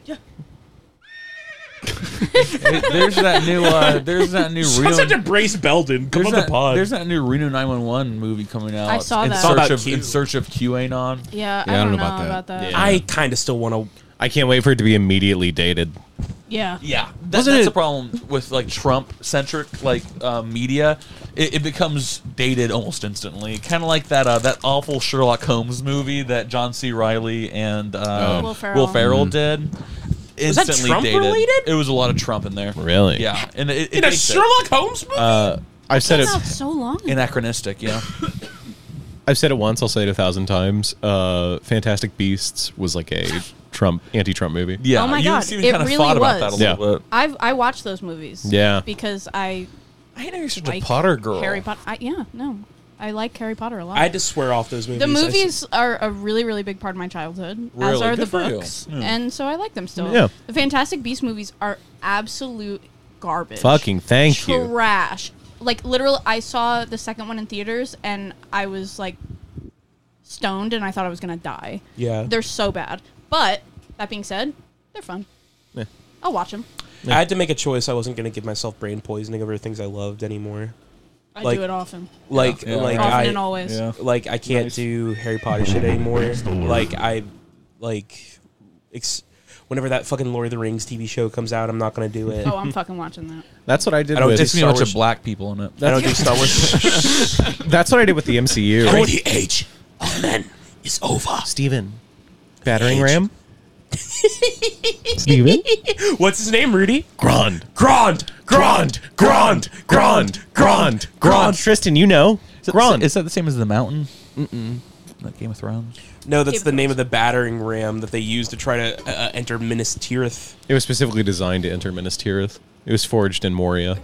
Speaker 1: there's that new. Uh, there's that new.
Speaker 3: Sounds like to Brace Belden. Come
Speaker 1: there's
Speaker 3: on
Speaker 1: that,
Speaker 3: the pod.
Speaker 1: There's that new Reno 911 movie coming out.
Speaker 2: I saw
Speaker 1: in
Speaker 2: that.
Speaker 1: Search
Speaker 2: About
Speaker 1: of,
Speaker 2: Q.
Speaker 1: in search of QAnon.
Speaker 2: Yeah, I, don't know about that.
Speaker 3: I kind of still want to.
Speaker 6: I can't wait for it to be immediately dated.
Speaker 2: Yeah.
Speaker 1: Yeah, that,
Speaker 2: Wasn't
Speaker 1: that's
Speaker 2: it-
Speaker 1: a problem with like Trump-centric like uh, media. It, it becomes dated almost instantly, kind of like that uh, that awful Sherlock Holmes movie that John C. Riley and uh,
Speaker 2: Oh. Will
Speaker 1: Will
Speaker 2: Ferrell.
Speaker 1: Ferrell,
Speaker 2: Mm.
Speaker 1: did.
Speaker 3: Was that Trump related?
Speaker 1: It was a lot of Trump in there.
Speaker 6: Really?
Speaker 1: Yeah, and it, it
Speaker 3: in a
Speaker 1: dates it.
Speaker 3: Sherlock Holmes movie?
Speaker 6: Uh, I've said it.
Speaker 2: That's out so long.
Speaker 1: anachronistic. Yeah,
Speaker 6: I've said it once. I'll say it a thousand times. Uh, Fantastic Beasts was like a Trump anti-Trump movie.
Speaker 1: Yeah,
Speaker 2: oh my god, it really was. I've I watched those movies.
Speaker 6: Yeah.
Speaker 2: Because I.
Speaker 1: I didn't know you're such
Speaker 2: like
Speaker 3: a Potter girl.
Speaker 2: Harry Potter. I, yeah, no, I like Harry Potter a lot.
Speaker 3: I had to swear off those movies.
Speaker 2: the
Speaker 3: I s-
Speaker 2: movies are a really, really big part of my childhood, as
Speaker 3: Really?
Speaker 2: are the
Speaker 3: Good for you. Hmm.
Speaker 2: books,
Speaker 3: Yeah.
Speaker 2: and so I like them still.
Speaker 6: Yeah.
Speaker 2: The Fantastic Beast movies are absolute garbage.
Speaker 6: Fucking thank you.
Speaker 2: trash. Like literally, I saw the second one in theaters, and I was like stoned, and I thought I was gonna die.
Speaker 3: Yeah.
Speaker 2: they're so bad. But that being said, they're fun.
Speaker 6: Yeah.
Speaker 2: I'll watch them.
Speaker 3: I had to make a choice. I wasn't going to give myself brain poisoning over things I loved anymore.
Speaker 2: I do it often.
Speaker 3: Like,
Speaker 2: Yeah.
Speaker 3: like
Speaker 2: Often
Speaker 3: I,
Speaker 2: and always. Yeah.
Speaker 3: Like I can't do Harry Potter shit anymore. Like I, like, ex- whenever that fucking Lord of the Rings TV show comes out, I'm not going to do it.
Speaker 2: Oh, I'm fucking watching that.
Speaker 6: That's what I did.
Speaker 3: I don't
Speaker 6: with
Speaker 3: do Takes me a Star bunch Wars.
Speaker 1: of black people in it.
Speaker 3: I don't do Star Wars.
Speaker 6: That's what I did with the MCU.
Speaker 3: age of men is Oh, over.
Speaker 6: Steven. Battering ram.
Speaker 3: Steven? What's his name, Rudy?
Speaker 6: Grand.
Speaker 3: Grand. Grand. Grand. Grand. Grand.
Speaker 6: Grand. Tristan, you know. Grand.
Speaker 1: Is that the same as the Mountain? Mm-mm. Like Game of Thrones.
Speaker 3: No, that's the name of the battering ram that they use to try to uh, enter Minas Tirith.
Speaker 6: It was specifically designed to enter Minas Tirith. It was forged in Moria.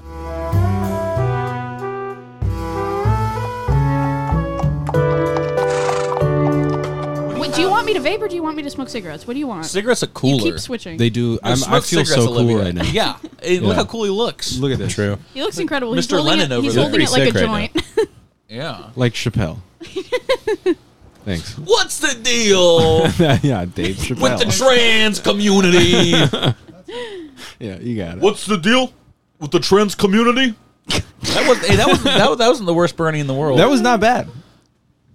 Speaker 2: Wait, do you want me to vape or do you want me to smoke cigarettes? What do you want?
Speaker 1: Cigarettes are
Speaker 2: You
Speaker 1: cooler.
Speaker 2: keep switching.
Speaker 4: They do. I'm, I
Speaker 1: Smoke
Speaker 4: feel so
Speaker 1: cigarettes,
Speaker 4: cool
Speaker 1: Olivia.
Speaker 4: right now.
Speaker 1: Yeah. Hey, Look
Speaker 4: Yeah.
Speaker 1: how cool he looks.
Speaker 4: Look at this. True.
Speaker 2: He looks incredible.
Speaker 1: Mr.
Speaker 2: He's holding
Speaker 1: Lennon
Speaker 2: it,
Speaker 1: over
Speaker 2: he's
Speaker 1: there.
Speaker 2: holding it like a
Speaker 6: Pretty sick right
Speaker 2: joint.
Speaker 1: Yeah.
Speaker 4: Like Chappelle. Thanks.
Speaker 1: What's the deal
Speaker 4: yeah, Dave Chappelle.
Speaker 1: with the trans community?
Speaker 4: yeah, you got it.
Speaker 1: What's the deal with the trans community? that was hey, that was that, was- that wasn't the worst Bernie in the world.
Speaker 4: That was not bad.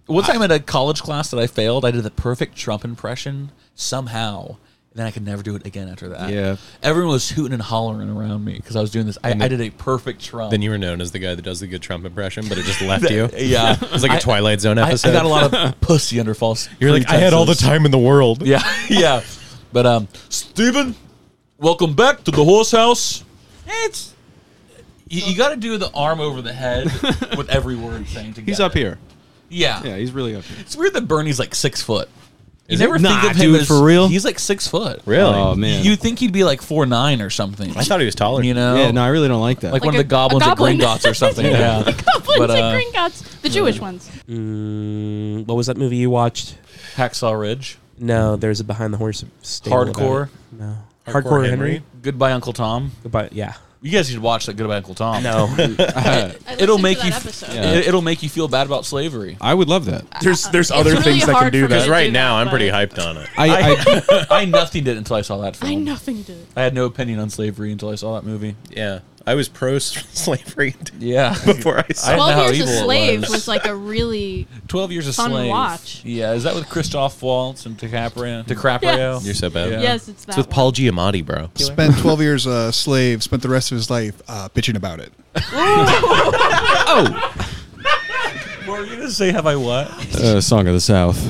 Speaker 1: One time at a college class that I failed, I did the perfect Trump impression somehow. And then I could never do it again after that.
Speaker 6: Yeah.
Speaker 1: Everyone was hooting and hollering around me because I was doing this. I,
Speaker 6: And
Speaker 1: I
Speaker 6: then-
Speaker 1: did a perfect Trump.
Speaker 6: Then you were known as the guy that does the good Trump impression, but it just left
Speaker 1: That-
Speaker 6: you.
Speaker 1: Yeah.
Speaker 6: it was like a
Speaker 1: I-
Speaker 6: Twilight Zone
Speaker 1: I-
Speaker 6: episode.
Speaker 1: I, got a lot of pussy under false.
Speaker 6: You're like, I had all the
Speaker 1: pretenses."
Speaker 6: time in the world.
Speaker 1: Yeah, yeah. But um, Steven, welcome back to the horse house. It's you, you got to do the arm over the head with every word saying together.
Speaker 4: He's up here.
Speaker 1: Yeah,
Speaker 4: Yeah, he's really up here.
Speaker 1: It's weird that Bernie's like six foot. You
Speaker 4: Is
Speaker 1: never
Speaker 4: it?
Speaker 1: think
Speaker 4: Nah,
Speaker 1: of him
Speaker 4: dude,
Speaker 1: as
Speaker 4: for real?
Speaker 1: He's like six foot.
Speaker 4: Really? Oh, man.
Speaker 1: You think he'd be like four nine or something? I
Speaker 6: thought he was taller.
Speaker 1: You know?
Speaker 4: Yeah, no, I really don't like that.
Speaker 1: Like, one of
Speaker 2: Like a-
Speaker 1: the goblins
Speaker 2: a
Speaker 1: at Green
Speaker 2: goblin.
Speaker 1: Gots or something. yeah.
Speaker 2: Goblins
Speaker 1: But, uh,
Speaker 2: and Green Gods, the Jewish ones.
Speaker 3: Mm, what was that movie you watched?
Speaker 1: Hacksaw Ridge.
Speaker 3: No, there's a behind the horse stable about
Speaker 1: Hardcore.
Speaker 3: it. No. Hardcore, Henry.
Speaker 1: Goodbye, Uncle Tom.
Speaker 3: Goodbye. Yeah.
Speaker 1: You guys should watch that Goodbye, Uncle Tom.
Speaker 3: No.
Speaker 1: It-
Speaker 2: I
Speaker 1: it'll
Speaker 2: listened
Speaker 1: make
Speaker 2: to
Speaker 1: you.
Speaker 2: that episode.
Speaker 1: Yeah. It, will make you feel bad about slavery.
Speaker 4: I would love that.
Speaker 3: There's there's
Speaker 2: It's other really things that can hard do for me that.
Speaker 6: Because
Speaker 2: to
Speaker 6: right
Speaker 2: do
Speaker 6: now
Speaker 2: that,
Speaker 6: I'm pretty
Speaker 2: but-
Speaker 6: hyped on it.
Speaker 4: I,
Speaker 1: I, I nothing did until I saw that film.
Speaker 2: I nothing did.
Speaker 1: I had no opinion on slavery until I saw that movie.
Speaker 6: Yeah, I was pro slavery.
Speaker 1: Yeah.
Speaker 6: before I saw.
Speaker 1: I know how
Speaker 2: Twelve Years
Speaker 1: evil
Speaker 2: a
Speaker 1: it
Speaker 2: Slave
Speaker 1: was.
Speaker 2: was. like a really.
Speaker 1: Twelve Years a
Speaker 2: Fun
Speaker 1: Slave.
Speaker 2: watch.
Speaker 1: Yeah, is that with Christoph Waltz and DiCaprio? DiCaprio.
Speaker 2: Yes.
Speaker 6: You're so bad.
Speaker 2: Yeah. Yes, it's that
Speaker 6: with
Speaker 2: one.
Speaker 6: Paul Giamatti, bro.
Speaker 18: Spent 12 years a slave, spent the rest of his life uh, bitching about it.
Speaker 1: oh. Were you gonna say have I what?
Speaker 4: uh, Song of the South.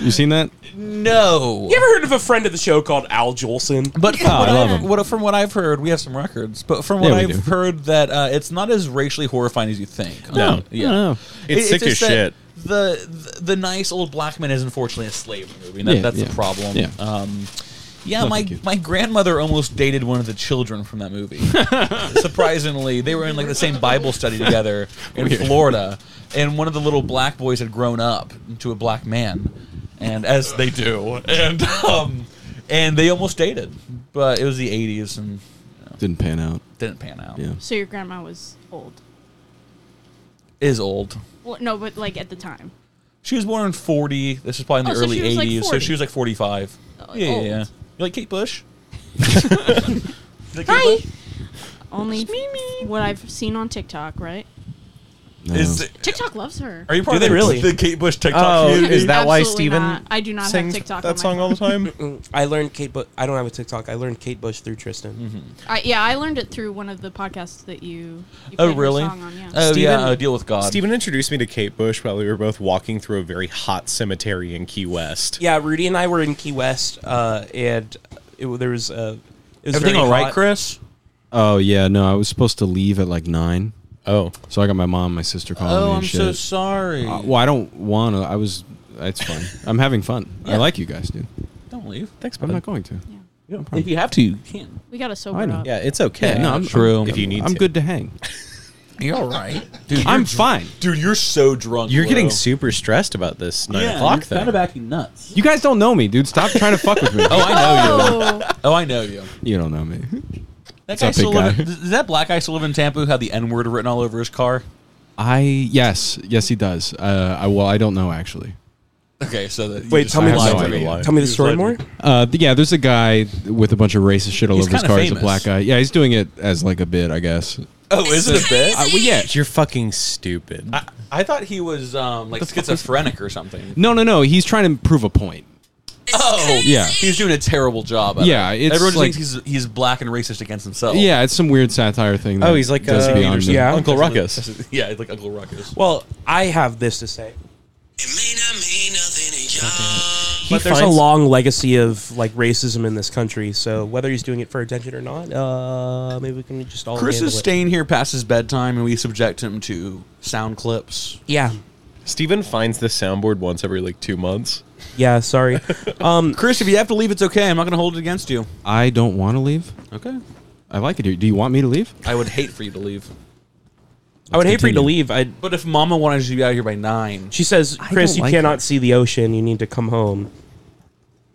Speaker 4: You seen that?
Speaker 1: no.
Speaker 3: You ever heard of a friend of the show called Al Jolson?
Speaker 1: But from, what I've, what, from what I've heard, we have some records. But from what
Speaker 3: Yeah, we
Speaker 1: I've
Speaker 3: do.
Speaker 1: heard, that uh, it's not as racially horrifying as you think.
Speaker 6: No.
Speaker 1: Um, yeah,
Speaker 6: No, no. It's sick
Speaker 1: just
Speaker 6: as
Speaker 1: that
Speaker 6: shit.
Speaker 1: The, the the nice old black man is unfortunately a slave in the movie. and that-
Speaker 6: Yeah,
Speaker 1: that's
Speaker 6: yeah.
Speaker 1: the problem.
Speaker 6: Yeah.
Speaker 1: Um, yeah,
Speaker 6: No,
Speaker 1: my
Speaker 6: thank you.
Speaker 1: my grandmother almost dated one of the children from that movie. Surprisingly, they were in like the same Bible study together in
Speaker 6: Weird.
Speaker 1: Florida, and one of the little black boys had grown up into a black man, and as they do, and um, and they almost dated, but it was the '80s and
Speaker 4: Didn't pan out.
Speaker 1: didn't pan out.
Speaker 4: Yeah.
Speaker 2: So your grandma was old.
Speaker 1: Is old.
Speaker 2: Well, no, but like at the time.
Speaker 1: She was born in '40. This is probably in
Speaker 2: Oh,
Speaker 1: the
Speaker 2: so
Speaker 1: early
Speaker 2: she was, like, Oh,
Speaker 1: '80s, so
Speaker 2: 40.
Speaker 1: she was like 45. yeah, yeah,
Speaker 2: old.
Speaker 1: yeah. You like Kate Bush?
Speaker 2: Hi. Only what I've seen on TikTok, right?
Speaker 1: Is it-
Speaker 2: TikTok loves her.
Speaker 1: Are you part
Speaker 3: Do
Speaker 1: of
Speaker 3: they
Speaker 1: the,
Speaker 3: really?
Speaker 1: the Kate Bush TikTok
Speaker 3: Oh,
Speaker 1: community?
Speaker 3: is that
Speaker 2: why Absolutely Steven not. I do not have sings TikTok that on my song all the
Speaker 3: time? I learned Kate, but I don't have a TikTok. I learned Kate Bush through Tristan.
Speaker 1: Mm-hmm.
Speaker 2: I, yeah, I learned it through one of the podcasts that you. you
Speaker 1: Oh,
Speaker 2: played her
Speaker 1: really?
Speaker 2: song on, yeah.
Speaker 1: Oh, yeah, uh, Deal with God.
Speaker 6: Steven introduced me to Kate Bush while we were both walking through a very hot cemetery in Key West.
Speaker 3: Yeah, Rudy and I were in Key West, uh, and it, there was uh, it was
Speaker 1: Everything
Speaker 3: all
Speaker 1: all
Speaker 3: right,
Speaker 1: right, Chris?
Speaker 4: Oh yeah, no, I was supposed to leave at like nine. Oh, so I got my mom, and my sister calling me.
Speaker 1: Oh,
Speaker 4: and
Speaker 1: I'm
Speaker 4: shit.
Speaker 1: so sorry.
Speaker 4: Uh, well, I don't want to. I was. It's fun. I'm having fun. I
Speaker 1: Yeah.
Speaker 4: like you guys, dude.
Speaker 1: Don't leave.
Speaker 4: Thanks, but I'm not going to.
Speaker 1: Yeah.
Speaker 4: problem.
Speaker 1: If you have to, you can.
Speaker 2: We got to sober
Speaker 4: I know.
Speaker 2: up.
Speaker 6: Yeah, it's okay.
Speaker 4: Yeah, no, I'm
Speaker 1: True.
Speaker 4: I'm-
Speaker 1: If you need
Speaker 4: I'm
Speaker 1: to.
Speaker 4: good to hang.
Speaker 1: You're all right,
Speaker 4: I'm
Speaker 1: dr-
Speaker 4: fine.
Speaker 1: Dude, you're so drunk.
Speaker 6: You're
Speaker 1: bro.
Speaker 6: getting super stressed about this nine
Speaker 1: Yeah,
Speaker 6: o'clock
Speaker 1: you're
Speaker 6: thing.
Speaker 1: Kind of acting nuts.
Speaker 4: You guys don't know me, dude. Stop trying to fuck with me.
Speaker 1: Oh, I know you. oh, I know you.
Speaker 4: You don't know me.
Speaker 1: That
Speaker 4: What's
Speaker 1: guy
Speaker 4: up,
Speaker 1: still
Speaker 4: big
Speaker 1: live,
Speaker 4: guy?
Speaker 1: does that black guy still live in Tampa who had the N word written all over his car?
Speaker 4: I yes, yes, he does. Uh, I well, I don't know actually.
Speaker 1: Okay, so that you
Speaker 3: Wait,
Speaker 1: just
Speaker 3: tell me
Speaker 1: lied
Speaker 3: the
Speaker 1: to
Speaker 3: story.
Speaker 1: me.
Speaker 3: Tell
Speaker 1: You
Speaker 3: me the
Speaker 1: just
Speaker 3: story
Speaker 1: lied to
Speaker 3: more.
Speaker 4: Uh, th- yeah, there's a guy with a bunch of racist shit all
Speaker 1: He's
Speaker 4: over his
Speaker 1: kinda
Speaker 4: car. He's a
Speaker 1: famous.
Speaker 4: black guy. Yeah, he's doing it as like a bit, I guess.
Speaker 1: Oh, is it a bit?
Speaker 6: Uh, well, yeah, you're fucking stupid.
Speaker 1: I, I thought he was um, like schizophrenic or something.
Speaker 4: No, no, no. He's trying to prove a point.
Speaker 1: Oh,
Speaker 4: Yeah.
Speaker 1: He's doing a terrible job. At
Speaker 4: Yeah,
Speaker 1: it.
Speaker 4: it's
Speaker 1: everyone just
Speaker 4: like-
Speaker 1: thinks he's he's black and racist against himself.
Speaker 4: Yeah, it's some weird satire thing.
Speaker 6: Oh, he's like, uh, yeah, Uncle Ruckus.
Speaker 1: yeah, like Uncle Ruckus.
Speaker 3: Well, I have this to say.
Speaker 6: He
Speaker 3: But there's a
Speaker 6: finds-
Speaker 3: long legacy of like racism in this country, so whether he's doing it for attention or not, uh, maybe we can just all.
Speaker 1: Chris
Speaker 3: handle
Speaker 1: is
Speaker 3: it.
Speaker 1: staying here past his bedtime, and we subject him to sound clips.
Speaker 3: Yeah.
Speaker 6: Steven finds the soundboard once every like two months.
Speaker 3: Yeah, sorry. Um,
Speaker 1: Chris, if you have to leave, it's okay. I'm not going to hold it against you.
Speaker 4: I don't want to leave.
Speaker 1: Okay.
Speaker 4: I like it here. Do you want me to leave?
Speaker 1: I would hate for you to leave.
Speaker 3: I would hate for you to
Speaker 4: continue.
Speaker 3: leave. I
Speaker 1: But if Mama wanted you to be out of here by nine,
Speaker 3: She says, Chris,
Speaker 1: don't
Speaker 3: you
Speaker 1: like
Speaker 3: cannot see the ocean. You need to come home.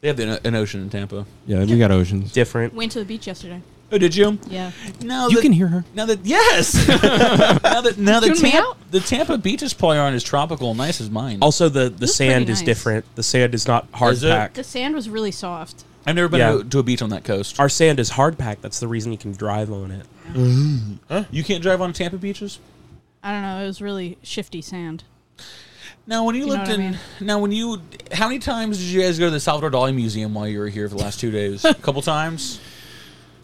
Speaker 1: they have the, an ocean in Tampa.
Speaker 4: Yeah, we got oceans.
Speaker 3: Different.
Speaker 2: Went to the beach yesterday.
Speaker 1: Oh, did you?
Speaker 2: Yeah.
Speaker 1: Now
Speaker 4: You
Speaker 1: that-
Speaker 4: can hear her.
Speaker 1: Now that yes, now that now that
Speaker 2: Tune me
Speaker 1: Tam-
Speaker 2: out?
Speaker 1: the Tampa beaches probably aren't as tropical and nice as mine.
Speaker 3: Also, the, the sand
Speaker 2: pretty
Speaker 3: is
Speaker 2: nice.
Speaker 3: different. The sand is not hard
Speaker 1: Is it?
Speaker 3: pack.
Speaker 2: The sand was really soft.
Speaker 1: I've never been
Speaker 3: Yeah.
Speaker 1: to, to a beach on that coast.
Speaker 3: Our sand is hard pack. That's the reason you can drive on it.
Speaker 1: Mm-hmm. You can't drive on Tampa beaches.
Speaker 2: I don't know. It was really shifty sand.
Speaker 1: Now, when you,
Speaker 2: You know
Speaker 1: lived
Speaker 2: what I
Speaker 1: in,
Speaker 2: mean?
Speaker 1: now when you, how many times did you guys go to the Salvador Dali Museum while you were here for the last two days? a couple times.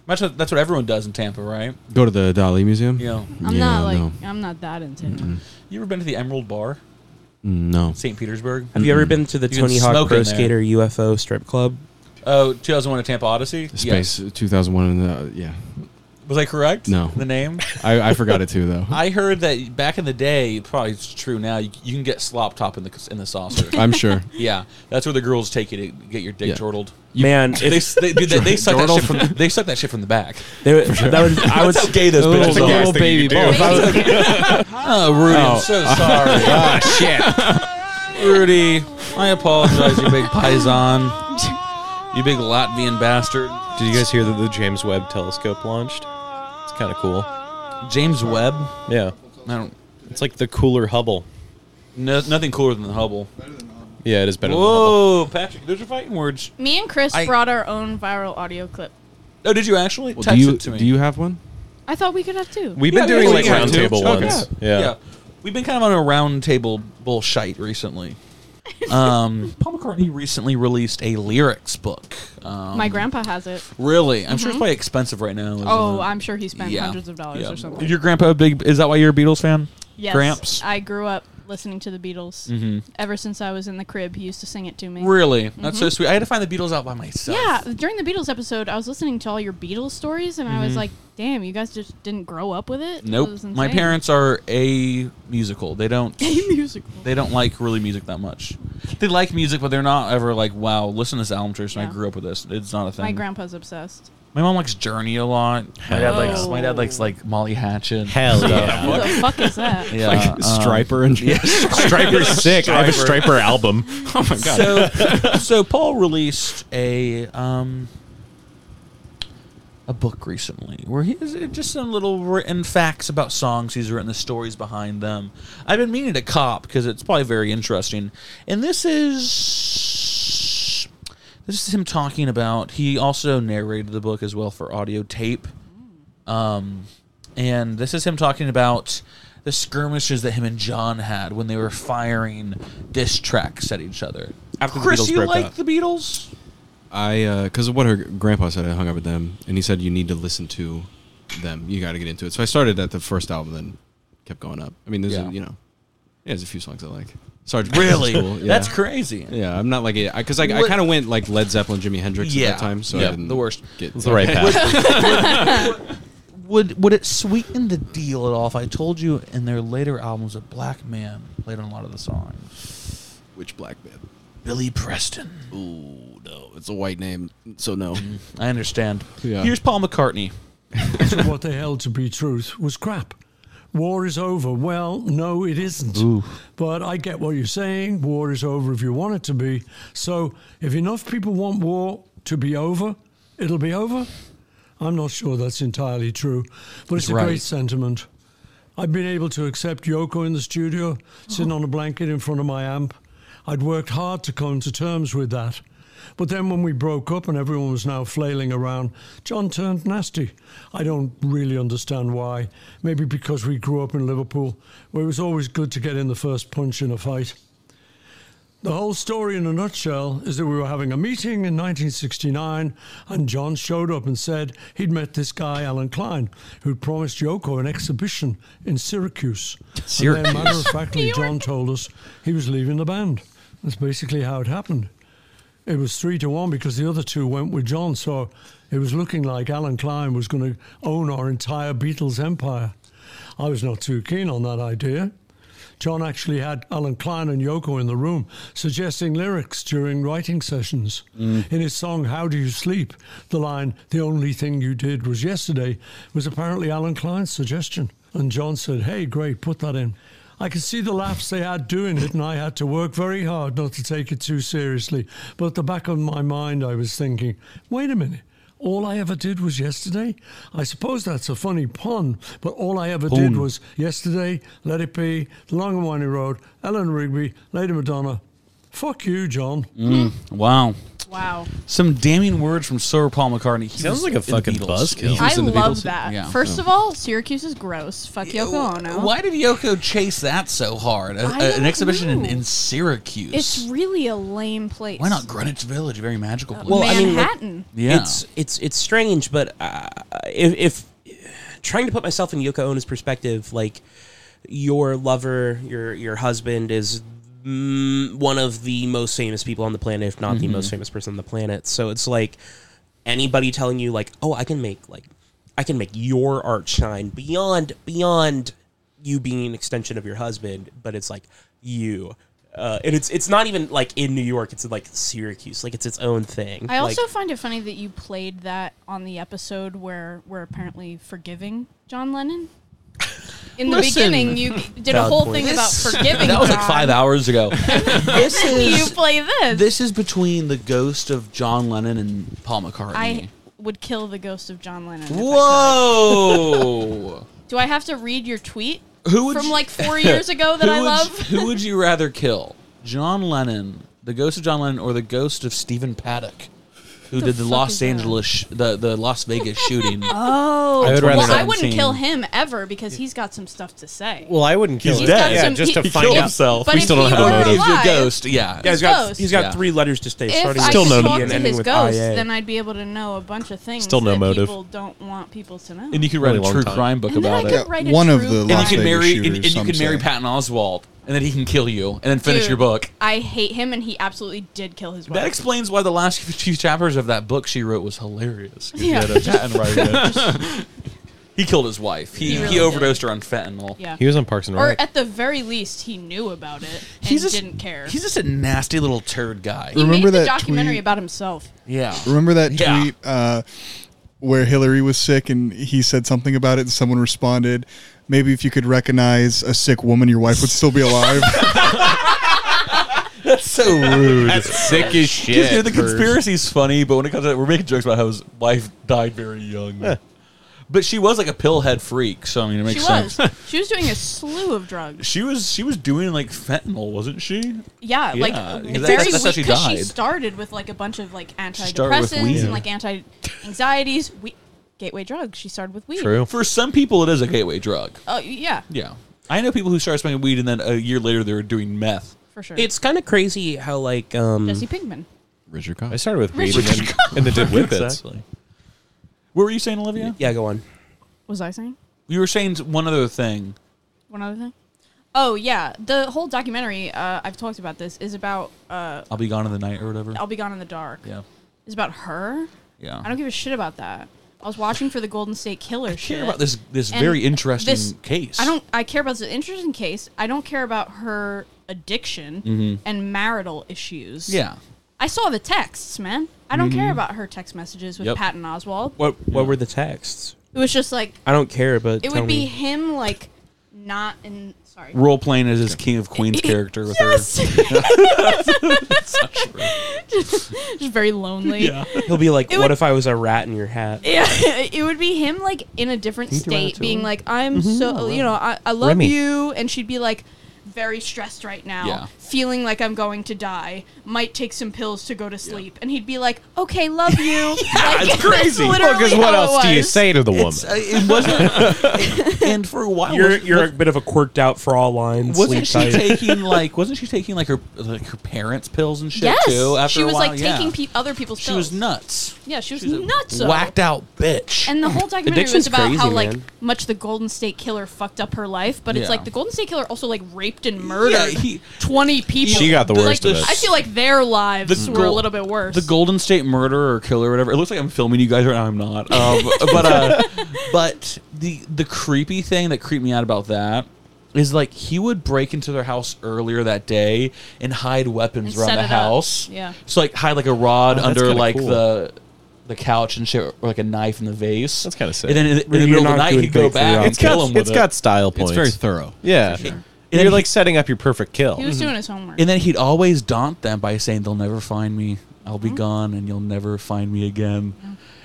Speaker 1: That's what, that's what everyone does in Tampa, right?
Speaker 4: Go to the Dali Museum.
Speaker 1: Yeah.
Speaker 2: I'm
Speaker 4: Yeah,
Speaker 2: not like
Speaker 4: no.
Speaker 2: I'm not that into it.
Speaker 1: You ever been to the Emerald Bar,
Speaker 4: Mm, No.
Speaker 1: St. Petersburg?
Speaker 3: Have you ever been to the
Speaker 1: You can
Speaker 3: Tony Hawk
Speaker 1: smoke in
Speaker 3: Pro
Speaker 1: there.
Speaker 3: Skater UFO strip club?
Speaker 1: Oh, 2001 at Tampa Odyssey.
Speaker 4: Space 2001 and the, yeah.
Speaker 1: Was I correct?
Speaker 4: No.
Speaker 1: The name.
Speaker 4: I, I forgot it too though.
Speaker 1: I heard that back in the day, probably it's true now. You, you can get slop top in the in the saucer.
Speaker 4: I'm sure.
Speaker 1: yeah, that's where the girls take you to get your dick
Speaker 4: Yeah.
Speaker 1: chortled.
Speaker 3: Man,
Speaker 1: They,
Speaker 3: if
Speaker 1: they, dude, they, they suck that
Speaker 4: Jordal?
Speaker 1: shit from they suck that shit from the back.
Speaker 3: there, that would, I would
Speaker 1: That's how gay those
Speaker 4: A
Speaker 1: bitches
Speaker 4: little,
Speaker 1: are.
Speaker 4: little baby boy.
Speaker 1: Oh, Rudy, I'm so sorry. oh
Speaker 4: Ah,
Speaker 1: shit, Rudy, I apologize, you big paisan, you big Latvian bastard.
Speaker 6: Did you guys hear that the James Webb Telescope launched? It's kind of cool.
Speaker 1: James Webb.
Speaker 6: Yeah,
Speaker 1: I don't.
Speaker 6: it's like the cooler Hubble.
Speaker 1: No, nothing cooler than the Hubble.
Speaker 6: Yeah, it is better. Than
Speaker 1: Whoa, Patrick, those are fighting words.
Speaker 2: Me and Chris
Speaker 1: I-
Speaker 2: brought our own viral audio clip.
Speaker 1: Oh, did you actually
Speaker 4: Well,
Speaker 1: text
Speaker 4: do you
Speaker 1: it to me?
Speaker 4: do you have one?
Speaker 2: I thought we could have two.
Speaker 6: We've been
Speaker 1: Yeah,
Speaker 6: doing
Speaker 1: yeah,
Speaker 6: like
Speaker 1: we have to.
Speaker 6: roundtable
Speaker 1: Okay.
Speaker 6: ones. Yeah.
Speaker 1: Oh, We've been kind of on a roundtable bullshite recently. Um, Paul McCartney recently released a lyrics book. Um,
Speaker 2: My grandpa has it.
Speaker 1: Really? I'm sure it's
Speaker 2: Mhm.
Speaker 1: probably expensive right now. isn't
Speaker 2: Oh,
Speaker 1: it?
Speaker 2: I'm sure he spent
Speaker 1: Yeah.
Speaker 2: hundreds of dollars
Speaker 1: Yeah.
Speaker 2: or something.
Speaker 1: Your grandpa a big? Is that why you're a Beatles fan?
Speaker 2: Yes,
Speaker 1: Gramps.
Speaker 2: I grew up listening to the Beatles.
Speaker 19: Mhm.
Speaker 2: Ever since I was in the crib, he used to sing it to me.
Speaker 1: Mm-hmm. Really? That's so
Speaker 2: Mhm.
Speaker 1: sweet. I had to find the Beatles out by myself.
Speaker 2: Yeah, during the Beatles episode, I was listening to all your Beatles stories, and I was
Speaker 1: Mhm.
Speaker 2: like, "Damn, you guys just didn't grow up with it." That
Speaker 1: Nope.
Speaker 2: was
Speaker 1: My
Speaker 2: insane.
Speaker 1: parents are a musical. They don't
Speaker 2: A musical.
Speaker 1: They don't like really music that much. They like music, but they're not ever like, "Wow, listen to this album, Tristan.
Speaker 2: Yeah.
Speaker 1: I grew up with this." It's not a thing.
Speaker 2: My grandpa's obsessed.
Speaker 1: My mom likes Journey a lot. My dad likes
Speaker 2: Oh.
Speaker 1: my dad likes like Molly Hatchet.
Speaker 6: Hell yeah.
Speaker 2: Who the fuck is that?
Speaker 1: Yeah,
Speaker 6: Like
Speaker 1: um,
Speaker 6: Striper and-
Speaker 1: yeah,
Speaker 6: Striper's sick. I have a Striper album. Oh my God.
Speaker 1: So, so Paul released a um, a book recently where he is uh, just some little written facts about songs he's written, the stories behind them. I've been meaning to cop because it's probably very interesting, and this is this is him talking about. He also narrated the book as well for audio tape. Um, and this is him talking about the skirmishes that him and John had when they were firing diss tracks at each other.
Speaker 4: After the
Speaker 1: Chris,
Speaker 4: Beatles
Speaker 1: you
Speaker 4: broke
Speaker 1: like
Speaker 4: up.
Speaker 1: the Beatles?
Speaker 4: I because of what her grandpa said, I hung up with them, and he said you need to listen to them. You got to get into it. So I started at the first album, then kept going up. I mean, there's
Speaker 1: Yeah.
Speaker 4: a, you know, yeah, there's a few songs I like. Sarge
Speaker 1: Really?
Speaker 4: That's cool, yeah.
Speaker 1: That's crazy.
Speaker 4: Yeah, I'm not like because I, I
Speaker 1: What-
Speaker 4: kind of went like Led Zeppelin, Jimi Hendrix
Speaker 1: Yeah.
Speaker 4: at that time. So
Speaker 1: Yeah,
Speaker 4: I didn't
Speaker 1: the worst.
Speaker 4: Get
Speaker 1: It's the right
Speaker 4: path.
Speaker 1: Would would it sweeten the deal at all if I told you in their later albums a black man played on a lot of the songs?
Speaker 4: Which black man?
Speaker 1: Billy Preston.
Speaker 4: Ooh, no, it's a white name, so no.
Speaker 1: I understand.
Speaker 4: Yeah.
Speaker 1: Here's Paul McCartney.
Speaker 20: what they held to be truth was crap. War is over. Well, no, it isn't. But I get what you're saying. War is over if you want it to be. So if enough people want war to be over, it'll be over. I'm not sure that's entirely true, but it's
Speaker 7: He's
Speaker 20: a
Speaker 7: right.
Speaker 20: great sentiment. I've been able to accept Yoko in the studio, sitting on a blanket in front of my amp. I'd worked hard to come to terms with that. But then when we broke up and everyone was now flailing around, John turned nasty. I don't really understand why. Maybe because we grew up in Liverpool, where it was always good to get in the first punch in a fight. The whole story in a nutshell is that we were having a meeting in 1969, and John showed up and said he'd met this guy, Alan Klein, who'd promised Yoko an exhibition in Syracuse.
Speaker 7: Syracuse.
Speaker 20: And then, matter of factly, John told us he was leaving the band. That's basically how it happened. It was three to one because the other two went with John, so it was looking like Alan Klein was going to own our entire Beatles empire. I was not too keen on that idea. John actually had Alan Klein and Yoko in the room suggesting lyrics during writing sessions. In his song How Do You Sleep, the line, The only thing you did was yesterday, was apparently Alan Klein's suggestion. And John said, Hey, great, put that in. I could see the laughs they had doing it, and I had to work very hard not to take it too seriously. But at the back of my mind, I was thinking, wait a minute. All I ever did was yesterday? I suppose that's a funny pun, but all I ever did
Speaker 7: Pun.
Speaker 20: was yesterday, Let It Be, The Long and Winding Road, Ellen Rigby, Lady Madonna. Fuck you, John.
Speaker 1: Mm, wow.
Speaker 2: Wow.
Speaker 1: Some damning words from Sir Paul McCartney. He was
Speaker 6: Sounds like a
Speaker 1: in the
Speaker 6: fucking
Speaker 1: Beatles. Oh.
Speaker 6: buzzkill.
Speaker 2: I love that. First of all, Syracuse is gross. Fuck Yoko Ono.
Speaker 1: Why did Yoko chase that so hard? A-
Speaker 2: I
Speaker 1: a-
Speaker 2: don't
Speaker 1: an exhibition in,
Speaker 2: know.
Speaker 1: in Syracuse.
Speaker 2: It's really a lame place.
Speaker 1: Why not Greenwich Village? Very magical place.
Speaker 2: Well, I mean,
Speaker 3: like,
Speaker 2: Manhattan.
Speaker 1: Yeah.
Speaker 3: It's it's it's strange, but uh, if, if trying to put myself in Yoko Ono's perspective, like your lover, your your husband is mm, one of the most famous people on the planet, if not the
Speaker 1: Mhm.
Speaker 3: most famous person on the planet. So it's like anybody telling you like, "Oh, I can make like I can make your art shine beyond beyond you being an extension of your husband," but it's like you uh, and it's it's not even like in New York. It's in, like Syracuse. Like it's its own thing.
Speaker 2: I
Speaker 3: Like-
Speaker 2: also find it funny that you played that on the episode where we're apparently forgiving John Lennon. In the
Speaker 1: Listen.
Speaker 2: beginning, you did a whole thing about
Speaker 1: This-
Speaker 2: forgiving.
Speaker 1: That was like
Speaker 2: John.
Speaker 1: five hours ago. this
Speaker 2: You
Speaker 1: is
Speaker 2: play this.
Speaker 1: This is between the ghost of John Lennon and Paul McCartney.
Speaker 2: I would kill the ghost of John Lennon. if I could.
Speaker 1: Whoa!
Speaker 2: Do I have to read your tweet?
Speaker 1: Who would
Speaker 2: from
Speaker 1: you-
Speaker 2: like four years ago that
Speaker 1: Who
Speaker 2: I
Speaker 1: would-
Speaker 2: love?
Speaker 1: who would you rather kill, John Lennon, the ghost of John Lennon, or the ghost of Stephen Paddock, who
Speaker 2: The
Speaker 1: did the
Speaker 2: fuck is
Speaker 1: Los
Speaker 2: that?
Speaker 1: Angeles, sh- the the Las Vegas shooting?
Speaker 2: Oh,
Speaker 1: I would rather
Speaker 2: well, I
Speaker 1: not.
Speaker 2: wouldn't kill him ever because he's got some stuff to say.
Speaker 6: Well, I wouldn't kill
Speaker 1: He's
Speaker 6: him.
Speaker 1: dead. Yeah, just to He find killed out. himself.
Speaker 2: But
Speaker 1: We
Speaker 2: if
Speaker 1: still don't
Speaker 2: he
Speaker 1: have a
Speaker 2: were
Speaker 1: motive. He's a
Speaker 2: alive-
Speaker 1: ghost, yeah.
Speaker 3: Yeah,
Speaker 2: he's
Speaker 3: he's got
Speaker 2: ghost.
Speaker 3: he's got
Speaker 1: Yeah.
Speaker 3: three letters to stay,
Speaker 2: If
Speaker 3: starting
Speaker 2: I
Speaker 3: with
Speaker 2: still
Speaker 3: still
Speaker 2: no talked
Speaker 3: and
Speaker 2: to
Speaker 3: ending
Speaker 2: his
Speaker 3: with
Speaker 2: ghost,
Speaker 3: IA.
Speaker 2: then I'd be able to know a bunch of things
Speaker 3: Still no
Speaker 2: that
Speaker 3: motive.
Speaker 2: people don't want people to know.
Speaker 1: and you could write
Speaker 6: Really
Speaker 1: a
Speaker 6: long
Speaker 1: true
Speaker 6: time.
Speaker 1: crime book
Speaker 2: And then
Speaker 1: about
Speaker 2: I could
Speaker 1: it.
Speaker 2: write a One of true the
Speaker 1: and you
Speaker 2: crime. Las
Speaker 1: could
Speaker 2: Vegas
Speaker 1: marry and,
Speaker 2: shooters,
Speaker 1: and you
Speaker 2: some
Speaker 1: could marry
Speaker 2: say.
Speaker 1: Patton Oswald. and then he can kill you and then finish
Speaker 2: Dude,
Speaker 1: your book.
Speaker 2: I hate him, and he absolutely did kill his wife.
Speaker 1: That explains why the last few chapters of that book she wrote was hilarious. 'cause he
Speaker 2: Yeah.
Speaker 1: had a patent right in it. He killed his wife. He,
Speaker 2: He
Speaker 1: he,
Speaker 2: really did.
Speaker 1: overdosed her on fentanyl.
Speaker 2: Yeah. Or
Speaker 1: Rec.
Speaker 2: at the very least, he knew about it and
Speaker 1: He's just-
Speaker 2: didn't care.
Speaker 1: He's just a nasty little turd guy.
Speaker 2: he
Speaker 18: Remember
Speaker 2: made the
Speaker 18: that
Speaker 2: documentary
Speaker 18: tweet?
Speaker 2: about himself.
Speaker 1: Yeah.
Speaker 18: Remember that
Speaker 1: Yeah.
Speaker 18: tweet uh, where Hillary was sick and he said something about it and someone responded, maybe if you could recognize a sick woman, your wife would still be alive.
Speaker 1: That's so rude.
Speaker 18: That's sick as shit,
Speaker 1: Just, dude, the
Speaker 18: Burge.
Speaker 1: conspiracy's funny, but when it comes to that, we're making jokes about how his wife died very young. But she was like a pillhead freak, so I mean, it
Speaker 2: She
Speaker 1: makes
Speaker 2: was.
Speaker 1: sense.
Speaker 2: she was doing a slew of drugs.
Speaker 1: She was she was doing like fentanyl, wasn't she?
Speaker 2: Yeah, like
Speaker 1: That's-
Speaker 2: very
Speaker 1: that's, how
Speaker 2: weak
Speaker 1: she
Speaker 2: 'cause she
Speaker 1: died.
Speaker 2: started with like a bunch of like
Speaker 1: started with
Speaker 2: antidepressants
Speaker 1: weed.
Speaker 2: and like anti anxieties, we- gateway drugs. She started with weed.
Speaker 1: For some people, it is a gateway drug.
Speaker 2: Oh yeah.
Speaker 1: Yeah, I know people who started smoking weed and then a year later they were doing meth.
Speaker 2: For sure.
Speaker 3: It's kind of crazy how like um
Speaker 2: Jesse Pinkman.
Speaker 1: Richard Cox.
Speaker 6: I started with weed
Speaker 2: Richard
Speaker 6: and then, and then did whippets.
Speaker 1: Exactly. What were you saying, Olivia?
Speaker 3: Yeah, go on.
Speaker 2: Was I saying
Speaker 1: You were saying one other thing.
Speaker 2: one other thing? Oh yeah, the whole documentary. Uh, I've talked about this. Is about uh,
Speaker 1: I'll be gone in the night or whatever.
Speaker 2: I'll be gone in the dark.
Speaker 1: Yeah.
Speaker 2: Is about her.
Speaker 1: Yeah.
Speaker 2: I don't give a shit about that. I was watching for the Golden State Killer. I shit.
Speaker 1: about this- this
Speaker 2: and
Speaker 1: very interesting
Speaker 2: this-
Speaker 1: case.
Speaker 2: I don't. I care about this interesting case. I don't care about her addiction
Speaker 1: Mhm.
Speaker 2: and marital issues.
Speaker 1: Yeah. Mm-hmm.
Speaker 2: I saw the texts, man. I don't care
Speaker 3: Mhm.
Speaker 2: about her text messages with
Speaker 3: Yep.
Speaker 2: Patton Oswald.
Speaker 3: What what were the texts?
Speaker 2: It was just like
Speaker 3: I don't care, but
Speaker 2: it
Speaker 3: tell
Speaker 2: would be
Speaker 3: me.
Speaker 2: him like not in. Sorry.
Speaker 1: Role playing as his King of Queens character with
Speaker 2: Yes!
Speaker 1: her.
Speaker 2: just, just very lonely.
Speaker 3: Yeah. He'll be like,
Speaker 2: It
Speaker 3: "What
Speaker 2: would-
Speaker 3: if I was a rat in your hat?"
Speaker 2: Yeah, it would be him like in a different
Speaker 3: Can you do that
Speaker 2: state,
Speaker 3: too?
Speaker 2: being like, "I'm
Speaker 3: Mhm.
Speaker 2: so
Speaker 3: Oh,
Speaker 2: you know, I, I love
Speaker 3: Remy.
Speaker 2: you," and she'd be like, very stressed right now,
Speaker 3: Yeah.
Speaker 2: feeling like I'm going to die. Might take some pills to go to sleep, and he'd be like, "Okay, love you." Like, that's literally
Speaker 6: Because what
Speaker 2: how it
Speaker 6: else do you
Speaker 2: was.
Speaker 6: say to the woman?
Speaker 1: It's- uh, it wasn't. and for a while,
Speaker 3: You're
Speaker 1: wasn't-
Speaker 3: you're a bit of a quirked out for all lines.
Speaker 1: wasn't she
Speaker 3: sleep tight.
Speaker 1: taking like wasn't she taking like her like her parents' pills and shit
Speaker 2: Yes,
Speaker 1: too? After
Speaker 2: she
Speaker 1: a
Speaker 2: was
Speaker 1: while?
Speaker 2: like
Speaker 1: Yeah.
Speaker 2: taking pe- other people's.
Speaker 1: She was
Speaker 2: pills.
Speaker 1: nuts.
Speaker 2: Yeah, she was nuts.
Speaker 1: whacked out bitch.
Speaker 2: And the whole documentary
Speaker 1: Addiction's
Speaker 2: was about how
Speaker 1: crazy,
Speaker 2: like
Speaker 1: man.
Speaker 2: much the Golden State Killer fucked up her life, but
Speaker 1: Yeah.
Speaker 2: it's like the Golden State Killer also like raped and murdered
Speaker 1: he-
Speaker 2: twenty people.
Speaker 1: She got the
Speaker 2: Like,
Speaker 1: worst of it.
Speaker 2: I feel like their lives
Speaker 1: The
Speaker 2: were a
Speaker 1: Gol-
Speaker 2: little bit worse.
Speaker 1: The Golden State murderer or killer or whatever. It looks like I'm filming you guys right now. I'm not. Um, but uh, but the the creepy thing that creeped me out about that is like he would break into their house earlier that day and hide weapons
Speaker 2: And
Speaker 1: around
Speaker 2: set
Speaker 1: the
Speaker 2: it up.
Speaker 1: house.
Speaker 2: Yeah.
Speaker 1: So like hide like a rod
Speaker 6: Oh, that's
Speaker 1: under
Speaker 6: kinda
Speaker 1: like
Speaker 6: cool.
Speaker 1: the the couch and shit, or like a knife in the vase. That's kind of sick. And then in, the- in
Speaker 6: You're
Speaker 1: the middle of the
Speaker 6: not
Speaker 1: night,
Speaker 6: doing
Speaker 1: he'd go
Speaker 6: big for your
Speaker 1: back
Speaker 6: own
Speaker 1: and kill
Speaker 6: kids.
Speaker 1: him. With
Speaker 6: It's got style
Speaker 1: It's
Speaker 6: points.
Speaker 1: very thorough.
Speaker 6: Yeah.
Speaker 1: For sure.
Speaker 6: And
Speaker 1: And
Speaker 6: you're
Speaker 1: he- Mm-hmm.
Speaker 6: like setting up your perfect kill.
Speaker 2: He was doing his homework.
Speaker 1: And then he'd always daunt them by saying, "They'll never find me. I'll
Speaker 2: Mm-hmm.
Speaker 1: be gone, and you'll never find me again."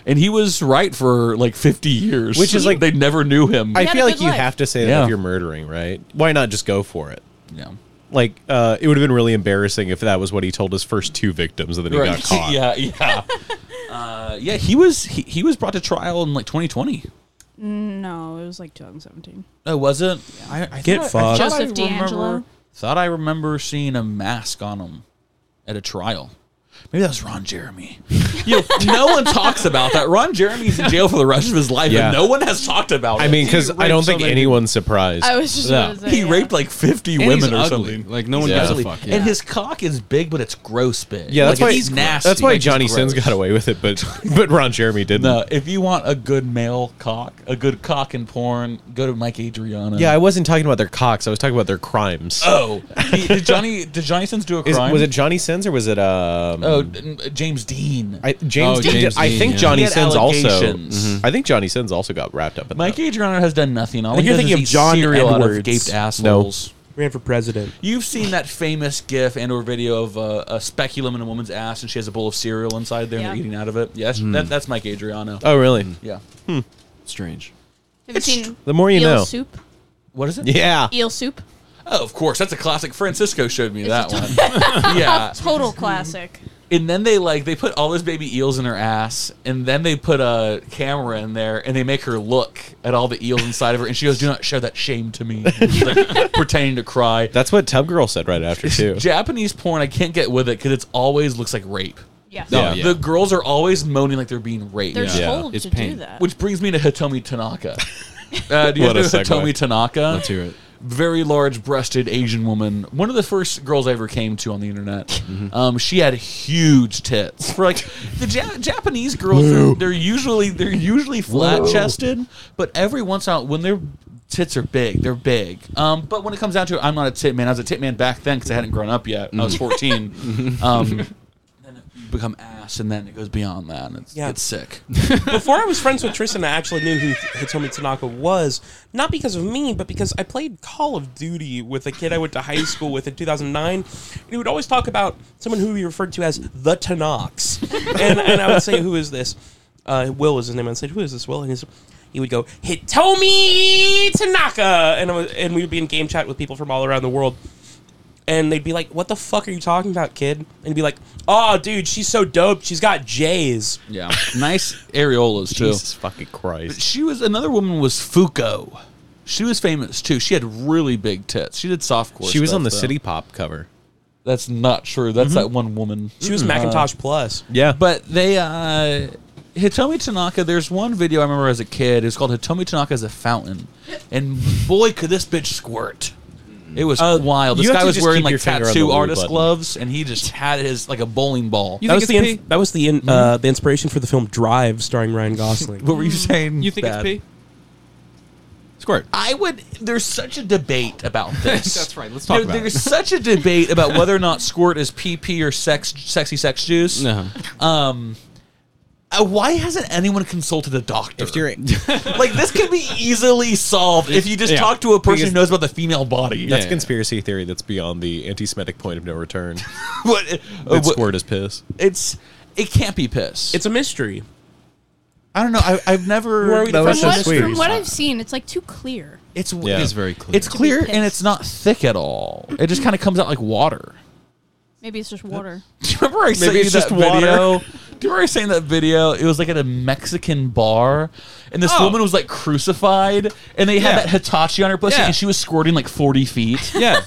Speaker 1: And he was right for like fifty years,
Speaker 6: Which is like-
Speaker 1: they never knew him.
Speaker 6: I feel like you have to say that
Speaker 1: Yeah.
Speaker 6: if you're murdering, right? Why not just go for it?
Speaker 1: Yeah.
Speaker 6: Like uh, it would have been really embarrassing if that was what he told his first two victims, and then he got
Speaker 1: Right.
Speaker 6: caught.
Speaker 1: yeah, yeah, uh, yeah. He was he, he was brought to trial in like 2020.
Speaker 2: no, it was like 2017.
Speaker 1: Oh, was it? I, I thought I- I
Speaker 2: Get fucked.
Speaker 1: thought I
Speaker 2: Joseph D'Angelo?
Speaker 1: remember- Thought I remember seeing a mask on him at a trial. Maybe that was Ron Jeremy. you know, no one talks about that. Ron Jeremy's in jail for the rest of his life,
Speaker 6: Yeah.
Speaker 1: and no one has talked about it.
Speaker 6: I mean, because
Speaker 1: He
Speaker 6: I don't
Speaker 1: raped so
Speaker 6: think
Speaker 1: many
Speaker 6: anyone's surprised.
Speaker 1: I was just gonna say, He yeah. raped, like, 50
Speaker 6: And
Speaker 1: women
Speaker 6: he's
Speaker 1: or
Speaker 6: ugly.
Speaker 1: something.
Speaker 6: Like no one
Speaker 1: He's
Speaker 6: gives a
Speaker 1: ugly.
Speaker 6: fuck.
Speaker 1: And his cock is big, but it's gross big.
Speaker 6: Yeah, that's
Speaker 1: Like,
Speaker 6: why
Speaker 1: it's nasty.
Speaker 6: That's why
Speaker 1: Like, it's
Speaker 6: Johnny Sins
Speaker 1: gross.
Speaker 6: got away with it, but but Ron Jeremy didn't.
Speaker 1: No, if you want a good male cock, a good cock in porn, go to Mike Adriana.
Speaker 6: Yeah, I wasn't talking about their cocks. I was talking about their crimes.
Speaker 1: Oh, he- did Johnny did Johnny Sins do a
Speaker 6: Is-
Speaker 1: crime?
Speaker 6: was it Johnny Sins or was it um?
Speaker 1: Oh, n- James Dean.
Speaker 6: I, James,
Speaker 1: Oh,
Speaker 6: Dean,
Speaker 1: James
Speaker 6: did- I
Speaker 1: Dean,
Speaker 6: think
Speaker 1: yeah. He
Speaker 6: Johnny
Speaker 1: had
Speaker 6: Sins also.
Speaker 1: allegations.
Speaker 6: Mhm. I think Johnny Sins also got wrapped up in
Speaker 1: Mike Adriano has done nothing. All
Speaker 6: I think
Speaker 1: he
Speaker 6: you're
Speaker 1: does
Speaker 6: thinking
Speaker 1: is eat
Speaker 6: of John
Speaker 1: cereal out
Speaker 6: Edwards.
Speaker 1: of gaped assholes.
Speaker 3: Ran for president.
Speaker 1: You've seen that famous GIF and/or video of uh, a speculum in a woman's ass, and she has a bowl of cereal inside there, and
Speaker 2: Yeah.
Speaker 1: they're eating out of it. Yes,
Speaker 6: Hmm.
Speaker 1: that, that's Mike Adriano.
Speaker 6: Oh, really?
Speaker 1: Yeah.
Speaker 6: Hmm.
Speaker 1: Strange.
Speaker 2: Have you seen
Speaker 6: the more you
Speaker 2: eel
Speaker 6: know.
Speaker 2: Soup.
Speaker 1: What is it?
Speaker 6: Yeah.
Speaker 2: Eel soup.
Speaker 1: Oh, of course. That's a classic. Francisco showed me that one. yeah.
Speaker 2: Total classic.
Speaker 1: And then they like they put all those baby eels in her ass, and then they put a camera in there, and they make her look at all the eels inside of her, and she goes, "Do not show that shame to me," She's, like, pretending to cry.
Speaker 6: That's what Tub Girl said right after too.
Speaker 1: Japanese porn, I can't get with it because it's always looks like rape.
Speaker 2: Yes.
Speaker 6: Oh, yeah.
Speaker 1: The girls are always moaning like they're being raped.
Speaker 2: They're Yeah. told It's to do pain. that.
Speaker 1: Which brings me to Hitomi Tanaka. Uh, do you
Speaker 6: What
Speaker 1: know
Speaker 6: a segue.
Speaker 1: Hitomi Tanaka?
Speaker 6: Let's hear it.
Speaker 1: very large-breasted Asian woman, one of the first girls I ever came to on the internet.
Speaker 6: Mm-hmm.
Speaker 1: Um, she had huge tits. For like the ja- Japanese girls, they're,
Speaker 17: Whoa.
Speaker 1: they're usually they're usually flat-chested, but every once in a while, when their tits are big, they're big. Um, but when it comes down to it, I'm not a tit man. I was a tit man back then because I hadn't grown up yet. I was
Speaker 17: Mhm.
Speaker 1: 14. um, become ass, and then it goes beyond that, and it's,
Speaker 21: Yeah.
Speaker 1: it's sick.
Speaker 21: Before I was friends with Tristan, I actually knew who Hitomi Tanaka was, not because of me, but because I played Call of Duty with a kid I went to high school with in 2009. And he would always talk about someone who he referred to as the Tanaks. And, and I would say, Who is this? Uh, Will was his name. And I said, Who is this, Will? And he's, he would go, Hitomi Tanaka! And, I was, and we would be in game chat with people from all around the world and they'd be like, "What the fuck are you talking about, kid?" And he'd be like, "Oh, dude, she's so dope. She's got J's."
Speaker 1: Yeah, nice areolas too.
Speaker 6: Jesus fucking Christ!
Speaker 1: She was another woman was Fuko. She was famous too. She had really big tits. She did softcore.
Speaker 6: She was
Speaker 1: stuff,
Speaker 6: on the
Speaker 1: though.
Speaker 6: City Pop cover.
Speaker 1: That's not true. That's
Speaker 21: Mm-hmm.
Speaker 6: Mhm.
Speaker 1: that one woman.
Speaker 21: She was
Speaker 1: Mm-mm.
Speaker 21: Macintosh
Speaker 1: Uh,
Speaker 21: Plus.
Speaker 1: Yeah. But they uh Hitomi Tanaka, there's one video I remember as a kid. It was called Hitomi Tanaka as a fountain. And boy could this bitch squirt. It was wild. This
Speaker 21: Uh, you have
Speaker 1: guy
Speaker 21: to
Speaker 1: was
Speaker 21: just
Speaker 1: wearing
Speaker 21: keep
Speaker 1: like
Speaker 21: your finger on the
Speaker 1: tattoo
Speaker 21: blue
Speaker 1: artist
Speaker 21: button.
Speaker 1: gloves and he just had his like a bowling ball.
Speaker 21: that was, the in, that was the in, uh, the inspiration for the film Drive, starring Ryan Gosling.
Speaker 1: Hmm? What were you
Speaker 3: Hmm.
Speaker 1: saying?
Speaker 21: You think it's pee?
Speaker 1: Squirt. I would. There's such a debate about this.
Speaker 4: That's right. Let's talk
Speaker 1: There-
Speaker 4: about it.
Speaker 1: There's such a debate about whether or not squirt is PP or sex, sexy sex juice.
Speaker 4: No.
Speaker 1: Um, uh, why hasn't anyone consulted a doctor? like this could be easily solved if you just
Speaker 6: Yeah.
Speaker 1: talk to a person
Speaker 6: Because-
Speaker 1: who knows about the female body.
Speaker 6: That's a conspiracy theory that's beyond the anti-Semitic point of no return.
Speaker 1: What-
Speaker 6: That
Speaker 1: uh, what-
Speaker 6: squirt is piss.
Speaker 1: It's it can't be piss. It's
Speaker 21: a mystery.
Speaker 1: I don't know. I, I've never.
Speaker 6: Where are we That was
Speaker 2: From what, from what I've seen, it's like too clear.
Speaker 1: It's
Speaker 6: Yeah. It is very clear.
Speaker 1: It's clear and it's not thick at all. It just kind of comes out like water.
Speaker 2: Maybe it's just water.
Speaker 1: Do you remember I
Speaker 2: Maybe
Speaker 1: sent you
Speaker 2: it's
Speaker 1: that
Speaker 2: just water.
Speaker 1: video? Do you remember I saying that video? It was like at a Mexican bar, and this
Speaker 2: Oh.
Speaker 1: woman was like crucified, and they had
Speaker 2: Yeah.
Speaker 1: that Hitachi on her pussy,
Speaker 4: Yeah.
Speaker 1: and she was squirting like forty feet.
Speaker 4: Yeah.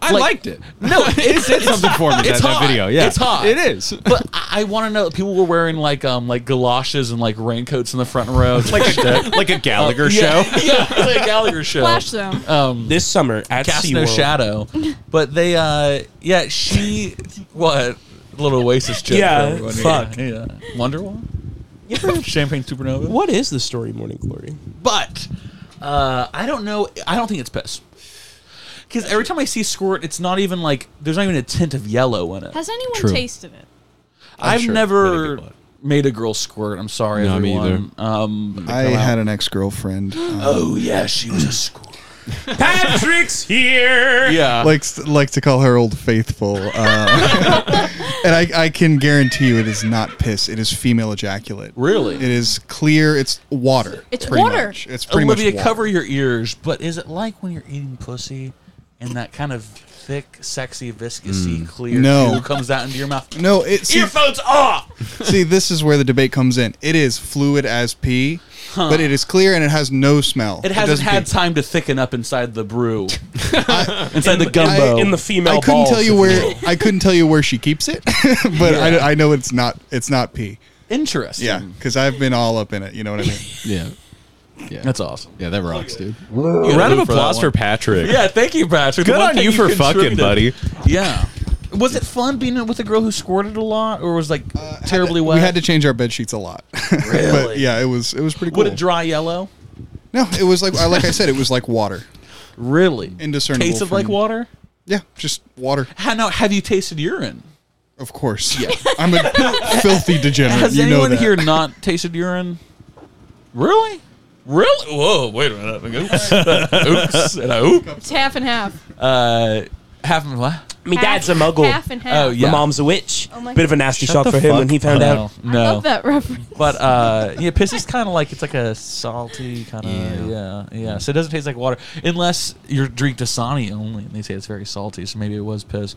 Speaker 4: I liked it.
Speaker 1: No, it's,
Speaker 4: did something for me,
Speaker 1: It's
Speaker 4: that- that
Speaker 1: hot.
Speaker 4: video, yeah.
Speaker 1: it's hot.
Speaker 4: It is.
Speaker 1: But I, I want to know. People were wearing like um like galoshes and like raincoats in the front row, like a,
Speaker 6: like a Gallagher
Speaker 1: yeah,
Speaker 6: show.
Speaker 1: yeah, like a Gallagher show.
Speaker 2: Flash zone.
Speaker 1: Um,
Speaker 21: this summer at
Speaker 1: Cast No
Speaker 21: SeaWorld.
Speaker 1: Shadow. But they, uh, yeah, she, what? Little Oasis joke. for
Speaker 21: Yeah,
Speaker 1: everyone.
Speaker 21: fuck.
Speaker 1: Yeah, yeah. Wonderwall? Champagne Supernova?
Speaker 21: What is the story, Morning Glory?
Speaker 1: But uh, I don't know. I don't think it's piss. Because every time I see squirt, it's not even like, there's not even a tint of yellow in it.
Speaker 2: Has anyone tasted it?
Speaker 1: i have never made a girl squirt. I'm sorry,
Speaker 18: No, me
Speaker 1: everyone. Um,
Speaker 18: I had an ex girlfriend.
Speaker 1: Oh, yeah, she was a squirt.
Speaker 21: Patrick's here.
Speaker 1: Yeah.
Speaker 18: likes like to call her old faithful, uh, and I, I can guarantee you it is not piss. It is female ejaculate.
Speaker 1: Really,
Speaker 18: it is clear. It's water.
Speaker 2: It's
Speaker 18: pretty
Speaker 2: water.
Speaker 18: much. It's pretty
Speaker 1: Olivia,
Speaker 18: much water.
Speaker 1: cover your ears. But is it like when you're eating pussy and that kind of thick, sexy, viscousy,
Speaker 18: Mm.
Speaker 1: clear
Speaker 18: No.
Speaker 1: goo comes out into your mouth?
Speaker 18: No, it- see-
Speaker 1: earphones off.
Speaker 18: See, this is where the debate comes in. It is fluid as pee,
Speaker 1: Huh.
Speaker 18: but it is clear and it has no smell.
Speaker 1: It hasn't
Speaker 18: doesn't
Speaker 1: had
Speaker 18: pee.
Speaker 1: time to thicken up inside the brew, inside the gumbo,
Speaker 18: I- I couldn't tell you where I couldn't tell you where she keeps it, but I, I know it's not it's not pee.
Speaker 1: Interesting.
Speaker 18: Yeah, because I've been all up in it. You know what I mean?
Speaker 4: yeah. Yeah.
Speaker 1: That's awesome.
Speaker 4: Yeah, that rocks, dude.
Speaker 6: A round of applause for, Patrick.
Speaker 1: Yeah, thank you, Patrick. The
Speaker 6: Good
Speaker 1: one
Speaker 6: on
Speaker 1: thing
Speaker 6: you for fucking,
Speaker 1: contributed.
Speaker 6: buddy.
Speaker 1: Yeah. Was it fun being with a girl who squirted a lot, or was like terribly wet?
Speaker 18: We Uh, had to change our bed sheets a lot. Really? but yeah, it was it was pretty cool.
Speaker 1: Would it dry yellow?
Speaker 18: No, it was like I- like I said, it was like water.
Speaker 1: Really?
Speaker 18: Indiscernible.
Speaker 1: Taste of
Speaker 18: from-
Speaker 1: like water?
Speaker 18: Yeah, just water.
Speaker 1: How now? Have you tasted urine?
Speaker 18: Of course. Yeah. I'm a filthy degenerate.
Speaker 1: Has
Speaker 18: you know
Speaker 1: anyone
Speaker 18: that.
Speaker 1: here not tasted urine? Really? Really? Whoa! Wait a minute. Oops. Oops. And I oop.
Speaker 2: It's half and half.
Speaker 1: Uh, half and what?
Speaker 21: Me
Speaker 2: Half-
Speaker 21: dad's a muggle.
Speaker 2: half and half.
Speaker 1: Oh yeah.
Speaker 21: My mom's a witch.
Speaker 2: Oh my
Speaker 21: Bit of a
Speaker 2: God.
Speaker 21: nasty
Speaker 1: Shut
Speaker 21: shock
Speaker 1: the
Speaker 21: for him
Speaker 1: fuck
Speaker 21: when he found
Speaker 1: up.
Speaker 21: out.
Speaker 1: No.
Speaker 2: Love that reference.
Speaker 1: But uh, yeah, piss is kind of like it's like a salty kind of yeah. yeah So it doesn't taste like water unless you drink Dasani only, and they say it's very salty. So maybe it was piss.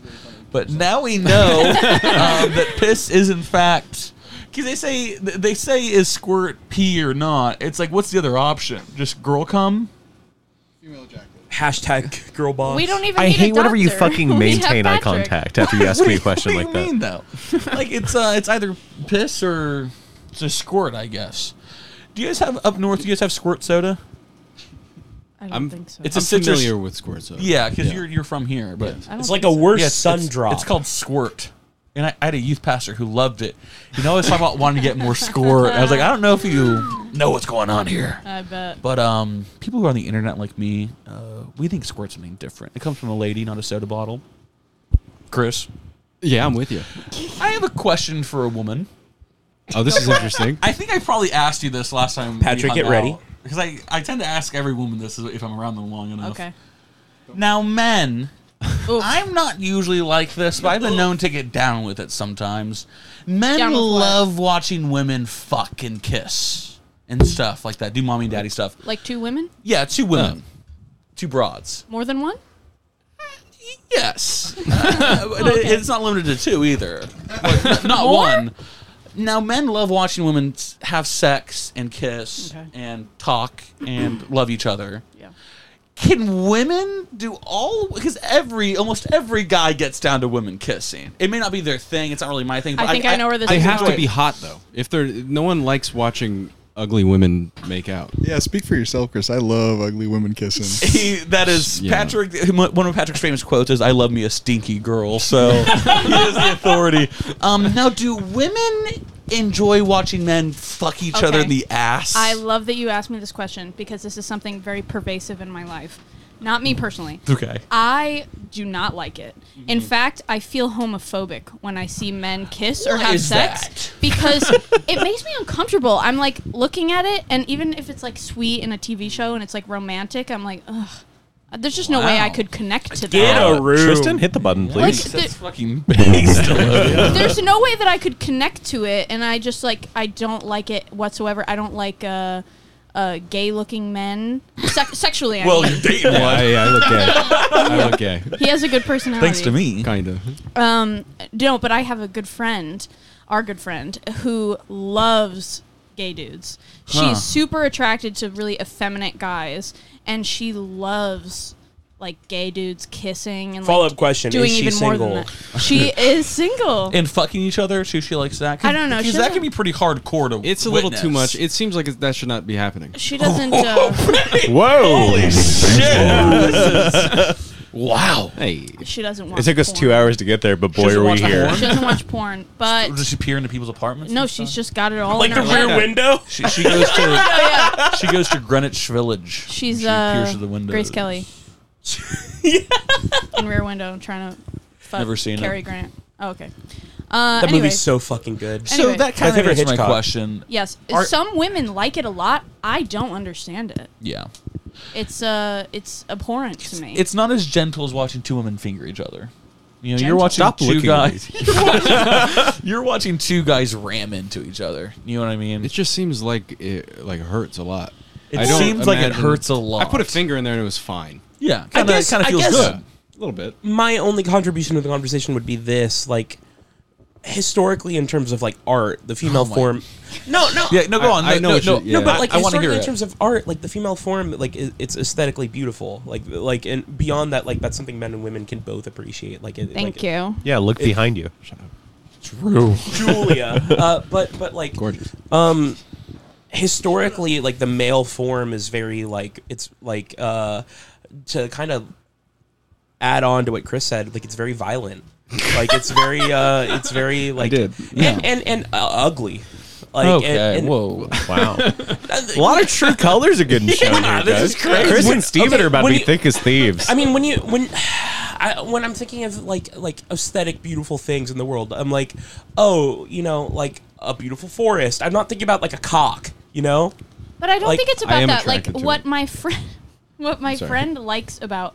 Speaker 1: But now we know um, that piss is in fact. Because they say th- they say is squirt pee or not. It's like what's the other option? Just girl cum.
Speaker 21: Hashtag girl boss.
Speaker 2: We don't even
Speaker 6: I
Speaker 2: need a
Speaker 6: hate whenever you
Speaker 2: doctor. We
Speaker 6: fucking
Speaker 2: have
Speaker 6: maintain eye
Speaker 2: Patrick.
Speaker 6: contact after you ask me a question like that.
Speaker 1: though? like it's uh, it's either piss or it's a squirt, I guess. Do you guys have up north? Do you guys have squirt soda?
Speaker 2: I don't
Speaker 4: I'm-
Speaker 2: think so.
Speaker 4: it's a I'm sister- familiar with Squirt, so-
Speaker 1: Yeah, because
Speaker 4: Yeah.
Speaker 1: you're you're from here, but
Speaker 4: Yeah. I don't It's like think a so. worse
Speaker 1: it's- it's-
Speaker 4: sun drop.
Speaker 1: It's called Squirt. And I, I had a youth pastor who loved it. You know, always talk about wanting to get more squirt. I was like, I don't know if you know what's going on here.
Speaker 2: I bet.
Speaker 1: But um, people who are on the internet like me, uh, we think squirt's something different. It comes from a lady, not a soda bottle. Chris.
Speaker 4: Yeah, I'm with you.
Speaker 1: I have a question for a woman.
Speaker 4: Oh, this is interesting.
Speaker 1: I think I probably asked you this last time.
Speaker 4: Patrick, get ready.
Speaker 1: Because I, I tend to ask every woman this if I'm around them long enough.
Speaker 2: Okay.
Speaker 1: Now, men, I'm not usually like this, but I've been known to get down with it sometimes. Men
Speaker 2: Down with what?
Speaker 1: love watching women fuck and kiss and stuff like that. Do mommy and daddy stuff.
Speaker 2: Like two women?
Speaker 1: Yeah, two women,
Speaker 4: Oh.
Speaker 1: two broads.
Speaker 2: More than one?
Speaker 1: Yes. Uh, but it- It's not limited to two either. But n- not
Speaker 2: More?
Speaker 1: one. Now, men love watching women s- have sex and kiss and talk and love each other.
Speaker 2: Yeah.
Speaker 1: Can women do all? Because every, almost every guy gets down to women kissing. It may not be their thing. It's not really my thing. But
Speaker 2: I think I know where this
Speaker 4: They
Speaker 2: is
Speaker 4: have to
Speaker 1: going.
Speaker 4: be hot though. If they're no one likes watching ugly women make out.
Speaker 18: Yeah, speak for yourself, Chris. I love ugly women kissing.
Speaker 1: He, that is
Speaker 4: Yeah.
Speaker 1: Patrick. One of Patrick's famous quotes is, "I love me a stinky girl." So he is the authority. Um, now, do women enjoy watching men fuck each other in
Speaker 2: Okay.
Speaker 1: the ass?
Speaker 2: I love that you asked me this question because this is something very pervasive in my life. Not me personally.
Speaker 1: Okay.
Speaker 2: I do not like it. In
Speaker 6: Mm-hmm.
Speaker 1: Mhm.
Speaker 2: fact, I feel homophobic when I see men kiss or
Speaker 1: Why
Speaker 2: have
Speaker 1: is
Speaker 2: sex
Speaker 1: that?
Speaker 2: because it makes me uncomfortable. I'm like looking at it, and even if it's like sweet in a TV show and it's like romantic, I'm like, ugh. There's just no way I
Speaker 6: Wow.
Speaker 2: could connect to
Speaker 6: Get
Speaker 2: that.
Speaker 6: a room. Tristan, hit the button, please.
Speaker 2: Like, That's the-
Speaker 1: fucking
Speaker 2: There's no way that I could connect to it, and I just like I don't like it whatsoever. I don't like uh, uh, gay-looking men Sex sexually. I mean.
Speaker 1: dating
Speaker 4: yeah, I, I look gay. I look gay.
Speaker 2: He has a good personality.
Speaker 4: Thanks to
Speaker 1: me.
Speaker 4: Kind of.
Speaker 2: Um, no, but I have a good friend, our good friend, who loves gay dudes. She's
Speaker 5: Huh.
Speaker 2: super attracted to really effeminate guys, and she loves like gay dudes kissing and like,
Speaker 1: Follow-up question,
Speaker 2: Doing
Speaker 1: is she
Speaker 2: even more
Speaker 1: single?
Speaker 2: than that. She is single.
Speaker 1: And fucking each other too. She likes that. 'Cause-
Speaker 2: I don't know,
Speaker 1: Because
Speaker 2: she
Speaker 1: that
Speaker 2: doesn't-
Speaker 1: can be pretty hardcore to.
Speaker 4: It's a little too much. It seems like it, that should not be happening.
Speaker 2: She doesn't. Uh,
Speaker 4: Whoa!
Speaker 6: Holy
Speaker 4: shit!
Speaker 1: wow.
Speaker 4: Hey.
Speaker 2: she doesn't watch.
Speaker 6: It took us
Speaker 2: porn.
Speaker 6: two hours to get there, but boy,
Speaker 1: doesn't
Speaker 6: are we
Speaker 1: watch
Speaker 6: here.
Speaker 1: porn?
Speaker 2: She doesn't watch porn, but
Speaker 1: Does she peer into people's apartments?
Speaker 2: no, she's just got it all.
Speaker 1: Like
Speaker 2: in her
Speaker 1: the rear
Speaker 2: head.
Speaker 1: window? She- she goes to-
Speaker 2: Yeah, Oh, yeah.
Speaker 1: She goes to Greenwich Village.
Speaker 2: She's
Speaker 1: She
Speaker 2: uh,
Speaker 1: peers through the windows.
Speaker 2: Grace Kelly. In Rear Window, trying to fuck
Speaker 1: Never seen it.
Speaker 2: Cary Grant. Oh, okay. Uh,
Speaker 3: that
Speaker 2: anyway.
Speaker 3: movie's so fucking good.
Speaker 1: So that kind of
Speaker 3: favorite
Speaker 1: answers my
Speaker 3: Hitchcock.
Speaker 1: question.
Speaker 2: Um, Yes,
Speaker 1: Are-
Speaker 2: some women like it a lot. I don't understand it.
Speaker 1: Yeah.
Speaker 2: It's uh, it's abhorrent to me.
Speaker 1: It's not as gentle as watching two women finger each other. You know, you're
Speaker 2: Gentle?
Speaker 1: watching
Speaker 2: Stop
Speaker 1: two
Speaker 2: looking at
Speaker 1: guys.
Speaker 2: me.
Speaker 1: You're watching- you're watching two guys ram into each other. You know what I mean?
Speaker 4: It just seems like it like hurts a lot.
Speaker 1: It
Speaker 4: I don't
Speaker 1: seems like it hurts a
Speaker 4: I
Speaker 1: lot.
Speaker 4: put a finger in there and it was fine.
Speaker 1: Yeah,
Speaker 3: I guess- I guess
Speaker 4: A little bit.
Speaker 3: My only contribution to the conversation would be this: like historically, in terms of like art, the female
Speaker 1: Oh my-
Speaker 3: form. No, no.
Speaker 1: Yeah, no, go I- on. I No, know no, what you- no. yeah.
Speaker 3: no, but like
Speaker 1: I- I wanna
Speaker 3: historically,
Speaker 1: hear
Speaker 3: in
Speaker 1: it.
Speaker 3: terms of art, like the female form, like i- it's aesthetically beautiful. Like, like, and beyond that, like that's something men and women can both appreciate. Like, it,
Speaker 2: Thank
Speaker 3: like, it-
Speaker 2: you.
Speaker 6: Yeah, look
Speaker 3: it-
Speaker 6: behind you.
Speaker 3: True. Julia. Uh, but but like
Speaker 4: Gorgeous.
Speaker 3: Um, historically, like the male form is very like it's like uh to kind of add on to what Chris said, like it's very violent. Like it's very uh it's very like
Speaker 4: did,
Speaker 3: and and, and uh, ugly. Like
Speaker 6: Okay,
Speaker 3: and, and
Speaker 1: whoa.
Speaker 6: Wow. a lot of true colors are good in show.
Speaker 3: Yeah,
Speaker 6: here,
Speaker 3: this
Speaker 6: guys.
Speaker 3: is crazy.
Speaker 6: Chris
Speaker 3: When-
Speaker 6: and Steven
Speaker 3: okay,
Speaker 6: are about to
Speaker 3: when
Speaker 6: be
Speaker 3: you-
Speaker 6: thick as thieves.
Speaker 3: I mean, when you when I, when I'm thinking of like like aesthetic, beautiful things in the world, I'm like, oh, you know, like a beautiful forest. I'm not thinking about like a cock, you know.
Speaker 2: But I don't
Speaker 3: Like,
Speaker 2: think it's
Speaker 3: I
Speaker 2: about
Speaker 3: am
Speaker 2: that. Like
Speaker 3: attracted to
Speaker 2: what
Speaker 3: it.
Speaker 2: my friend, what my
Speaker 3: Sorry.
Speaker 2: friend likes about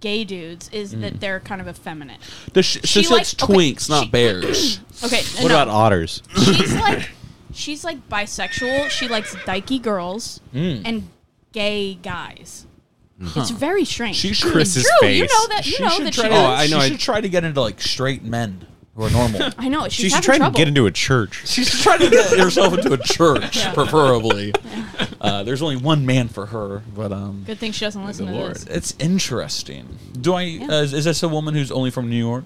Speaker 2: gay dudes is
Speaker 1: Mm.
Speaker 2: that they're kind of effeminate.
Speaker 1: Does she,
Speaker 2: She
Speaker 1: she,
Speaker 2: likes-
Speaker 1: likes
Speaker 2: okay,
Speaker 1: twinks, not bears.
Speaker 2: Okay, What no. about
Speaker 6: otters?
Speaker 2: She's like, she's like bisexual. She likes dykey girls
Speaker 1: Mm.
Speaker 2: and gay guys.
Speaker 1: Huh.
Speaker 2: It's very strange.
Speaker 1: She should-
Speaker 6: Chris's
Speaker 2: Drew, you
Speaker 6: face.
Speaker 2: know that. You
Speaker 1: She
Speaker 2: Oh, know
Speaker 1: should
Speaker 2: that she
Speaker 1: try to,
Speaker 2: does.
Speaker 1: Oh, I know,
Speaker 2: She
Speaker 1: she should
Speaker 2: should-
Speaker 1: try to get into like straight men who are normal.
Speaker 2: I know. She's
Speaker 6: she should
Speaker 2: having
Speaker 6: try
Speaker 2: trouble.
Speaker 6: to get into a church.
Speaker 1: She's trying to get herself into a church,
Speaker 2: Yeah.
Speaker 1: preferably. Uh, there's only one man for her, but um,
Speaker 2: Good thing she doesn't listen to this.
Speaker 1: it's interesting. Do I?
Speaker 2: Yeah.
Speaker 1: Uh, is, is this a woman who's only from New York?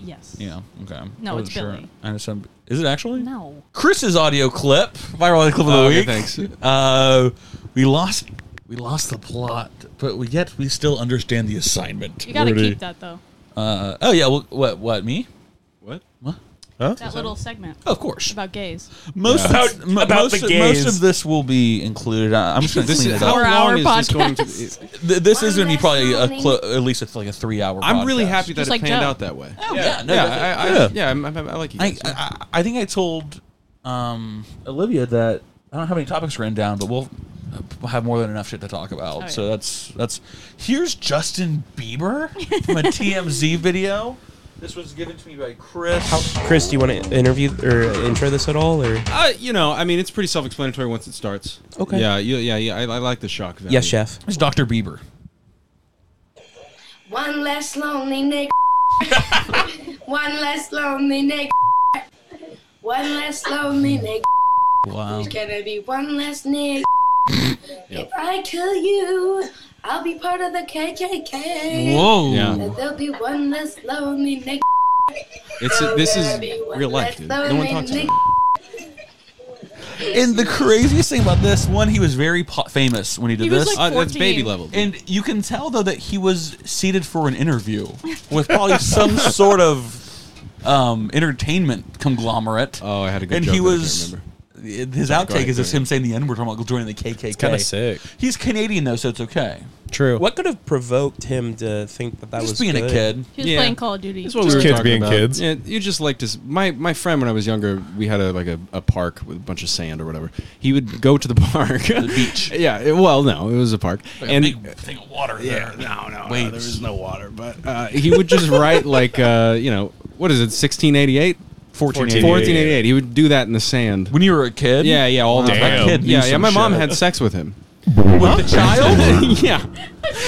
Speaker 2: Yes.
Speaker 1: Yeah. Okay.
Speaker 2: No,
Speaker 1: I
Speaker 2: it's
Speaker 1: wasn't sure.
Speaker 2: Billy.
Speaker 1: I understand. Is it actually?
Speaker 2: No.
Speaker 1: Chris's audio clip, viral audio clip of the
Speaker 4: Oh, okay,
Speaker 1: week.
Speaker 4: thanks.
Speaker 1: Uh, we lost. We lost the plot, but we, yet we still understand the assignment.
Speaker 2: You gotta
Speaker 1: Rudy.
Speaker 2: keep that though.
Speaker 1: Uh, oh yeah. Well, what? What? Me?
Speaker 4: What?
Speaker 1: What?
Speaker 2: That little segment.
Speaker 1: of course.
Speaker 2: About gays.
Speaker 1: Most
Speaker 22: Yeah.
Speaker 1: of, m-
Speaker 22: About
Speaker 1: most,
Speaker 22: the
Speaker 1: of- most
Speaker 22: gays.
Speaker 1: of this will be included. I- I'm just going to
Speaker 22: This
Speaker 1: clean
Speaker 22: is-
Speaker 1: it up.
Speaker 22: how Four-hour long is this
Speaker 2: going to
Speaker 22: podcast.
Speaker 1: Th- this is going to be probably a clo- at least it's like a three hour.
Speaker 4: I'm really happy that
Speaker 22: Just
Speaker 4: it
Speaker 22: like
Speaker 4: panned
Speaker 22: Joe.
Speaker 4: out that way.
Speaker 22: Oh,
Speaker 1: yeah, no,
Speaker 4: yeah, I,
Speaker 1: definitely.
Speaker 4: I,
Speaker 1: Yeah.
Speaker 4: yeah, I'm, I'm, I like you.
Speaker 1: I,
Speaker 4: Guys.
Speaker 1: I, I think I told um, Olivia that I don't have any topics written down, but we'll uh, have more than enough shit to talk about.
Speaker 22: Oh, yeah.
Speaker 1: So that's that's. Here's Justin Bieber from a TMZ video. This was given to me by Chris.
Speaker 3: Chris, do you want to interview or uh, intro this at all? Or
Speaker 4: Uh, you know, I mean, it's pretty self-explanatory once it starts.
Speaker 3: Okay.
Speaker 4: Yeah, you, yeah, yeah. I, I like the shock value.
Speaker 3: Yes, chef.
Speaker 1: It's Dr. Bieber.
Speaker 5: One less lonely nigga. One less lonely nigga. One less lonely nigga.
Speaker 1: Wow.
Speaker 4: Um,
Speaker 5: There's gonna be one less nigga. If I kill you, I'll be part of the KKK.
Speaker 4: Whoa. Yeah.
Speaker 5: And There'll be one less lonely nigga.
Speaker 4: It's this is real life, dude. No one talks about it.
Speaker 1: And the craziest thing about this one, he was very po- famous when he did
Speaker 4: He was,
Speaker 1: this.
Speaker 4: like, Uh, that's 14. baby level.
Speaker 1: And you can tell though that he was seated for an interview with probably some sort of um, entertainment conglomerate. Oh, I had a
Speaker 4: good
Speaker 1: And
Speaker 4: joke
Speaker 1: he
Speaker 4: that I can't
Speaker 1: was.
Speaker 4: remember.
Speaker 1: His
Speaker 4: Sorry,
Speaker 1: outtake
Speaker 4: go ahead,
Speaker 1: is
Speaker 4: go
Speaker 1: just him saying the N word from Uncle joining the KKK.
Speaker 6: kinda sick.
Speaker 1: He's Canadian though, so it's okay.
Speaker 6: True.
Speaker 3: What could have provoked him to think that that
Speaker 1: Just
Speaker 3: was
Speaker 1: being a
Speaker 3: good?
Speaker 1: kid.
Speaker 2: He was playing Call of Duty.
Speaker 3: That's
Speaker 4: what
Speaker 6: Just
Speaker 4: we were
Speaker 6: kids
Speaker 4: talking
Speaker 6: being
Speaker 4: about.
Speaker 6: kids.
Speaker 4: Yeah, you just like to. s- My my friend when I was younger, we had a like a, a park with a bunch of sand or whatever. He would go to the park, the beach. yeah. it- well, no, it was a park,
Speaker 22: Like a
Speaker 4: and
Speaker 22: big thing of water
Speaker 4: Yeah,
Speaker 22: there.
Speaker 4: no, no, no,
Speaker 22: Waves.
Speaker 4: there was no water, but uh, he would just write like uh, you know what is it 1688
Speaker 22: 1488.
Speaker 4: 1488 he would do that in the sand when
Speaker 1: you were a kid
Speaker 4: yeah yeah all the
Speaker 22: Damn.
Speaker 4: time
Speaker 22: That kid knew
Speaker 4: yeah yeah
Speaker 22: some
Speaker 4: my mom
Speaker 22: shit.
Speaker 4: had sex with him
Speaker 1: with the child
Speaker 4: yeah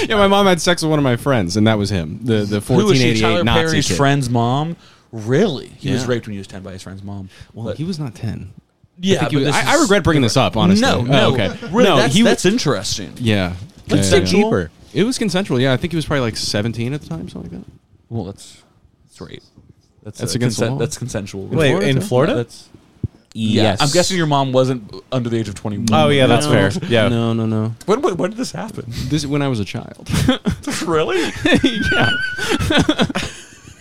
Speaker 4: yeah my mom had sex with one of my friends and that was him the the
Speaker 1: Who was she?
Speaker 4: 1488
Speaker 1: Tyler
Speaker 4: Nazi
Speaker 1: Perry's
Speaker 4: kid.
Speaker 1: friend's mom. Really? He was
Speaker 4: Yeah.
Speaker 1: raped when he was ten by his friend's mom.
Speaker 4: well he was not 10
Speaker 1: Yeah,
Speaker 4: I, think he
Speaker 1: but this
Speaker 4: was- I, I
Speaker 1: is
Speaker 4: regret bringing this up honestly
Speaker 1: No,
Speaker 4: Oh,
Speaker 1: no,
Speaker 4: okay
Speaker 1: really,
Speaker 4: no
Speaker 1: that's-
Speaker 4: he w-
Speaker 1: that's interesting.
Speaker 4: yeah
Speaker 1: Let's
Speaker 4: Yeah,
Speaker 1: dig
Speaker 4: yeah, yeah.
Speaker 1: deeper.
Speaker 4: it was consensual yeah I think he was probably like 17 at the time something like that
Speaker 1: well that's that's rape That's,
Speaker 4: that's
Speaker 1: uh,
Speaker 4: against the
Speaker 1: consen-
Speaker 4: law.
Speaker 1: That's consensual.
Speaker 4: In Wait, Florida, in too? Florida?
Speaker 1: That's, yes.
Speaker 4: Yes.
Speaker 1: I'm guessing your mom wasn't under the age of 21.
Speaker 4: Oh, yeah, that's
Speaker 1: No.
Speaker 4: fair. Yeah. No, no, no.
Speaker 1: When, when, when did this happen?
Speaker 4: This when I was a child.
Speaker 1: really?
Speaker 4: yeah.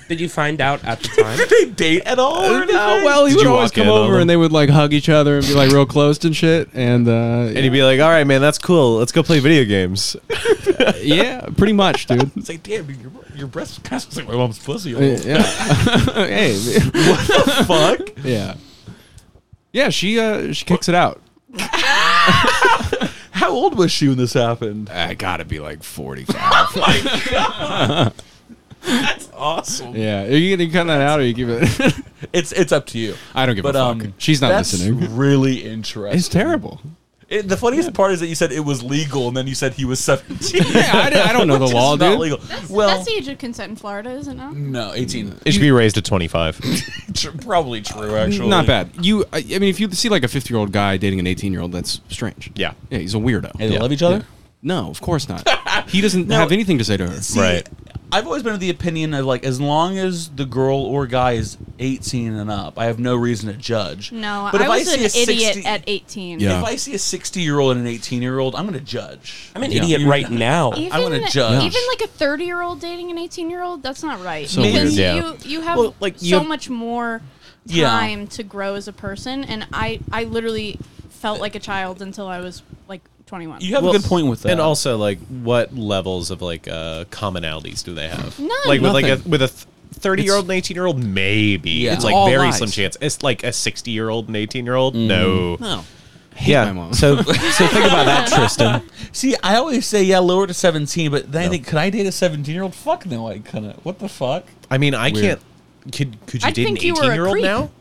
Speaker 3: Did you find out at the time? Did
Speaker 1: they date at all?
Speaker 3: Or
Speaker 4: no, well, he
Speaker 6: Did
Speaker 4: would
Speaker 6: you
Speaker 4: always
Speaker 6: walk in
Speaker 4: come
Speaker 6: on
Speaker 4: over
Speaker 6: them?
Speaker 4: and they would like hug each other and be like real close and shit. And uh,
Speaker 6: And he'd be like, "All right, man, that's cool. Let's go play video games."
Speaker 4: yeah, pretty much, dude.
Speaker 1: It's like, damn, your, your breast kind of smells like my mom's pussy.
Speaker 4: Uh, yeah. Hey, man.
Speaker 1: what the fuck?
Speaker 4: yeah, yeah. She uh, she kicks it out.
Speaker 1: How old was she when this happened?
Speaker 4: I gotta be like forty-five.
Speaker 1: oh my god, that's awesome.
Speaker 4: Yeah, are you gonna cut that out or you give it?
Speaker 1: it's it's up to you.
Speaker 4: I don't give
Speaker 1: But,
Speaker 4: a fuck.
Speaker 1: um,
Speaker 4: She's not
Speaker 1: that's
Speaker 4: listening.
Speaker 1: Really interesting.
Speaker 4: It's terrible.
Speaker 1: It, the funniest part is that you said it was legal, and then you said he was 17.
Speaker 4: Yeah, I d- I don't know the
Speaker 1: Which is
Speaker 4: law,
Speaker 1: not
Speaker 4: dude.
Speaker 1: legal.
Speaker 2: That's,
Speaker 1: well, Mm.
Speaker 2: that's the age of consent in Florida, isn't it?
Speaker 1: no, 18.
Speaker 6: It should be raised to 25.
Speaker 1: Tr- probably true, actually.
Speaker 4: Not bad. You, I, I mean, if you see like a fifty-year-old guy dating an eighteen-year-old, that's strange. Yeah, yeah, he's a weirdo.
Speaker 1: And they
Speaker 4: Yeah.
Speaker 1: love each other?
Speaker 4: Yeah. No, of course not. he doesn't have anything to say to her.
Speaker 1: See, I've always been of the opinion of like as long as the girl or guy is 18 and up, I have no reason to judge.
Speaker 3: Mm-hmm.
Speaker 2: No,
Speaker 1: but
Speaker 2: I
Speaker 1: if
Speaker 2: was
Speaker 1: I
Speaker 2: an
Speaker 1: see a
Speaker 2: idiot
Speaker 1: 60
Speaker 2: at 18.
Speaker 1: If I see a 60 year old and an 18 year old, I'm going to judge.
Speaker 3: I'm an idiot right now.
Speaker 2: Even,
Speaker 1: I want to judge.
Speaker 2: Even like a 30 year old dating an 18 year old, that's not right.
Speaker 1: So
Speaker 2: because
Speaker 1: weird. Yeah.
Speaker 2: you, you have
Speaker 1: Well, like, you
Speaker 2: so
Speaker 1: have-
Speaker 2: much more
Speaker 1: Yeah.
Speaker 2: time to grow as a person. And I, I literally felt like a child until I was like 21.
Speaker 6: Well, And
Speaker 2: And
Speaker 6: also, like, what levels of like uh, commonalities do they have?
Speaker 2: None.
Speaker 6: Like with like a
Speaker 2: Nothing.
Speaker 6: with a thirty year old and eighteen year old, maybe
Speaker 1: Yeah.
Speaker 6: it's
Speaker 1: It's
Speaker 6: like
Speaker 1: all
Speaker 6: very
Speaker 1: lies.
Speaker 6: slim chance. It's like a sixty year old and eighteen year old. No,
Speaker 1: No.
Speaker 6: yeah.
Speaker 1: So,
Speaker 6: so think about that, Tristan.
Speaker 1: See, I always say yeah, lower to 17, but then I think, could I date a 17 year old? Fuck no, I couldn't. What the fuck?
Speaker 6: I mean, I
Speaker 1: Weird.
Speaker 6: can't. Could could you
Speaker 2: I
Speaker 6: date an
Speaker 2: think you were a
Speaker 6: eighteen year old
Speaker 2: creep.
Speaker 6: now?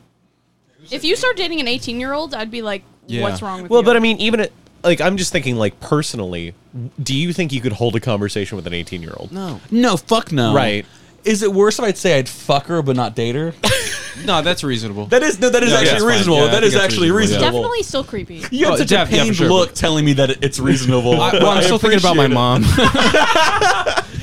Speaker 2: if you start dating an 18 year old, I'd be like, what's wrong with
Speaker 6: well,
Speaker 2: you?
Speaker 1: Oh,
Speaker 6: but I mean, even at, like I'm just thinking, like personally, do you think you could hold a conversation with an 18 year old?
Speaker 1: No. No, fuck no.
Speaker 6: Right.
Speaker 1: Is it worse if I'd say I'd fuck her but not date her?
Speaker 4: no, that's reasonable.
Speaker 1: That is no, that is
Speaker 4: Yeah, that's
Speaker 1: actually
Speaker 4: fine.
Speaker 1: reasonable.
Speaker 4: Yeah, I
Speaker 1: that
Speaker 4: think
Speaker 1: is
Speaker 4: that's
Speaker 1: actually
Speaker 4: reasonable, yeah.
Speaker 1: reasonable.
Speaker 2: Definitely still creepy.
Speaker 1: You had
Speaker 4: Oh,
Speaker 1: such
Speaker 4: def-
Speaker 1: a
Speaker 4: yeah, for
Speaker 1: pained
Speaker 4: sure,
Speaker 1: look telling me that it's reasonable.
Speaker 4: I, well, I'm still thinking about my mom.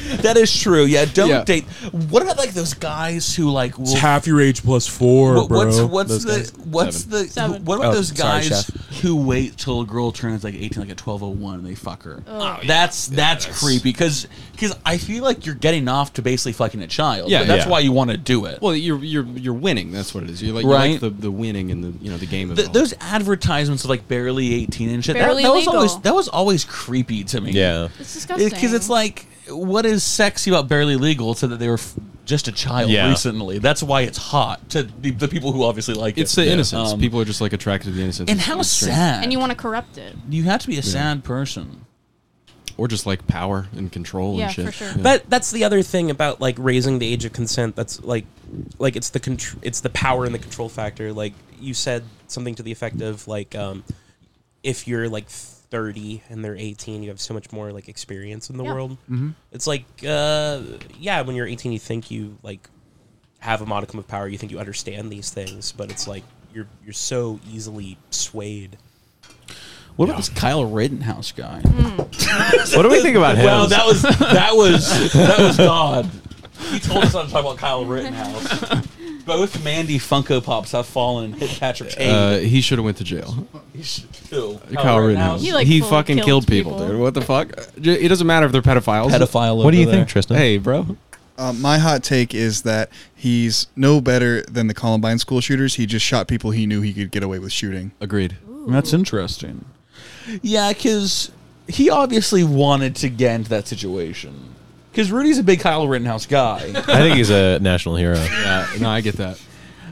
Speaker 1: that is true. Yeah, don't
Speaker 17: Yeah.
Speaker 1: date. What about like those guys who like will,
Speaker 17: It's half your age plus four,
Speaker 1: What- What's
Speaker 17: bro.
Speaker 1: what's
Speaker 17: Those
Speaker 1: the
Speaker 17: guys.
Speaker 1: what's
Speaker 17: Seven.
Speaker 1: the
Speaker 17: Seven.
Speaker 1: what about
Speaker 17: Oh,
Speaker 1: those
Speaker 17: sorry,
Speaker 1: guys who wait till a girl turns like eighteen, like at twelve oh one, and they fuck her?
Speaker 17: Oh. Oh, yeah.
Speaker 1: that's
Speaker 17: Yeah,
Speaker 1: that's
Speaker 17: that's-
Speaker 1: creepy because because I feel like you're getting off to basically fucking a child.
Speaker 4: Yeah,
Speaker 1: but that's
Speaker 4: yeah.
Speaker 1: why you want to do it.
Speaker 4: Well, you're you're you're winning. That's what it is. You're like, you
Speaker 1: Right.
Speaker 4: like the, the winning and the you know the game of
Speaker 1: Th-
Speaker 4: it.
Speaker 1: those advertisements of like barely eighteen and shit. that-
Speaker 2: Barely
Speaker 1: that, was
Speaker 2: legal.
Speaker 1: always that was always creepy to me.
Speaker 6: Yeah.
Speaker 2: It's
Speaker 1: because
Speaker 2: disgusting.
Speaker 1: it's like what is sexy about barely legal to that they were f- just a child
Speaker 4: Yeah.
Speaker 1: recently. That's why it's hot to the, the people who obviously like it.
Speaker 4: It's the innocence.
Speaker 1: Um,
Speaker 4: People are just like attracted to the innocence.
Speaker 1: and how
Speaker 4: It's strange.
Speaker 1: sad.
Speaker 2: and you want to corrupt it.
Speaker 1: You have to be a
Speaker 4: Yeah.
Speaker 1: sad person.
Speaker 4: Or just like power and control
Speaker 2: Yeah,
Speaker 4: and shit.
Speaker 2: for sure.
Speaker 4: Yeah.
Speaker 21: That that's the other thing about like raising the age of consent. That's like, like it's the contr- it's the power and the control factor. Like you said something to the effect of like, um, if you're like thirty and they're eighteen, you have so much more like experience in the
Speaker 17: Yeah.
Speaker 21: world.
Speaker 17: Mhm.
Speaker 21: It's like, uh, yeah, when you're eighteen, you think you like have a modicum of power. You think you understand these things, but it's like you're you're so easily swayed.
Speaker 1: What about this Kyle Rittenhouse guy?
Speaker 21: What do we think about him?
Speaker 1: Well, that was that was that was God. He told us not to talk about Kyle Rittenhouse. Both Mandy Funko Pops have fallen. Hit Patrick Kane.
Speaker 4: Uh, he should have went to jail.
Speaker 1: He should- who?
Speaker 4: Kyle, Rittenhouse.
Speaker 1: He, like, full
Speaker 4: fucking
Speaker 1: killed
Speaker 4: killed people,
Speaker 1: people.
Speaker 4: dude. What the fuck? J- It doesn't matter if they're pedophiles.
Speaker 1: Pedophile
Speaker 18: over there.
Speaker 4: Tristan? Hey, bro.
Speaker 18: Uh, my hot take is that he's no better than the Columbine school shooters. He just shot people he knew he could get away with shooting.
Speaker 4: Agreed.
Speaker 1: That's interesting. Yeah, because he obviously wanted to get into that situation. Because Rudy's a big Kyle Rittenhouse guy.
Speaker 6: I think he's a national hero.
Speaker 4: Yeah, no, I get that.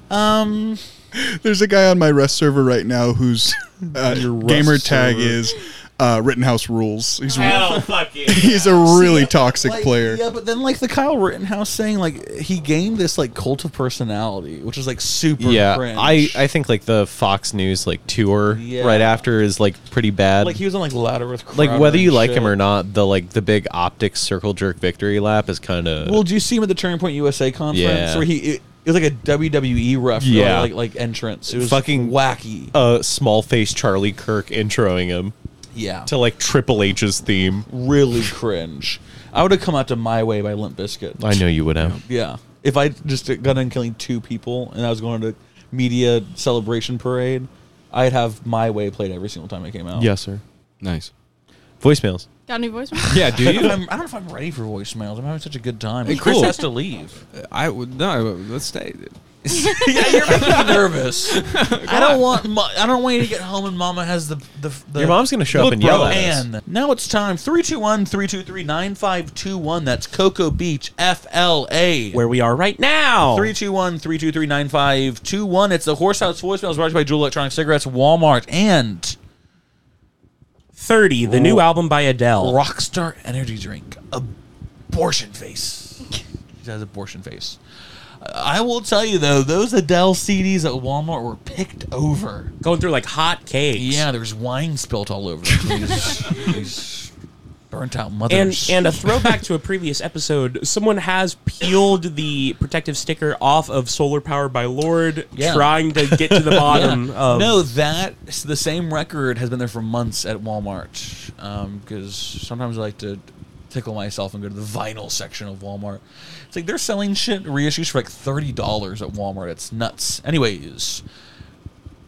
Speaker 1: Um,
Speaker 18: There's a guy on my rest server right now whose uh,
Speaker 1: rest
Speaker 18: gamer tag
Speaker 1: server.
Speaker 18: is uh, Rittenhouse rules. He's,
Speaker 1: Oh, fuck yeah.
Speaker 18: he's a really toxic
Speaker 1: like,
Speaker 18: player.
Speaker 1: Yeah, but then like the Kyle Rittenhouse thing, like he gained this like cult of personality, which is like super.
Speaker 6: yeah,
Speaker 1: cringe.
Speaker 6: I, I think like the Fox News like tour
Speaker 1: Yeah.
Speaker 6: right after is like pretty bad.
Speaker 1: like he was on like ladder with
Speaker 6: Like,
Speaker 1: Crowder
Speaker 6: whether you
Speaker 1: and
Speaker 6: like
Speaker 1: shit.
Speaker 6: him or not, the like the big optics circle jerk victory lap is kind of
Speaker 1: Well, do you see him at the Turning Point USA conference
Speaker 6: Yeah.
Speaker 1: where he it, it was like a WWE ref?
Speaker 6: Yeah.
Speaker 1: like like entrance. It was
Speaker 6: fucking
Speaker 1: wacky.
Speaker 6: Uh, small face Charlie Kirk introing him.
Speaker 1: Yeah.
Speaker 6: To like Triple H's theme.
Speaker 1: Really cringe. I would have come out to My Way by Limp Bizkit.
Speaker 6: I know you would have.
Speaker 1: Yeah. If I just got done killing two people and I was going to media celebration parade, I'd have My Way played every single time I came out.
Speaker 6: Yes, sir.
Speaker 4: Nice.
Speaker 6: Voicemails.
Speaker 2: Got any voicemail?
Speaker 1: I'm, I don't know if I'm ready for voicemails. I'm having such a good time.
Speaker 4: Hey,
Speaker 1: Chris
Speaker 4: cool.
Speaker 1: has to leave.
Speaker 4: I would no. Let's stay.
Speaker 1: yeah, you're making me nervous. I don't want. mo- I don't want you to get home and Mama has the the. the
Speaker 6: Your mom's gonna show up
Speaker 1: Look,
Speaker 6: and yell
Speaker 1: bro,
Speaker 6: at us.
Speaker 1: And now it's time 321-323-9521. That's Cocoa Beach FLA, where
Speaker 21: we are right now.
Speaker 1: 321-323-9521. It's the Horse House voicemails brought to you by Jewel Electronic Cigarettes, Walmart, and
Speaker 21: 30, the new
Speaker 1: Ro-
Speaker 21: album by Adele.
Speaker 1: Rockstar Energy Drink. Abortion face. She has abortion face. I will tell you though, those Adele CDs at Walmart were picked over,
Speaker 21: going through like hot cakes.
Speaker 1: Yeah, there's wine spilt all over them. These, these burnt out
Speaker 21: And,
Speaker 1: mothers.
Speaker 21: and a throwback to a previous episode, someone has peeled the protective sticker off of Solar Power by Lord,
Speaker 1: Yeah.
Speaker 21: trying to get to the bottom
Speaker 1: Yeah.
Speaker 21: of.
Speaker 1: no, that the same record has been there for months at Walmart. Because sometimes I like to tickle myself and go to the vinyl section of Walmart. It's like they're selling shit reissues for like thirty dollars at Walmart. It's nuts. Anyways,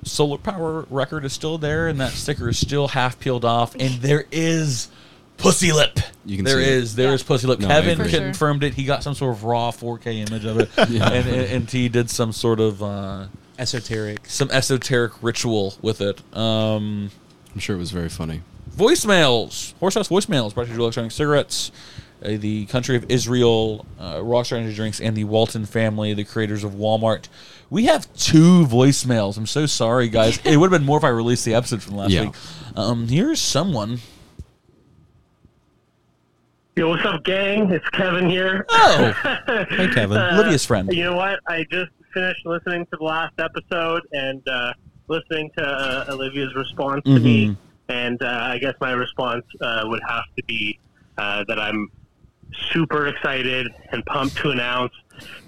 Speaker 1: Solar Power record is still there, and that sticker is still half peeled off, and there is. Pussy lip.
Speaker 4: You can
Speaker 1: There
Speaker 4: see it.
Speaker 1: is, there is pussy lip.
Speaker 4: No, I
Speaker 1: Kevin
Speaker 4: agree. For sure.
Speaker 1: confirmed it. He got some sort of raw 4K image of it,
Speaker 4: Yeah.
Speaker 1: and, and, and he did some sort of uh,
Speaker 21: esoteric,
Speaker 1: some esoteric ritual with it. Um,
Speaker 4: I'm sure it was very funny.
Speaker 1: voicemails, horsehouse voicemails, brought to you by electronic cigarettes, uh, the country of Israel, uh, Rockstar Energy Drinks, and the Walton family, the creators of Walmart. We have two voicemails. I'm so sorry, guys. it would have been more if I released the episode from last
Speaker 4: Yeah.
Speaker 1: week. Um, here's someone.
Speaker 23: Yo, what's up, gang? It's Kevin here.
Speaker 1: Oh,
Speaker 23: hey,
Speaker 1: Kevin. Lydia's friend.
Speaker 23: You know what? I just finished listening to the last episode and uh, listening to uh, Olivia's response
Speaker 1: Mm-hmm.
Speaker 23: to me, and uh, I guess my response uh, would have to be uh, that I'm super excited and pumped to announce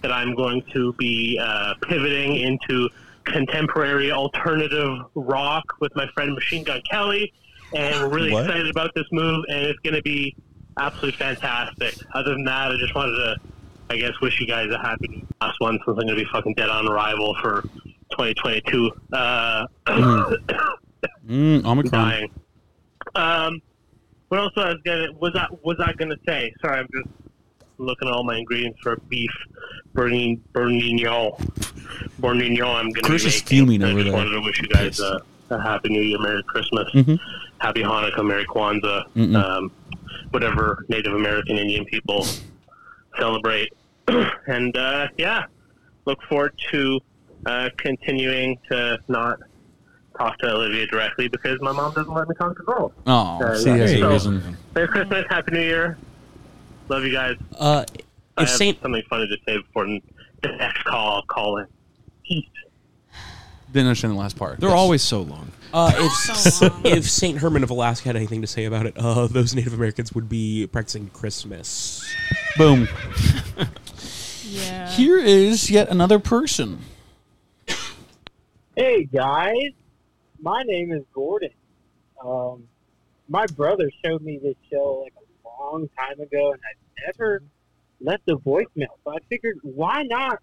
Speaker 23: that I'm going to be uh, pivoting into contemporary alternative rock with my friend Machine Gun Kelly, and we're really
Speaker 24: What?
Speaker 23: excited about this move, and it's going to be. absolutely fantastic. Other than that, I just wanted to, I guess, wish you guys a happy last one since I'm going to be fucking dead on arrival for 2022. Uh,
Speaker 1: Mm, Omicron.
Speaker 23: Dying. Um, what else was I gonna was I was I gonna say? Sorry, I'm just looking at all my ingredients for beef bourguignon. Bourguignon. bourguignon I'm gonna
Speaker 1: Chris
Speaker 23: be
Speaker 1: is
Speaker 23: making.
Speaker 1: fuming
Speaker 23: I
Speaker 1: over
Speaker 23: just
Speaker 1: there.
Speaker 23: wanted to wish you guys a, a happy New Year, Merry Christmas,
Speaker 1: Mhm.
Speaker 23: Happy Hanukkah, Merry Kwanzaa,
Speaker 1: Mm-mm.
Speaker 23: um, whatever Native American Indian people celebrate, and uh, yeah, look forward to uh, continuing to not talk to Olivia directly because my mom doesn't let me talk to girls.
Speaker 1: Oh,
Speaker 23: Uh,
Speaker 1: see, that's
Speaker 23: so-
Speaker 1: the reason.
Speaker 23: Merry Christmas, Happy New Year. Love you guys.
Speaker 21: Uh,
Speaker 23: I have something funny to say before the next call. I'll call in.
Speaker 1: Didn't understand the last part.
Speaker 23: They're
Speaker 4: always so long.
Speaker 21: Uh, if if Saint Herman of Alaska had anything to say about it, uh, those Native Americans would be practicing Christmas.
Speaker 1: Boom. Here is yet another person.
Speaker 8: Hey guys, my name is Gordon. Um, my brother showed me this show like a long time ago, and I never left a voicemail. So I figured, why not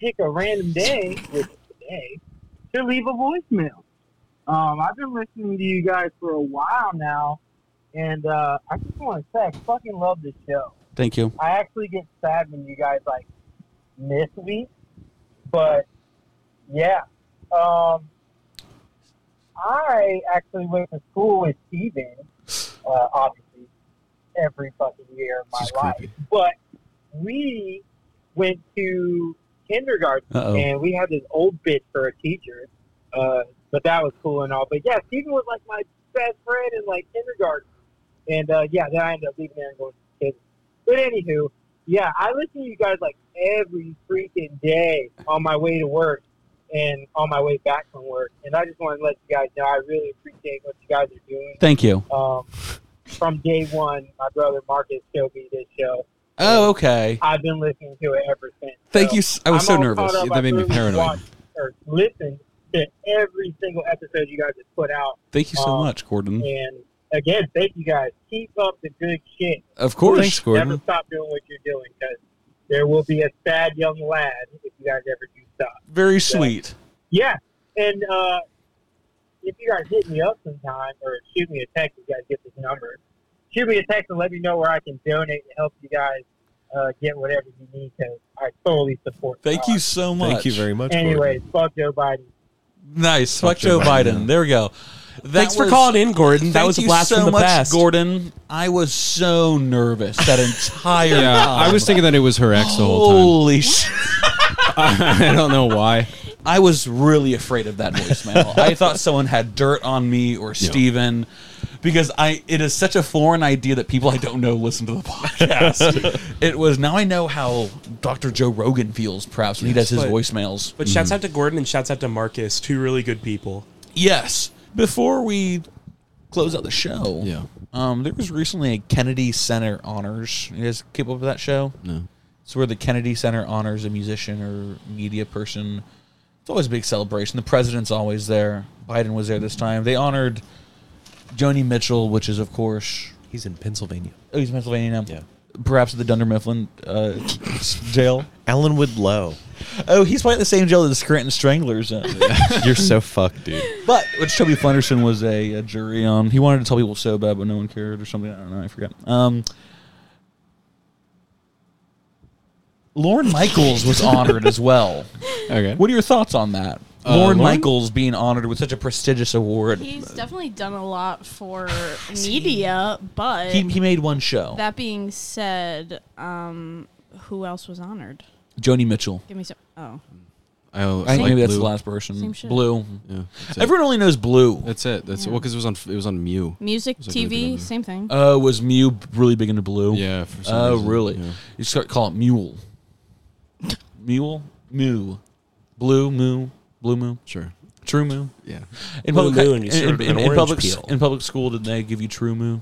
Speaker 8: pick a random day, which is today, to leave a voicemail? Um, I've been listening to you guys for a while now, and uh, I just want to say I fucking love this show.
Speaker 1: Thank you.
Speaker 8: I actually get sad when you guys like miss me, but yeah. Um, I actually went to school with Steven, uh, obviously, every fucking year of my life. But we went to kindergarten,
Speaker 24: Uh-oh.
Speaker 8: and we had this old bitch for a teacher. Uh, but that was cool and all. But yeah, Steven was like my best friend in like kindergarten. And uh, yeah, then I ended up leaving there and going to kids. But anywho, yeah, I listen to you guys like every freaking day on my way to work and on my way back from work. And I just want to let you guys know I really appreciate what you guys are doing.
Speaker 1: Thank you.
Speaker 8: Um, from day one, my brother Marcus showed me this show.
Speaker 1: Oh, okay.
Speaker 8: I've been listening to it ever since.
Speaker 1: Thank you. s- I was
Speaker 8: I'm
Speaker 1: so
Speaker 8: all
Speaker 1: nervous.
Speaker 8: caught up. I really watched Or listen to every single episode you guys have put out.
Speaker 1: Thank you so
Speaker 8: Um,
Speaker 1: much, Gordon.
Speaker 8: And again, thank you guys. Keep up the good shit.
Speaker 1: Of course,
Speaker 8: Thanks,
Speaker 1: Gordon.
Speaker 8: Never stop doing what you're doing because there will be a sad young lad if you guys ever do stop.
Speaker 1: Very sweet.
Speaker 8: Yeah, and uh, if you guys hit me up sometime or shoot me a text, if you guys get this number. Shoot me a text and let me know where I can donate and help you guys uh, get whatever you need because I totally support.
Speaker 1: Thank you
Speaker 8: cause.
Speaker 1: so much.
Speaker 6: Thank you very much,
Speaker 8: Anyways, fuck Joe Biden.
Speaker 1: Nice. Fuck
Speaker 6: Fuck
Speaker 1: Joe
Speaker 6: Joe
Speaker 1: Biden.
Speaker 6: Biden.
Speaker 1: There we go.
Speaker 21: Thanks for calling in, Gordon. That
Speaker 1: Thank
Speaker 21: was a
Speaker 1: you
Speaker 21: blast
Speaker 1: so
Speaker 21: from the
Speaker 1: much,
Speaker 21: past.
Speaker 1: Gordon. I was so nervous that entire
Speaker 4: Yeah,
Speaker 1: time.
Speaker 4: I was thinking that it was her ex the whole time.
Speaker 1: Holy shit. I
Speaker 4: don't know why.
Speaker 1: I was really afraid of that voicemail. I thought someone had dirt on me or Steven because I it is such a foreign idea that people I don't know listen to the podcast. it was now I know how Dr. Joe Rogan feels perhaps when he does his
Speaker 21: But-
Speaker 1: voicemails. Hmm.
Speaker 21: But shouts out to Gordon and shouts out to Marcus, two really good people.
Speaker 1: Yes. Before we close out the show, yeah. um, there was recently a Kennedy Center Honors. You guys keep up with that show?
Speaker 4: No.
Speaker 1: It's where the Kennedy Center honors a musician or media person. It's always a big celebration. The president's always there. Biden was there this time. They honored Joni Mitchell, which is, of course.
Speaker 6: He's in Pennsylvania.
Speaker 1: Oh, he's in Pennsylvania now? Yeah. Perhaps at the Dunder Mifflin uh, jail.
Speaker 6: Allenwood Low.
Speaker 1: Oh, he's probably at the same jail that the Scranton Stranglers in.
Speaker 6: You're so fucked, dude.
Speaker 1: But which Toby Flenderson was a, a jury on. He wanted to tell people so bad, but no one cared or something. I don't know. I forget. Um, Lauren Michaels was honored as well.
Speaker 4: Okay.
Speaker 1: What are your thoughts on that?
Speaker 4: Uh,
Speaker 1: Lauren,
Speaker 4: Lauren?
Speaker 1: Michaels being honored with such a prestigious award.
Speaker 2: He's definitely done a lot for media, but
Speaker 1: He, he made one show.
Speaker 2: that being said, um, who else was honored?
Speaker 1: Joni Mitchell. Mm.
Speaker 2: Give me some. Oh,
Speaker 4: I,
Speaker 1: I think maybe that's the last person.
Speaker 2: Same shit.
Speaker 1: Blue.
Speaker 4: Yeah, that's it.
Speaker 1: Everyone only knows Blue.
Speaker 4: That's it. That's
Speaker 2: Yeah.
Speaker 4: well, because it was on it was on Mew.
Speaker 2: music,
Speaker 4: It was, like, really big on
Speaker 2: TV,
Speaker 4: Mew.
Speaker 2: same thing.
Speaker 1: Uh, was Mew really big into Blue? Yeah.
Speaker 4: for some
Speaker 1: oh,
Speaker 4: reason,
Speaker 1: really?
Speaker 4: yeah.
Speaker 1: You start call it Mule. Mule, Moo, Blue Moo, Blue Moo.
Speaker 4: Sure.
Speaker 1: True Moo.
Speaker 4: Yeah.
Speaker 1: In
Speaker 21: Blue
Speaker 1: public,
Speaker 21: Moo and you
Speaker 1: in,
Speaker 21: serve
Speaker 1: in,
Speaker 21: it with an
Speaker 1: in
Speaker 21: orange
Speaker 1: public,
Speaker 21: peel.
Speaker 1: in public school, did they give you True Moo?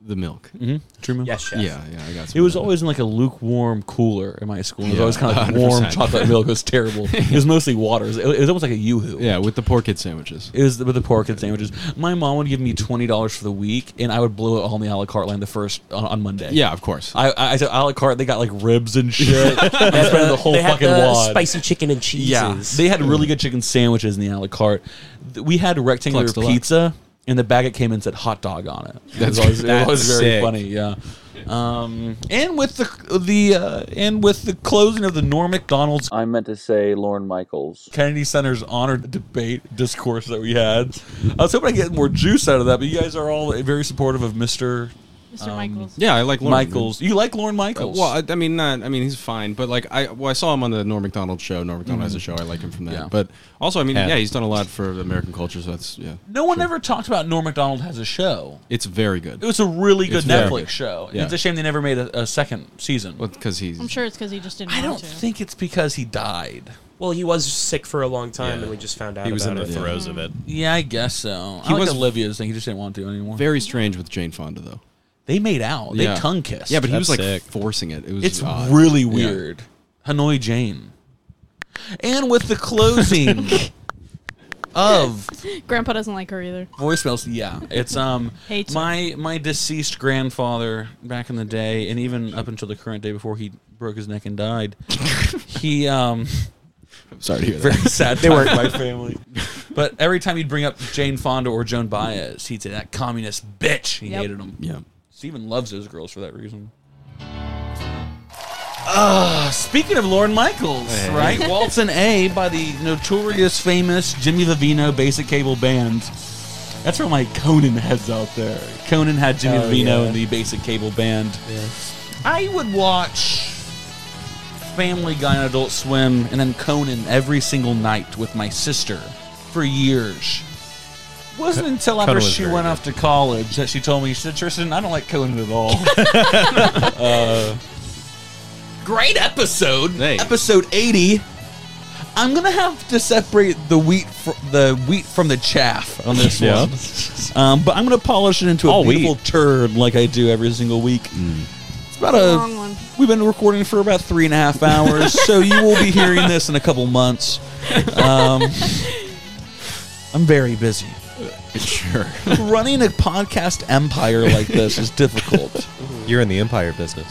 Speaker 4: the milk.
Speaker 1: Mhm. True milk.
Speaker 4: Yes, chef. Yeah, yeah, I got
Speaker 1: It
Speaker 4: some of
Speaker 1: was
Speaker 4: that.
Speaker 1: always in like a lukewarm cooler in my school. It was
Speaker 4: Yeah,
Speaker 1: always kind of like
Speaker 4: 100%.
Speaker 1: warm chocolate milk. It was terrible. It was mostly water. It was, it was almost like a yoo-hoo.
Speaker 4: Yeah, with the poor kid sandwiches.
Speaker 1: It was with the pork and sandwiches. My mom would give me twenty dollars for the week, and I would blow it all in the a la carte line the first on, on Monday.
Speaker 4: Yeah, of course.
Speaker 1: I, I, I said a la carte. They got like ribs and shit. I spent the whole
Speaker 21: They had
Speaker 1: fucking
Speaker 21: the
Speaker 1: wad.
Speaker 21: spicy chicken and cheeses.
Speaker 1: Yeah, they had really good chicken sandwiches in the a la carte. Th- We had rectangular
Speaker 21: Flex Deluxe.
Speaker 1: pizza, and the bag it came in said hot dog on it. it was
Speaker 17: That's-
Speaker 1: always, it was
Speaker 17: that's
Speaker 1: always very
Speaker 17: sick.
Speaker 1: funny. Yeah. Um, and with the the uh, and with the closing of the Norm McDonald's,
Speaker 13: I meant to say Lorne Michaels
Speaker 1: Kennedy Center's honor debate discourse that we had, I was hoping I get more juice out of that. But you guys are all very supportive of Mister. um,
Speaker 2: Mr. Michaels.
Speaker 4: Yeah, I like Lorne.
Speaker 1: Michaels. You like Lorne Michaels?
Speaker 4: Uh, well, I, I mean, not. I mean, he's fine, but like, I well, I saw him on the Norm Macdonald show. Norm Macdonald has a
Speaker 1: Mhm.
Speaker 4: show. I like him from that.
Speaker 1: Yeah.
Speaker 4: But also, I mean,
Speaker 1: Had.
Speaker 4: yeah, he's done a lot for American culture. So that's yeah.
Speaker 1: no one ever talked about Norm Macdonald has a show.
Speaker 4: It's very good.
Speaker 1: It was a really good
Speaker 4: It's very
Speaker 1: Netflix
Speaker 4: good.
Speaker 1: show.
Speaker 4: Yeah.
Speaker 1: It's a shame they never made a, a second season. Because
Speaker 4: he's
Speaker 2: I'm sure it's because he just didn't.
Speaker 1: I
Speaker 2: want
Speaker 1: don't
Speaker 2: to.
Speaker 1: think it's because he died.
Speaker 21: Well, he was sick for a long time,
Speaker 1: Yeah.
Speaker 21: and we just found out
Speaker 1: He was
Speaker 21: about
Speaker 1: in the
Speaker 21: it.
Speaker 1: throes of it. Yeah, I guess so.
Speaker 4: He
Speaker 1: He I
Speaker 4: was-
Speaker 1: was Olivia's thing. He just didn't want to anymore.
Speaker 4: Very strange with Jane Fonda though.
Speaker 1: They made out. They
Speaker 4: Yeah.
Speaker 1: tongue kissed.
Speaker 4: Yeah, but he
Speaker 1: That's
Speaker 4: was like
Speaker 1: sick.
Speaker 4: forcing it. It was.
Speaker 1: it's
Speaker 4: odd.
Speaker 1: really
Speaker 4: Yeah.
Speaker 1: weird. Hanoi Jane. And with the closing of
Speaker 2: Grandpa doesn't like her either.
Speaker 1: voicemails, yeah, it's um
Speaker 2: Hates
Speaker 1: my my deceased grandfather back in the day, and even up until the current day before he broke his neck and died, he um.
Speaker 4: Sorry to hear
Speaker 1: Very
Speaker 4: that.
Speaker 1: sad.
Speaker 4: They
Speaker 1: time
Speaker 4: weren't-
Speaker 1: for my family. But every time he'd bring up Jane Fonda or Joan Baez, he'd say that communist bitch. He
Speaker 4: Yep.
Speaker 1: hated him.
Speaker 4: Yeah.
Speaker 1: Steven loves those girls for that reason. Uh, speaking of Lauren Michaels,
Speaker 17: Hey.
Speaker 1: right? Waltz and A by the notorious, famous Jimmy Vivino Basic Cable Band. That's where my Conan heads out there. Conan had Jimmy
Speaker 17: Oh,
Speaker 1: Vivino
Speaker 17: yeah.
Speaker 1: and the Basic Cable Band. I would watch Family Guy and Adult Swim and then Conan every single night with my sister for years. Wasn't until after
Speaker 17: Conan was
Speaker 1: she
Speaker 17: very
Speaker 1: went off to college that she told me, she said, Tristan, I don't like Conan at all. uh, great episode. Episode 80. I'm gonna have to separate the wheat fr- the wheat from the chaff on this
Speaker 17: Yeah.
Speaker 1: one, um, but I'm gonna polish it into a
Speaker 17: All wheat. Mm.
Speaker 1: beautiful turd like I do every single week. It's about
Speaker 17: It's
Speaker 1: a,
Speaker 17: a long one.
Speaker 1: We've been recording for about three and a half hours, so you will be hearing this in a couple months. Um, I'm very busy.
Speaker 4: Sure.
Speaker 1: Running a podcast empire like this is difficult.
Speaker 6: You're in the empire business.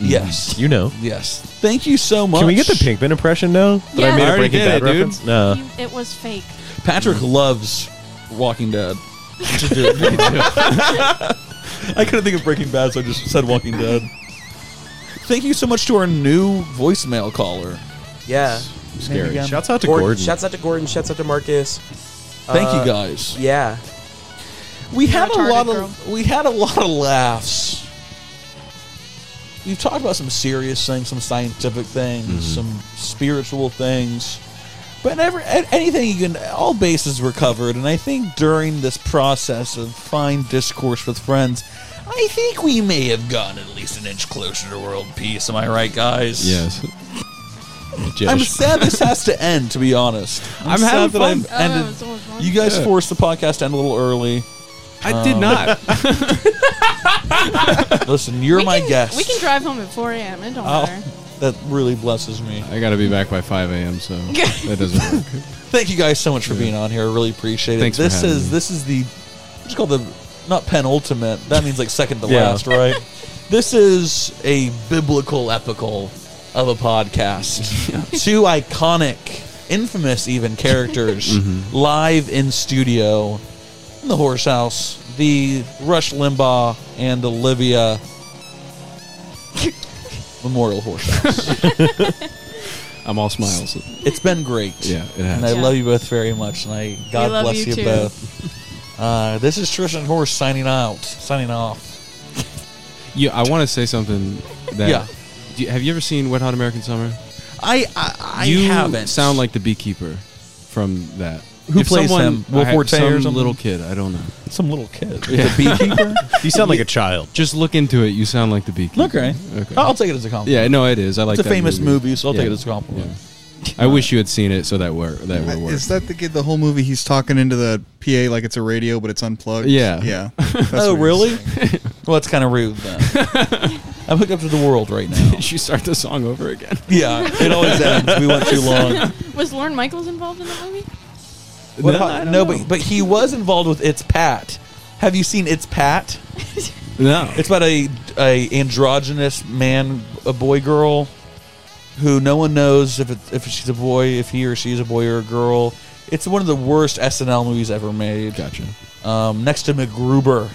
Speaker 1: Yes.
Speaker 6: You know.
Speaker 1: Yes. Thank you so much.
Speaker 6: Can we get the Pinkman impression now? That
Speaker 1: Yes.
Speaker 6: I made
Speaker 1: I
Speaker 6: a
Speaker 1: already did
Speaker 6: Breaking Bad
Speaker 1: it, dude.
Speaker 6: reference? No.
Speaker 2: It was fake.
Speaker 1: Patrick loves Walking Dead. To do it. I couldn't think of Breaking Bad, so I just said Walking Dead. Thank you so much to our new voicemail caller.
Speaker 21: Yeah.
Speaker 1: Scary.
Speaker 6: um,
Speaker 1: Name again? Shouts out to Gordon.
Speaker 21: Shouts out to Gordon. Shouts out to Marcus.
Speaker 1: Thank
Speaker 3: Uh,
Speaker 1: you, guys.
Speaker 21: Yeah.
Speaker 1: We had a lot of we had a lot of laughs. We've talked about some serious things, some scientific things, some spiritual things, but never a- anything you can. All bases were covered, and I think during this process of fine discourse with friends, I think we may have gotten at least an inch closer to world peace. Am I right, guys?
Speaker 4: Yes.
Speaker 1: I'm sad this has to end. To be honest, I'm,
Speaker 4: I'm
Speaker 1: sad
Speaker 4: having
Speaker 1: that
Speaker 4: fun.
Speaker 1: I've ended.
Speaker 4: Oh, it's almost fun.
Speaker 1: you guys
Speaker 4: Yeah.
Speaker 1: forced the podcast to end a little early.
Speaker 4: I did
Speaker 1: Um,
Speaker 4: not.
Speaker 1: Listen, you're my guest. Oh.
Speaker 2: We can drive home at 4 a.m. It don't
Speaker 1: I'll-
Speaker 2: matter.
Speaker 1: that really blesses me.
Speaker 4: I got to be back by 5 a.m. So that doesn't work.
Speaker 1: Thank you guys so much for being on here. I really appreciate it.
Speaker 4: Thanks for
Speaker 1: this
Speaker 4: having
Speaker 1: is
Speaker 4: me.
Speaker 1: this is the it's called the not penultimate. That means like second to
Speaker 17: Yeah.
Speaker 1: last, right? This is a biblical epical of a podcast. Two iconic, infamous even characters
Speaker 4: Mm-hmm.
Speaker 1: live in studio in the horse house. The Rush Limbaugh and Olivia Memorial Horse House.
Speaker 4: I'm all smiles.
Speaker 1: It's been great.
Speaker 4: Yeah, it has.
Speaker 1: And I
Speaker 4: Yeah.
Speaker 1: love you both very much. And I God
Speaker 17: love
Speaker 1: bless
Speaker 17: you
Speaker 1: you,
Speaker 17: too.
Speaker 1: both. Uh, this is Tristan Horse signing out, signing off.
Speaker 4: Yeah, I want to say something. That,
Speaker 1: Yeah.
Speaker 4: Do you- have you ever seen Wet Hot American Summer?
Speaker 1: I I, I
Speaker 4: you
Speaker 1: haven't.
Speaker 4: sound like the beekeeper from that.
Speaker 1: Who plays him? Will
Speaker 4: I had
Speaker 1: Forte or
Speaker 4: some
Speaker 1: something?
Speaker 4: little kid. I don't know.
Speaker 1: Some little kid.
Speaker 4: Yeah.
Speaker 1: The beekeeper.
Speaker 6: You sound like a child.
Speaker 4: Just look into it. You sound like the beekeeper.
Speaker 1: Okay. I'll take it as a compliment.
Speaker 4: Yeah, no, it is. I like
Speaker 1: It's a
Speaker 4: that
Speaker 1: famous movie, so I'll take
Speaker 4: Yeah.
Speaker 1: it as a compliment.
Speaker 4: I wish you had seen it so that were that would work.
Speaker 18: Is that the kid? The whole movie he's talking into the PA like it's a radio, but it's unplugged.
Speaker 4: Yeah.
Speaker 18: yeah.
Speaker 25: Oh, really?
Speaker 1: well, it's kind of rude. Then. I'm hooked up to the world right now.
Speaker 4: Did you start the song over again?
Speaker 1: Yeah, it always ends. We went too long.
Speaker 2: Was Lorne Michaels involved in that movie?
Speaker 1: What about- no, but but he was involved with It's Pat. Have you seen It's Pat?
Speaker 4: no.
Speaker 1: It's about a a androgynous man, a boy girl, who no one knows if it, if she's a boy, if he or she is a boy or a girl. It's one of the worst SNL movies ever made.
Speaker 4: Gotcha.
Speaker 1: Um, next to MacGruber,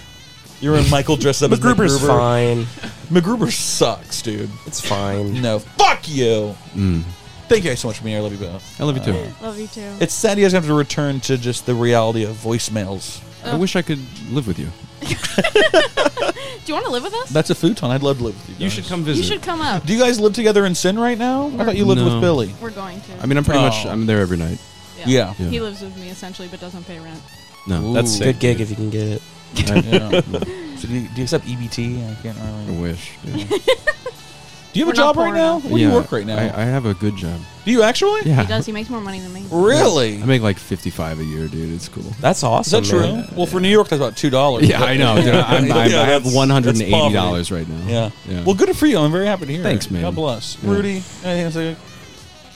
Speaker 1: you're in Michael dressed up. as
Speaker 3: MacGruber's
Speaker 1: MacGruber.
Speaker 3: fine.
Speaker 1: MacGruber sucks, dude.
Speaker 3: It's fine.
Speaker 1: No, fuck you.
Speaker 6: Mm.
Speaker 1: Thank you guys so much for being here. I love you both.
Speaker 4: I love you too.
Speaker 2: Love you too.
Speaker 1: It's sad you guys have to return to just the reality of voicemails.
Speaker 2: I wish
Speaker 4: I could live with you.
Speaker 2: Do you want to live with us?
Speaker 1: That's a futon. I'd love to live with you.
Speaker 4: You should come
Speaker 2: You should come up.
Speaker 1: Do you guys live together in sin right now? I thought you lived
Speaker 4: No.
Speaker 1: with Billy.
Speaker 2: We're going to.
Speaker 4: I mean, I'm pretty much
Speaker 1: Oh.
Speaker 4: I'm there every night.
Speaker 1: Yeah.
Speaker 2: He lives with me essentially, but doesn't pay rent.
Speaker 4: No, that's
Speaker 3: Ooh.
Speaker 4: sick.
Speaker 3: good gig if you can get it.
Speaker 1: Yeah. so do you, do you accept EBT? I can't really.
Speaker 4: I wish. yeah.
Speaker 1: Do you have
Speaker 2: We're
Speaker 1: a
Speaker 2: not
Speaker 1: job right
Speaker 2: poor
Speaker 1: now?
Speaker 2: enough.
Speaker 1: Where do you work right now?
Speaker 4: I, I have a good job.
Speaker 1: do you actually?
Speaker 4: Yeah.
Speaker 2: He does. He makes more money than me.
Speaker 1: Really?
Speaker 4: I make like 55 a year, dude. It's cool.
Speaker 3: That's
Speaker 1: Is that true? Well, for New York, that's about two dollars.
Speaker 4: Yeah, I know, dude. I'm- I'm- I have $180 right now.
Speaker 1: Yeah.
Speaker 4: Yeah.
Speaker 1: Well, good for you. I'm very happy to hear.
Speaker 4: Thanks,
Speaker 1: it.
Speaker 4: man.
Speaker 1: God bless,
Speaker 4: Yeah.
Speaker 1: Rudy. anything else I-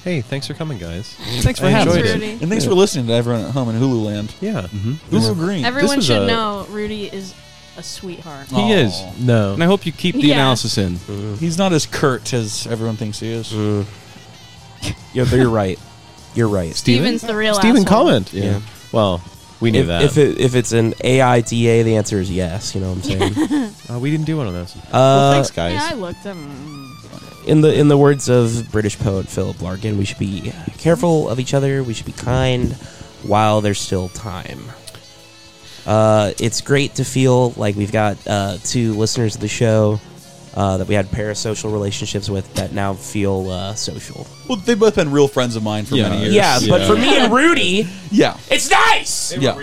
Speaker 6: Hey, thanks for coming, guys.
Speaker 4: Thanks for
Speaker 6: I
Speaker 4: having
Speaker 6: enjoyed
Speaker 4: us. Mm-hmm.
Speaker 6: it.
Speaker 4: Rudy.
Speaker 1: And thanks for listening to everyone at home in Hulu Land.
Speaker 6: Yeah.
Speaker 1: Hulu Green.
Speaker 2: Everyone
Speaker 6: was
Speaker 2: should
Speaker 6: a-
Speaker 2: know Rudy is a sweetheart.
Speaker 4: He is.
Speaker 6: No.
Speaker 4: And I hope you keep the
Speaker 2: Yeah.
Speaker 4: analysis in.
Speaker 1: Mm-hmm.
Speaker 4: Mm-hmm.
Speaker 1: He's not as curt as everyone thinks he is.
Speaker 3: Yeah, but you're right. You're right.
Speaker 2: Steven's the real
Speaker 6: Steven
Speaker 2: asshole.
Speaker 6: comment.
Speaker 3: Yeah.
Speaker 6: Well, we knew
Speaker 3: if,
Speaker 6: that.
Speaker 3: If, it, if it's an AIDA, the answer is yes. You know what I'm saying?
Speaker 6: Uh, we didn't do one of those.
Speaker 3: Uh,
Speaker 6: well, thanks, guys.
Speaker 2: Yeah, I looked. Um,
Speaker 3: in the in the words of British poet Philip Larkin, we should be careful of each other. We should be kind while there's still time. Uh, it's great to feel like we've got uh, two listeners of the show uh, that we had parasocial relationships with that now feel uh, social.
Speaker 1: Well, they've both been real friends of mine for
Speaker 4: Yeah.
Speaker 1: many years.
Speaker 3: Yeah, but for me and Rudy,
Speaker 1: yeah,
Speaker 3: it's nice.
Speaker 1: yeah.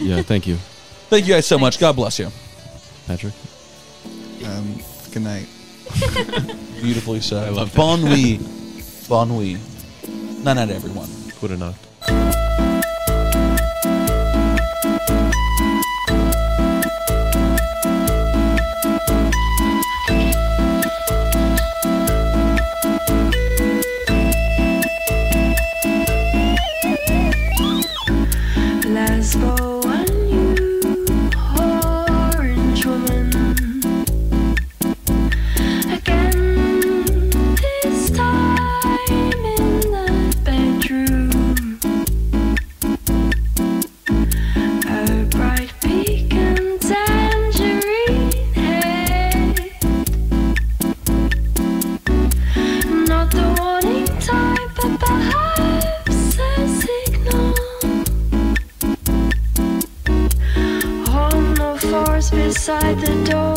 Speaker 4: Yeah, thank you,
Speaker 1: Thank you guys so much. God bless you.
Speaker 4: Patrick.
Speaker 18: Um, good night.
Speaker 1: Beautifully said. I
Speaker 4: love that.
Speaker 1: Bon nuit. Bon nuit. Night night, everyone.
Speaker 6: Good enough.
Speaker 5: Let's go on you, orange woman. Again, this time in the bedroom. A bright pecan tangerine head. Not the warning type, but perhaps a signal. Home no force beside the door.